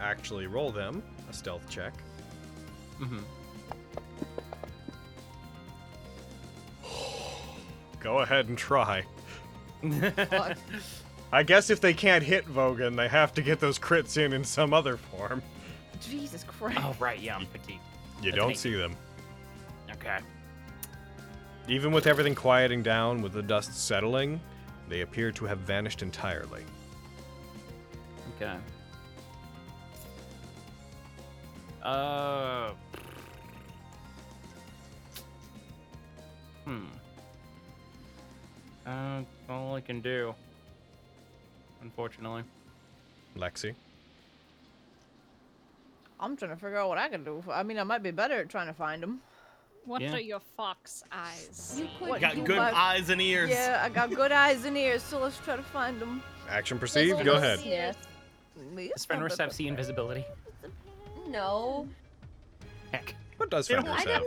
[SPEAKER 1] actually roll them a stealth check.
[SPEAKER 5] Mm-hmm.
[SPEAKER 1] Go ahead and try.
[SPEAKER 3] Fuck.
[SPEAKER 1] I guess if they can't hit Vogan, they have to get those crits in in some other form.
[SPEAKER 3] Jesus Christ.
[SPEAKER 5] Oh right, yeah, I'm fatigued.
[SPEAKER 1] You
[SPEAKER 5] That's
[SPEAKER 1] don't
[SPEAKER 5] me.
[SPEAKER 1] see them.
[SPEAKER 5] Okay.
[SPEAKER 1] Even with everything quieting down, with the dust settling, they appear to have vanished entirely.
[SPEAKER 5] Okay. Uh. Hmm. Uh, all I can do, unfortunately.
[SPEAKER 1] Lexi.
[SPEAKER 3] I'm trying to figure out what I can do. I mean, I might be better at trying to find them.
[SPEAKER 6] What
[SPEAKER 5] Yeah.
[SPEAKER 6] are your fox eyes?
[SPEAKER 7] You could
[SPEAKER 3] What
[SPEAKER 2] Got
[SPEAKER 3] you
[SPEAKER 2] good
[SPEAKER 3] love-
[SPEAKER 2] eyes and ears.
[SPEAKER 3] Yeah, I got good eyes and ears, so let's try to find them.
[SPEAKER 1] Action perceived.
[SPEAKER 7] Fizzle
[SPEAKER 1] Go
[SPEAKER 7] the
[SPEAKER 1] ahead.
[SPEAKER 7] sniff.
[SPEAKER 5] Does Fenris have see invisibility?
[SPEAKER 7] No.
[SPEAKER 5] Heck.
[SPEAKER 1] What does
[SPEAKER 2] You know,
[SPEAKER 1] Fenris have?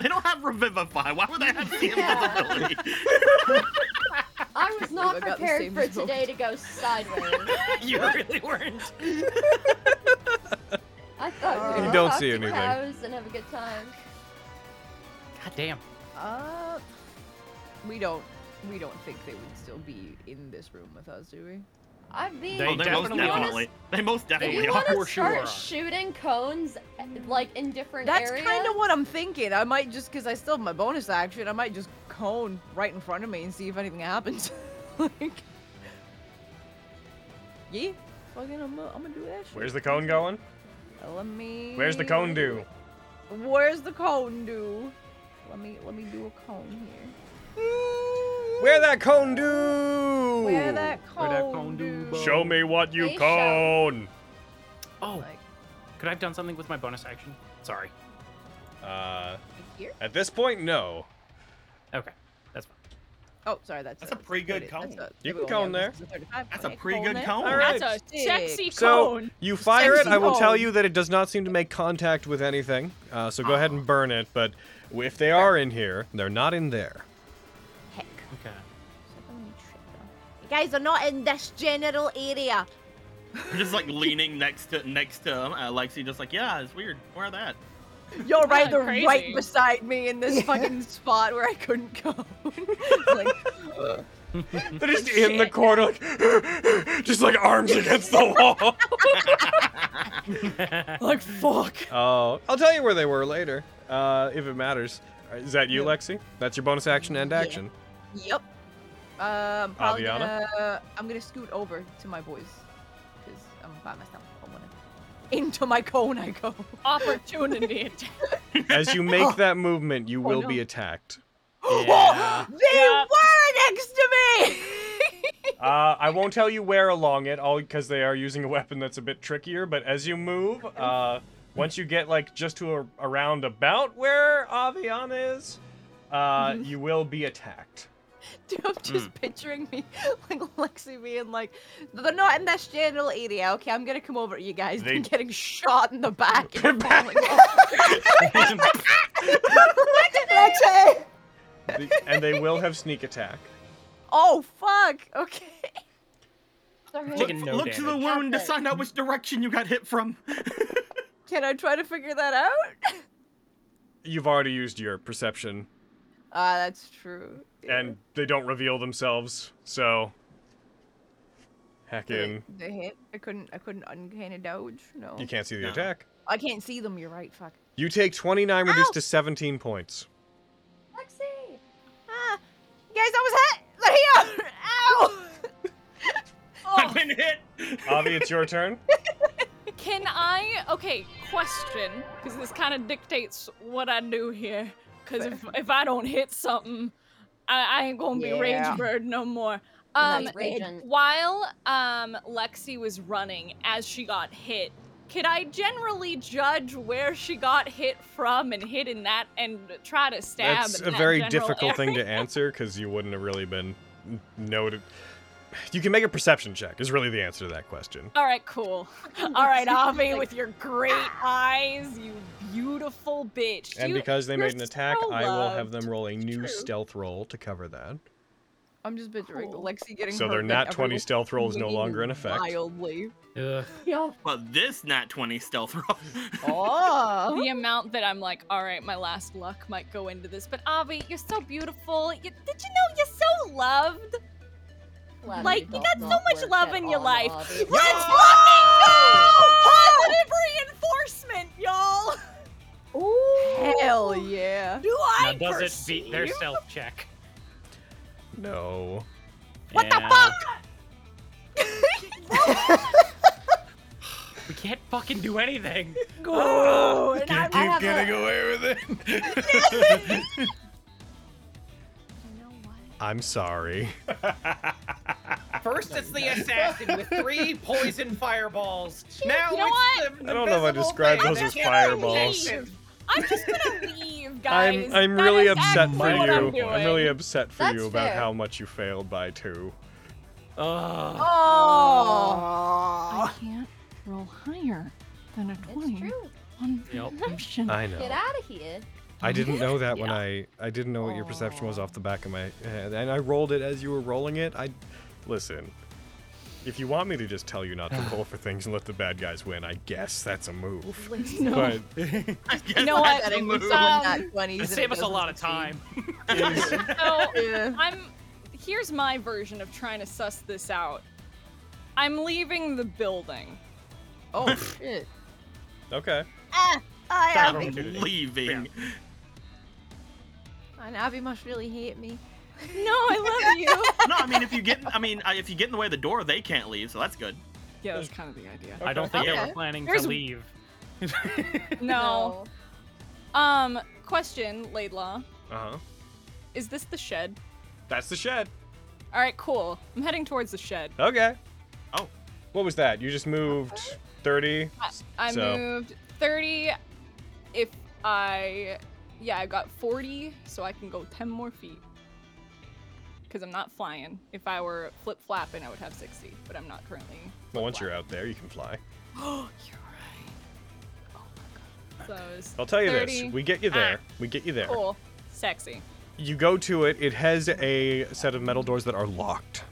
[SPEAKER 2] They don't have revivify. Why would they have the
[SPEAKER 7] Yeah.
[SPEAKER 2] invisibility?
[SPEAKER 7] I was not
[SPEAKER 3] I got the
[SPEAKER 7] prepared
[SPEAKER 3] same
[SPEAKER 7] for
[SPEAKER 3] result.
[SPEAKER 7] today to go sideways.
[SPEAKER 5] you really weren't.
[SPEAKER 7] I thought we
[SPEAKER 1] You
[SPEAKER 7] were
[SPEAKER 1] don't see
[SPEAKER 7] gonna
[SPEAKER 1] anything.
[SPEAKER 7] talk to cows and have a good time.
[SPEAKER 5] God damn.
[SPEAKER 3] Uh, we don't. We don't think they would still be in this room with us, do we?
[SPEAKER 7] I mean,
[SPEAKER 5] They
[SPEAKER 2] Oh, they most
[SPEAKER 5] definitely are.
[SPEAKER 2] definitely. They most
[SPEAKER 7] if
[SPEAKER 2] definitely
[SPEAKER 7] you
[SPEAKER 2] are.
[SPEAKER 7] want to
[SPEAKER 5] for sure
[SPEAKER 7] start
[SPEAKER 5] are.
[SPEAKER 7] shooting cones, like in different
[SPEAKER 3] That's
[SPEAKER 7] areas,
[SPEAKER 3] kind of what I'm thinking. I might just, because I still have my bonus action, I might just cone right in front of me and see if anything happens. like, yeah, fucking, I'm gonna, I'm gonna do that shit.
[SPEAKER 1] Where's the cone going?
[SPEAKER 3] Uh, Let me.
[SPEAKER 1] Where's the cone do?
[SPEAKER 3] Where's the cone do? Let me, let me do a cone here.
[SPEAKER 1] Where that cone do?
[SPEAKER 3] Where that cone,
[SPEAKER 5] Where that cone do,
[SPEAKER 3] do?
[SPEAKER 5] bo?
[SPEAKER 1] Show me what you
[SPEAKER 7] They show.
[SPEAKER 1] cone.
[SPEAKER 5] Oh,
[SPEAKER 3] Like,
[SPEAKER 5] could I have done something with my bonus action? Sorry.
[SPEAKER 1] Uh,
[SPEAKER 3] here?
[SPEAKER 1] at this point, no.
[SPEAKER 5] Okay, that's fine.
[SPEAKER 3] Oh, sorry, that's
[SPEAKER 2] That's a pretty good cone.
[SPEAKER 1] You can cone there.
[SPEAKER 2] That's a pretty good cone.
[SPEAKER 1] All right.
[SPEAKER 6] That's a
[SPEAKER 3] Sick.
[SPEAKER 6] sexy
[SPEAKER 1] So
[SPEAKER 6] cone.
[SPEAKER 1] you fire it.
[SPEAKER 3] Sexy
[SPEAKER 1] I will tell
[SPEAKER 3] cone.
[SPEAKER 1] you that it does not seem to make contact with anything. Uh, so go ahead and burn it. But if they are in here, they're not in there.
[SPEAKER 10] Heck.
[SPEAKER 5] Okay.
[SPEAKER 10] You guys are not in this general area.
[SPEAKER 2] just like leaning next to next to um, uh, Lexi, just like yeah, it's weird. Where that?
[SPEAKER 3] You're right,
[SPEAKER 6] Yeah,
[SPEAKER 3] they're
[SPEAKER 6] crazy.
[SPEAKER 3] right beside me in this fucking spot where I couldn't go. It's like,
[SPEAKER 1] They're just in the corner, like, just like arms against the wall.
[SPEAKER 5] like fuck.
[SPEAKER 1] Oh, I'll tell you where they were later, uh, if it matters. Uh, Is that you, Lexi? That's your bonus action and
[SPEAKER 3] Yeah.
[SPEAKER 1] action.
[SPEAKER 3] Yep. Um, probably
[SPEAKER 1] Aviana?
[SPEAKER 3] gonna, I'm gonna scoot over to my boys because I'm by myself. I wanna into my cone I go.
[SPEAKER 6] Opportunity. attack.
[SPEAKER 1] As you make that movement, you
[SPEAKER 3] Oh,
[SPEAKER 1] will
[SPEAKER 3] no.
[SPEAKER 1] be attacked.
[SPEAKER 5] Yeah.
[SPEAKER 3] they
[SPEAKER 6] Yeah.
[SPEAKER 3] were next to me.
[SPEAKER 1] Uh, I won't tell you where along it, all because they are using a weapon that's a bit trickier. But as you move, uh, once you get like just to a, around about where Aviana is, uh, you will be attacked.
[SPEAKER 3] Mm-hmm.
[SPEAKER 1] Hmm.
[SPEAKER 3] Dude, I'm just picturing me like Lexi being like, they're not in this general area. Okay, I'm gonna come over to you guys.
[SPEAKER 1] They-
[SPEAKER 3] They're getting shot in the back. And falling
[SPEAKER 8] Lexi!
[SPEAKER 1] The- and they will have sneak attack.
[SPEAKER 3] oh fuck. Okay.
[SPEAKER 7] Sorry.
[SPEAKER 5] Taking no
[SPEAKER 2] Look to the
[SPEAKER 5] damage.
[SPEAKER 2] wound to
[SPEAKER 7] Happen.
[SPEAKER 2] find out which direction you got hit from.
[SPEAKER 3] Can I try to figure that out?
[SPEAKER 1] You've already used your perception,
[SPEAKER 3] Ah, that's true.
[SPEAKER 1] and they don't reveal themselves. So, heck
[SPEAKER 3] the,
[SPEAKER 1] in.
[SPEAKER 3] the hit. I couldn't. I couldn't uncanny dodge. No.
[SPEAKER 1] You can't see the
[SPEAKER 2] No.
[SPEAKER 1] attack.
[SPEAKER 3] I can't see them. You're right. Fuck.
[SPEAKER 1] You take 29, reduced to 17 points.
[SPEAKER 7] Lexi!
[SPEAKER 3] Ah, you guys, I was hit. They're here. Ow.
[SPEAKER 2] I've been hit.
[SPEAKER 1] Avi, it's your turn.
[SPEAKER 6] Can I? Okay, question, because this kind of dictates what I do here. Because if, if I don't hit something, I, I ain't gonna be
[SPEAKER 3] Yeah.
[SPEAKER 6] Rage Bird no more.
[SPEAKER 7] Well,
[SPEAKER 6] Um,
[SPEAKER 7] that's raging.
[SPEAKER 6] while um Lexi was running as she got hit, could I generally judge where she got hit from and hit in that and try to stab?
[SPEAKER 1] That's
[SPEAKER 6] in
[SPEAKER 1] a
[SPEAKER 6] that
[SPEAKER 1] very
[SPEAKER 6] general
[SPEAKER 1] difficult
[SPEAKER 6] area?
[SPEAKER 1] thing to answer because you wouldn't have really been n- noted. You can make a perception check. Is really the answer to that question.
[SPEAKER 6] All right, cool. All right, Avi, with your great eyes, you beautiful bitch.
[SPEAKER 1] and
[SPEAKER 6] You-
[SPEAKER 1] because they
[SPEAKER 6] you're
[SPEAKER 1] made an attack,
[SPEAKER 6] so
[SPEAKER 1] I will have
[SPEAKER 6] loved.
[SPEAKER 1] them roll a new
[SPEAKER 6] True.
[SPEAKER 1] stealth roll to cover that.
[SPEAKER 3] I'm just picturing
[SPEAKER 6] Cool.
[SPEAKER 3] Lexi getting.
[SPEAKER 1] So
[SPEAKER 3] hurt
[SPEAKER 1] their
[SPEAKER 3] and
[SPEAKER 1] nat 20
[SPEAKER 3] everyone
[SPEAKER 1] stealth roll is no
[SPEAKER 3] swinging
[SPEAKER 1] longer in effect.
[SPEAKER 3] Wildly.
[SPEAKER 5] Ugh.
[SPEAKER 7] Yo,
[SPEAKER 2] But this nat 20 stealth roll.
[SPEAKER 3] Oh.
[SPEAKER 6] the amount that I'm like, all right, my last luck might go into this. But Avi, you're so beautiful. You, did you know you're so loved?
[SPEAKER 7] Lexi
[SPEAKER 6] Like, you
[SPEAKER 7] does
[SPEAKER 6] got so
[SPEAKER 7] not
[SPEAKER 6] much
[SPEAKER 7] work
[SPEAKER 6] love
[SPEAKER 7] at
[SPEAKER 6] in your
[SPEAKER 7] all,
[SPEAKER 6] life.
[SPEAKER 7] Avi.
[SPEAKER 6] Let's fucking go! Positive reinforcement, y'all.
[SPEAKER 3] Hell yeah.
[SPEAKER 6] Do
[SPEAKER 9] Oh,
[SPEAKER 5] Now,
[SPEAKER 6] I
[SPEAKER 5] does it
[SPEAKER 6] perceive?
[SPEAKER 5] beat their stealth check?
[SPEAKER 1] No.
[SPEAKER 5] What the fuck? we can't fucking do anything.
[SPEAKER 6] Go, and I'm
[SPEAKER 7] I have a-
[SPEAKER 4] away with it.
[SPEAKER 1] I'm sorry.
[SPEAKER 5] First, it's the assassin with three poison fireballs. Now
[SPEAKER 6] You know it's
[SPEAKER 5] the
[SPEAKER 1] I don't know if I describe those as fireballs.
[SPEAKER 6] leave. I'm just gonna leave, guys.
[SPEAKER 1] I'm I'm
[SPEAKER 6] That
[SPEAKER 1] really
[SPEAKER 6] is
[SPEAKER 1] upset for
[SPEAKER 6] actually what
[SPEAKER 1] you.
[SPEAKER 6] I'm,
[SPEAKER 1] I'm, really
[SPEAKER 6] doing.
[SPEAKER 1] upset for
[SPEAKER 7] That's
[SPEAKER 1] you about
[SPEAKER 7] fair.
[SPEAKER 1] how much you failed by two.
[SPEAKER 5] Ugh.
[SPEAKER 3] Oh.
[SPEAKER 10] I can't roll higher than a
[SPEAKER 7] It's
[SPEAKER 10] 20
[SPEAKER 7] true.
[SPEAKER 10] on
[SPEAKER 5] Yep.
[SPEAKER 10] perception.
[SPEAKER 1] I know.
[SPEAKER 7] Get out of here.
[SPEAKER 1] I didn't know that when I I didn't know what your perception was off the back of my head, and I rolled it as you were rolling it. I listen. If you want me to just tell you not to roll for things and let the bad guys win, I guess that's a move. But
[SPEAKER 6] You know what?
[SPEAKER 3] That
[SPEAKER 6] Um,
[SPEAKER 3] includes all nat 20s
[SPEAKER 5] That
[SPEAKER 3] and
[SPEAKER 5] saved
[SPEAKER 3] it
[SPEAKER 5] us a lot of
[SPEAKER 3] doesn't
[SPEAKER 5] time.
[SPEAKER 6] so
[SPEAKER 3] succeed. Yeah.
[SPEAKER 6] I'm here's my version of trying to suss this out. I'm leaving the building.
[SPEAKER 3] Oh shit.
[SPEAKER 1] okay,
[SPEAKER 3] I
[SPEAKER 5] That
[SPEAKER 3] am.
[SPEAKER 5] room.
[SPEAKER 2] I'm leaving.
[SPEAKER 3] And Abby must really hate me.
[SPEAKER 6] No, I love you.
[SPEAKER 2] No, I mean if you get, I mean I- if you get in the way of the door, they can't leave, so that's good.
[SPEAKER 6] yeah, that's kind of the idea.
[SPEAKER 5] I don't think they
[SPEAKER 3] Okay.
[SPEAKER 5] were planning
[SPEAKER 6] There's-
[SPEAKER 5] to leave.
[SPEAKER 6] No. Um, question, Laidlaw.
[SPEAKER 1] uh huh.
[SPEAKER 6] Is this the shed?
[SPEAKER 1] That's the shed.
[SPEAKER 6] All right, cool. I'm heading towards the shed.
[SPEAKER 1] Okay.
[SPEAKER 2] Oh.
[SPEAKER 1] what was that? You just moved thirty.
[SPEAKER 6] I
[SPEAKER 1] So-
[SPEAKER 6] moved 30. If I, yeah, I got 40, so I can go 10 more feet. Because I'm not flying. If I were flip flapping, I would have 60, but I'm not currently.
[SPEAKER 1] Well, once you're out there, you can fly.
[SPEAKER 6] Oh, you're right. Oh my god. So it was
[SPEAKER 1] I'll tell you
[SPEAKER 6] 30.
[SPEAKER 1] this: we get you there. We get you there.
[SPEAKER 6] cool, sexy.
[SPEAKER 1] You go to it. It has a set of metal doors that are locked.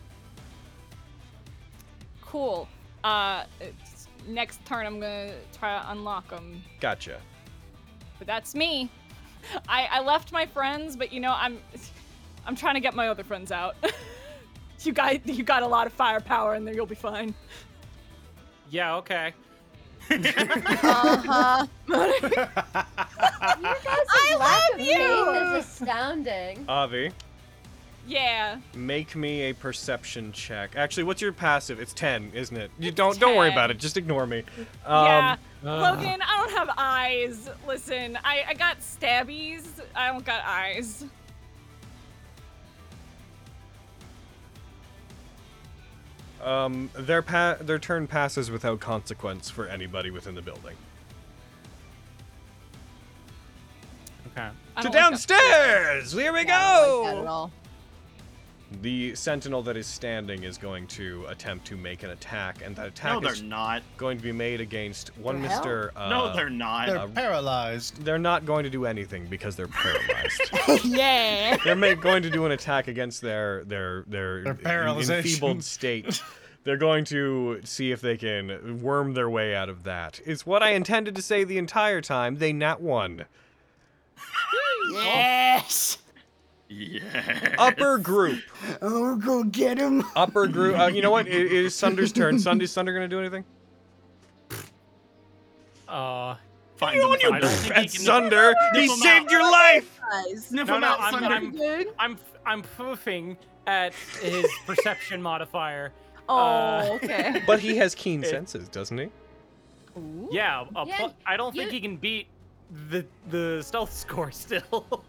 [SPEAKER 6] Cool. Uh, it's, next turn, I'm gonna try to unlock them.
[SPEAKER 1] Gotcha.
[SPEAKER 6] But that's me. I, I left my friends, but you know, I'm I'm trying to get my other friends out. You got you got a lot of firepower in there. You'll be fine.
[SPEAKER 5] Yeah, okay.
[SPEAKER 10] Uh-huh.
[SPEAKER 7] You guys'
[SPEAKER 6] I
[SPEAKER 7] lack
[SPEAKER 6] love
[SPEAKER 7] of
[SPEAKER 6] you!
[SPEAKER 7] faith is astounding.
[SPEAKER 1] Avi,
[SPEAKER 6] Yeah.
[SPEAKER 1] make me a perception check. Actually, what's your passive? It's 10, isn't it? You don't don't worry about
[SPEAKER 6] 10.
[SPEAKER 1] it. Just ignore me.
[SPEAKER 6] yeah.
[SPEAKER 1] Um
[SPEAKER 6] Logan, I don't have eyes. Listen, I, I got stabbies. I don't got eyes.
[SPEAKER 1] um their pa- their turn passes without consequence for anybody within the building.
[SPEAKER 5] Okay.
[SPEAKER 6] I
[SPEAKER 1] To
[SPEAKER 6] don't like that.
[SPEAKER 1] downstairs. Here we go.
[SPEAKER 3] Not at all.
[SPEAKER 1] The sentinel that is standing is going to attempt to make an attack, and that
[SPEAKER 2] No,
[SPEAKER 1] attack
[SPEAKER 2] they're
[SPEAKER 1] is
[SPEAKER 2] not.
[SPEAKER 1] going to be made against one
[SPEAKER 8] The hell?
[SPEAKER 1] Mr. Uh,
[SPEAKER 2] no, they're not.
[SPEAKER 4] They're
[SPEAKER 1] Uh,
[SPEAKER 4] paralyzed.
[SPEAKER 1] They're not going to do anything because they're paralyzed.
[SPEAKER 8] Eh.
[SPEAKER 6] Yeah.
[SPEAKER 1] they're ma- going to do an attack against their their their,
[SPEAKER 4] Their
[SPEAKER 1] en-
[SPEAKER 4] paralyzation.
[SPEAKER 1] enfeebled state. They're going to see if they can worm their way out of that. It's what I intended to say the entire time. They nat one.
[SPEAKER 8] Yes.
[SPEAKER 2] yeah.
[SPEAKER 1] Upper group.
[SPEAKER 8] Oh, go get him.
[SPEAKER 1] Upper group. Uh, you know what? It, it is Sunder's turn. Sunday, Sunder going to do anything?
[SPEAKER 5] Uh,
[SPEAKER 2] Find them.
[SPEAKER 5] you
[SPEAKER 2] I don't think he
[SPEAKER 1] That's
[SPEAKER 2] can-
[SPEAKER 1] Sunder. He
[SPEAKER 2] Nip 'em
[SPEAKER 1] saved your life.
[SPEAKER 9] Guys,
[SPEAKER 2] Sniff
[SPEAKER 5] No,
[SPEAKER 2] him
[SPEAKER 5] no,
[SPEAKER 2] out,
[SPEAKER 5] I'm-
[SPEAKER 2] Sunder.
[SPEAKER 5] I'm-
[SPEAKER 9] dude.
[SPEAKER 5] I'm f- I'm foofing at his perception modifier.
[SPEAKER 3] Oh,
[SPEAKER 5] Uh,
[SPEAKER 3] okay.
[SPEAKER 1] But he has keen
[SPEAKER 5] It-
[SPEAKER 1] senses, doesn't he?
[SPEAKER 3] Ooh.
[SPEAKER 5] Yeah, a
[SPEAKER 7] Yeah,
[SPEAKER 5] pl- I don't think
[SPEAKER 7] you-
[SPEAKER 5] he can beat the the stealth score still.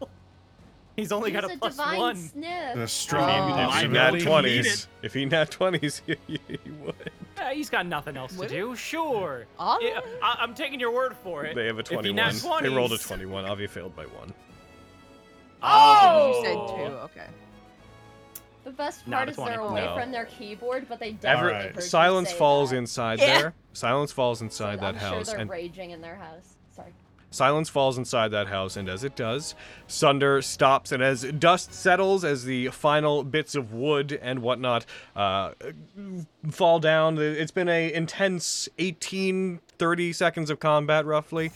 [SPEAKER 5] He's only
[SPEAKER 7] Use
[SPEAKER 5] got a
[SPEAKER 7] a
[SPEAKER 5] plus
[SPEAKER 7] divine
[SPEAKER 5] one.
[SPEAKER 7] sniff.
[SPEAKER 4] The strong
[SPEAKER 3] Oh.
[SPEAKER 1] If he
[SPEAKER 2] I
[SPEAKER 1] nat
[SPEAKER 2] know he
[SPEAKER 1] twenties, if he nat twenties, he, he, would.
[SPEAKER 5] Uh, he's got nothing else
[SPEAKER 3] Would
[SPEAKER 5] to do. Sure.
[SPEAKER 3] All
[SPEAKER 5] Yeah,
[SPEAKER 3] right.
[SPEAKER 5] I- I'm taking your word for it.
[SPEAKER 1] They have a
[SPEAKER 5] If he
[SPEAKER 1] twenty-one.
[SPEAKER 5] nat
[SPEAKER 1] They rolled a Ah!
[SPEAKER 5] 20s.
[SPEAKER 1] twenty-one. Avi failed by one.
[SPEAKER 3] Oh, you said two. Okay.
[SPEAKER 7] The best
[SPEAKER 5] Not
[SPEAKER 7] part
[SPEAKER 5] a
[SPEAKER 7] is they're
[SPEAKER 5] 20.
[SPEAKER 7] away
[SPEAKER 1] No.
[SPEAKER 7] from their keyboard, but they
[SPEAKER 1] Ever
[SPEAKER 7] definitely heard you
[SPEAKER 1] silence
[SPEAKER 7] say
[SPEAKER 1] falls
[SPEAKER 7] that.
[SPEAKER 1] inside
[SPEAKER 3] Yeah.
[SPEAKER 1] there. Silence falls
[SPEAKER 7] So
[SPEAKER 1] inside that
[SPEAKER 7] I'm
[SPEAKER 1] house,
[SPEAKER 7] Sure they're
[SPEAKER 1] and
[SPEAKER 7] raging in their house. Sorry.
[SPEAKER 1] silence falls inside that house. And as it does, Sunder stops, and as dust settles, as the final bits of wood and whatnot uh, fall down, it's been a intense 18, 30 seconds of combat, roughly.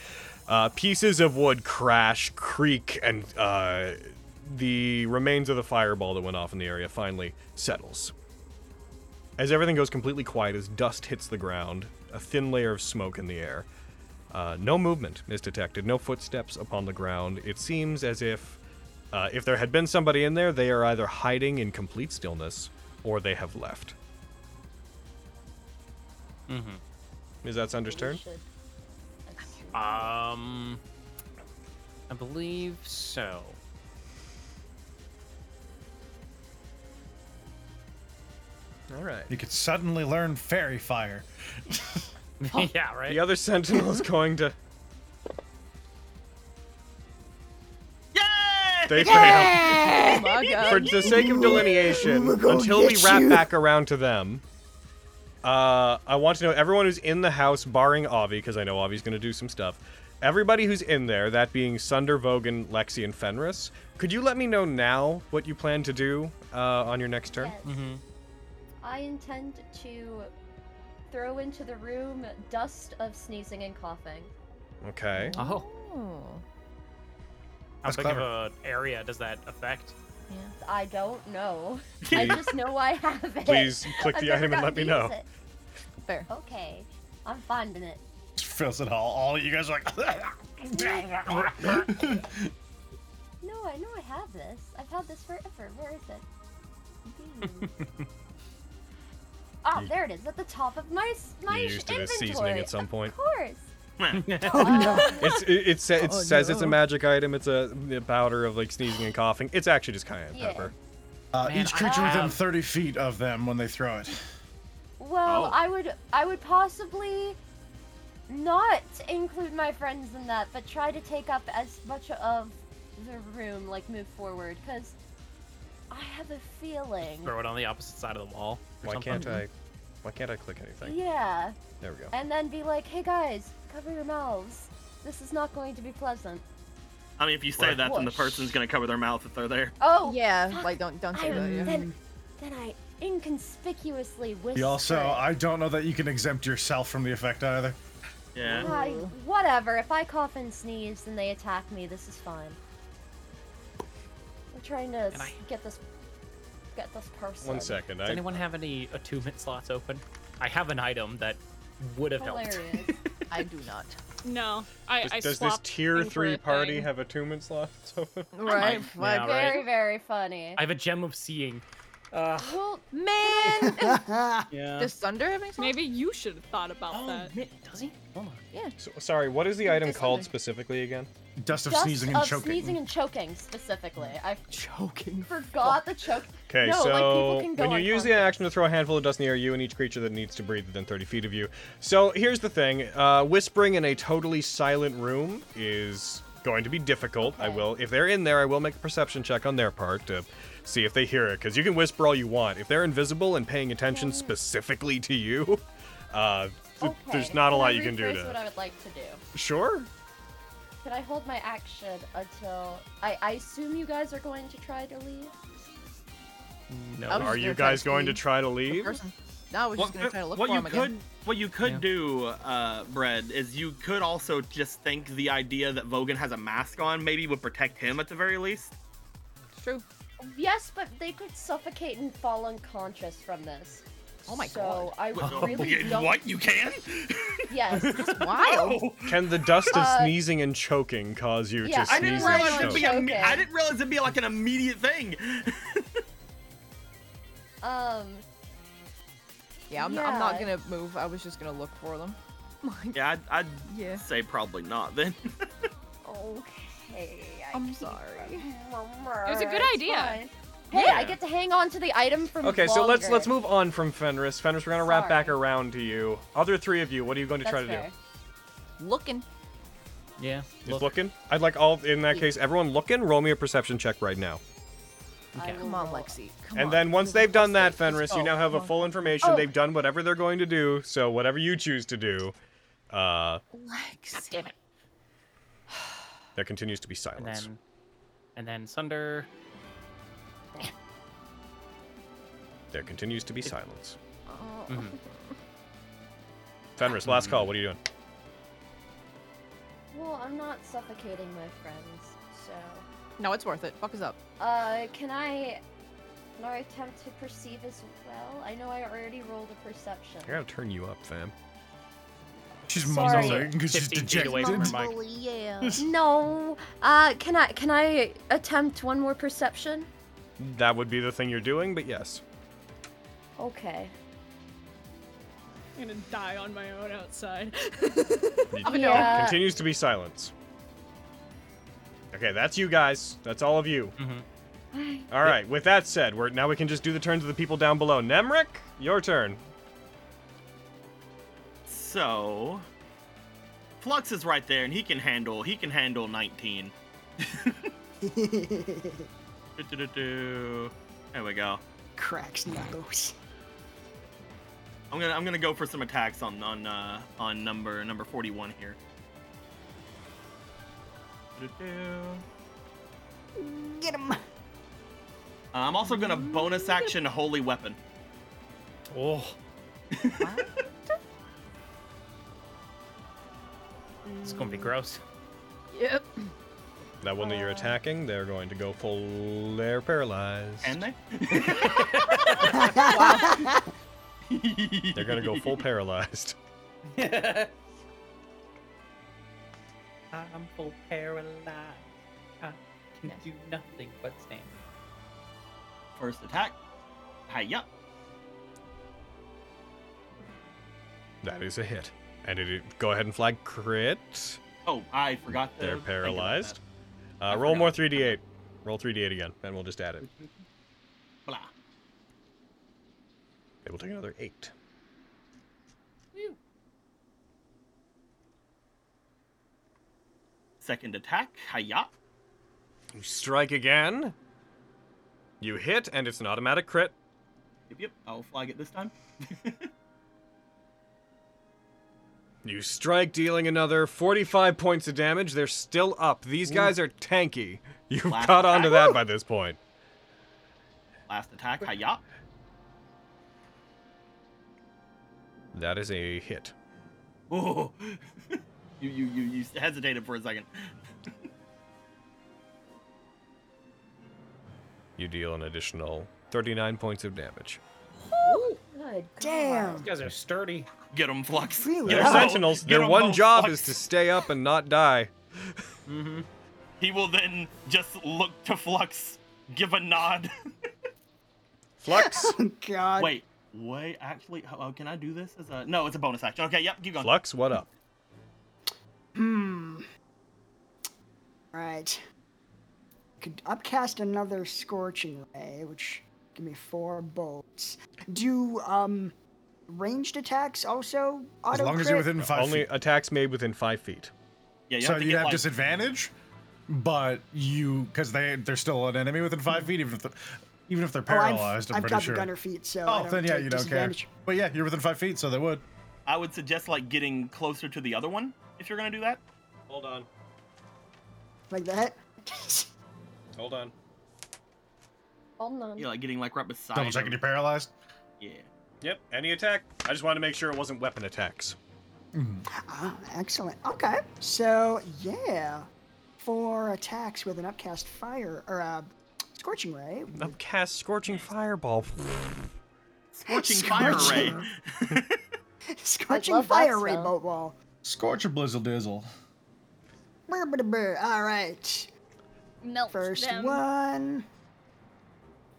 [SPEAKER 1] Uh, pieces of wood crash, creak, and uh, the remains of the fireball that went off in the area finally settles. As everything goes completely quiet, as dust hits the ground, a thin layer of smoke in the air. Uh, no movement is detected, no footsteps upon the ground. It seems as if, uh, if there had been somebody in there, they are either hiding in complete stillness or they have left.
[SPEAKER 5] Mm-hmm.
[SPEAKER 1] Is that Sunder's
[SPEAKER 7] We
[SPEAKER 1] turn?
[SPEAKER 7] should- That's-
[SPEAKER 5] Um, I believe so.
[SPEAKER 1] All right.
[SPEAKER 4] You could suddenly learn fairy fire.
[SPEAKER 5] yeah, right.
[SPEAKER 1] The other sentinel is going to.
[SPEAKER 2] Yay!
[SPEAKER 1] They
[SPEAKER 3] Oh my
[SPEAKER 1] fail.
[SPEAKER 3] god.
[SPEAKER 1] For the sake of delineation,
[SPEAKER 8] We're gonna
[SPEAKER 1] until we
[SPEAKER 8] get
[SPEAKER 1] wrap
[SPEAKER 8] you.
[SPEAKER 1] back around to them, uh, I want to know everyone who's in the house, barring Avi, because I know Avi's going to do some stuff. Everybody who's in there, that being Sunder, Vogan, Lexi, and Fenris, could you let me know now what you plan to do uh, on your next turn?
[SPEAKER 7] Yes.
[SPEAKER 3] Mm-hmm.
[SPEAKER 5] hmm
[SPEAKER 7] I intend to throw into the room dust of sneezing and coughing.
[SPEAKER 1] Okay.
[SPEAKER 5] Oh,
[SPEAKER 3] Oh.
[SPEAKER 5] how
[SPEAKER 4] That's
[SPEAKER 5] big
[SPEAKER 4] clever.
[SPEAKER 5] of an area does that affect?
[SPEAKER 7] I don't know. I just know I have it.
[SPEAKER 1] Please click
[SPEAKER 7] I've
[SPEAKER 1] the
[SPEAKER 7] never
[SPEAKER 1] item and
[SPEAKER 7] gotten
[SPEAKER 1] let me
[SPEAKER 7] to
[SPEAKER 1] know.
[SPEAKER 7] use it.
[SPEAKER 3] Fair.
[SPEAKER 7] Okay, I'm finding it.
[SPEAKER 4] Fills it all. All you guys are Uh, like.
[SPEAKER 7] No, I know I have this. I've had this forever. Where is it? Damn. Ah, there it is, at the top of my s- my
[SPEAKER 1] You
[SPEAKER 7] sh-
[SPEAKER 1] used to
[SPEAKER 7] inventory.
[SPEAKER 1] this seasoning at some point.
[SPEAKER 7] Of course.
[SPEAKER 8] Oh no.
[SPEAKER 1] It's, it it, sa- it
[SPEAKER 3] Oh,
[SPEAKER 1] says it's a
[SPEAKER 3] no.
[SPEAKER 1] magic item. It's a, a powder of like sneezing and coughing. It's actually just cayenne
[SPEAKER 7] Yeah.
[SPEAKER 1] pepper.
[SPEAKER 4] Uh,
[SPEAKER 5] Man,
[SPEAKER 4] each creature
[SPEAKER 5] I
[SPEAKER 4] within
[SPEAKER 5] have-
[SPEAKER 4] 30 feet of them when they throw it.
[SPEAKER 7] Well,
[SPEAKER 5] Oh.
[SPEAKER 7] I would I would possibly not include my friends in that, but try to take up as much of the room, like move forward, because I have a feeling.
[SPEAKER 5] Throw it on the opposite side of the wall. or
[SPEAKER 1] Why
[SPEAKER 5] something?
[SPEAKER 1] can't I? Why can't I click anything?
[SPEAKER 7] Yeah,
[SPEAKER 1] There we go.
[SPEAKER 7] and then be like, hey guys, cover your mouths. This is not going to be pleasant.
[SPEAKER 2] I mean, if you say that, then the
[SPEAKER 7] Whoosh.
[SPEAKER 2] person's gonna cover their mouth if they're there.
[SPEAKER 7] Oh
[SPEAKER 3] Yeah.
[SPEAKER 7] fuck.
[SPEAKER 3] Like don't don't
[SPEAKER 7] I,
[SPEAKER 3] say that. Yeah.
[SPEAKER 7] then, then I inconspicuously whisper.
[SPEAKER 4] You also,
[SPEAKER 7] it.
[SPEAKER 4] I don't know that you can exempt yourself from the effect either.
[SPEAKER 2] Yeah.
[SPEAKER 7] I- whatever. If I cough and sneeze and they attack me, this is fine. We're trying to
[SPEAKER 5] And I-
[SPEAKER 7] s- get this get this person.
[SPEAKER 1] One second.
[SPEAKER 5] Does
[SPEAKER 1] I,
[SPEAKER 5] anyone have any attunement slots open? I have an item that would have helped.
[SPEAKER 7] Hilarious.
[SPEAKER 10] I do not.
[SPEAKER 6] No, I,
[SPEAKER 1] does,
[SPEAKER 6] I
[SPEAKER 1] does this
[SPEAKER 6] swapped
[SPEAKER 1] tier
[SPEAKER 6] thing for
[SPEAKER 1] three
[SPEAKER 6] a
[SPEAKER 1] party
[SPEAKER 6] thing.
[SPEAKER 1] have attunement slots?
[SPEAKER 10] Right?
[SPEAKER 5] Yeah,
[SPEAKER 10] fuck.
[SPEAKER 5] right.
[SPEAKER 7] Very, very funny.
[SPEAKER 5] I have a gem of seeing.
[SPEAKER 1] Uh,
[SPEAKER 7] Well,
[SPEAKER 3] Man!
[SPEAKER 5] Yeah.
[SPEAKER 3] Does Thunder have any songs? Oh,
[SPEAKER 6] Maybe you should have thought about that.
[SPEAKER 5] does he? Hold on.
[SPEAKER 1] so, sorry, what is the item
[SPEAKER 3] Just
[SPEAKER 1] called
[SPEAKER 3] wondering.
[SPEAKER 1] specifically again?
[SPEAKER 4] Dust of
[SPEAKER 7] dust
[SPEAKER 4] sneezing and
[SPEAKER 7] of
[SPEAKER 4] choking.
[SPEAKER 7] sneezing and choking specifically. I
[SPEAKER 3] Choking.
[SPEAKER 7] forgot the choke.
[SPEAKER 1] Okay,
[SPEAKER 7] No, like, people
[SPEAKER 1] so
[SPEAKER 7] can go
[SPEAKER 1] when you use the
[SPEAKER 7] unconscious.
[SPEAKER 1] action to throw a handful of dust in the air, you and each creature that needs to breathe within 30 feet of you. So here's the thing uh, whispering in a totally silent room is going to be difficult. I
[SPEAKER 7] Okay.
[SPEAKER 1] will, if they're in there, I will make a perception check on their part to see if they hear it, because you can whisper all you want. If they're invisible and paying attention specifically to you, uh, th- there's
[SPEAKER 7] Mm. Okay,
[SPEAKER 1] not a
[SPEAKER 7] I
[SPEAKER 1] lot you can do
[SPEAKER 7] rephrase
[SPEAKER 1] to.
[SPEAKER 7] what I would like to do.
[SPEAKER 1] Sure?
[SPEAKER 7] Can I hold my action until I, I assume you guys are going to try to leave?
[SPEAKER 5] No.
[SPEAKER 3] I was
[SPEAKER 1] Are
[SPEAKER 3] just
[SPEAKER 1] you
[SPEAKER 3] gonna try
[SPEAKER 1] guys
[SPEAKER 3] to
[SPEAKER 1] going to
[SPEAKER 3] see
[SPEAKER 1] try to
[SPEAKER 3] the
[SPEAKER 1] leave?
[SPEAKER 3] person. Now I was just gonna try to
[SPEAKER 2] Uh,
[SPEAKER 3] look
[SPEAKER 2] what
[SPEAKER 3] for
[SPEAKER 2] you
[SPEAKER 3] him
[SPEAKER 2] could
[SPEAKER 3] again.
[SPEAKER 2] what you could
[SPEAKER 5] Yeah.
[SPEAKER 2] do, uh, Bread, is you could also just think the idea that Vogan has a mask on maybe would protect him at the very least.
[SPEAKER 3] It's true.
[SPEAKER 7] Yes, but they could suffocate and fall unconscious from this.
[SPEAKER 3] Oh my
[SPEAKER 7] So I
[SPEAKER 2] Wait,
[SPEAKER 7] really
[SPEAKER 2] you-
[SPEAKER 7] don't.
[SPEAKER 2] what you can?
[SPEAKER 7] Yes.
[SPEAKER 3] Wild.
[SPEAKER 1] Can the dust of
[SPEAKER 7] Uh,
[SPEAKER 1] sneezing and choking cause you
[SPEAKER 7] yeah,
[SPEAKER 1] to
[SPEAKER 2] I
[SPEAKER 1] sneeze?
[SPEAKER 2] didn't
[SPEAKER 1] and
[SPEAKER 7] realize
[SPEAKER 2] realize
[SPEAKER 7] that
[SPEAKER 1] choke?
[SPEAKER 2] it'd be imme-
[SPEAKER 7] Okay.
[SPEAKER 2] I didn't realize it'd be like an immediate thing.
[SPEAKER 3] Oh
[SPEAKER 7] um.
[SPEAKER 3] Yeah, I'm, I'm not
[SPEAKER 7] Yeah.
[SPEAKER 3] gonna move. I was just gonna look for them.
[SPEAKER 2] yeah, I'd, I'd
[SPEAKER 3] Yeah.
[SPEAKER 2] say probably not then.
[SPEAKER 7] Okay. I
[SPEAKER 3] I'm
[SPEAKER 7] can't
[SPEAKER 3] sorry.
[SPEAKER 7] remember.
[SPEAKER 6] It was a good
[SPEAKER 7] It's
[SPEAKER 6] idea.
[SPEAKER 7] fine. Hey, I get to hang on to the item from.
[SPEAKER 1] Okay, so let's
[SPEAKER 7] longer.
[SPEAKER 1] let's move on from Fenris. Fenris, we're gonna wrap back
[SPEAKER 7] Sorry.
[SPEAKER 1] around to you. Other three of you, what are you going to
[SPEAKER 7] That's
[SPEAKER 1] try to
[SPEAKER 7] fair.
[SPEAKER 1] do?
[SPEAKER 3] Looking.
[SPEAKER 5] Yeah.
[SPEAKER 1] Just
[SPEAKER 5] Look,
[SPEAKER 1] looking? I'd like all in that
[SPEAKER 3] Yeah.
[SPEAKER 1] case, everyone looking, roll me a perception check right now.
[SPEAKER 7] I
[SPEAKER 5] Okay.
[SPEAKER 7] will
[SPEAKER 3] Come on,
[SPEAKER 7] roll.
[SPEAKER 3] Lexi. Come
[SPEAKER 1] and
[SPEAKER 3] on.
[SPEAKER 1] then once
[SPEAKER 3] You're
[SPEAKER 1] they've done that,
[SPEAKER 3] fantastic. Let's
[SPEAKER 1] Fenris, you
[SPEAKER 3] go.
[SPEAKER 1] now have a
[SPEAKER 3] Come on.
[SPEAKER 1] full information.
[SPEAKER 7] Oh.
[SPEAKER 1] They've done whatever they're going to do, so whatever you choose to do, uh
[SPEAKER 3] Lexi.
[SPEAKER 10] Damn it.
[SPEAKER 1] there continues to be silence.
[SPEAKER 5] And then, and then Sunder.
[SPEAKER 1] There continues to be silence.
[SPEAKER 7] Uh,
[SPEAKER 5] Mhm.
[SPEAKER 1] Fenris, last call, what are you doing?
[SPEAKER 7] Well, I'm not suffocating my friends, so.
[SPEAKER 3] No, it's worth it. Fuck us up.
[SPEAKER 7] Uh, can I? Can I attempt to perceive as well? I know I already rolled a perception.
[SPEAKER 1] I gotta turn you up, fam.
[SPEAKER 4] She's
[SPEAKER 7] Sorry.
[SPEAKER 4] mumbling because she's
[SPEAKER 5] 15 feet
[SPEAKER 4] dejected.
[SPEAKER 5] away from her mic.
[SPEAKER 10] Totally, yeah.
[SPEAKER 7] No. Uh, can I? Can I attempt one more perception?
[SPEAKER 1] That would be the thing you're doing, but yes.
[SPEAKER 7] Okay.
[SPEAKER 6] I'm gonna die on my own outside.
[SPEAKER 1] Oh,
[SPEAKER 6] Oh,
[SPEAKER 7] Yeah.
[SPEAKER 1] Continues to be silence. Okay, that's you guys. That's all of you.
[SPEAKER 5] Mhm.
[SPEAKER 1] All right. With that said, we're now we can just do the turns of the people down below. Nemric, your turn.
[SPEAKER 2] So, Flux is right there, and he can handle he can handle 19. Du-du-du-du. There we go.
[SPEAKER 8] Cracks knuckles.
[SPEAKER 2] I'm gonna I'm gonna go for some attacks on on uh, on number number 41 here. Du-du-du.
[SPEAKER 8] Get him.
[SPEAKER 2] Uh, I'm also gonna bonus action holy weapon.
[SPEAKER 5] Oh, it's gonna be gross.
[SPEAKER 3] Yep.
[SPEAKER 1] That one that you're attacking, they're going to go full. They're paralyzed.
[SPEAKER 2] Can they?
[SPEAKER 1] they're going to go full paralyzed.
[SPEAKER 5] I'm full paralyzed. I can do nothing but stand.
[SPEAKER 2] First attack. Hiya.
[SPEAKER 1] That is a hit. And it, go ahead and flag crit.
[SPEAKER 2] Oh, I forgot. to
[SPEAKER 1] They're
[SPEAKER 2] think about that.
[SPEAKER 1] paralyzed. Uh,
[SPEAKER 2] I
[SPEAKER 1] roll
[SPEAKER 2] forgot.
[SPEAKER 1] more 3d8. Roll 3d8 again, and we'll just add it.
[SPEAKER 2] Blah.
[SPEAKER 1] It will take another eight.
[SPEAKER 2] Second attack. Hiya.
[SPEAKER 1] You strike again. You hit, and it's an automatic crit.
[SPEAKER 2] Yep, yep. I'll flag it this time.
[SPEAKER 1] You strike, dealing another 45 points of damage. They're still up. These guys are tanky. You've
[SPEAKER 2] Last
[SPEAKER 1] caught on to
[SPEAKER 2] attack.
[SPEAKER 1] that by this point.
[SPEAKER 2] Last attack. Hiya.
[SPEAKER 1] That is a hit.
[SPEAKER 2] Oh. you, you, you, you hesitated for a second.
[SPEAKER 1] You deal an additional 39 points of damage.
[SPEAKER 7] Good.
[SPEAKER 8] Damn.
[SPEAKER 5] guys are sturdy.
[SPEAKER 2] Get them, Flux.
[SPEAKER 8] Really?
[SPEAKER 2] Get
[SPEAKER 1] They're
[SPEAKER 2] 'em both.
[SPEAKER 1] sentinels.
[SPEAKER 2] Get
[SPEAKER 1] Their
[SPEAKER 2] 'em
[SPEAKER 1] one
[SPEAKER 2] both,
[SPEAKER 1] job
[SPEAKER 2] Flux.
[SPEAKER 1] is to stay up and not die.
[SPEAKER 2] Mm-hmm. He will then just look to Flux, give a nod.
[SPEAKER 1] Flux.
[SPEAKER 8] God.
[SPEAKER 2] wait, wait. Actually, how, oh, can I do this? As a no, it's a bonus action. Okay, yep, keep going.
[SPEAKER 1] Flux, what up?
[SPEAKER 8] Hmm. Right. Could upcast another scorching ray, which give me four bolts. Do um ranged attacks also auto
[SPEAKER 4] As long as you're
[SPEAKER 8] crit?
[SPEAKER 4] within five
[SPEAKER 1] Only
[SPEAKER 4] feet.
[SPEAKER 1] attacks made within five feet.
[SPEAKER 2] Yeah, you
[SPEAKER 4] so
[SPEAKER 2] have to
[SPEAKER 4] you'd
[SPEAKER 2] get
[SPEAKER 4] have
[SPEAKER 2] like,
[SPEAKER 4] disadvantage, but you because they they're still an enemy within five feet, even if the, even if they're paralyzed.
[SPEAKER 8] Oh,
[SPEAKER 4] i
[SPEAKER 8] I've,
[SPEAKER 4] am
[SPEAKER 8] I've
[SPEAKER 4] pretty
[SPEAKER 8] got
[SPEAKER 4] sure.
[SPEAKER 8] the gunner feet, so I
[SPEAKER 4] oh,
[SPEAKER 8] don't
[SPEAKER 4] then yeah,
[SPEAKER 8] take
[SPEAKER 4] you don't care.
[SPEAKER 8] disadvantage.
[SPEAKER 4] But yeah, you're within five feet, so they would.
[SPEAKER 2] I would suggest like getting closer to the other one if you're gonna do that.
[SPEAKER 1] Hold on.
[SPEAKER 8] Like that.
[SPEAKER 1] Hold on.
[SPEAKER 7] Hold on.
[SPEAKER 2] Yeah, like getting like right beside.
[SPEAKER 4] Double checking
[SPEAKER 2] him.
[SPEAKER 4] you're paralyzed.
[SPEAKER 2] Yeah.
[SPEAKER 1] Yep, any attack. I just wanted to make sure it wasn't weapon attacks.
[SPEAKER 8] ah, excellent. Okay. So yeah, four attacks with an upcast fire or uh, scorching ray.
[SPEAKER 1] Upcast Scorching Fireball.
[SPEAKER 2] Scorching fire ray.
[SPEAKER 8] Scorching. Scorching
[SPEAKER 7] love that
[SPEAKER 8] fire ray
[SPEAKER 7] spell.
[SPEAKER 8] bolt wall.
[SPEAKER 4] Scorcher blizzle dizzle.
[SPEAKER 8] Brr, brr, brr. All right.
[SPEAKER 10] Melt
[SPEAKER 8] First
[SPEAKER 10] them.
[SPEAKER 8] one.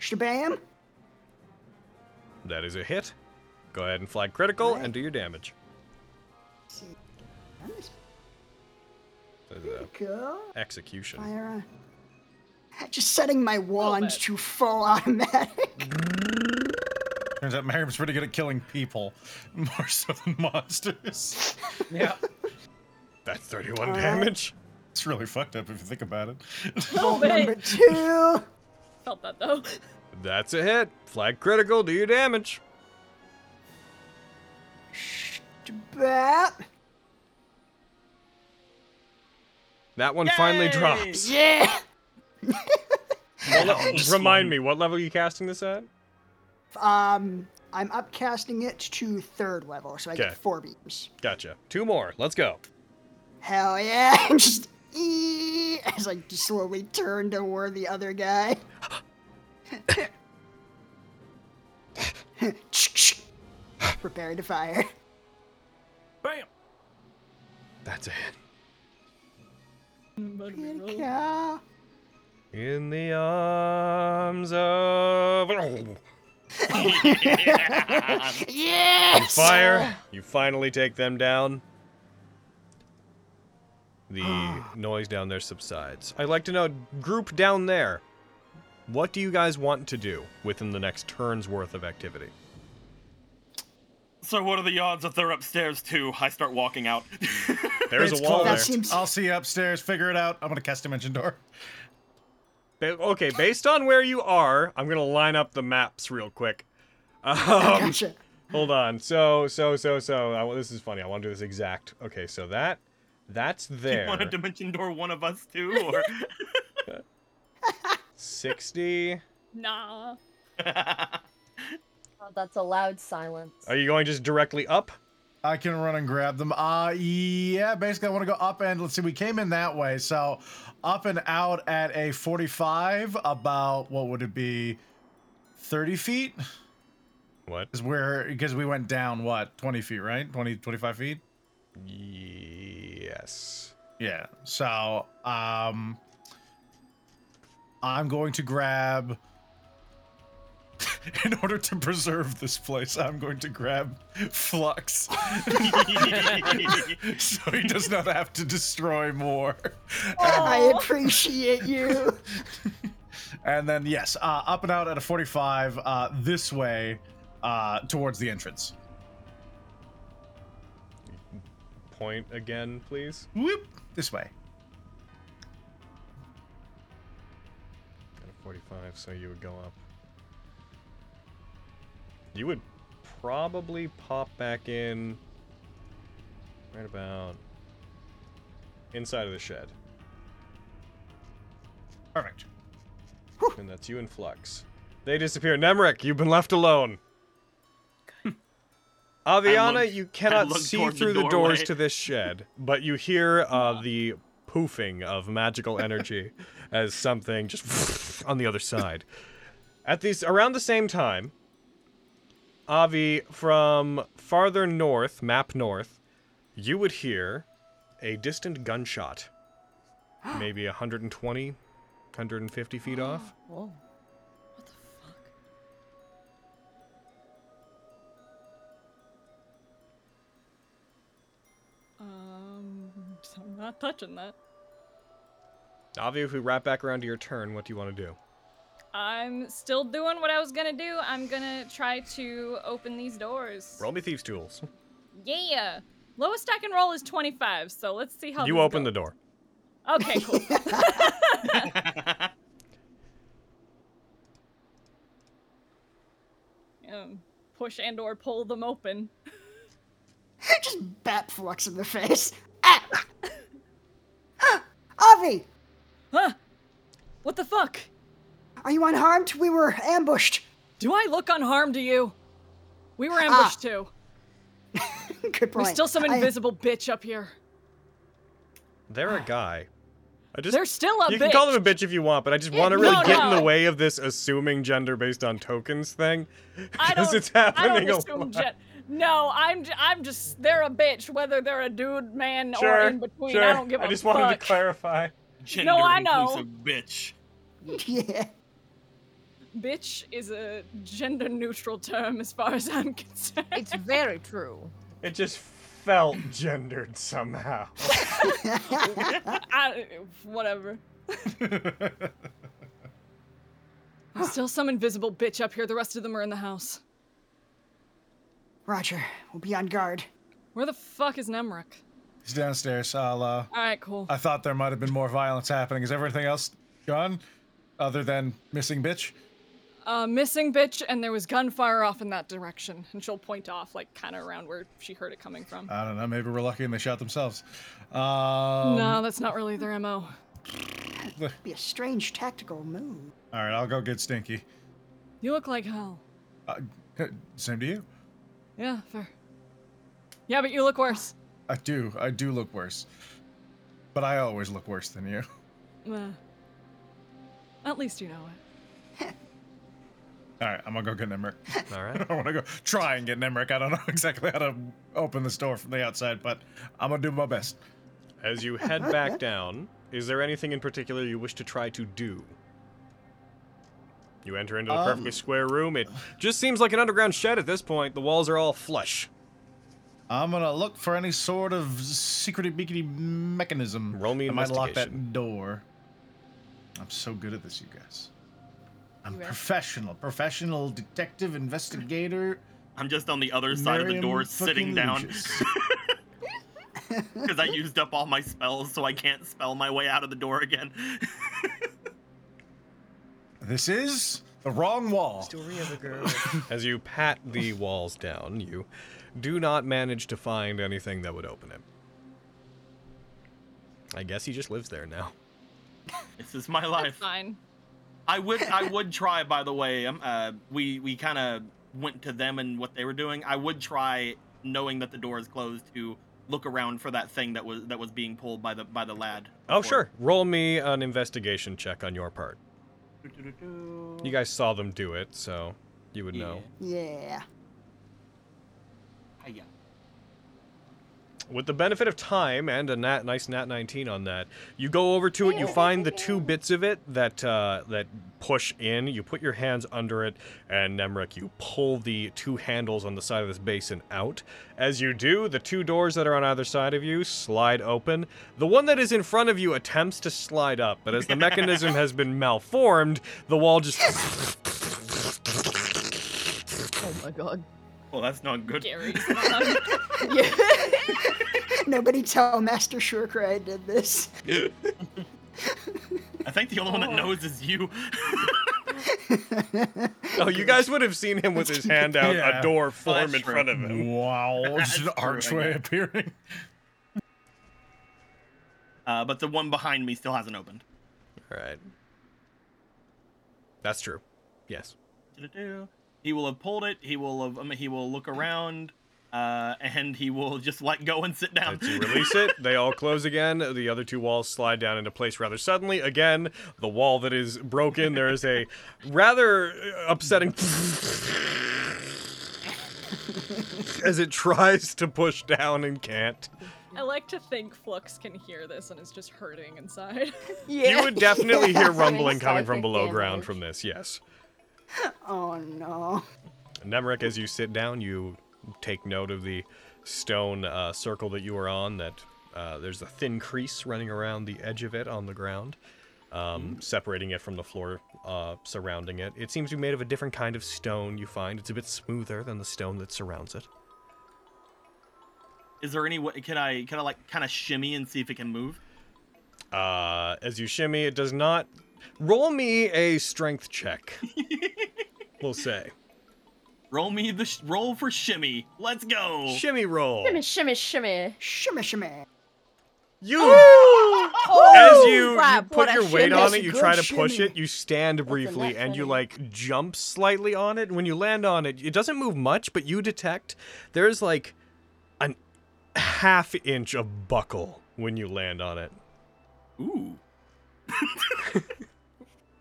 [SPEAKER 8] Shabam.
[SPEAKER 1] That is a hit. Go ahead and flag critical and do your damage.
[SPEAKER 8] see. That is
[SPEAKER 1] There's a
[SPEAKER 8] Go.
[SPEAKER 1] execution.
[SPEAKER 8] Fire. on. Just setting my wand to full automatic.
[SPEAKER 4] Turns out Miriam's pretty good at killing people, more so than monsters.
[SPEAKER 5] Yeah.
[SPEAKER 1] That's 31
[SPEAKER 8] Alright.
[SPEAKER 1] damage.
[SPEAKER 4] It's really fucked up if you think about it.
[SPEAKER 6] Oh,
[SPEAKER 8] Number two.
[SPEAKER 6] Felt that though.
[SPEAKER 1] That's a hit. Flag critical, do your damage.
[SPEAKER 8] Bap.
[SPEAKER 1] That one finally
[SPEAKER 2] Yay!
[SPEAKER 1] drops.
[SPEAKER 8] Yeah.
[SPEAKER 1] Remind me, what level are you casting this at?
[SPEAKER 8] Um, I'm upcasting it to third level, so I
[SPEAKER 1] Okay.
[SPEAKER 8] get four beams.
[SPEAKER 1] Gotcha. Two more. Let's go.
[SPEAKER 8] Hell yeah! I'm just ee, as I just slowly turn toward the other guy. Prepare to fire.
[SPEAKER 5] Bam.
[SPEAKER 1] That's a hit.
[SPEAKER 8] Here we go.
[SPEAKER 1] In the arms of
[SPEAKER 8] Yes!
[SPEAKER 1] fire, you finally take them down. The noise down there subsides. I'd like to know, group down there, what do you guys want to do within the next turn's worth of activity?
[SPEAKER 2] So what are the odds that they're upstairs too? I start walking out.
[SPEAKER 1] There's
[SPEAKER 4] It's
[SPEAKER 1] a wall
[SPEAKER 4] closed.
[SPEAKER 8] That
[SPEAKER 1] there.
[SPEAKER 8] seems.
[SPEAKER 4] I'll see you upstairs. Figure it out. I'm gonna cast Dimension Door.
[SPEAKER 1] Ba- Okay, based on where you are, I'm gonna line up the maps real quick. Um,
[SPEAKER 8] Gotcha.
[SPEAKER 1] Hold on. So, so, so, so. I, wa- this is funny. I want to do this exact. Okay, so that, that's
[SPEAKER 2] you
[SPEAKER 1] there.
[SPEAKER 2] want a dimension door one of us too, or
[SPEAKER 1] 60.
[SPEAKER 6] Nah.
[SPEAKER 7] Oh, that's a loud silence.
[SPEAKER 1] Are you going just directly up?
[SPEAKER 4] I can run and grab them. Uh yeah, basically I want to go up and let's see, we came in that way. So up and out at a 45, about what would it be? 30 feet?
[SPEAKER 1] What?
[SPEAKER 4] Is where because we went down what? 20 feet, right? 20, 25 feet?
[SPEAKER 1] Yes.
[SPEAKER 4] Yeah. So um I'm going to grab in order to preserve this place, I'm going to grab Flux. so he does not have to destroy more.
[SPEAKER 8] I appreciate you.
[SPEAKER 4] And then yes, uh, up and out at a 45 uh, this way uh, towards the entrance.
[SPEAKER 1] Point again, please.
[SPEAKER 4] Whoop, this way.
[SPEAKER 1] Got a 45, so you would go up. You would probably pop back in right about inside of the shed.
[SPEAKER 4] Perfect.
[SPEAKER 1] And that's you and Flux. They disappear. Nemric, you've been left alone.
[SPEAKER 2] I
[SPEAKER 1] Aviana,
[SPEAKER 2] looked-
[SPEAKER 1] you
[SPEAKER 2] I
[SPEAKER 1] cannot
[SPEAKER 2] looked
[SPEAKER 1] see
[SPEAKER 2] toward the
[SPEAKER 1] through the, doors
[SPEAKER 2] doorway. Ah.
[SPEAKER 1] to this shed, but you hear uh, the poofing of magical energy as something just on the other side. At this around the same time, Avi from farther north, map north, you would hear a distant gunshot. maybe 120, 150 feet off.
[SPEAKER 3] Whoa.
[SPEAKER 6] What the fuck? Um, so I'm not touching that.
[SPEAKER 1] Avi, if we wrap back around to your turn, what do you want to do?
[SPEAKER 6] I'm still doing what I was gonna do. I'm gonna try to open these doors.
[SPEAKER 1] Roll me thieves tools.
[SPEAKER 6] Yeah. Lowest I can roll is 25, so let's see how
[SPEAKER 1] You
[SPEAKER 6] this
[SPEAKER 1] open the
[SPEAKER 6] goes.
[SPEAKER 1] door.
[SPEAKER 6] Okay, cool. um, push and or pull them open.
[SPEAKER 8] Just bat flux in the face. Ah! Ah! Avi,
[SPEAKER 6] Huh? What the fuck?
[SPEAKER 8] are you unharmed? We were ambushed.
[SPEAKER 6] Do I look unharmed to you? We
[SPEAKER 3] Ah.
[SPEAKER 6] were ambushed too.
[SPEAKER 8] Good point.
[SPEAKER 6] There's still some
[SPEAKER 8] I-
[SPEAKER 6] invisible bitch up here.
[SPEAKER 1] They're a guy. I just
[SPEAKER 6] There's still a
[SPEAKER 1] You
[SPEAKER 6] bitch.
[SPEAKER 1] can call them a bitch if you want, but I just want to
[SPEAKER 6] no,
[SPEAKER 1] really get in
[SPEAKER 6] no.
[SPEAKER 1] the way of this assuming gender based on tokens thing.
[SPEAKER 6] I
[SPEAKER 1] Because
[SPEAKER 6] don't,
[SPEAKER 1] it's
[SPEAKER 6] I
[SPEAKER 1] happening
[SPEAKER 6] don't assume
[SPEAKER 1] a lot.
[SPEAKER 6] gen- No, I'm j- I'm just they're a bitch whether they're a dude, man,
[SPEAKER 1] sure,
[SPEAKER 6] or in between.
[SPEAKER 1] sure.
[SPEAKER 6] I don't give a
[SPEAKER 1] just
[SPEAKER 6] fuck.
[SPEAKER 1] wanted to clarify.
[SPEAKER 2] Gender
[SPEAKER 6] I know.
[SPEAKER 2] inclusive bitch.
[SPEAKER 8] Yeah.
[SPEAKER 6] bitch is a gender neutral term as far as I'm concerned.
[SPEAKER 3] It's very true.
[SPEAKER 1] It just felt gendered somehow.
[SPEAKER 6] I, whatever. There's still some invisible bitch up here. The rest of them are in the house.
[SPEAKER 8] Roger, we'll be on guard.
[SPEAKER 6] Where the fuck is Nemric?
[SPEAKER 4] He's downstairs. I'll, uh,
[SPEAKER 6] All right, cool.
[SPEAKER 4] I thought there might have been more violence happening. Is everything else gone? Other than missing bitch?
[SPEAKER 6] Uh, missing bitch, and there was gunfire off in that direction. And she'll point off, like, kind of around where she heard it coming from.
[SPEAKER 4] I don't know. Maybe we're lucky and they shot themselves. Um,
[SPEAKER 6] no, that's not really their MO.
[SPEAKER 8] Be a strange tactical move.
[SPEAKER 4] All right, I'll go get Stinky.
[SPEAKER 6] You look like hell.
[SPEAKER 4] Uh, same to you.
[SPEAKER 6] Yeah, fair. Yeah, but you look worse.
[SPEAKER 4] I do. I do look worse. But I always look worse than you.
[SPEAKER 6] Uh, at least you know it.
[SPEAKER 4] All right, I'm gonna go get Nemric.
[SPEAKER 1] All right.
[SPEAKER 4] I want to go try and get Nemric. I don't know exactly how to open this door from the outside, but I'm gonna do my best.
[SPEAKER 1] As you head back down, is there anything in particular you wish to try to do? You enter into the perfectly square room. It just seems like an underground shed at this point. The walls are all flush.
[SPEAKER 4] I'm gonna look for any sort of secrety beakety mechanism
[SPEAKER 1] Roll me
[SPEAKER 4] that might lock
[SPEAKER 1] investigation.
[SPEAKER 4] that door. I'm so good at this, you guys. I'm professional, professional detective investigator.
[SPEAKER 2] I'm just on the other side of the
[SPEAKER 4] Miriam
[SPEAKER 2] door, sitting
[SPEAKER 4] fucking
[SPEAKER 2] down,
[SPEAKER 4] Lucius.
[SPEAKER 2] because I used up all my spells, so I can't spell my way out of the door again.
[SPEAKER 4] this is the wrong wall.
[SPEAKER 1] As you pat the walls down, you do not manage to find anything that would open it. I guess he just lives there now.
[SPEAKER 2] this is my life.
[SPEAKER 6] Fine.
[SPEAKER 2] I would I would try. By the way, um, uh, we we kind of went to them and what they were doing. I would try, knowing that the door is closed, to look around for that thing that was that was being pulled by the by the lad.
[SPEAKER 1] Oh,
[SPEAKER 2] before.
[SPEAKER 1] sure. Roll me an investigation check on your part. You guys saw them do it, so you would know.
[SPEAKER 8] Yeah.
[SPEAKER 2] Hiya.
[SPEAKER 1] With the benefit of time and a nat, nice nat 19 on that, you go over to it, you find the two bits of it that uh, that push in, you put your hands under it, and Nemric, you pull the two handles on the side of this basin out. As you do, the two doors that are on either side of you slide open. The one that is in front of you attempts to slide up, but as the mechanism has been malformed, the wall just
[SPEAKER 3] Oh my god.
[SPEAKER 2] Well, that's not good.
[SPEAKER 6] Gary's not.
[SPEAKER 3] Yeah.
[SPEAKER 8] Nobody tell Master Shurkra I did this.
[SPEAKER 2] I think the only one that knows is you.
[SPEAKER 1] Oh, you guys would have seen him with his hand out,
[SPEAKER 4] Yeah.
[SPEAKER 1] a door
[SPEAKER 2] that's
[SPEAKER 1] form in
[SPEAKER 2] true.
[SPEAKER 1] front of him.
[SPEAKER 4] Wow, it's just an
[SPEAKER 2] That's true, I
[SPEAKER 4] archway
[SPEAKER 2] guess.
[SPEAKER 4] appearing.
[SPEAKER 2] uh, but the one behind me still hasn't opened.
[SPEAKER 1] All right. That's true. Yes.
[SPEAKER 2] He will have pulled it. He will have. I mean, he will look around. uh, and he will just let go and sit down.
[SPEAKER 1] As you release it, they all close again. The other two walls slide down into place rather suddenly. Again, the wall that is broken, there is a rather uh, upsetting as it tries to push down and can't.
[SPEAKER 6] I like to think Flux can hear this and is just hurting inside.
[SPEAKER 1] You would definitely hear rumbling
[SPEAKER 7] Inside
[SPEAKER 1] coming
[SPEAKER 7] the
[SPEAKER 1] from below ground
[SPEAKER 7] damage.
[SPEAKER 1] from this, yes.
[SPEAKER 8] Oh no.
[SPEAKER 1] Nemric, as you sit down, you take note of the stone uh, circle that you were on. That uh, there's a thin crease running around the edge of it on the ground, um, separating it from the floor uh, surrounding it. It seems to be made of a different kind of stone. You find it's a bit smoother than the stone that surrounds it.
[SPEAKER 2] Is there any way? Can I can I like kind of shimmy and see if it can move?
[SPEAKER 1] Uh, as you shimmy, it does not. Roll me a strength check. we'll say
[SPEAKER 2] Roll me the sh- roll for shimmy. Let's go.
[SPEAKER 1] shimmy roll.
[SPEAKER 7] Shimmy, shimmy, shimmy.
[SPEAKER 8] Shimmy, shimmy.
[SPEAKER 1] You.
[SPEAKER 3] Oh,
[SPEAKER 1] as you, you
[SPEAKER 3] crap,
[SPEAKER 1] put
[SPEAKER 3] what a
[SPEAKER 1] your weight
[SPEAKER 3] shimmy.
[SPEAKER 1] on
[SPEAKER 8] That's
[SPEAKER 1] it,
[SPEAKER 8] a
[SPEAKER 1] you
[SPEAKER 8] good
[SPEAKER 1] try to push
[SPEAKER 8] shimmy.
[SPEAKER 1] it, you stand briefly,
[SPEAKER 7] nut
[SPEAKER 1] and you
[SPEAKER 7] shimmy.
[SPEAKER 1] like jump slightly on it. And when you land on it, it doesn't move much, but you detect there's like an half inch of buckle when you land on it.
[SPEAKER 2] Ooh.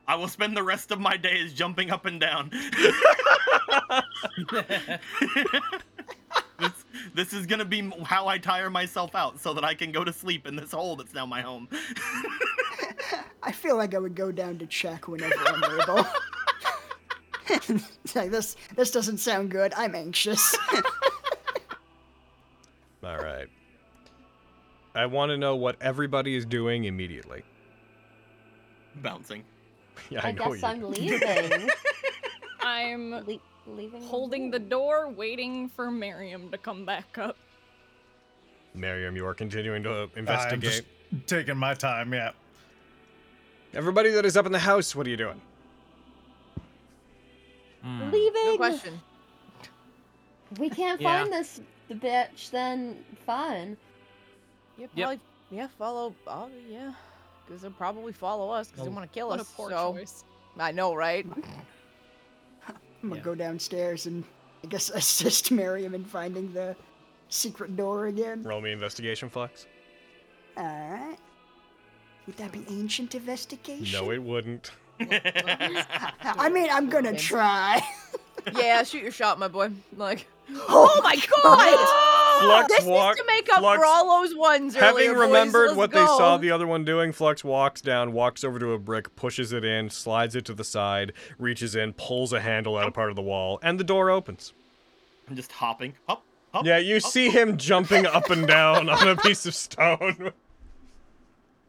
[SPEAKER 2] I will spend the rest of my days jumping up and down. this, this is gonna be how I tire myself out so that I can go to sleep in this hole that's now my home.
[SPEAKER 8] I feel like I would go down to check whenever I'm able. It's like this this doesn't sound good. I'm anxious.
[SPEAKER 1] All right. I want to know what everybody is doing immediately.
[SPEAKER 2] Bouncing.
[SPEAKER 1] Yeah, I,
[SPEAKER 7] I,
[SPEAKER 1] know
[SPEAKER 7] guess
[SPEAKER 1] you.
[SPEAKER 7] I'm leaving.
[SPEAKER 6] I'm
[SPEAKER 7] Le- leaving.
[SPEAKER 6] holding the door, waiting for Miriam to come back up.
[SPEAKER 1] Miriam, you are continuing to
[SPEAKER 4] I'm
[SPEAKER 1] investigate.
[SPEAKER 4] just taking my time. Yeah.
[SPEAKER 1] Everybody that is up in the house, what are you doing?
[SPEAKER 5] Hmm.
[SPEAKER 7] Leaving.
[SPEAKER 3] No question.
[SPEAKER 7] We can't
[SPEAKER 5] Yeah.
[SPEAKER 7] find this bitch. Then fine.
[SPEAKER 3] Yeah,
[SPEAKER 5] Yep.
[SPEAKER 3] probably. Yeah, follow. Oh, yeah. Because they'll probably follow us because they
[SPEAKER 5] Oh.
[SPEAKER 3] want to kill
[SPEAKER 6] What a
[SPEAKER 3] us.
[SPEAKER 6] poor
[SPEAKER 3] so
[SPEAKER 6] choice.
[SPEAKER 3] I know, right?
[SPEAKER 8] I'm gonna
[SPEAKER 5] Yeah.
[SPEAKER 8] go downstairs and I guess assist Miriam in finding the secret door again.
[SPEAKER 1] Roll me investigation, Flux.
[SPEAKER 8] Alright. Would that be ancient investigation?
[SPEAKER 1] No, it wouldn't.
[SPEAKER 8] I mean, I'm gonna
[SPEAKER 3] Okay.
[SPEAKER 8] try.
[SPEAKER 3] yeah, shoot your shot, my boy. Like, oh my god!
[SPEAKER 1] Flux
[SPEAKER 3] this
[SPEAKER 1] walk-
[SPEAKER 3] is to make up
[SPEAKER 1] Flux-
[SPEAKER 3] for all those ones.
[SPEAKER 1] Having
[SPEAKER 3] earlier, boys.
[SPEAKER 1] remembered
[SPEAKER 3] Let's
[SPEAKER 1] what
[SPEAKER 3] go.
[SPEAKER 1] they saw the other one doing, Flux walks down, walks over to a brick, pushes it in, slides it to the side, reaches in, pulls a handle out of part of the wall, and the door opens.
[SPEAKER 2] I'm just hopping. Hop,
[SPEAKER 4] Oh.
[SPEAKER 2] hop.
[SPEAKER 1] Yeah, you see him jumping up and down on a piece of stone.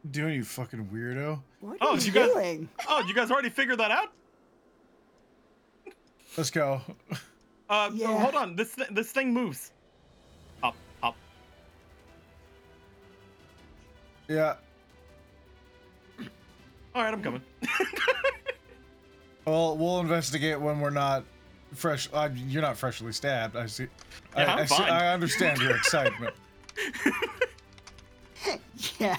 [SPEAKER 4] Doing you fucking weirdo.
[SPEAKER 8] What
[SPEAKER 2] Oh,
[SPEAKER 8] are you
[SPEAKER 2] you guys-
[SPEAKER 8] doing?
[SPEAKER 2] Oh, you guys already figured that out?
[SPEAKER 4] Let's go.
[SPEAKER 2] Uh,
[SPEAKER 8] Yeah.
[SPEAKER 2] hold on. This thi- this thing moves. Hop, hop.
[SPEAKER 4] Yeah.
[SPEAKER 2] All right, I'm coming.
[SPEAKER 4] Well, we'll investigate when we're not fresh. Uh, you're not freshly stabbed. I see. I-
[SPEAKER 2] Yeah, I'm
[SPEAKER 4] I, see-
[SPEAKER 2] fine.
[SPEAKER 4] I understand your excitement.
[SPEAKER 8] Yeah.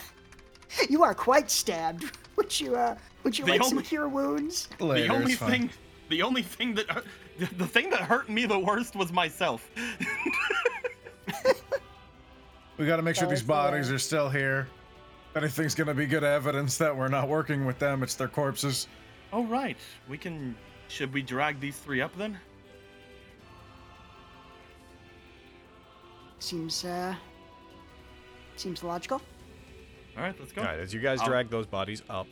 [SPEAKER 8] You are quite stabbed. Would you uh would you
[SPEAKER 2] The
[SPEAKER 8] like some
[SPEAKER 2] only-
[SPEAKER 8] cure wounds?
[SPEAKER 4] Later,
[SPEAKER 2] the only
[SPEAKER 4] it's fine.
[SPEAKER 2] thing, the only thing that, hurt- the, the thing that hurt me the worst was myself.
[SPEAKER 4] We got to make sure
[SPEAKER 7] That was
[SPEAKER 4] these bodies are still here. If anything's gonna be good evidence that we're not working with them, it's their corpses.
[SPEAKER 2] Oh right, we can. Should we drag these three up then?
[SPEAKER 8] Seems uh seems logical.
[SPEAKER 2] All right, let's go.
[SPEAKER 1] All right, as you guys
[SPEAKER 2] Um,
[SPEAKER 1] drag those bodies up.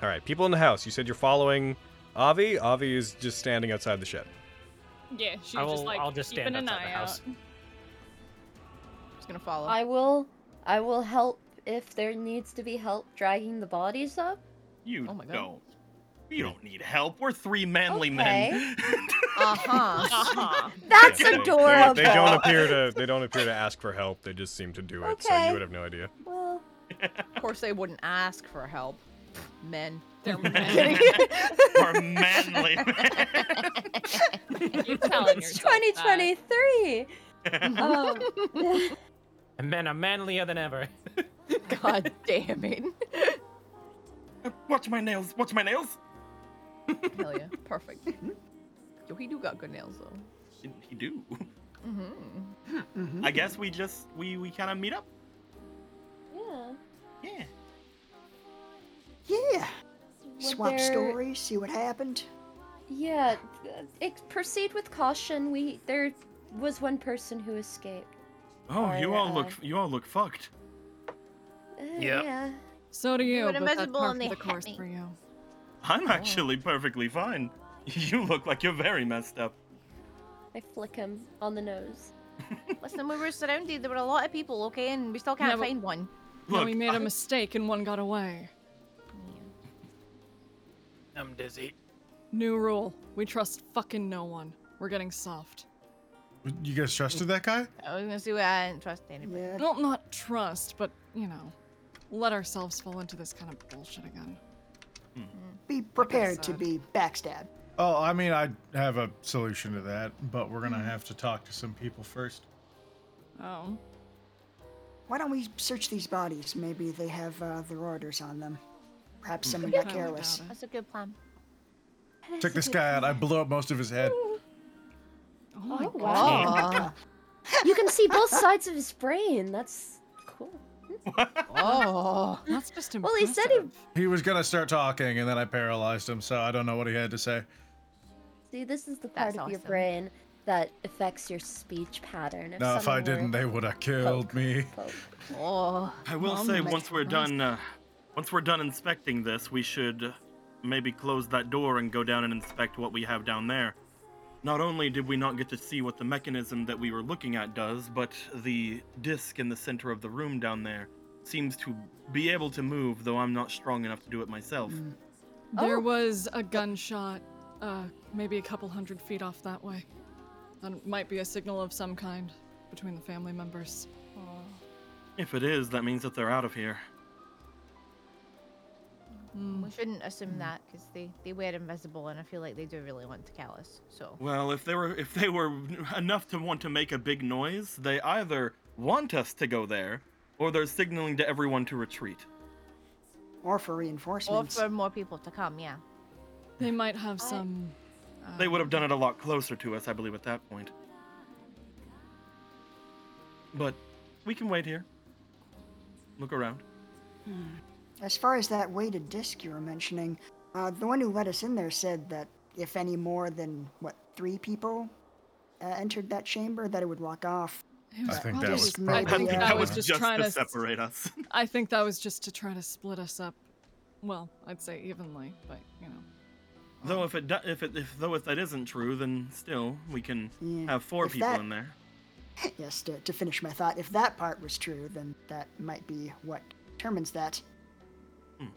[SPEAKER 1] All right, people in the house, you said you're following Avi. Avi is just standing outside the shed.
[SPEAKER 6] Yeah, she's
[SPEAKER 5] I will.
[SPEAKER 6] just like
[SPEAKER 5] I'll just
[SPEAKER 6] keeping
[SPEAKER 5] stand
[SPEAKER 6] an
[SPEAKER 5] outside
[SPEAKER 6] eye
[SPEAKER 5] the house.
[SPEAKER 6] out.
[SPEAKER 3] Just gonna follow.
[SPEAKER 7] I will. I will help if there needs to be help dragging the bodies up.
[SPEAKER 2] You
[SPEAKER 3] Oh my God.
[SPEAKER 2] don't. You don't need help. We're three manly men.
[SPEAKER 3] Uh huh.
[SPEAKER 6] Uh-huh.
[SPEAKER 7] That's
[SPEAKER 1] Yeah, they-
[SPEAKER 7] adorable.
[SPEAKER 1] They, they don't appear to. They don't appear to ask for help. They just seem to do it. So
[SPEAKER 7] Okay.
[SPEAKER 1] you would have no idea.
[SPEAKER 7] Well,
[SPEAKER 3] of course, they wouldn't ask for help. Men.
[SPEAKER 6] They're
[SPEAKER 3] Kidding.
[SPEAKER 6] men.
[SPEAKER 2] We're manly men.
[SPEAKER 6] You're telling
[SPEAKER 7] it's
[SPEAKER 6] yourself
[SPEAKER 7] 2023.
[SPEAKER 3] Oh.
[SPEAKER 7] um,
[SPEAKER 5] And men are manlier than ever.
[SPEAKER 3] God damn it.
[SPEAKER 2] Uh, Watch my nails. Watch my nails.
[SPEAKER 10] Mm-hmm.
[SPEAKER 3] Hell yeah. Perfect. Yo, he do got good nails though.
[SPEAKER 2] Didn't he do?
[SPEAKER 3] Mm-hmm.
[SPEAKER 2] I guess we just we we kind of meet up.
[SPEAKER 7] Yeah.
[SPEAKER 2] Yeah.
[SPEAKER 8] Yeah.
[SPEAKER 7] Would
[SPEAKER 8] Swap
[SPEAKER 7] there-
[SPEAKER 8] stories, see what happened.
[SPEAKER 7] Yeah. th- It, proceed with caution. We there was one person who escaped.
[SPEAKER 2] Oh, you
[SPEAKER 7] Or,
[SPEAKER 2] all look
[SPEAKER 7] uh,
[SPEAKER 2] you all look fucked.
[SPEAKER 7] Uh,
[SPEAKER 1] Yep.
[SPEAKER 7] Yeah.
[SPEAKER 11] So do you,
[SPEAKER 10] went
[SPEAKER 11] but that's
[SPEAKER 10] invisible
[SPEAKER 11] par
[SPEAKER 10] and
[SPEAKER 11] for
[SPEAKER 10] they
[SPEAKER 11] the
[SPEAKER 10] hit
[SPEAKER 11] course
[SPEAKER 10] me.
[SPEAKER 11] for you.
[SPEAKER 3] Oh.
[SPEAKER 2] I'm actually perfectly fine. You look like you're very messed up.
[SPEAKER 7] I flick him on the nose.
[SPEAKER 10] Listen, we were surrounded. There were a lot of people, okay, and we still can't
[SPEAKER 11] Yeah, but-
[SPEAKER 10] find one.
[SPEAKER 11] No,
[SPEAKER 2] Look,
[SPEAKER 11] we made
[SPEAKER 2] I-
[SPEAKER 11] a mistake and one got away.
[SPEAKER 5] I'm dizzy.
[SPEAKER 11] New rule. We trust fucking no one. We're getting soft.
[SPEAKER 4] You guys trusted that guy?
[SPEAKER 10] I was gonna say well, I didn't trust anybody.
[SPEAKER 8] Yeah.
[SPEAKER 11] Well, not trust, but, you know, let ourselves fall into this kind of bullshit again.
[SPEAKER 2] Hmm.
[SPEAKER 8] Be prepared to
[SPEAKER 11] sad.
[SPEAKER 8] be backstabbed.
[SPEAKER 4] Oh, I mean, I have a solution to that, but we're
[SPEAKER 7] Hmm.
[SPEAKER 4] gonna have to talk to some people first.
[SPEAKER 11] Oh.
[SPEAKER 8] Why don't we search these bodies? Maybe they have uh, their orders on them.
[SPEAKER 3] Hmm.
[SPEAKER 8] Perhaps someone got
[SPEAKER 11] highly
[SPEAKER 8] careless.
[SPEAKER 11] doubt it.
[SPEAKER 10] That's a good plan.
[SPEAKER 4] Took this guy out. I blew up most of his head.
[SPEAKER 11] Oh my
[SPEAKER 7] Oh,
[SPEAKER 11] god.
[SPEAKER 7] wow.
[SPEAKER 10] Oh,
[SPEAKER 7] you can see both sides of his brain. That's cool.
[SPEAKER 10] oh.
[SPEAKER 11] That's just impressive.
[SPEAKER 7] Well, he said he-
[SPEAKER 4] He was gonna start talking, and then I paralyzed him, so I don't know what he had to say.
[SPEAKER 7] See, this is the part
[SPEAKER 10] That's
[SPEAKER 7] of your
[SPEAKER 10] awesome.
[SPEAKER 7] brain that affects your speech pattern. If
[SPEAKER 4] Now, if I
[SPEAKER 7] someone were-
[SPEAKER 4] didn't, they would have killed me.
[SPEAKER 7] Poke.
[SPEAKER 10] oh.
[SPEAKER 2] I will
[SPEAKER 11] Mom,
[SPEAKER 2] say
[SPEAKER 11] like,
[SPEAKER 2] once we're
[SPEAKER 11] nice.
[SPEAKER 2] done, uh, once we're done inspecting this, we should maybe close that door and go down and inspect what we have down there. Not only did we not get to see what the mechanism that we were looking at does, but the disc in the center of the room down there seems to be able to move, though I'm not strong enough to do it myself.
[SPEAKER 11] There
[SPEAKER 7] Oh.
[SPEAKER 11] was a gunshot, uh, maybe a couple hundred feet off that way. That might be a signal of some kind between the family members.
[SPEAKER 2] If it is, that means that they're out of here.
[SPEAKER 11] Hmm.
[SPEAKER 10] We shouldn't assume that because they, they were invisible, and I feel like they do really want to kill us. So.
[SPEAKER 2] Well, if they were if they were enough to want to make a big noise, they either want us to go there, or they're signaling to everyone to retreat.
[SPEAKER 8] Or for
[SPEAKER 10] Or
[SPEAKER 8] reinforcements.
[SPEAKER 10] for more people to come, yeah.
[SPEAKER 11] They might have some.
[SPEAKER 2] They would have done it a lot closer to us, I believe, at that point. But we can wait here. Look around.
[SPEAKER 8] Hmm. As far as that weighted disc you were mentioning, uh, the one who let us in there said that if any more than, what, three people uh, entered that chamber, that it would lock off.
[SPEAKER 11] It
[SPEAKER 4] I think
[SPEAKER 11] probably
[SPEAKER 4] that was
[SPEAKER 11] just-
[SPEAKER 8] probably-
[SPEAKER 11] I think
[SPEAKER 8] Yeah.
[SPEAKER 11] that
[SPEAKER 8] That
[SPEAKER 11] was
[SPEAKER 8] was
[SPEAKER 11] just trying to. s-
[SPEAKER 2] separate us.
[SPEAKER 11] I think that was just to try to split us up. Well, I'd say evenly, but you know.
[SPEAKER 2] though if it do- if it if though if that isn't true, then still we can
[SPEAKER 8] Yeah.
[SPEAKER 2] have four
[SPEAKER 8] If
[SPEAKER 2] people
[SPEAKER 8] that-
[SPEAKER 2] in there.
[SPEAKER 8] Yes, to, to finish my thought, if that part was true, then that might be what determines that.
[SPEAKER 4] Hmm.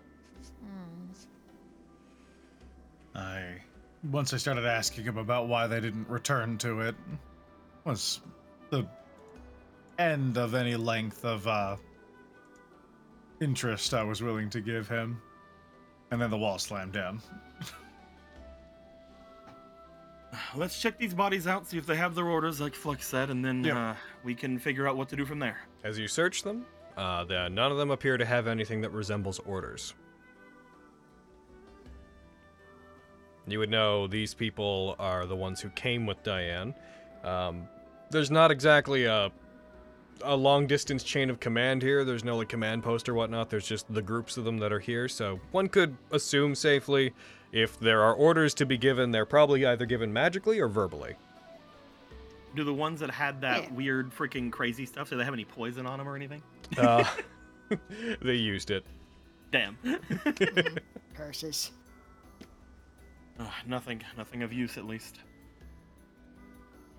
[SPEAKER 4] I, once I started asking him about why they didn't return to it, was the end of any length of uh, interest I was willing to give him, and then the wall slammed down.
[SPEAKER 2] Let's check these bodies out, see if they have their orders, like Flux said, and then
[SPEAKER 4] Yep.
[SPEAKER 2] uh, we can figure out what to do from there.
[SPEAKER 1] As you search them, uh, the, none of them appear to have anything that resembles orders. You would know these people are the ones who came with Diane. Um, there's not exactly a a long distance chain of command here. There's no like command post or whatnot. There's just the groups of them that are here. So one could assume safely if there are orders to be given, they're probably either given magically or verbally.
[SPEAKER 2] Do the ones that had that
[SPEAKER 8] Yeah.
[SPEAKER 2] weird, freaking crazy stuff, do they have any poison on them or anything?
[SPEAKER 1] Uh, they used it.
[SPEAKER 2] Damn.
[SPEAKER 8] Curses.
[SPEAKER 2] Ugh, nothing. Nothing of use, at least.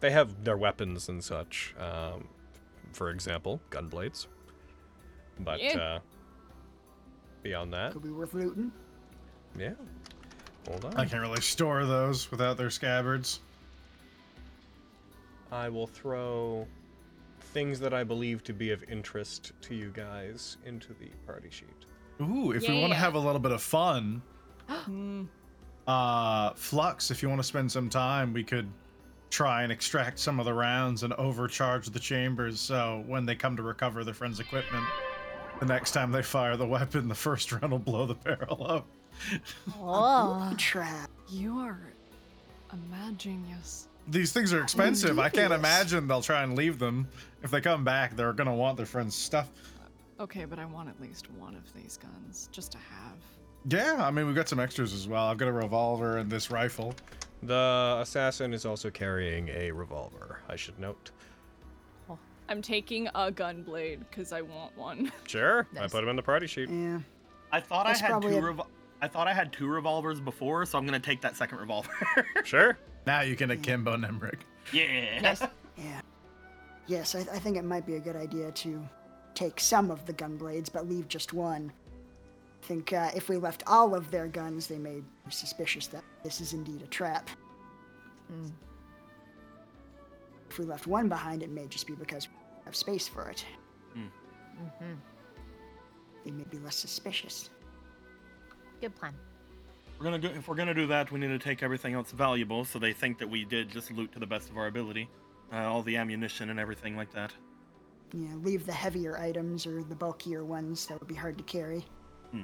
[SPEAKER 1] they have their weapons and such. Um, for example, gun blades. But
[SPEAKER 11] Yeah.
[SPEAKER 1] uh, beyond that,
[SPEAKER 8] Could be worth looting.
[SPEAKER 1] yeah. Hold on.
[SPEAKER 4] I can't really store those without their scabbards.
[SPEAKER 1] I will throw things that I believe to be of interest to you guys into the party sheet.
[SPEAKER 4] Ooh, if we want to have a little bit of fun,
[SPEAKER 11] Hmm.
[SPEAKER 4] uh, Flux, if you want to spend some time, we could try and extract some of the rounds and overcharge the chambers so when they come to recover their friend's equipment, the next time they fire the weapon, the first round will blow the barrel up.
[SPEAKER 10] Oh.
[SPEAKER 8] Trap.
[SPEAKER 11] You are a mad genius.
[SPEAKER 4] these things are expensive. I can't imagine they'll try and leave them. If they come back, they're gonna want their friend's stuff.
[SPEAKER 11] Okay, but I want at least one of these guns just to have.
[SPEAKER 4] Yeah, I mean we've got some extras as well. I've got a revolver and this rifle.
[SPEAKER 1] The assassin is also carrying a revolver, I should note.
[SPEAKER 6] I'm taking a gun blade because I want one.
[SPEAKER 1] Sure, I put him in the party sheet.
[SPEAKER 8] Yeah.
[SPEAKER 2] I thought
[SPEAKER 8] That's
[SPEAKER 2] I had two.
[SPEAKER 8] probably a-
[SPEAKER 2] Revo- I thought I had two revolvers before, so I'm gonna take that second revolver.
[SPEAKER 1] Sure.
[SPEAKER 4] Now you can akimbo Nemric.
[SPEAKER 2] yeah.
[SPEAKER 8] Yeah. Yes, I, I think it might be a good idea to take some of the gun blades, but leave just one. I think uh, if we left all of their guns, they may be suspicious that this is indeed a trap. If we left one behind, it may just be because we don't have space for it.
[SPEAKER 10] Mm-hmm.
[SPEAKER 8] They may be less suspicious.
[SPEAKER 10] Good plan.
[SPEAKER 2] We're gonna do. If we're gonna do that, we need to take everything else valuable, so they think that we did just loot to the best of our ability, uh, all the ammunition and everything like that.
[SPEAKER 8] You know, leave the heavier items or the bulkier ones that would be hard to carry.
[SPEAKER 4] Hmm.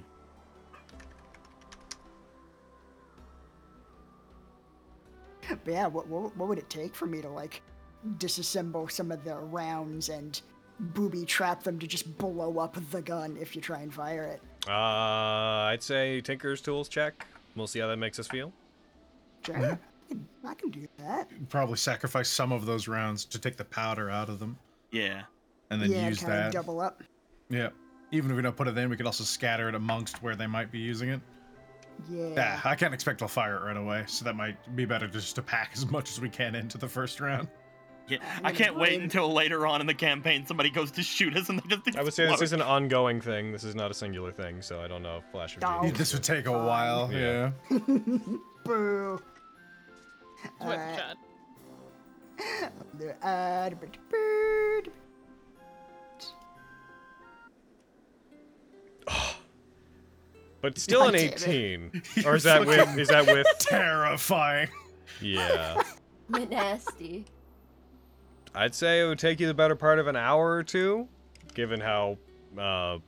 [SPEAKER 8] But yeah, what, what, what would it take for me to like disassemble some of the rounds and booby trap them to just blow up the gun if you try and fire it?
[SPEAKER 1] Uh, I'd say Tinker's Tools check. We'll see how that makes us feel.
[SPEAKER 8] Sure, I, can, I can do that.
[SPEAKER 4] Probably sacrifice some of those rounds to take the powder out of them
[SPEAKER 2] Yeah.
[SPEAKER 4] and then
[SPEAKER 8] yeah,
[SPEAKER 4] use
[SPEAKER 8] kinda
[SPEAKER 4] that.
[SPEAKER 8] double up.
[SPEAKER 4] Yeah. Even if we don't put it in, we could also scatter it amongst where they might be using it.
[SPEAKER 8] Yeah.
[SPEAKER 4] Yeah, I can't expect they'll fire it right away, so that might be better just to pack as much as we can into the first round.
[SPEAKER 2] Yeah. I can't wait until later on in the campaign somebody goes to shoot us and they just.
[SPEAKER 1] I would say this is
[SPEAKER 2] explode.
[SPEAKER 1] an ongoing thing. This is not a singular thing, so I don't know if Flash or
[SPEAKER 8] Oh.
[SPEAKER 1] Genius
[SPEAKER 4] This
[SPEAKER 1] would-
[SPEAKER 4] would take a while.
[SPEAKER 1] Yeah.
[SPEAKER 4] Yeah.
[SPEAKER 8] Boo.
[SPEAKER 6] What,
[SPEAKER 8] Alright.
[SPEAKER 6] Chad?
[SPEAKER 8] The ad- but- bird.
[SPEAKER 1] But still an
[SPEAKER 8] I did it.
[SPEAKER 1] 18. Or is that with? Is that with?
[SPEAKER 4] Terrifying.
[SPEAKER 1] Yeah.
[SPEAKER 7] Nasty.
[SPEAKER 1] I'd say it would take you the better part of an hour or two, given how, uh,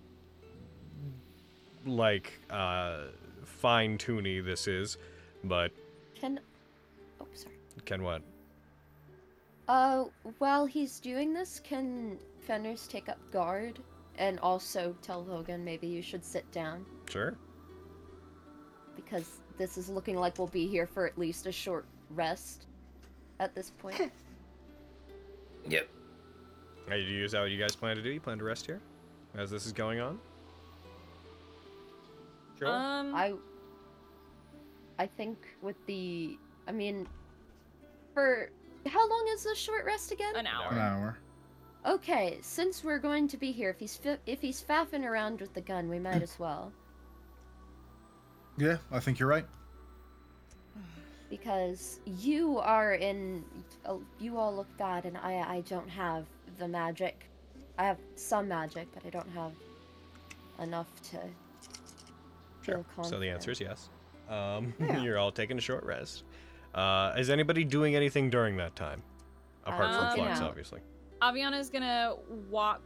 [SPEAKER 1] like, uh, fine tuny this is. But
[SPEAKER 7] Can. Oh, sorry.
[SPEAKER 1] Ken, what?
[SPEAKER 7] Uh, while he's doing this, can Fenris take up guard and also tell Logan maybe you should sit down
[SPEAKER 1] Sure.
[SPEAKER 7] because this is looking like we'll be here for at least a short rest at this point.
[SPEAKER 5] Yep.
[SPEAKER 1] Hey, do you- Is that what you guys plan to do? You plan to rest here, as this is going on?
[SPEAKER 5] Sure.
[SPEAKER 6] Um,
[SPEAKER 7] I I think with the I mean for how long is this short rest again?
[SPEAKER 6] an hour.
[SPEAKER 4] An hour.
[SPEAKER 7] Okay, since we're going to be here, if he's fi- if he's faffing around with the gun, we might as well
[SPEAKER 4] Yeah, I think you're right.
[SPEAKER 7] because you are in oh, you all look bad and I I don't have the magic. I have some magic, but I don't have enough to feel
[SPEAKER 1] So the
[SPEAKER 7] confident.
[SPEAKER 1] answer is yes. Um, You're all taking a short rest. Uh, is anybody doing anything during that time? Apart
[SPEAKER 6] Um,
[SPEAKER 1] from Flux,
[SPEAKER 7] yeah.
[SPEAKER 1] obviously.
[SPEAKER 6] Aviana's gonna walk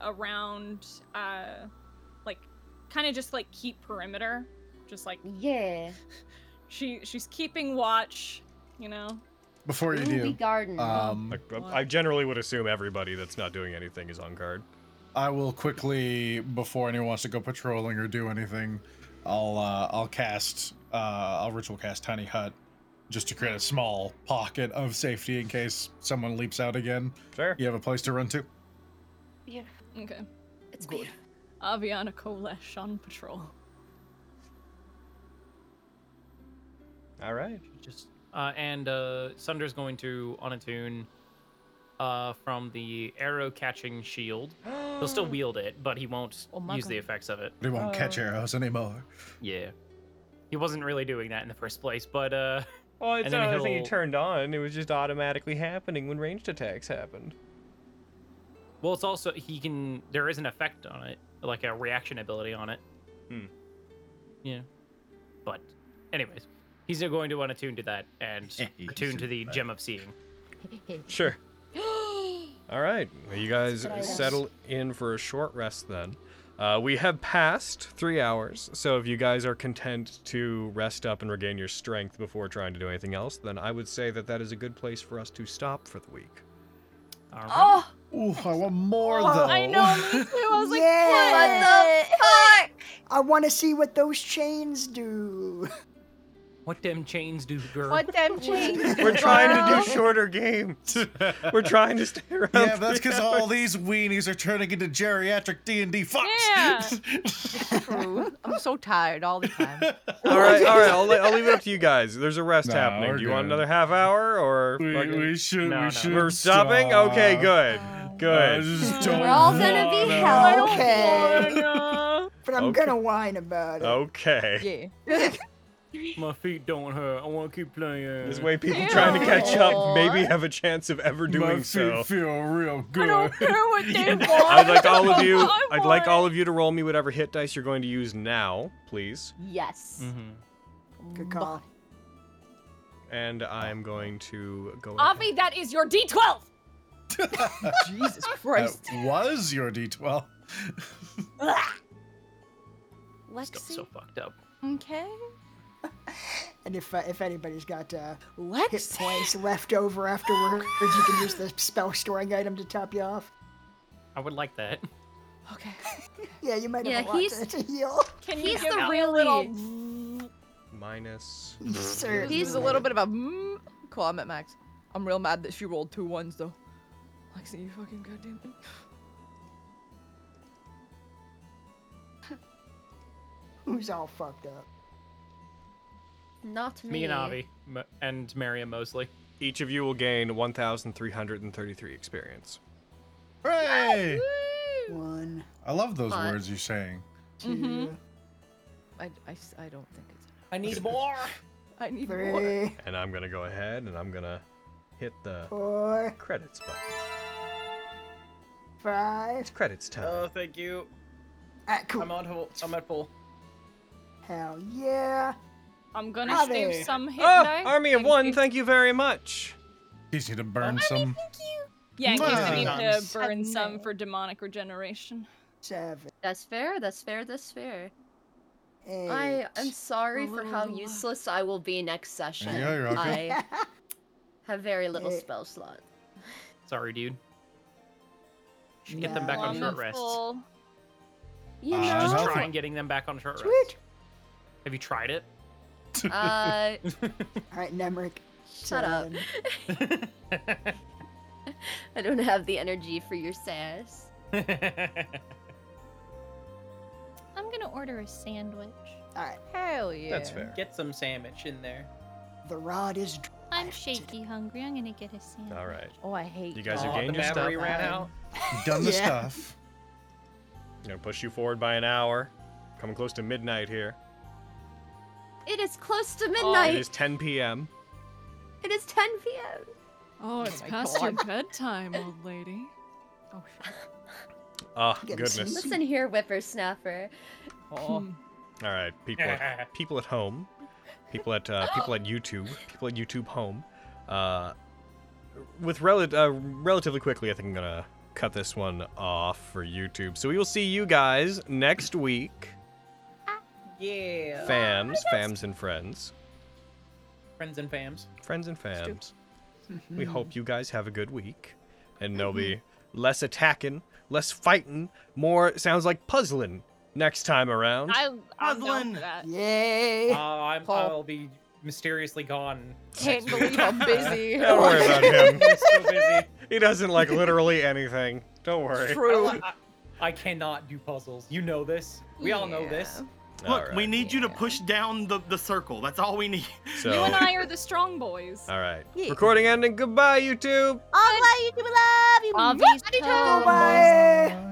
[SPEAKER 6] around, uh, like, kind of just like keep perimeter, just like
[SPEAKER 7] Yeah.
[SPEAKER 6] she she's keeping watch, you know.
[SPEAKER 4] Before you
[SPEAKER 7] Ruby
[SPEAKER 4] do,
[SPEAKER 7] Garden.
[SPEAKER 4] um,
[SPEAKER 1] Like, I I generally would assume everybody that's not doing anything is on guard.
[SPEAKER 4] I will quickly, before anyone wants to go patrolling or do anything, I'll uh, I'll cast uh, I'll ritual cast Tiny Hut, just to create a small pocket of safety in case someone leaps out again.
[SPEAKER 1] Sure.
[SPEAKER 4] You have a place to run to.
[SPEAKER 6] Okay.
[SPEAKER 7] it's
[SPEAKER 6] good.
[SPEAKER 7] beautiful.
[SPEAKER 6] Aviana Kolesh on patrol.
[SPEAKER 1] All right.
[SPEAKER 5] Just uh, and uh, Sunder's going to on a tune uh, from the arrow catching shield. He'll still wield it, but he won't
[SPEAKER 3] Oh my
[SPEAKER 5] use the
[SPEAKER 3] God. Oh.
[SPEAKER 5] effects of it.
[SPEAKER 4] They won't catch
[SPEAKER 6] Oh.
[SPEAKER 4] arrows anymore.
[SPEAKER 5] Yeah, he wasn't really doing that in the first place, but uh,
[SPEAKER 1] Well,
[SPEAKER 5] it's And then not anything he he'll-
[SPEAKER 1] turned on. It was just automatically happening when ranged attacks happened.
[SPEAKER 5] well, it's also he can. There is an effect on it, like a reaction ability on it.
[SPEAKER 1] Hmm.
[SPEAKER 5] Yeah, but anyways, he's going to want to tune to that and attune to the gem of seeing.
[SPEAKER 1] Sure. All right. Well, you guys
[SPEAKER 7] That's what I
[SPEAKER 1] settle in for a short rest then. Uh, we have passed three hours, so if you guys are content to rest up and regain your strength before trying to do anything else, then I would say that that is a good place for us to stop for the week.
[SPEAKER 6] Oh,
[SPEAKER 4] Ooh, I want more
[SPEAKER 6] Oh,
[SPEAKER 4] though.
[SPEAKER 6] I know, me too. I was like,
[SPEAKER 8] Yeah.
[SPEAKER 6] what the fuck?
[SPEAKER 8] I want to see what those chains do.
[SPEAKER 5] What them chains do, girl?
[SPEAKER 9] What them chains?
[SPEAKER 1] We're trying to
[SPEAKER 9] Wow.
[SPEAKER 1] do shorter games. We're trying to stay around.
[SPEAKER 4] Yeah, but that's
[SPEAKER 1] three
[SPEAKER 4] because
[SPEAKER 1] hours.
[SPEAKER 4] all these weenies are turning into geriatric D and D fucks.
[SPEAKER 6] Yeah.
[SPEAKER 10] True. I'm so tired all the time.
[SPEAKER 1] All right, all right. I'll, le- I'll leave it up to you guys. There's a rest
[SPEAKER 4] Nah,
[SPEAKER 1] happening.
[SPEAKER 4] we're
[SPEAKER 1] Do you want
[SPEAKER 4] good.
[SPEAKER 1] another half hour or? fucking-
[SPEAKER 4] should.
[SPEAKER 5] No, no.
[SPEAKER 1] We're stopping. Okay, good, good.
[SPEAKER 7] We're all gonna be hell.
[SPEAKER 8] Okay,
[SPEAKER 6] No.
[SPEAKER 8] but I'm
[SPEAKER 1] Okay.
[SPEAKER 8] gonna whine about it.
[SPEAKER 1] okay.
[SPEAKER 3] Yeah.
[SPEAKER 5] My feet don't hurt. I want to keep playing.
[SPEAKER 1] This way, people trying to catch up maybe have a chance of ever doing so.
[SPEAKER 4] feel real
[SPEAKER 6] I don't care what they want.
[SPEAKER 1] I'd like all of you.
[SPEAKER 6] I
[SPEAKER 1] I'd like
[SPEAKER 6] want-
[SPEAKER 1] all of you to roll me whatever hit dice you're going to use now, please.
[SPEAKER 7] Yes.
[SPEAKER 5] Mm-hmm.
[SPEAKER 8] Good call.
[SPEAKER 1] And I'm going to go. ahead-
[SPEAKER 6] Avi, that is your D12.
[SPEAKER 3] Jesus
[SPEAKER 4] That
[SPEAKER 3] Christ.
[SPEAKER 4] was your D12.
[SPEAKER 10] Lexi,
[SPEAKER 5] so fucked up.
[SPEAKER 9] Okay.
[SPEAKER 8] And if uh, if anybody's got uh, hit points left over afterwards, you can use the spell storing item to top you off.
[SPEAKER 5] I would like that.
[SPEAKER 8] Okay. yeah, you might have
[SPEAKER 7] Yeah,
[SPEAKER 8] a lot
[SPEAKER 7] he's-
[SPEAKER 8] to, to heal.
[SPEAKER 6] Can you
[SPEAKER 7] He's
[SPEAKER 6] give
[SPEAKER 7] the
[SPEAKER 6] me a
[SPEAKER 7] real
[SPEAKER 6] little?
[SPEAKER 7] lead.
[SPEAKER 1] minus.
[SPEAKER 8] Sir,
[SPEAKER 3] He's a little bit of a mm. Cool, I'm at max. I'm real mad that she rolled two ones though. Lexi, you fucking goddamn thing.
[SPEAKER 8] who's all fucked up.
[SPEAKER 7] Not me.
[SPEAKER 5] Me and Avi M- and Marion Mosley.
[SPEAKER 1] Each of you will gain 1,333 experience.
[SPEAKER 4] Hooray!
[SPEAKER 8] One,
[SPEAKER 4] I love those
[SPEAKER 7] Fun.
[SPEAKER 4] words you're saying.
[SPEAKER 8] 2
[SPEAKER 6] Mm-hmm.
[SPEAKER 3] Mm-hmm. I, I s- I don't think it's.
[SPEAKER 5] I need more.
[SPEAKER 3] I need more.
[SPEAKER 8] three,
[SPEAKER 1] And I'm gonna go ahead and I'm gonna hit the
[SPEAKER 8] four,
[SPEAKER 1] credits button.
[SPEAKER 8] five.
[SPEAKER 1] It's credits time.
[SPEAKER 5] Oh, thank you.
[SPEAKER 8] Ah, cool.
[SPEAKER 5] on hold. I'm at full.
[SPEAKER 8] Hell yeah.
[SPEAKER 6] I'm gonna
[SPEAKER 8] Avi.
[SPEAKER 6] save some hit
[SPEAKER 8] Ah!
[SPEAKER 1] oh,
[SPEAKER 6] die.
[SPEAKER 1] Army of
[SPEAKER 6] Thank
[SPEAKER 1] One,
[SPEAKER 6] you.
[SPEAKER 1] thank you very much.
[SPEAKER 4] Teach you to burn some.
[SPEAKER 6] Yeah, in case I need to
[SPEAKER 4] Nice.
[SPEAKER 6] burn some for demonic regeneration.
[SPEAKER 8] Seven,
[SPEAKER 7] That's fair. That's fair. That's fair.
[SPEAKER 8] eight.
[SPEAKER 7] I am sorry for how
[SPEAKER 11] Ooh.
[SPEAKER 7] useless I will be next session.
[SPEAKER 4] Yeah, you're okay.
[SPEAKER 7] I have very little
[SPEAKER 8] Eh.
[SPEAKER 7] spell slots.
[SPEAKER 5] Sorry, dude. Should get
[SPEAKER 8] Yeah.
[SPEAKER 5] them back on
[SPEAKER 6] Lung
[SPEAKER 5] short
[SPEAKER 6] of
[SPEAKER 5] rest.
[SPEAKER 6] full.
[SPEAKER 7] You
[SPEAKER 4] Uh,
[SPEAKER 7] know,
[SPEAKER 4] Just
[SPEAKER 5] Just
[SPEAKER 4] Healthy.
[SPEAKER 5] trying getting them back on short rest.
[SPEAKER 8] Sweet.
[SPEAKER 5] Have you tried it?
[SPEAKER 7] uh,
[SPEAKER 8] All right, Nemric.
[SPEAKER 7] shut up.
[SPEAKER 8] seven.
[SPEAKER 7] I don't have the energy for your sass.
[SPEAKER 10] I'm gonna order a sandwich.
[SPEAKER 8] All right,
[SPEAKER 3] Hell yeah.
[SPEAKER 1] That's fair.
[SPEAKER 5] get some sandwich in there.
[SPEAKER 8] the rod is. dr-
[SPEAKER 10] I'm
[SPEAKER 8] Right.
[SPEAKER 10] shaky hungry. I'm gonna get a sandwich.
[SPEAKER 1] All right.
[SPEAKER 3] Oh, I hate.
[SPEAKER 1] You guys
[SPEAKER 3] that.
[SPEAKER 1] have gained your stuff. I'm
[SPEAKER 5] ran out.
[SPEAKER 4] You've done the
[SPEAKER 8] Yeah.
[SPEAKER 4] stuff.
[SPEAKER 1] gonna push you forward by an hour. Coming close to midnight here.
[SPEAKER 7] It is close to
[SPEAKER 1] It
[SPEAKER 7] midnight.
[SPEAKER 1] is 10 p.m.
[SPEAKER 7] it is 10 p.m.
[SPEAKER 11] Oh, it's
[SPEAKER 3] my
[SPEAKER 11] past your bedtime, old lady.
[SPEAKER 3] Oh shit.
[SPEAKER 1] Ah,
[SPEAKER 8] Getting some
[SPEAKER 1] goodness.
[SPEAKER 7] Listen here, whippersnapper.
[SPEAKER 3] Oh.
[SPEAKER 11] Hmm.
[SPEAKER 1] All right, people, at, people at home, people at uh, people at YouTube, people at YouTube home. Uh, with rel- uh, relatively quickly, I think I'm gonna cut this one off for YouTube. So we will see you guys next week,
[SPEAKER 9] Oh,
[SPEAKER 3] Yeah.
[SPEAKER 1] fams, fams and friends,
[SPEAKER 5] Friends and fams.
[SPEAKER 1] friends and fams. We hope you guys have a good week, and there'll be less attacking, less fighting, more sounds like puzzling next time around.
[SPEAKER 6] I, I'm down
[SPEAKER 2] Puzzling.
[SPEAKER 6] for that.
[SPEAKER 8] Yay.
[SPEAKER 5] Uh, I'm,
[SPEAKER 3] Paul.
[SPEAKER 5] I'll be mysteriously gone.
[SPEAKER 3] Can't believe I'm busy.
[SPEAKER 1] Don't worry about him.
[SPEAKER 5] I'm so busy.
[SPEAKER 1] He doesn't like literally anything. Don't worry.
[SPEAKER 3] True.
[SPEAKER 5] I, I cannot do puzzles. You know this. We all know this.
[SPEAKER 2] Look, we
[SPEAKER 1] Alright,
[SPEAKER 2] need you to
[SPEAKER 3] Yeah.
[SPEAKER 2] push down the, the circle. That's all we need.
[SPEAKER 1] So,
[SPEAKER 6] You and I are the strong boys.
[SPEAKER 1] all right.
[SPEAKER 3] Yeah.
[SPEAKER 1] Recording ending. Goodbye, YouTube.
[SPEAKER 10] All right, you people love you.
[SPEAKER 6] Avi's
[SPEAKER 10] Love you.
[SPEAKER 6] toe.
[SPEAKER 8] Bye.